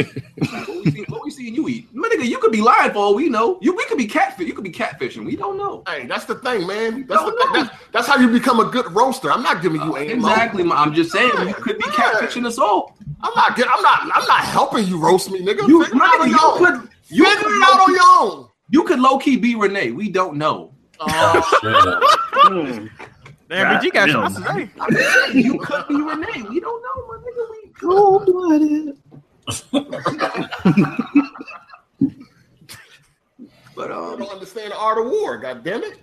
Speaker 1: we see, what we seeing you eat, My nigga? You could be lying for all we know. You we could be catfish. You could be catfishing. We don't know.
Speaker 3: Hey, that's the thing, man. That's the
Speaker 1: No,
Speaker 3: thing.
Speaker 1: no.
Speaker 3: That's, that's how you become a good roaster. I'm not giving you ammo.
Speaker 1: Exactly. Ma- I'm just saying you could be catfishing us all.
Speaker 3: I'm not. get- I'm not. I'm not helping you roast me, nigga.
Speaker 1: You,
Speaker 3: Figure it out
Speaker 1: nigga,
Speaker 3: on
Speaker 1: you
Speaker 3: your own.
Speaker 1: could you
Speaker 3: Figure
Speaker 1: could
Speaker 3: it out on your own.
Speaker 1: You could low key be Renee. We don't know.
Speaker 3: *laughs* Oh,
Speaker 5: Damn, but you got
Speaker 6: Goddamn.
Speaker 5: shots today.
Speaker 1: You could be Renee. We don't know, my nigga. We But
Speaker 3: I
Speaker 1: um,
Speaker 3: don't understand the art of war. God damn it!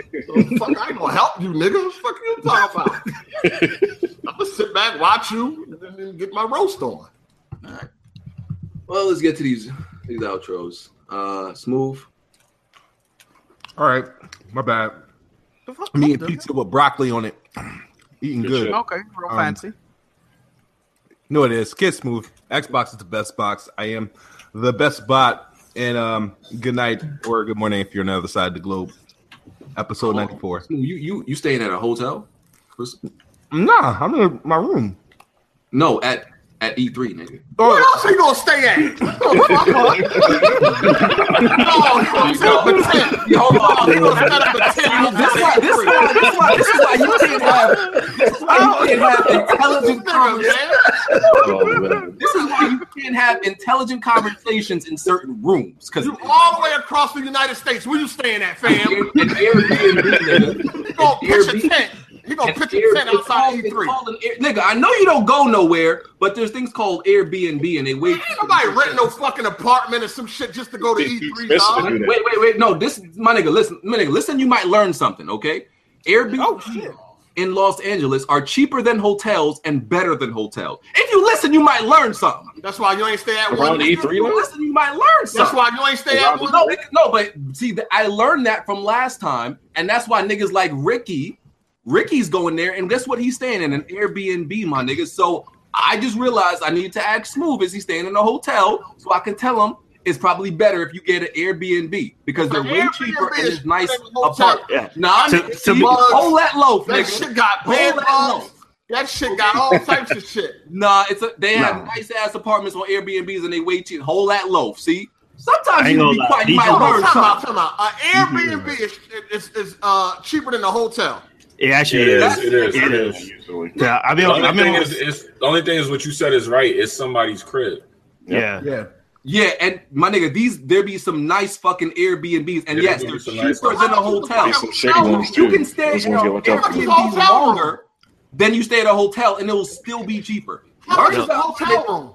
Speaker 3: *laughs* So, fuck, I ain't gonna help you, nigga. What the fuck you talking about? *laughs* I'm gonna sit back, watch you, and then- then get my roast on.
Speaker 1: well, let's get to these these outros. Uh, smooth.
Speaker 10: All right, my bad. I'm eating pizza with broccoli on it. *clears throat* Eating
Speaker 9: Good
Speaker 10: good.
Speaker 9: shit.
Speaker 5: Okay, real
Speaker 10: Um,
Speaker 5: fancy.
Speaker 10: No, it is. Kid Smooth. Xbox is the best box. I am the best bot. And um, good night or good morning if you're on the other side of the globe. Episode 94.
Speaker 1: Oh, Smooth, You you you staying at a hotel? What's-
Speaker 10: Nah, I'm in my room.
Speaker 1: No, at at E3,
Speaker 10: *laughs*
Speaker 1: nigga.
Speaker 3: What else are you gonna stay
Speaker 1: *laughs*
Speaker 3: at? Oh, no, you gonna set up a tent.
Speaker 1: Yo, hold
Speaker 3: Oh,
Speaker 1: on.
Speaker 3: you gonna set up a tent.
Speaker 1: This is why, this is why, this is why, this is why you can't have, this is why you can't have intelligent conversations. This is why you can't have intelligent conversations
Speaker 9: Oh, man.
Speaker 1: in certain rooms because
Speaker 3: You all the way across the United States. Where you staying at, fam?
Speaker 1: An Airbnb, nigga.
Speaker 3: You
Speaker 1: An
Speaker 3: gonna pitch a tent? You gonna
Speaker 1: It's
Speaker 3: pitch a tent
Speaker 1: Air- it's
Speaker 3: outside
Speaker 1: called- it's
Speaker 3: E E3? Ain't
Speaker 1: called an Air- nigga, I know you don't go nowhere, but there's things called Airbnb and they wait.
Speaker 3: nobody renting no fucking apartment or some shit just to go to E
Speaker 9: It's
Speaker 3: E3,
Speaker 9: expensive to
Speaker 3: dog.
Speaker 9: do
Speaker 1: Wait, wait, wait, wait. No, this my nigga, listen, my nigga, listen, you might learn something, okay? Airbnb
Speaker 9: Oh,
Speaker 1: in Los Angeles are cheaper than hotels and better than hotels. If you listen, you might learn something.
Speaker 3: That's why you ain't stay at
Speaker 9: Around
Speaker 3: one.
Speaker 9: E3
Speaker 1: If you
Speaker 9: now?
Speaker 1: listen, you might learn
Speaker 3: That's
Speaker 1: something.
Speaker 3: why you ain't stay at
Speaker 1: Well,
Speaker 3: one.
Speaker 1: no, nigga, no, but see, th- I learned that from last time, and that's why niggas like Ricky, Ricky's going there, and guess what? He's staying in an Airbnb, my nigga. So I just realized I need to ask Smooth, is he staying in a hotel? So I can tell him it's probably better if you get an Airbnb because they're way
Speaker 3: Airbnb
Speaker 1: cheaper and
Speaker 3: is
Speaker 1: it's nice
Speaker 3: cheaper than a hotel.
Speaker 1: apart.
Speaker 6: Yeah.
Speaker 1: Nah,
Speaker 6: To-
Speaker 1: nigga,
Speaker 6: to
Speaker 1: see,
Speaker 6: be-
Speaker 1: hold that loaf,
Speaker 3: That
Speaker 1: nigga.
Speaker 3: shit got
Speaker 1: Hold
Speaker 3: bed
Speaker 1: that
Speaker 3: bugs.
Speaker 1: loaf.
Speaker 3: That shit got all types of shit.
Speaker 1: Nah, it's a they have
Speaker 6: Nah.
Speaker 1: nice ass apartments on Airbnbs and they way cheap. Hold that loaf, see. Sometimes
Speaker 6: I
Speaker 1: you
Speaker 6: ain't
Speaker 1: can
Speaker 6: gonna
Speaker 1: be
Speaker 6: lie,
Speaker 1: quiet, you
Speaker 6: these
Speaker 1: might
Speaker 3: Hold on,
Speaker 1: learn
Speaker 3: time
Speaker 1: something.
Speaker 3: out, time out. Uh, Airbnb is, is, is uh, cheaper than a hotel.
Speaker 6: It actually
Speaker 4: It is.
Speaker 6: is.
Speaker 4: It is. It
Speaker 6: It
Speaker 4: is.
Speaker 9: Usually.
Speaker 6: Yeah, I mean,
Speaker 4: The
Speaker 6: I
Speaker 4: only
Speaker 6: mean,
Speaker 4: thing is, is the only thing is what you said is right. It's somebody's crib.
Speaker 6: yeah.
Speaker 10: Yeah.
Speaker 1: Yeah, and my nigga, these there be some nice fucking Airbnbs, and
Speaker 4: Yeah,
Speaker 1: yes,
Speaker 4: there
Speaker 1: they're
Speaker 4: be some
Speaker 1: cheaper
Speaker 4: nice ones.
Speaker 1: than a hotel.
Speaker 9: There's some shitty ones too.
Speaker 1: You can stay
Speaker 9: Those
Speaker 1: in
Speaker 9: ones
Speaker 1: an
Speaker 9: get looked up to.
Speaker 1: Airbnb
Speaker 3: Hotel room.
Speaker 1: longer than you stay at a hotel, and it will still be cheaper.
Speaker 3: How much is
Speaker 1: Learn-
Speaker 3: the hotel room?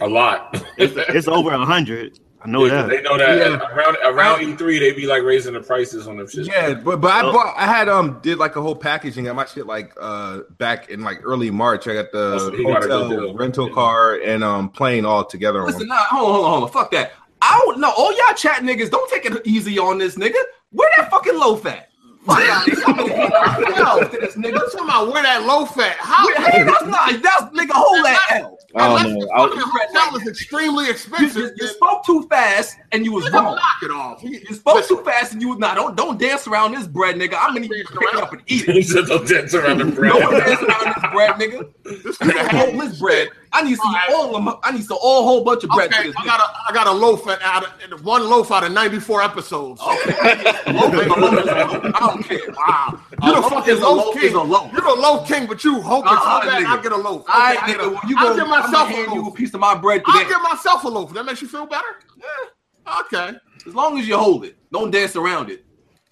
Speaker 4: A lot. *laughs*
Speaker 6: It's, it's over a hundred. I know
Speaker 4: They
Speaker 6: that.
Speaker 4: know that
Speaker 10: Oh, Yeah.
Speaker 4: around around E three they be like raising the prices on them shit.
Speaker 10: Yeah, but but I
Speaker 6: Oh.
Speaker 10: bought I had um did like a whole packaging. I my shit like uh back in like early March. I got the
Speaker 4: Oh, so he got a good
Speaker 10: hotel,
Speaker 4: deal.
Speaker 10: rental car, and um plane all together. on
Speaker 1: Listen,
Speaker 10: one.
Speaker 1: nah, hold on, hold on, hold on, fuck that. I don't know. All y'all chat niggas, don't take it easy on this nigga. Where that fucking loaf at? Fuck out of here. I'm gonna hang out with this nigga.
Speaker 3: That's talking about where that low fat. How?
Speaker 1: Wait, Hey, that's not. That's nigga. Hold that L.
Speaker 9: I
Speaker 3: Unless
Speaker 9: don't
Speaker 3: the
Speaker 9: know.
Speaker 3: fucking
Speaker 9: I,
Speaker 3: hotel is extremely
Speaker 1: You,
Speaker 3: expensive.
Speaker 1: you, you
Speaker 3: then
Speaker 1: spoke too fast, and you was
Speaker 3: nigga,
Speaker 1: wrong.
Speaker 3: Knock it off.
Speaker 1: You spoke too fast and you was not. Don't don't dance around this bread, nigga. I'm gonna need you to pick it up and eat it.
Speaker 4: He said they'll dance around the
Speaker 1: Don't
Speaker 4: bread.
Speaker 1: dance around this bread, nigga. This nigga homeless bread. I need to see all, of them. I need to all whole bunch of bread.
Speaker 3: Okay, I got a I got a loaf at, out of, one loaf out of ninety four episodes.
Speaker 1: Oh,
Speaker 3: Okay, I don't care. Uh, Wow, you the
Speaker 1: loaf
Speaker 3: fucking
Speaker 1: is a
Speaker 3: loaf
Speaker 1: loaf
Speaker 3: king.
Speaker 1: is a loaf.
Speaker 3: You the loaf king, but you hoping
Speaker 1: Uh-uh,
Speaker 3: so bad
Speaker 1: nigga.
Speaker 3: I get a loaf. Okay,
Speaker 1: I,
Speaker 3: I get a-
Speaker 1: nigga, when you
Speaker 3: I'll
Speaker 1: go,
Speaker 3: get
Speaker 1: I'm gonna
Speaker 3: myself
Speaker 1: hand
Speaker 3: a
Speaker 1: you a
Speaker 3: loaf.
Speaker 1: piece of my bread
Speaker 3: I'll
Speaker 1: today.
Speaker 3: get myself a loaf. That makes you feel better. Yeah. Okay.
Speaker 1: As long as you hold it, don't dance around it.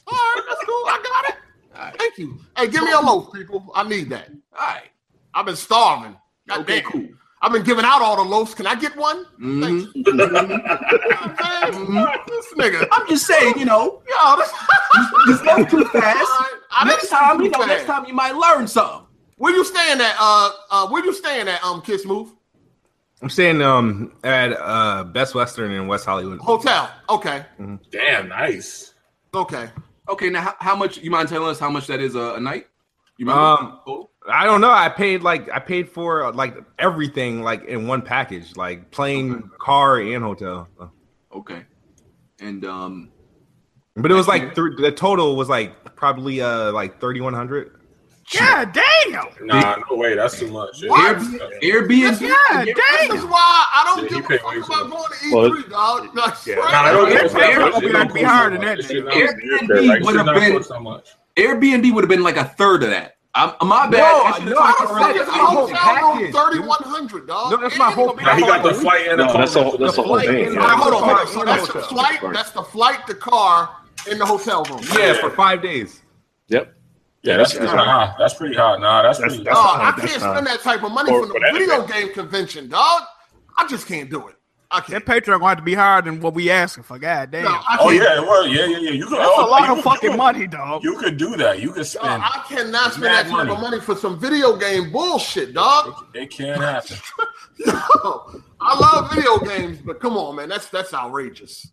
Speaker 3: All right, that's cool. I got it. Thank you. Hey, give me a loaf, people. I need that.
Speaker 1: All right.
Speaker 3: I've been starving. God
Speaker 1: Okay,
Speaker 3: damn.
Speaker 1: cool.
Speaker 3: I've been giving out all the loaves. Can I get one?
Speaker 1: Mhm.
Speaker 3: Thank you. You know what I'm saying? This nigga.
Speaker 1: I'm just saying, you know,
Speaker 3: Yo, this,
Speaker 1: just go too fast.
Speaker 3: All right. I
Speaker 1: next
Speaker 3: didn't
Speaker 1: time,
Speaker 3: do
Speaker 1: you know,
Speaker 3: fast.
Speaker 1: next time you might learn something.
Speaker 3: Where you staying at? Uh, uh, where you staying at? Um, Kiss Move
Speaker 10: I'm saying um at uh Best Western in West Hollywood.
Speaker 3: Hotel. Okay,
Speaker 4: Damn, nice.
Speaker 3: okay.
Speaker 1: Okay, now how, how much? You mind telling us how much that is a, a night? You
Speaker 10: Um,
Speaker 1: total?
Speaker 10: I don't know. I paid like I paid for uh, like everything like in one package, like plane, car, and hotel.
Speaker 1: Okay, and um,
Speaker 10: But it was like th- the total was like probably uh like thirty one hundred.
Speaker 5: God damn.
Speaker 4: Nah, no way. That's too much.
Speaker 3: What?
Speaker 1: Airbnb.
Speaker 5: God
Speaker 3: This
Speaker 5: damn.
Speaker 3: is why I don't
Speaker 4: Yeah,
Speaker 3: give
Speaker 4: you
Speaker 3: a
Speaker 4: can't wait
Speaker 3: fuck about going to E3,
Speaker 9: Well,
Speaker 3: dog. Like,
Speaker 9: yeah.
Speaker 3: straight
Speaker 4: Nah, I
Speaker 3: up.
Speaker 4: don't give a
Speaker 5: Airbnb
Speaker 4: fuck.
Speaker 5: would be higher than that,
Speaker 4: Shit not-
Speaker 1: Airbnb
Speaker 4: Right,
Speaker 1: would
Speaker 4: shit
Speaker 1: have
Speaker 4: not
Speaker 1: been
Speaker 4: cost so much.
Speaker 1: Airbnb would have been like a third of that. I'm, my bad.
Speaker 10: No,
Speaker 1: I should've
Speaker 10: no,
Speaker 1: talked
Speaker 10: I
Speaker 3: How
Speaker 1: about
Speaker 3: the fuck
Speaker 10: don't
Speaker 1: it.
Speaker 10: think
Speaker 3: is a
Speaker 10: That's my whole
Speaker 3: hotel room
Speaker 10: package.
Speaker 3: thirty one hundred, dog?
Speaker 10: No, that's my
Speaker 3: And
Speaker 10: whole
Speaker 3: you gonna be
Speaker 4: Nah, he
Speaker 3: out
Speaker 4: got
Speaker 3: for
Speaker 4: the
Speaker 3: a week.
Speaker 4: flight and the
Speaker 9: No,
Speaker 4: car.
Speaker 9: that's all. That's the whole
Speaker 10: flight
Speaker 9: thing.
Speaker 10: and-
Speaker 3: All right, hold on, hold on.
Speaker 10: Yeah.
Speaker 3: So that's the flight. That's the flight, the car, and the hotel room.
Speaker 10: Yeah, for five days.
Speaker 9: Yep.
Speaker 4: Yeah, that's pretty high. That's pretty high. Nah, that's
Speaker 9: That's-
Speaker 4: pretty.
Speaker 9: that's-
Speaker 5: Ah,
Speaker 3: Dog, I
Speaker 9: fine,
Speaker 3: can't
Speaker 9: that's fine.
Speaker 3: spend that type of money
Speaker 9: Or
Speaker 3: from
Speaker 9: for
Speaker 3: the
Speaker 9: that
Speaker 3: video
Speaker 9: event.
Speaker 3: game convention, dog. I just can't do it. I
Speaker 5: That
Speaker 3: can't.
Speaker 5: Patreon gonna have to be higher than what we asking for. God damn.
Speaker 3: No, I can't.
Speaker 4: Oh yeah, it was. Yeah, yeah, yeah. You could.
Speaker 5: That's
Speaker 4: oh,
Speaker 5: a lot
Speaker 4: you
Speaker 5: of
Speaker 4: could-
Speaker 5: fucking
Speaker 4: you-
Speaker 5: money, Ah. dog.
Speaker 4: You could do that. You could
Speaker 3: Dog,
Speaker 4: spend.
Speaker 3: I cannot spend
Speaker 4: Mad
Speaker 3: that type of
Speaker 4: money.
Speaker 3: money for some video game bullshit, dog.
Speaker 4: It can't happen.
Speaker 3: I love video games, but come on, man, that's that's outrageous.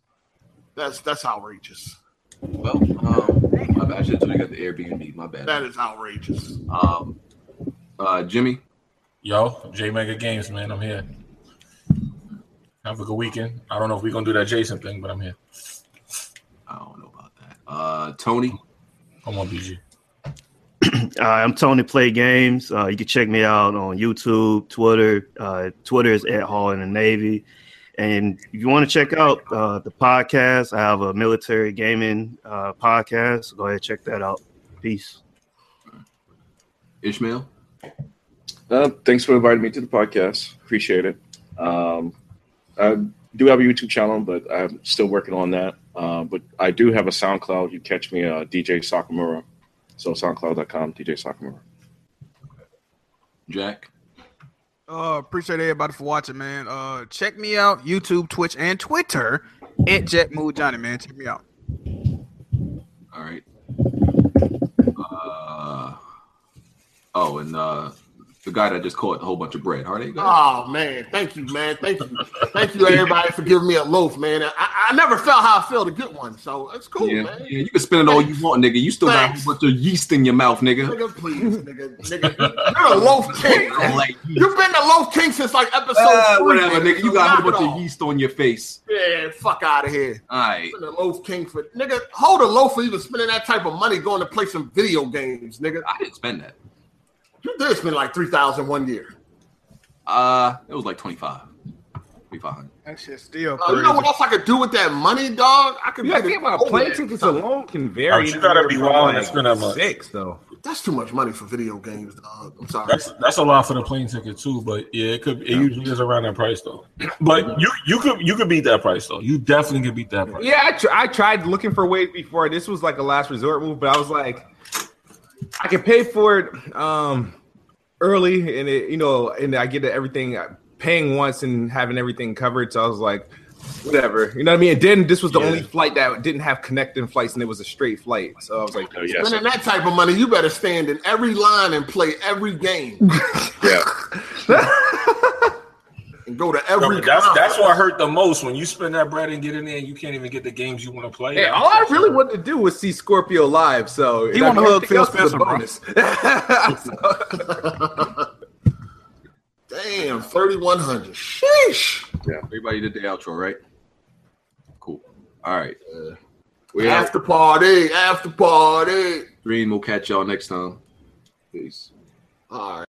Speaker 3: That's that's outrageous.
Speaker 1: Well, um, my bad. I should have told you got the Airbnb. My bad.
Speaker 3: That is outrageous.
Speaker 1: Um, uh, Jimmy,
Speaker 4: Yo, J Mega Games, man. I'm here. Have a good weekend. I don't know if we're gonna do that Jason thing, but I'm here.
Speaker 1: I don't know about that. Uh, Tony,
Speaker 4: Come on, BG.
Speaker 6: Uh, I'm Tony Play Games. Uh, you can check me out on YouTube, Twitter. Uh, Twitter is at Hall in the Navy. And if you want to check out uh, the podcast, I have a military gaming uh, podcast. So go ahead and check that out. Peace.
Speaker 1: Ishmael.
Speaker 9: Uh, thanks for inviting me to the podcast. Appreciate it. Um, I do have a YouTube channel, but I'm still working on that. Uh, but I do have a SoundCloud. You catch me, uh, DJ Sakamura. So SoundCloud.com, DJ Sakamura.
Speaker 1: Jack.
Speaker 5: Uh, appreciate everybody for watching, man. Uh, check me out YouTube, Twitch, and Twitter at JetMood Johnny, man. Check me out.
Speaker 1: All right. Uh, oh, and uh, the guy that just caught a whole bunch of bread. Are they?
Speaker 3: Oh man, thank you, man, thank you, thank you, everybody for giving me a loaf, man. I, I never felt how I felt to get one, so it's cool,
Speaker 1: yeah,
Speaker 3: man.
Speaker 1: yeah, you can spend it all you want, nigga. You still got a
Speaker 3: Thanks.
Speaker 1: whole bunch of yeast in your mouth, nigga.
Speaker 3: Nigga, please, nigga, nigga, you're a loaf king. man.
Speaker 1: Like,
Speaker 3: You've been the loaf king since like episode
Speaker 1: uh,
Speaker 3: three,
Speaker 1: whatever, nigga. You
Speaker 3: so
Speaker 1: got a whole
Speaker 3: knock it
Speaker 1: bunch
Speaker 3: off.
Speaker 1: of yeast on your face.
Speaker 3: Yeah, fuck out of here.
Speaker 1: All right.
Speaker 3: Spending a loaf king for nigga. Hold a loaf for even spending that type of money going to play some video games, nigga.
Speaker 1: I didn't spend that.
Speaker 3: You did spend like three thousand one year.
Speaker 1: Uh, it was like 25. 2500.
Speaker 5: That shit still
Speaker 3: Uh, you know what else I could do with that money, dog? I could
Speaker 10: Yeah, I
Speaker 3: get
Speaker 10: think
Speaker 3: a
Speaker 10: my
Speaker 3: Kodak
Speaker 10: plane
Speaker 3: or
Speaker 10: tickets
Speaker 3: something.
Speaker 10: alone can
Speaker 4: Oh,
Speaker 10: vary.
Speaker 4: you gotta be
Speaker 10: anywhere
Speaker 4: wild
Speaker 10: from,
Speaker 4: to spend that much.
Speaker 10: six though.
Speaker 3: That's too much money for video games, dog. I'm sorry.
Speaker 4: That's that's a lot for the plane ticket too, but yeah, it could. It usually is around that price though. But you you could you could beat that price though. You definitely could beat that price.
Speaker 10: Yeah, I, tr- I tried looking for ways before. This was like a last resort move, but I was like, I can pay for it um, early, and it, you know, and I get everything paying once and having everything covered. So I was like, whatever, you know what I mean. And then this was the
Speaker 4: Yeah.
Speaker 10: only flight that didn't have connecting flights, and it was a straight flight. So I was like,
Speaker 9: Oh, yes.
Speaker 3: Spending that type of money, you better stand in every line and play every game
Speaker 9: Yeah.
Speaker 3: and go to
Speaker 4: No,
Speaker 3: every.
Speaker 4: but that's
Speaker 3: conference.
Speaker 4: that's what hurt the most when you spend that bread and get in there and you can't even get the games you want to play.
Speaker 10: hey, all oh, I really wanted to do was see Scorpio live. So
Speaker 5: He wanna hug Phil Spencer, bro.
Speaker 10: *laughs* bro.
Speaker 3: Damn, thirty one hundred. Sheesh.
Speaker 1: *laughs* Everybody did the outro, right? Cool. All right. Uh, we have
Speaker 3: After party, after party.
Speaker 1: three, and we'll catch y'all next time. Peace.
Speaker 3: All right.